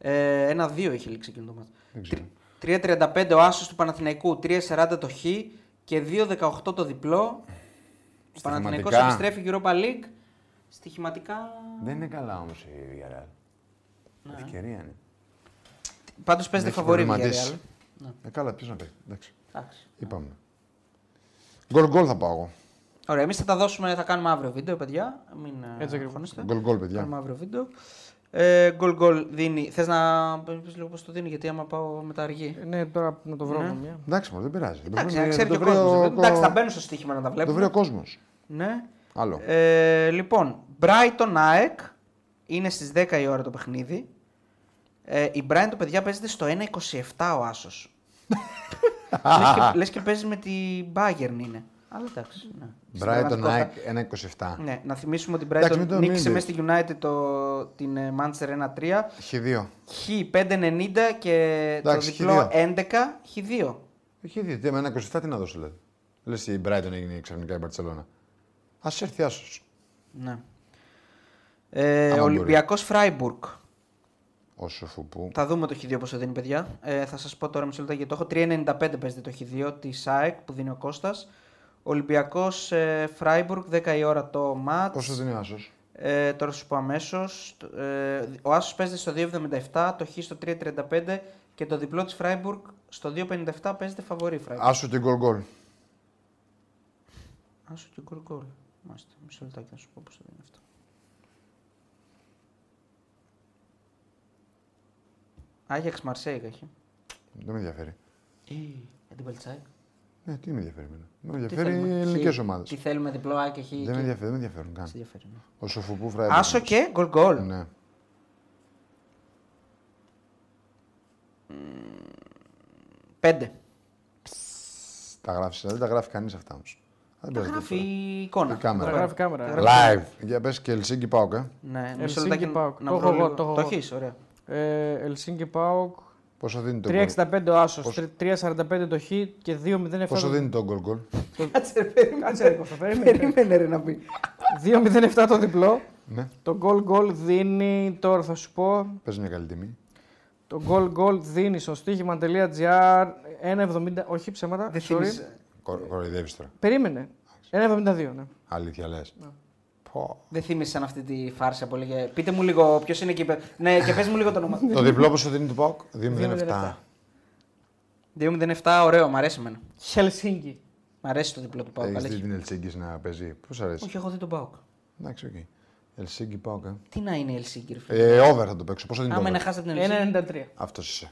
C: Ε, ένα-δύο είχε λήξει εκείνο το μάτι.
E: Δεν ξέρω.
C: 3-35 ο Άσος του Παναθηναϊκού, 3-40 το Χ και 2-18 το διπλό. Ο Παναθηναϊκός επιστρέφει Europa League. Στοιχηματικά.
E: Δεν είναι καλά όμως η Villarreal.
C: Ναι.
E: Ευκαιρία είναι.
C: Πάντως παίζεται
E: Έχει
C: φαβορή η
E: προβληματίσει.
C: Villarreal.
E: Ε, καλά, ποιος να πει. Εντάξει.
C: Εντάξει.
E: Είπαμε. Γκολ γκολ θα πάω εγώ.
C: Ωραία, εμείς θα τα δώσουμε, θα κάνουμε αύριο βίντεο, παιδιά. Μην ε,
D: Έτσι ακριβώς.
C: αγχώνεστε.
E: Γκολ γκολ, παιδιά.
C: Κάνουμε αύριο βίντεο. Ε, γκολ γκολ δίνει. Θες να πεις λίγο πώς το δίνει, γιατί άμα πάω μετά αργή.
D: Ναι, τώρα να το βρω
C: Ναι.
D: μια.
E: Εντάξει, μόνο δεν πειράζει. ε,
C: Εντάξει,
E: Το
C: να ξέρει και ο
E: βρει
C: κόσμο.
E: ο-
C: Εντάξει, θα μπαίνουν στο στοίχημα να τα
E: Το βρει ο
C: βλέπουν.
E: κόσμος.
C: Ναι.
E: Άλλο.
C: Ε, λοιπόν, Brighton ΑΕΚ είναι στις 10 η ώρα το παιχνίδι. Ε, η Brighton, παιδιά, παίζεται στο 1.27 ο Άσος. λες, και, λες και παίζει με τη Bayern είναι. Αλλά εντάξει. Ναι.
E: Brighton
C: Συνεργατικότητα.
E: ΑΕΚ 1-27.
C: Ναι, να θυμίσουμε ότι η
E: Εντάξει, μην
C: Brighton
E: το
C: νίκησε
E: μην-
C: μέσα στη United το, την ε, Manchester 1-3.
E: Χ2.
C: Χ 5.90 και το
E: Εντάξει,
C: διπλό
E: χ2.
C: 11 Χ2.
E: Χ2. Τι, με 1-27 τι να δώσω, λέτε. Λες η Brighton έγινε ξαφνικά η Barcelona. Ας έρθει άσος.
C: Ναι. Ε,
E: Άμα
C: Ολυμπιακός Φράιμπουργκ.
E: Όσο φουπού.
C: Θα δούμε το Χ2 πόσο δίνει, παιδιά. Ε, θα σας πω τώρα μισό λεπτό γιατί το έχω. 3,95 παίζεται το Χ2 τη ΑΕΚ που δίνει ο Κώστας. Ολυμπιακός ε, Φράιμπουργκ, 10 η ώρα το ματ.
E: Πόσο δίνει ο άσος.
C: Ε, τώρα σου πω αμέσως. Ε, ο Άσος παίζεται στο 2,77, το Χ στο 3,35 και το διπλό της Φράιμπουργκ στο 2,57 παίζεται φαβορή Φράιμπουργκ.
E: Άσο και γκολ γκολ.
C: Άσο και γκολ γκολ. Μάλιστα, μισό λεπτάκι να σου πω πώς το δίνει αυτό. Άγιαξ Μαρσέικ έχει.
E: Δεν με ενδιαφέρει.
C: Αντιπαλτσάικ.
E: Ναι, τι με ενδιαφέρει εμένα. Με
C: Τι
E: ενδιαφέρει
C: θέλουμε,
E: οι
C: χ,
E: ελληνικές
C: Τι
E: ομάδες.
C: θέλουμε, διπλό Α και Χ.
E: Δεν με ενδιαφέρει, δεν με ενδιαφέρουν καν. Ο Σοφουπού Φράιμπουργκ.
C: Άσο και γκολ γκολ.
E: Ναι.
C: Πέντε.
E: Τα γράφεις, δεν τα γράφει κανείς αυτά όμως. Δεν
C: Τα
E: παίζει
C: γράφει
E: τίποτα.
C: η εικόνα.
E: Η κάμερα.
D: Τα γράφει η κάμερα.
C: Τα γράφει-
E: Live. Για πες και Ελσίνκι Πάοκ, ε.
C: Ναι, μισό
D: Ελσίνκι,
C: λεπτάκι να,
D: ΠΑΟΚ.
C: να
D: Το
C: βρω
D: έχω εγώ,
C: λίγο.
D: το έχω
C: Το
D: εγώ.
C: έχεις, ωραία.
D: Ε, Ελσίνκι Πάοκ.
E: Πόσο δίνει το γκολ.
D: 3,65 ο Άσος,
E: Πόσο-
D: 3,45 το Χ και 2,07.
E: Πόσο
D: το-
E: δίνει το γκολ γκολ.
C: Κάτσε, περίμενε.
D: Κάτσε ρε Κώστα, περίμενε.
C: Περίμενε ρε να πει.
D: 2,07 το διπλό.
E: Ναι.
D: Το goal goal δίνει, τώρα θα σου πω,
E: Παίζει μια καλή τιμή.
D: το goal goal δίνει στο στοίχημα.gr 1,70, όχι ψέματα,
C: Δεν
D: sorry.
C: θύμισε-
E: Κορ- Κοροϊδεύεις τώρα.
D: Περίμενε, 1,72 ναι.
E: Αλήθεια λες.
C: Δεν θύμισε σαν αυτή τη φάρσα που έλεγε. Πείτε μου λίγο ποιος είναι εκεί. πέρα». Ναι, και πες μου λίγο το όνομα.
E: Το διπλό πόσο δίνει το Πάοκ. 2-0-7.
D: 2-0-7.
C: 2-0-7, ωραίο, μ' αρέσει εμένα.
D: Χελσίνκι.
C: Μ' αρέσει το διπλό του Πάουκ.
E: Έχει
C: αλλά
E: δει
C: έχει-
E: την Ελσίνκης να παίζει. Πώς σ' αρέσει.
C: Όχι, έχω δει τον Πάουκ.
E: Εντάξει, οκ. Ελσίνκη Πάοκ. ε.
C: Τι να είναι η Ελσίνκη, ρε φίλε.
E: Ε, over θα το παίξω. Πόσο δίνει το
C: Άμα είναι
E: over.
C: χάσατε την Ελσίνκη. Ε,
D: 1,93.
E: Αυτός είσαι.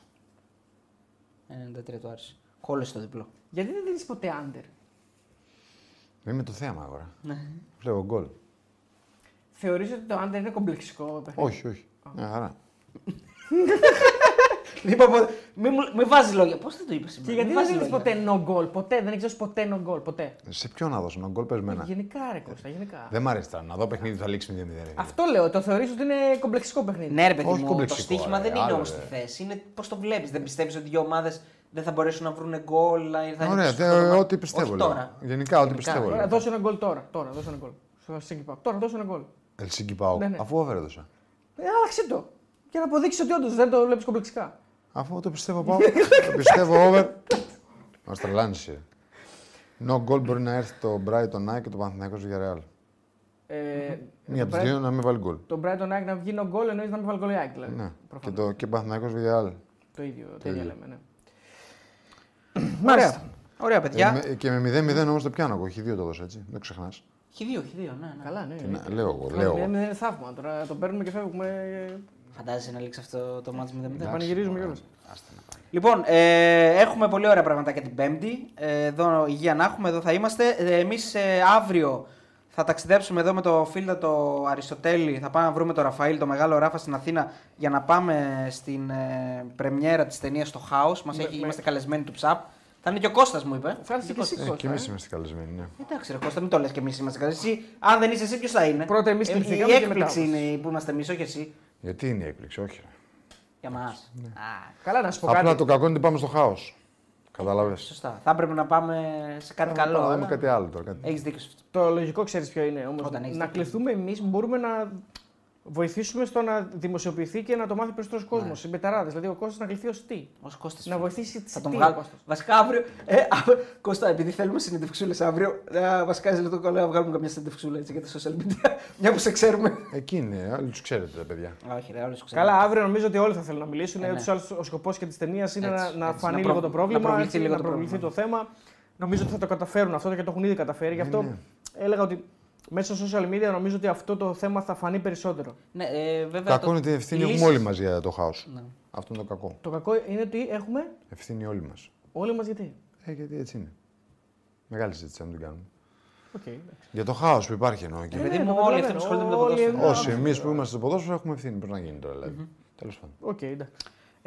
C: ναι. 93 του άρεσε. Κόλλησε το διπλό.
D: Γιατί δεν δίνεις ποτέ under.
E: Είμαι το θέμα αγορά.
C: Ναι.
E: Βλέπω γκολ.
D: Θεωρείς ότι το under είναι κομπλεξικό παιχνίδι.
E: Όχι, όχι. Μια χαρά.
C: Είπα ποτέ. Λοιπόν, Μη, μου- μη βάζεις λόγια. Πώς δεν το είπες
D: Και
C: σήμερα.
D: γιατί
C: μη
D: δεν
C: βάζεις
D: δίνεις
C: Ναι, λόγια.
D: ποτέ no goal, ποτέ, δεν έχεις δώσει ποτέ no goal, ποτέ.
E: Σε ποιον να δώσω, να γκολ πες μένα.
D: Γενικά ρε Κώστα, γενικά.
E: Ναι. Δεν μ' αρέσει τώρα να δω παιχνίδι που θα λήξει 0-0. ρε.
D: Αυτό λέω, το θεωρείς ότι είναι κομπλεξικό παιχνίδι.
C: Ναι, ρε παιδί
E: Όχι
C: μου, το
E: κομπλεξικό,
C: στοίχημα
E: ρε,
C: δεν είναι
E: άλλο,
C: όμως
E: ρε.
C: στη θέση. Είναι πώς το βλέπεις. Δεν πιστεύεις ότι δύο ομάδες δεν θα μπορέσουν να βρουν γκολ. ή θα είναι
E: Ωραία,
C: ψυχρό
E: δε-
C: το μάτι.
E: ό,τι πιστεύω.
C: Όχι
E: λέω.
C: τώρα.
E: Γενικά, ό,τι πιστεύω.
D: Τώρα
E: λέω.
D: δώσε ένα γκολ τώρα, τώρα δώσε ένα γκολ. Στο Helsinki Park. Τώρα δώσε ένα γκολ.
E: Ελσίνκι Πάοκ.
D: Ναι, ναι.
E: Αφού over έδωσα.
D: Ε, άλλαξε το. Για να αποδείξεις ότι όντως δεν το βλέπεις κομπλεξικά.
E: Αφού το πιστεύω Πάοκ. το πιστεύω over. Μα τρελάνει. εσύ. No goal μπορεί να έρθει το Brighton Nike και το Παναθηναϊκός για Real.
D: Ε,
E: Μία από
D: το
E: τις
D: Bright-
E: δύο να μην βάλει γκολ.
D: Το Brighton Ag να βγει no goal εννοείς να μην βάλει γκολ η Ag, δηλαδή.
E: Ναι. Και
D: Προφανώς.
E: το και Παναθηναϊκός για Real.
D: Το ίδιο, το ίδιο
E: ίδιο.
D: λέμε. Ναι.
C: Ωραία.
D: Μάλιστα.
C: Ωραία,
E: Ε,
C: παιδιά.
E: με- Και με 0-0 όμως το πιάνω εγώ. Χι δύο το δώσα έτσι. Δεν ξεχνάς.
C: Χι δύο, χι δύο, ναι. ναι.
D: Καλά, ναι.
E: Λέω εγώ.
D: Λέω.
E: Λέω
D: Δεν
E: εγώ.
D: είναι θαύμα τώρα. Το παίρνουμε και φεύγουμε. ε,
C: Φαντάζεσαι να λήξει αυτό το μάτι 0-0.
D: Πανηγυρίζουμε κιόλα.
C: Λοιπόν, ε, έχουμε πολύ ωραία πραγματάκια την Πέμπτη. Ε, εδώ υγεία να έχουμε, εδώ θα είμαστε. Ε, Εμείς ε, αύριο θα ταξιδέψουμε εδώ με το φίλο το Αριστοτέλη. Θα πάμε να βρούμε τον Ραφαήλ, το μεγάλο Ράφα στην Αθήνα, για να πάμε στην ε, πρεμιέρα της ταινίας στο Χάος. Μας
D: Με-
C: έχει,
D: με-
C: είμαστε καλεσμένοι του ΨΑΠ. Θα είναι και ο Κώστας μου είπε.
D: Θα έρθει και εσύ
E: Ε, Και
D: Κώστα.
E: εμεί
D: ε.
E: είμαστε καλεσμένοι. ναι.
C: Εντάξει, ρε Κώστα, μην το λες και εμείς είμαστε καλέ. Εσύ, αν δεν είσαι εσύ, ποιος θα είναι.
D: Πρώτα εμείς
C: Ε,
D: κληθήκαμε
C: Η
D: και μετά
C: έκπληξη
D: όμως.
C: είναι που είμαστε εμείς, όχι εσύ.
E: Γιατί είναι η έκπληξη, όχι. ρε.
C: Για μας.
D: Ναι. Καλά να σου πω
E: Απλά
D: κάτι.
E: το κακό είναι ότι πάμε στο χάος. Κατάλαβε.
C: Σωστά. Θα έπρεπε να πάμε σε κάτι καλό.
D: ε.
E: Πάμε
C: Αλλά...
E: κάτι άλλο τώρα. κάτι-
C: Έχεις δίκιο σε αυτό.
D: Το λογικό ξέρεις ποιο είναι όμως.
C: Όταν έχεις
D: Να
C: δίκιο.
D: κληθούμε εμείς μπορούμε να βοηθήσουμε στο να δημοσιοποιηθεί και να το μάθει περισσότερο κόσμο. Οι μπεταράδες. Δηλαδή ο κόσμο να κληθεί ως τι.
C: Ως Κώστας.
D: Να βοηθήσει
C: Ναι.
D: τη
C: Θα τον
D: τι, ο
C: βγάλω.
D: Κώστας.
C: Βασικά αύριο. Ε, α, Κώστα, επειδή θέλουμε συνεντευξούλες αύριο, ε, βασικά σε λεπτό καλό να βγάλουμε καμιά συνεντευξούλα έτσι, για τα social media. Μια που σε ξέρουμε.
D: Ε.
E: Εκεί είναι, άλλοι τους ξέρετε, ρε παιδιά.
C: Α, Όχι, ρε, όλου ξέρουμε.
D: Καλά, αύριο νομίζω ότι όλοι θα θέλουν να μιλήσουν.
C: Ε, ναι.
D: Ούτως ή άλλως ο σκοπός και της ταινίας είναι
C: Έτσι,
D: να, να
C: έτσι, να προ-
D: φανεί λίγο το
C: να
D: πρόβλημα,
C: προβληθεί
D: έτσι,
C: λίγο
D: να
C: το
D: προβληθεί
C: πρόβλημα. Ε,
D: το θέμα. Νομίζω ότι θα το καταφέρουν αυτό και το έχουν ήδη καταφέρει. Γι' αυτό
C: ναι.
D: έλεγα ότι μέσα στο social media νομίζω ότι αυτό το θέμα θα φανεί περισσότερο.
C: Ναι, ε, βέβαια.
E: Κακό είναι ότι ευθύνη
C: οι
E: έχουμε
C: λύσεις-
E: όλοι μας για το χάος.
D: Ναι.
E: Αυτό είναι το κακό.
D: Το κακό είναι ότι έχουμε
E: Ευθύνη όλοι μας.
D: όλοι μας γιατί.
E: Ε, γιατί έτσι είναι. Μεγάλη συζήτηση να μην την κάνουμε.
D: Οκ. Οκ, εντάξει.
E: Για το χάος που υπάρχει εννοώ. εκεί.
C: Παιδί
D: ναι,
C: μου,
D: το
C: όλοι
D: καταλαβαίνω.
C: αυτοί που ασχολούνται με το
D: Όλοι
C: ποδόσφαιρο.
D: εννοώ.
E: Όσοι εμείς που είμαστε στο ποδόσφαιρο έχουμε ευθύνη. Πρέπει να γίνει τώρα δηλαδή. Τέλος πάντων.
D: Οκ, εντάξει.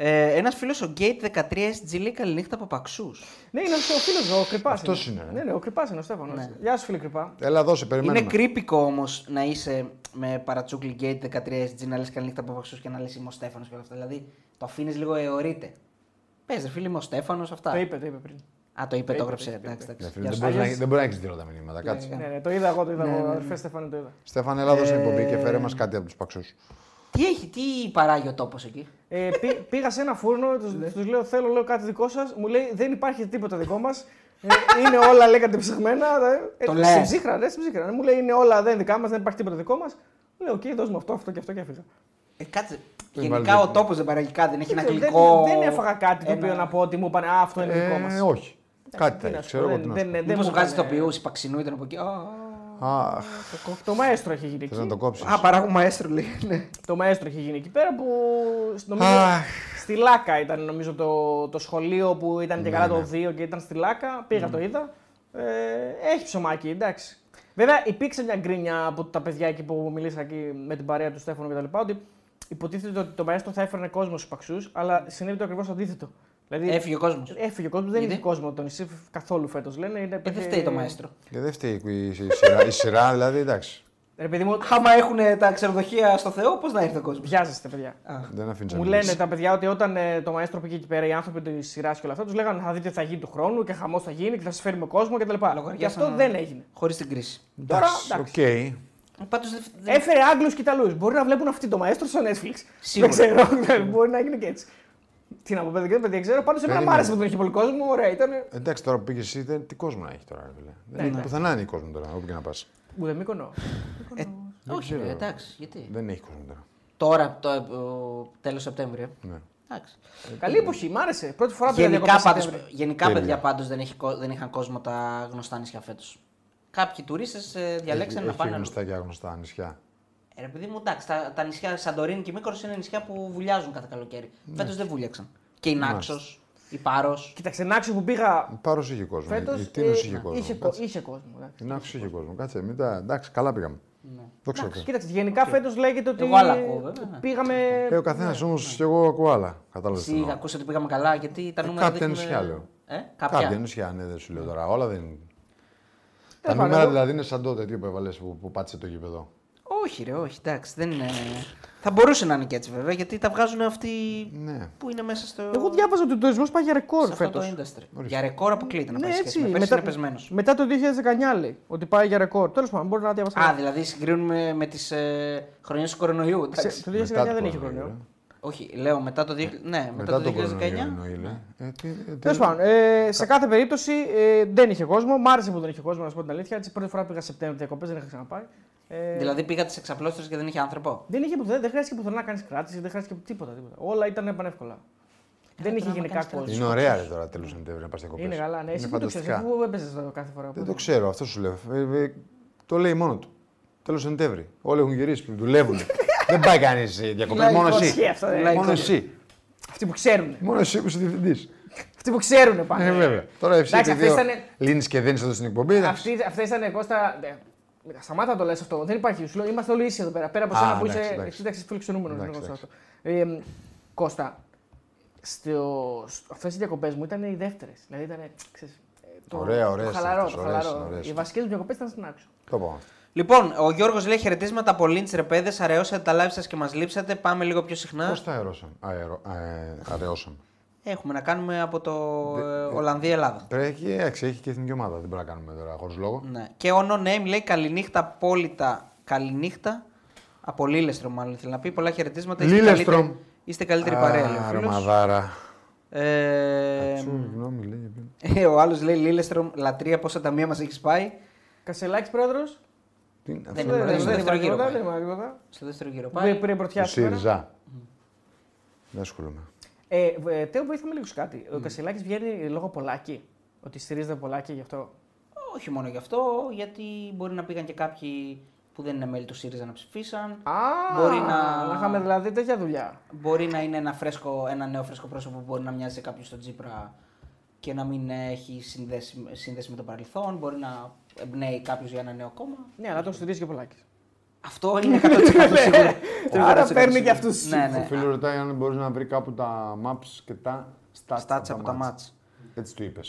C: Ε, Ένας φίλος, ο Gate 13 SG, καληνύχτα από παξού.
D: Ναι, είναι ο φίλος, ο κρυπάς.
E: Αυτός είναι, ε.
D: Ναι, ναι, ο κρυπάς είναι ο Στέφανος. Γεια σου, φίλε κρυπά.
E: Έλα, δώσε,
C: Είναι
E: περιμένουμε.
C: κρύπικο όμως να είσαι με παρατσούκλι Gate 13 SG, να λες καληνύχτα από παξού και να λες είμαι ο Στέφανος και όλα αυτά. Δηλαδή το αφήνεις λίγο αιωρείται. Πες, ρε φίλε, είμαι ο Στέφανος, αυτά.
D: Το είπε, το είπε πριν.
C: Α, το είπε, το
D: είπε,
C: έγραψε.
D: το είπε,
C: Εντάξει,
D: το
E: Ναι,
C: εντάξει.
E: φίλε,
C: Γεια
E: Δεν
C: σου.
E: μπορείς να
C: Αλλιώς-
E: έχεις- δεν μπορείς να έχεις τίποτα τα μηνύματα. Κάτσε.
D: Ναι, ναι, το είδα εγώ, το είδα εγώ. Αδερφέ Στέφανο, το είδα.
E: Στέφαν, έλα, δώσε την εκπομπή και
D: Ε,
E: φέρε μας κάτι από τους παξού.
C: Τι έχει, τι παράγει ο τόπος εκεί.
D: Ε, πή- πήγα σε ένα φούρνο,
E: Ναι.
D: τους τους λέω: Θέλω λέω, κάτι δικό σας. Μου λέει: Δεν υπάρχει τίποτα δικό μας. είναι όλα λέγατε ψυχμένα. Ε,
C: Το
D: ε,
C: λες.
D: Στην ψύχρα, ναι, στην ψύχρα. Μου λέει: Είναι όλα δεν δικά μας, δεν υπάρχει τίποτα δικό μας. Λέω: Οκ, δώσ' μου αυτό, αυτό και αυτό και έφυγα.
C: Ε, κάτσε.
E: Τον
C: Γενικά
E: βάλεις
C: ο τόπος δεν παράγει κάτι, δεν έχει ένα
D: Ε, Δεν-
C: γλυκό.
D: Δεν, δεν έφαγα κάτι το οποίο να πω ότι μου είπαν Α, αυτό είναι δικό μα.
E: Ε, όχι. Κάτι
D: Τι να
E: τέτοιο.
D: σου
E: Ξέρω
D: πω,
E: εγώ
D: δεν-
E: τι να
D: δεν-
E: σου
D: δεν- δεν
C: Μήπως
D: μου
C: βγάζει το
D: έκανε.
C: ποιούς, υπαξινού ήταν από εκεί. Α,
E: πω. Αχ,
D: Το μαέστρο έχει γίνει
E: θες να
D: εκεί.
E: το κόψεις.
C: Α, παράγουμε μαέστρο λέει. ναι.
D: Το μαέστρο είχε γίνει εκεί πέρα που σ- νομίζω,
E: Αχ.
D: στη Λάκα ήταν νομίζω το, το σχολείο που ήταν και
C: Ναι,
D: καλά το 2 και ήταν στη Λάκα. Πήγα το είδα. Ε, έχει ψωμάκι, εντάξει. Βέβαια υπήρξε μια γκρίνια από τα παιδιά εκεί που μιλήσα εκεί με την παρέα του Στέφανο κτλ. Ότι υποτίθεται ότι το μαέστρο θα έφερνε κόσμος στους παξού, αλλά συνέβη το ακριβώς αντίθετο. Δηλαδή,
C: Έφυγε ο κόσμος.
D: έφυγε ο κόσμος, δεν
C: Γιατί?
D: είχε κόσμο το νησί καθόλου φέτος. Λένε είναι
C: Ε, δεν φταίει το μαέστρο.
E: Και δεν φταίει η- η σειρά- η σειρά, δηλαδή εντάξει.
D: Ρε ε, παιδί μου,
C: Άμα έχουν τα ξενοδοχεία στο Θεό, πώς να έρθει ο κόσμος.
D: βιάζεστε παιδιά.
E: Δεν αφήνεις
D: Μου λένε τα παιδιά ότι όταν ε, το μαέστρο πήγε εκεί πέρα, οι άνθρωποι της σειράς και όλα αυτά, τους λέγανε θα δείτε τι θα γίνει του χρόνου και χαμός θα γίνει και θα σας φέρουμε κόσμο κτλ. Και αυτό
C: ναι.
D: δεν έγινε.
C: Χωρίς την κρίση.
D: Τώρα
E: Οκ.
D: εντάξει.
C: Πάντως δεν. δεν-
D: Έφερε Άγγλους και Ιταλούς. Μπορεί να βλέπουν αυτοί το μαέστρο στο Netflix.
C: Σίγουρα.
D: Δεν ξέρω, δηλαδή, μπορεί να έγινε και έτσι. Τι να πω, παιδιά, παιδιά, δεν ξέρω. Πάντως εμένα μου
E: Περίμενε.
D: άρεσε που δεν είχε πολύ κόσμο. Ωραία, ήταν.
E: Εντάξει, τώρα που πήγες εσύ, δεν- τι κόσμο να έχει τώρα. ρε φίλε.
D: Ναι,
E: Δεν έχει πουθενά είναι κόσμο τώρα, όπου και να πας.
D: Ουδεμίκονο.
C: ε, Όχι,
E: ξέρω.
C: ρε, εντάξει,
D: Ναι.
C: γιατί.
E: Δεν έχει κόσμο τώρα.
C: Τώρα, το τέλος Σεπτέμβριο. Εντάξει.
D: Καλή εποχή, μ' άρεσε. Πρώτη φορά πήγα
C: Γενικά,
D: διακοπές
C: πάντως,
D: Σεπτέμβριο.
C: γενικά
E: Τέλεια.
C: παιδιά πάντως δεν, έχει, κο- δεν είχαν κόσμο τα γνωστά νησιά φέτος. Κάποιοι τουρίστες ε, διαλέξαν
E: Έχει-
C: να
E: έχει
C: πάνε.
E: γνωστά και άγνωστα νησιά.
C: Ε, ρε παιδί μου, εντάξει, τα, τα νησιά Σαντορίνη και Μύκορος είναι νησιά που βουλιάζουν κάθε καλοκαίρι.
E: Ναι.
C: Φέτος δεν βούλιαξαν. Και η Νάξος, η Πάρος.
D: Κοίταξε, Νάξος που πήγα
E: Πάρος είχε κόσμο.
D: φέτο.
E: η Τίνος Ε, είχε κόσμο.
D: ε, Είχε, κο-
E: Κάτσε.
D: είχε κόσμο. εντάξει.
E: Η Νάξος είχε κόσμο. Κάτσε, μην τα. Εντάξει, καλά πήγαμε.
D: Ναι.
E: Δόξα τω Θεώ.
D: Κοίταξε, γενικά φέτος λέγεται ότι
C: Εγώ άλλα ακούω, βέβαια, ναι.
D: πήγαμε.
E: Ε, ο καθένας
D: ναι,
E: όμως και εγώ ακούω άλλα. Κατάλαβες.
C: Εσύ ακούσες ότι πήγαμε καλά γιατί τα
E: Ε,
C: νούμερα
E: κάποια
C: δείχνουν-
E: νησιά, λέω.
C: Ε, κάποια.
E: Κάποια νησιά, ναι, δεν σου λέω τώρα. Όλα
D: Ε,
E: δεν. Τα
D: Τέλος πάντων,
E: νούμερα
D: εγώ-
E: δηλαδή είναι σαν το τέτοιο που έβαλες που, που πάτησε το γήπεδο.
C: Όχι ρε, όχι, εντάξει, δεν είναι... Θα μπορούσε να είναι και έτσι βέβαια γιατί τα βγάζουν αυτοί
E: Ναι.
C: που είναι μέσα στο...
D: Εγώ διάβαζα ότι ο τουρισμός πάει για ρεκόρ
C: σε αυτό
D: φέτο.
C: το industry. Για ρεκόρ αποκλείεται να
E: Ναι,
C: πάει σχέση με πέρσι είναι πεσμένος.
D: μετά το 2019 λέει ότι πάει για ρεκόρ. Τέλος πάντων, μπορεί να διαβάσει.
C: Α, δηλαδή συγκρίνουμε με τις ε, χρονιές του κορονοϊού. εντάξει.
D: Το 2019
E: Μετά το
D: δεν είχε
E: κορονοϊό,
D: χρόνο.
C: Όχι, λέω μετά το, δι... ναι, μετά το 2019.
E: κορονοϊό εννοεί, λέει. Ε, τι- ε, τι-
D: Τέλο πάντων, ε, σε κάθε περίπτωση ε, δεν είχε κόσμο. Μ' άρεσε που δεν είχε κόσμο, να σου πω την αλήθεια. Έτσι, πρώτη φορά πήγα Σεπτέμβριο διακοπές, δεν είχα ξαναπάει. Ε,
C: Δηλαδή πήγατε σε εξαπλώστερε και δεν είχε άνθρωπο.
D: δεν, είχε, πουθενά- δεν χρειάστηκε πουθενά να κάνεις κράτηση, δεν χρειάστηκε τίποτα. τίποτα. Όλα ήταν πανεύκολα. δεν είχε
C: Ε, τώρα να
D: γενικά
C: κάνεις κράτηση.
E: Είναι
D: κόσμο.
E: ωραία ρε, τώρα τέλος Σεπτέμβρη να πας διακοπές.
D: Είναι καλά, ναι. Εσύ που το ξέρεις, αφού έπαιζε κάθε φορά.
E: Δεν το ξέρω, αυτό σου λέω. Ε, ε, το λέει μόνο του. Τέλος Σεπτέμβρη. Όλοι έχουν γυρίσει, δουλεύουν. δεν πάει κανείς διακοπέ, μόνο
D: Λαϊκό
E: εσύ.
D: σχέδιο αυτό, ε.
E: Μόνο
C: Λαϊκός.
E: εσύ.
D: Αυτοί που ξέρουν.
E: Μόνο εσύ που είσαι διευθυντής.
D: Αυτοί που ξέρουν
E: Ε,
D: πάνε.
E: βέβαια. Τώρα εσύ
D: Εντάξει,
E: επειδή
D: αυτές ήταν-
E: λύνει και δίνει εδώ στην εκπομπή. εντάξει.
D: Αυτή, αυτές ήταν Κώστα. ε, Σταμάτα να το λες αυτό. Δεν υπάρχει. Σου λέω, είμαστε όλοι ίσοι εδώ πέρα. Πέρα από
E: Α,
D: σένα που
E: εντάξει,
D: είσαι.
E: εντάξει.
D: Εσύ εντάξει, φιλοξενούμενος.
E: Εντάξει,
D: Κώστα, στο, αυτές οι διακοπές μου ήταν οι δεύτερες. Δηλαδή ήταν. Ξέρεις, ε, το,
E: Ωραία,
D: το
E: ωραίες
D: χαλαρό,
E: αυτές,
D: το
E: ωραίες,
D: χαλαρό.
E: ωραίες.
D: Οι βασικές μου διακοπές ήταν στην άξο.
E: Το πω.
C: Λοιπόν, ο Γιώργος λέει χαιρετίσματα από Λίντ Ρεπέδε. Αραιώσατε τα live σας και μας λείψατε. Πάμε λίγο πιο συχνά.
E: Πώς τα αερώσαν. Αερω... αε- Αραιώσαν.
C: Έχουμε να κάνουμε από το ε, Ολλανδία-Ελλάδα.
E: Πρέπει και έξι, έχει και εθνική ομάδα. Δεν μπορούμε να κάνουμε τώρα χωρίς λόγο.
C: Ναι. Και ο No Name λέει καληνύχτα απόλυτα. Καληνύχτα. Από Λίλεστρομ, μάλλον θέλει να πει. Πολλά χαιρετίσματα. Είστε
E: Λίλεστρομ.
C: καλύτερη- Είστε καλύτερη παρέα, λέει ο φίλος.
E: Ρωμαδάρα.
C: Ε,
E: Τσου, Συγγνώμη, λέει. επειδή-
C: Ε, ο άλλος λέει Λίλεστρομ, λατρεία, πόσα ταμεία μας έχεις πάει.
D: Κασελάκης πρόεδρος.
E: Τι είναι
C: Δεν
E: αυτό.
C: είναι
D: Δεν
C: στο δεύτερο
D: είπα
C: γύρο
D: τίποτα.
C: πάει.
D: Δεν είπα τίποτα.
C: Στο δεύτερο γύρο
D: Πήρε-
C: πάει.
D: Πήρε
E: Του
D: πρωτιά σήμερα.
E: ΣΥΡΙΖΑ. Δεν ασχολούμαι.
D: Ε, ε, Τέο, βοήθαμε λίγο σε κάτι. Ο Κασελάκης βγαίνει λόγω πολλάκι. Ότι στηρίζεται πολλάκι γι' αυτό.
C: Όχι μόνο γι' αυτό, γιατί μπορεί να πήγαν και κάποιοι που δεν είναι μέλη του ΣΥΡΙΖΑ να ψηφίσαν.
D: Α,
C: Μπορεί να-
D: να είχαμε δηλαδή τέτοια δουλειά.
C: Μπορεί να είναι ένα, φρέσκο, ένα νέο φρέσκο πρόσωπο που μπορεί να μοιάζει σε κάποιον στον Τζίπρα και να μην έχει συνδέση, σύνδεση με το παρελθόν. Μπορεί να εμπνέει κάποιος για ένα νέο κόμμα.
D: Ναι, αλλά τον στηρίζει και πολλάκι.
C: Αυτό είναι 100% σίγουρο.
D: Ναι, Άρα
C: 100%
D: παίρνει
C: σίγουρο.
D: και αυτούς.
C: Ναι,
E: Ο
C: ναι.
E: φίλο ρωτάει αν μπορείς να βρει κάπου τα maps και τα stats,
C: Στάτς από τα μάτς.
E: Έτσι του είπες.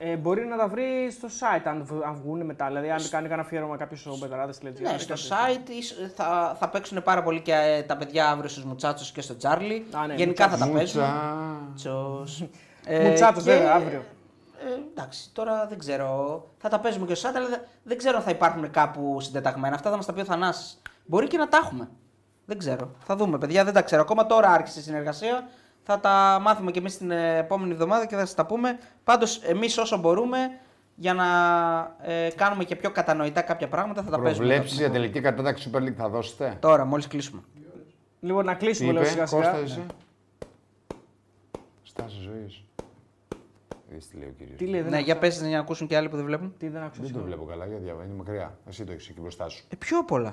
D: Ε, μπορεί να τα βρει στο site αν, β- αν βγουν μετά. Δηλαδή, αν κάνει κανένα αφιέρωμα κάποιος ο Μπεταράδε Legend.
C: Ναι, στο site ίσ- θα, θα παίξουν πάρα πολύ και ε, τα παιδιά αύριο στους Μουτσάτσου και στο Τζάρλι.
D: Α, ναι,
C: Γενικά Ε, θα τα παίζουν.
E: Μουτσα.
C: Τσος.
D: Μουτσάτος,
C: και-
D: βέβαια, αύριο.
C: Ε, εντάξει, τώρα δεν ξέρω. Θα τα παίζουμε και στο site, αλλά δε- δεν ξέρω αν θα υπάρχουν κάπου συντεταγμένα. Αυτά θα μας τα πει ο Θανάσης. Μπορεί και να τα έχουμε. Δεν ξέρω. Θα δούμε, παιδιά, δεν τα ξέρω ακόμα. Τώρα άρχισε η συνεργασία. Θα τα μάθουμε και εμείς την ε, επόμενη εβδομάδα και θα σας τα πούμε. Πάντως, εμείς όσο μπορούμε για να ε, κάνουμε και πιο κατανοητά κάποια πράγματα θα τα παίζουμε.
E: Προβλέψεις για τελική κατάταξη Super League θα δώσετε.
C: Τώρα, μόλις κλείσουμε.
D: Λοιπόν, να
E: Τι
D: κλείσουμε
E: είπε,
D: λέω σιγά
E: Κώστα,
C: Ναι.
D: σιγά.
E: εσύ. Στάση ζωής. Δεις τι λέει ο κύριος.
D: Τι λέει, δεν
C: Ναι, για
D: άκουσα.
C: πες για να ακούσουν και άλλοι που δεν βλέπουν.
D: Τι δεν άκουσα.
E: Δεν το
D: συγγνώμη.
E: βλέπω καλά, γιατί είναι μακριά. Εσύ το έχεις εκεί μπροστά σου.
C: Ε, πιο πολλά.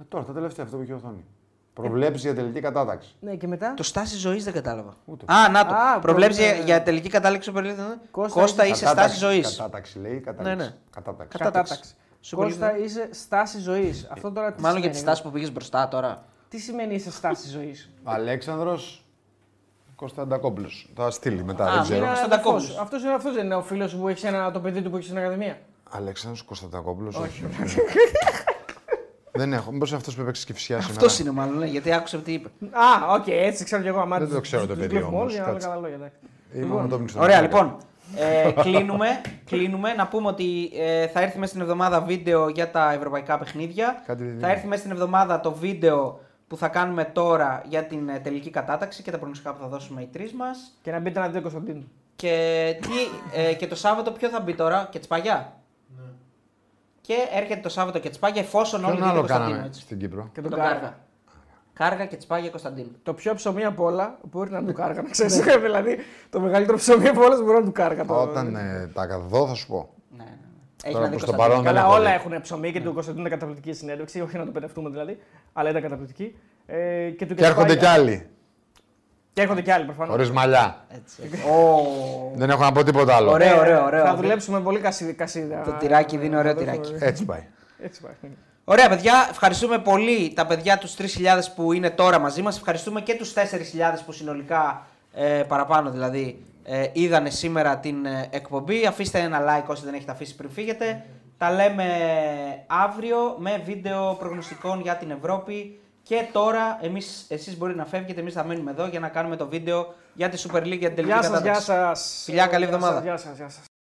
E: Ε, τώρα, τα τελευταία, αυτό που έχει η οθόνη. Προβλέψεις για τελική κατάταξη.
D: Ναι, και μετά.
C: Το στάση ζωής δεν κατάλαβα.
E: Ούτε.
C: Α, να το.
D: Α,
C: Προβλέψει
D: προβλέ-
C: για, για τελική κατάληξη Super League. ναι.
D: Κώστα,
C: Κώστα,
D: είσαι-
C: είσαι στάση ζωής.
E: Κατάταξη λέει, κατάταξη.
C: Ναι, ναι.
E: Κατάταξη.
C: Κατά-
D: Κατάταξη.
C: Super
D: Κώστα,
C: League.
D: είσαι στάση ζωής. Αυτό τώρα τι
C: Μάλλον για τη
D: σημαίνει,
C: στάση που πήγες μπροστά
E: Ναι,
C: τώρα.
D: Τι σημαίνει είσαι στάση ζωής.
E: Αλέξανδρος Κωνσταντακόπουλος. Θα στείλει μετά,
C: Α,
E: δεν
C: μήνα-
E: ξέρω.
C: Κωνσταντακόπουλος.
D: Αυτός είναι αυτός δεν είναι ο φίλος που έχει ένα το παιδί του που έχει στην Ακαδημία.
E: Αλέξανδρος Κωνσταντακόπουλος. Όχι. δεν έχω. Μήπως είναι αυτός που έπαιξε και φυσιά σήμερα.
C: Αυτός είναι μάλλον, ναι, γιατί άκουσα τι είπε.
D: Α, οκ, έτσι ξέρω κι εγώ. αμά,
E: Δεν το
D: τους-
E: ξέρω το
D: τους
E: παιδί
D: βλέπουμε
E: όμως,
D: όλοι, αλλά
E: κάτσε.
D: καλά λόγια, εντάξει.
E: Ή μόνο το μισό.
C: Ωραία, λοιπόν.
E: ναι.
C: Ε, κλείνουμε, κλείνουμε. Να πούμε ότι ε, θα έρθει μέσα στην εβδομάδα βίντεο για τα ευρωπαϊκά παιχνίδια.
E: Κάτι δεν
C: θα
E: είναι.
C: έρθει μέσα στην εβδομάδα το βίντεο που θα κάνουμε τώρα για την ε, τελική κατάταξη και τα προγνωστικά που θα δώσουμε οι τρεις μας.
D: Και να μπείτε να δείτε τον Κωνσταντίνο.
C: Και, τι, ε, και το Σάββατο ποιο θα μπει τώρα, και τσπαγιά. Ναι. Και έρχεται το Σάββατο και τσπαγιά εφόσον όλοι
E: Ποιον
C: δείτε
E: άλλο
C: Κωνσταντίνο.
E: κάναμε
C: έτσι.
E: στην Κύπρο.
D: Και
C: Τον
D: τον
C: Κάργα.
D: Κάργα.
C: Κάργα και τσπάγια Κωνσταντίνο.
D: Το πιο ψωμί απ' όλα μπορεί να είναι
E: Ναι.
D: του Κάργα, να ξέρεις. δηλαδή, το μεγαλύτερο ψωμί απ' όλα μπορεί να είναι του Κάργα.
C: Λοιπόν,
D: το-
E: Όταν ε, τα δω θα σου πω.
C: Ναι, ναι, ναι. Έχει
E: Τώρα
C: να δει
E: προς
C: Κωνσταντίνο.
E: το παρόν- δεν
D: Καλά,
E: έχω
D: όλα
E: δει.
D: έχουν ψωμί
E: Ναι.
D: και του Κωνσταντίνου ήταν καταπληκτική συνέντευξη. Όχι να το παιδευτούμε δηλαδή, αλλά ήταν καταπληκτική. Ε, και του
E: Και έρχονται
D: Κεσπάγια.
E: κι άλλοι.
D: Και έρχονται κι άλλοι Ε, προφανώς.
E: Χωρίς μαλλιά.
C: Έτσι, έτσι. Ω, Ε.
E: Δεν έχω να πω τίποτα άλλο.
C: Ωραίο, ωραίο, ωραίο.
D: Θα δουλέψουμε πολύ κασίδι. κασίδι.
C: Το τυράκι δίνει ωραίο τυράκι.
E: Έτσι πάει.
D: Έτσι πάει.
C: Ωραία, παιδιά, ευχαριστούμε πολύ τα παιδιά τους 3.000 που είναι τώρα μαζί μας. Ευχαριστούμε και τους 4.000 που συνολικά ε, παραπάνω δηλαδή ε, είδανε σήμερα την ε, εκπομπή. Αφήστε ένα like όσοι δεν έχετε αφήσει πριν φύγετε. Τα λέμε αύριο με βίντεο προγνωστικών για την Ευρώπη. Και τώρα εμείς, εσείς μπορείτε να φεύγετε, εμείς θα μένουμε εδώ για να κάνουμε το βίντεο για τη Super League για την τελική
D: Γεια σας,
C: κατάταξη.
D: γεια σας.
C: Φιλιά, καλή εβδομάδα.
D: Γεια σας, γεια σας.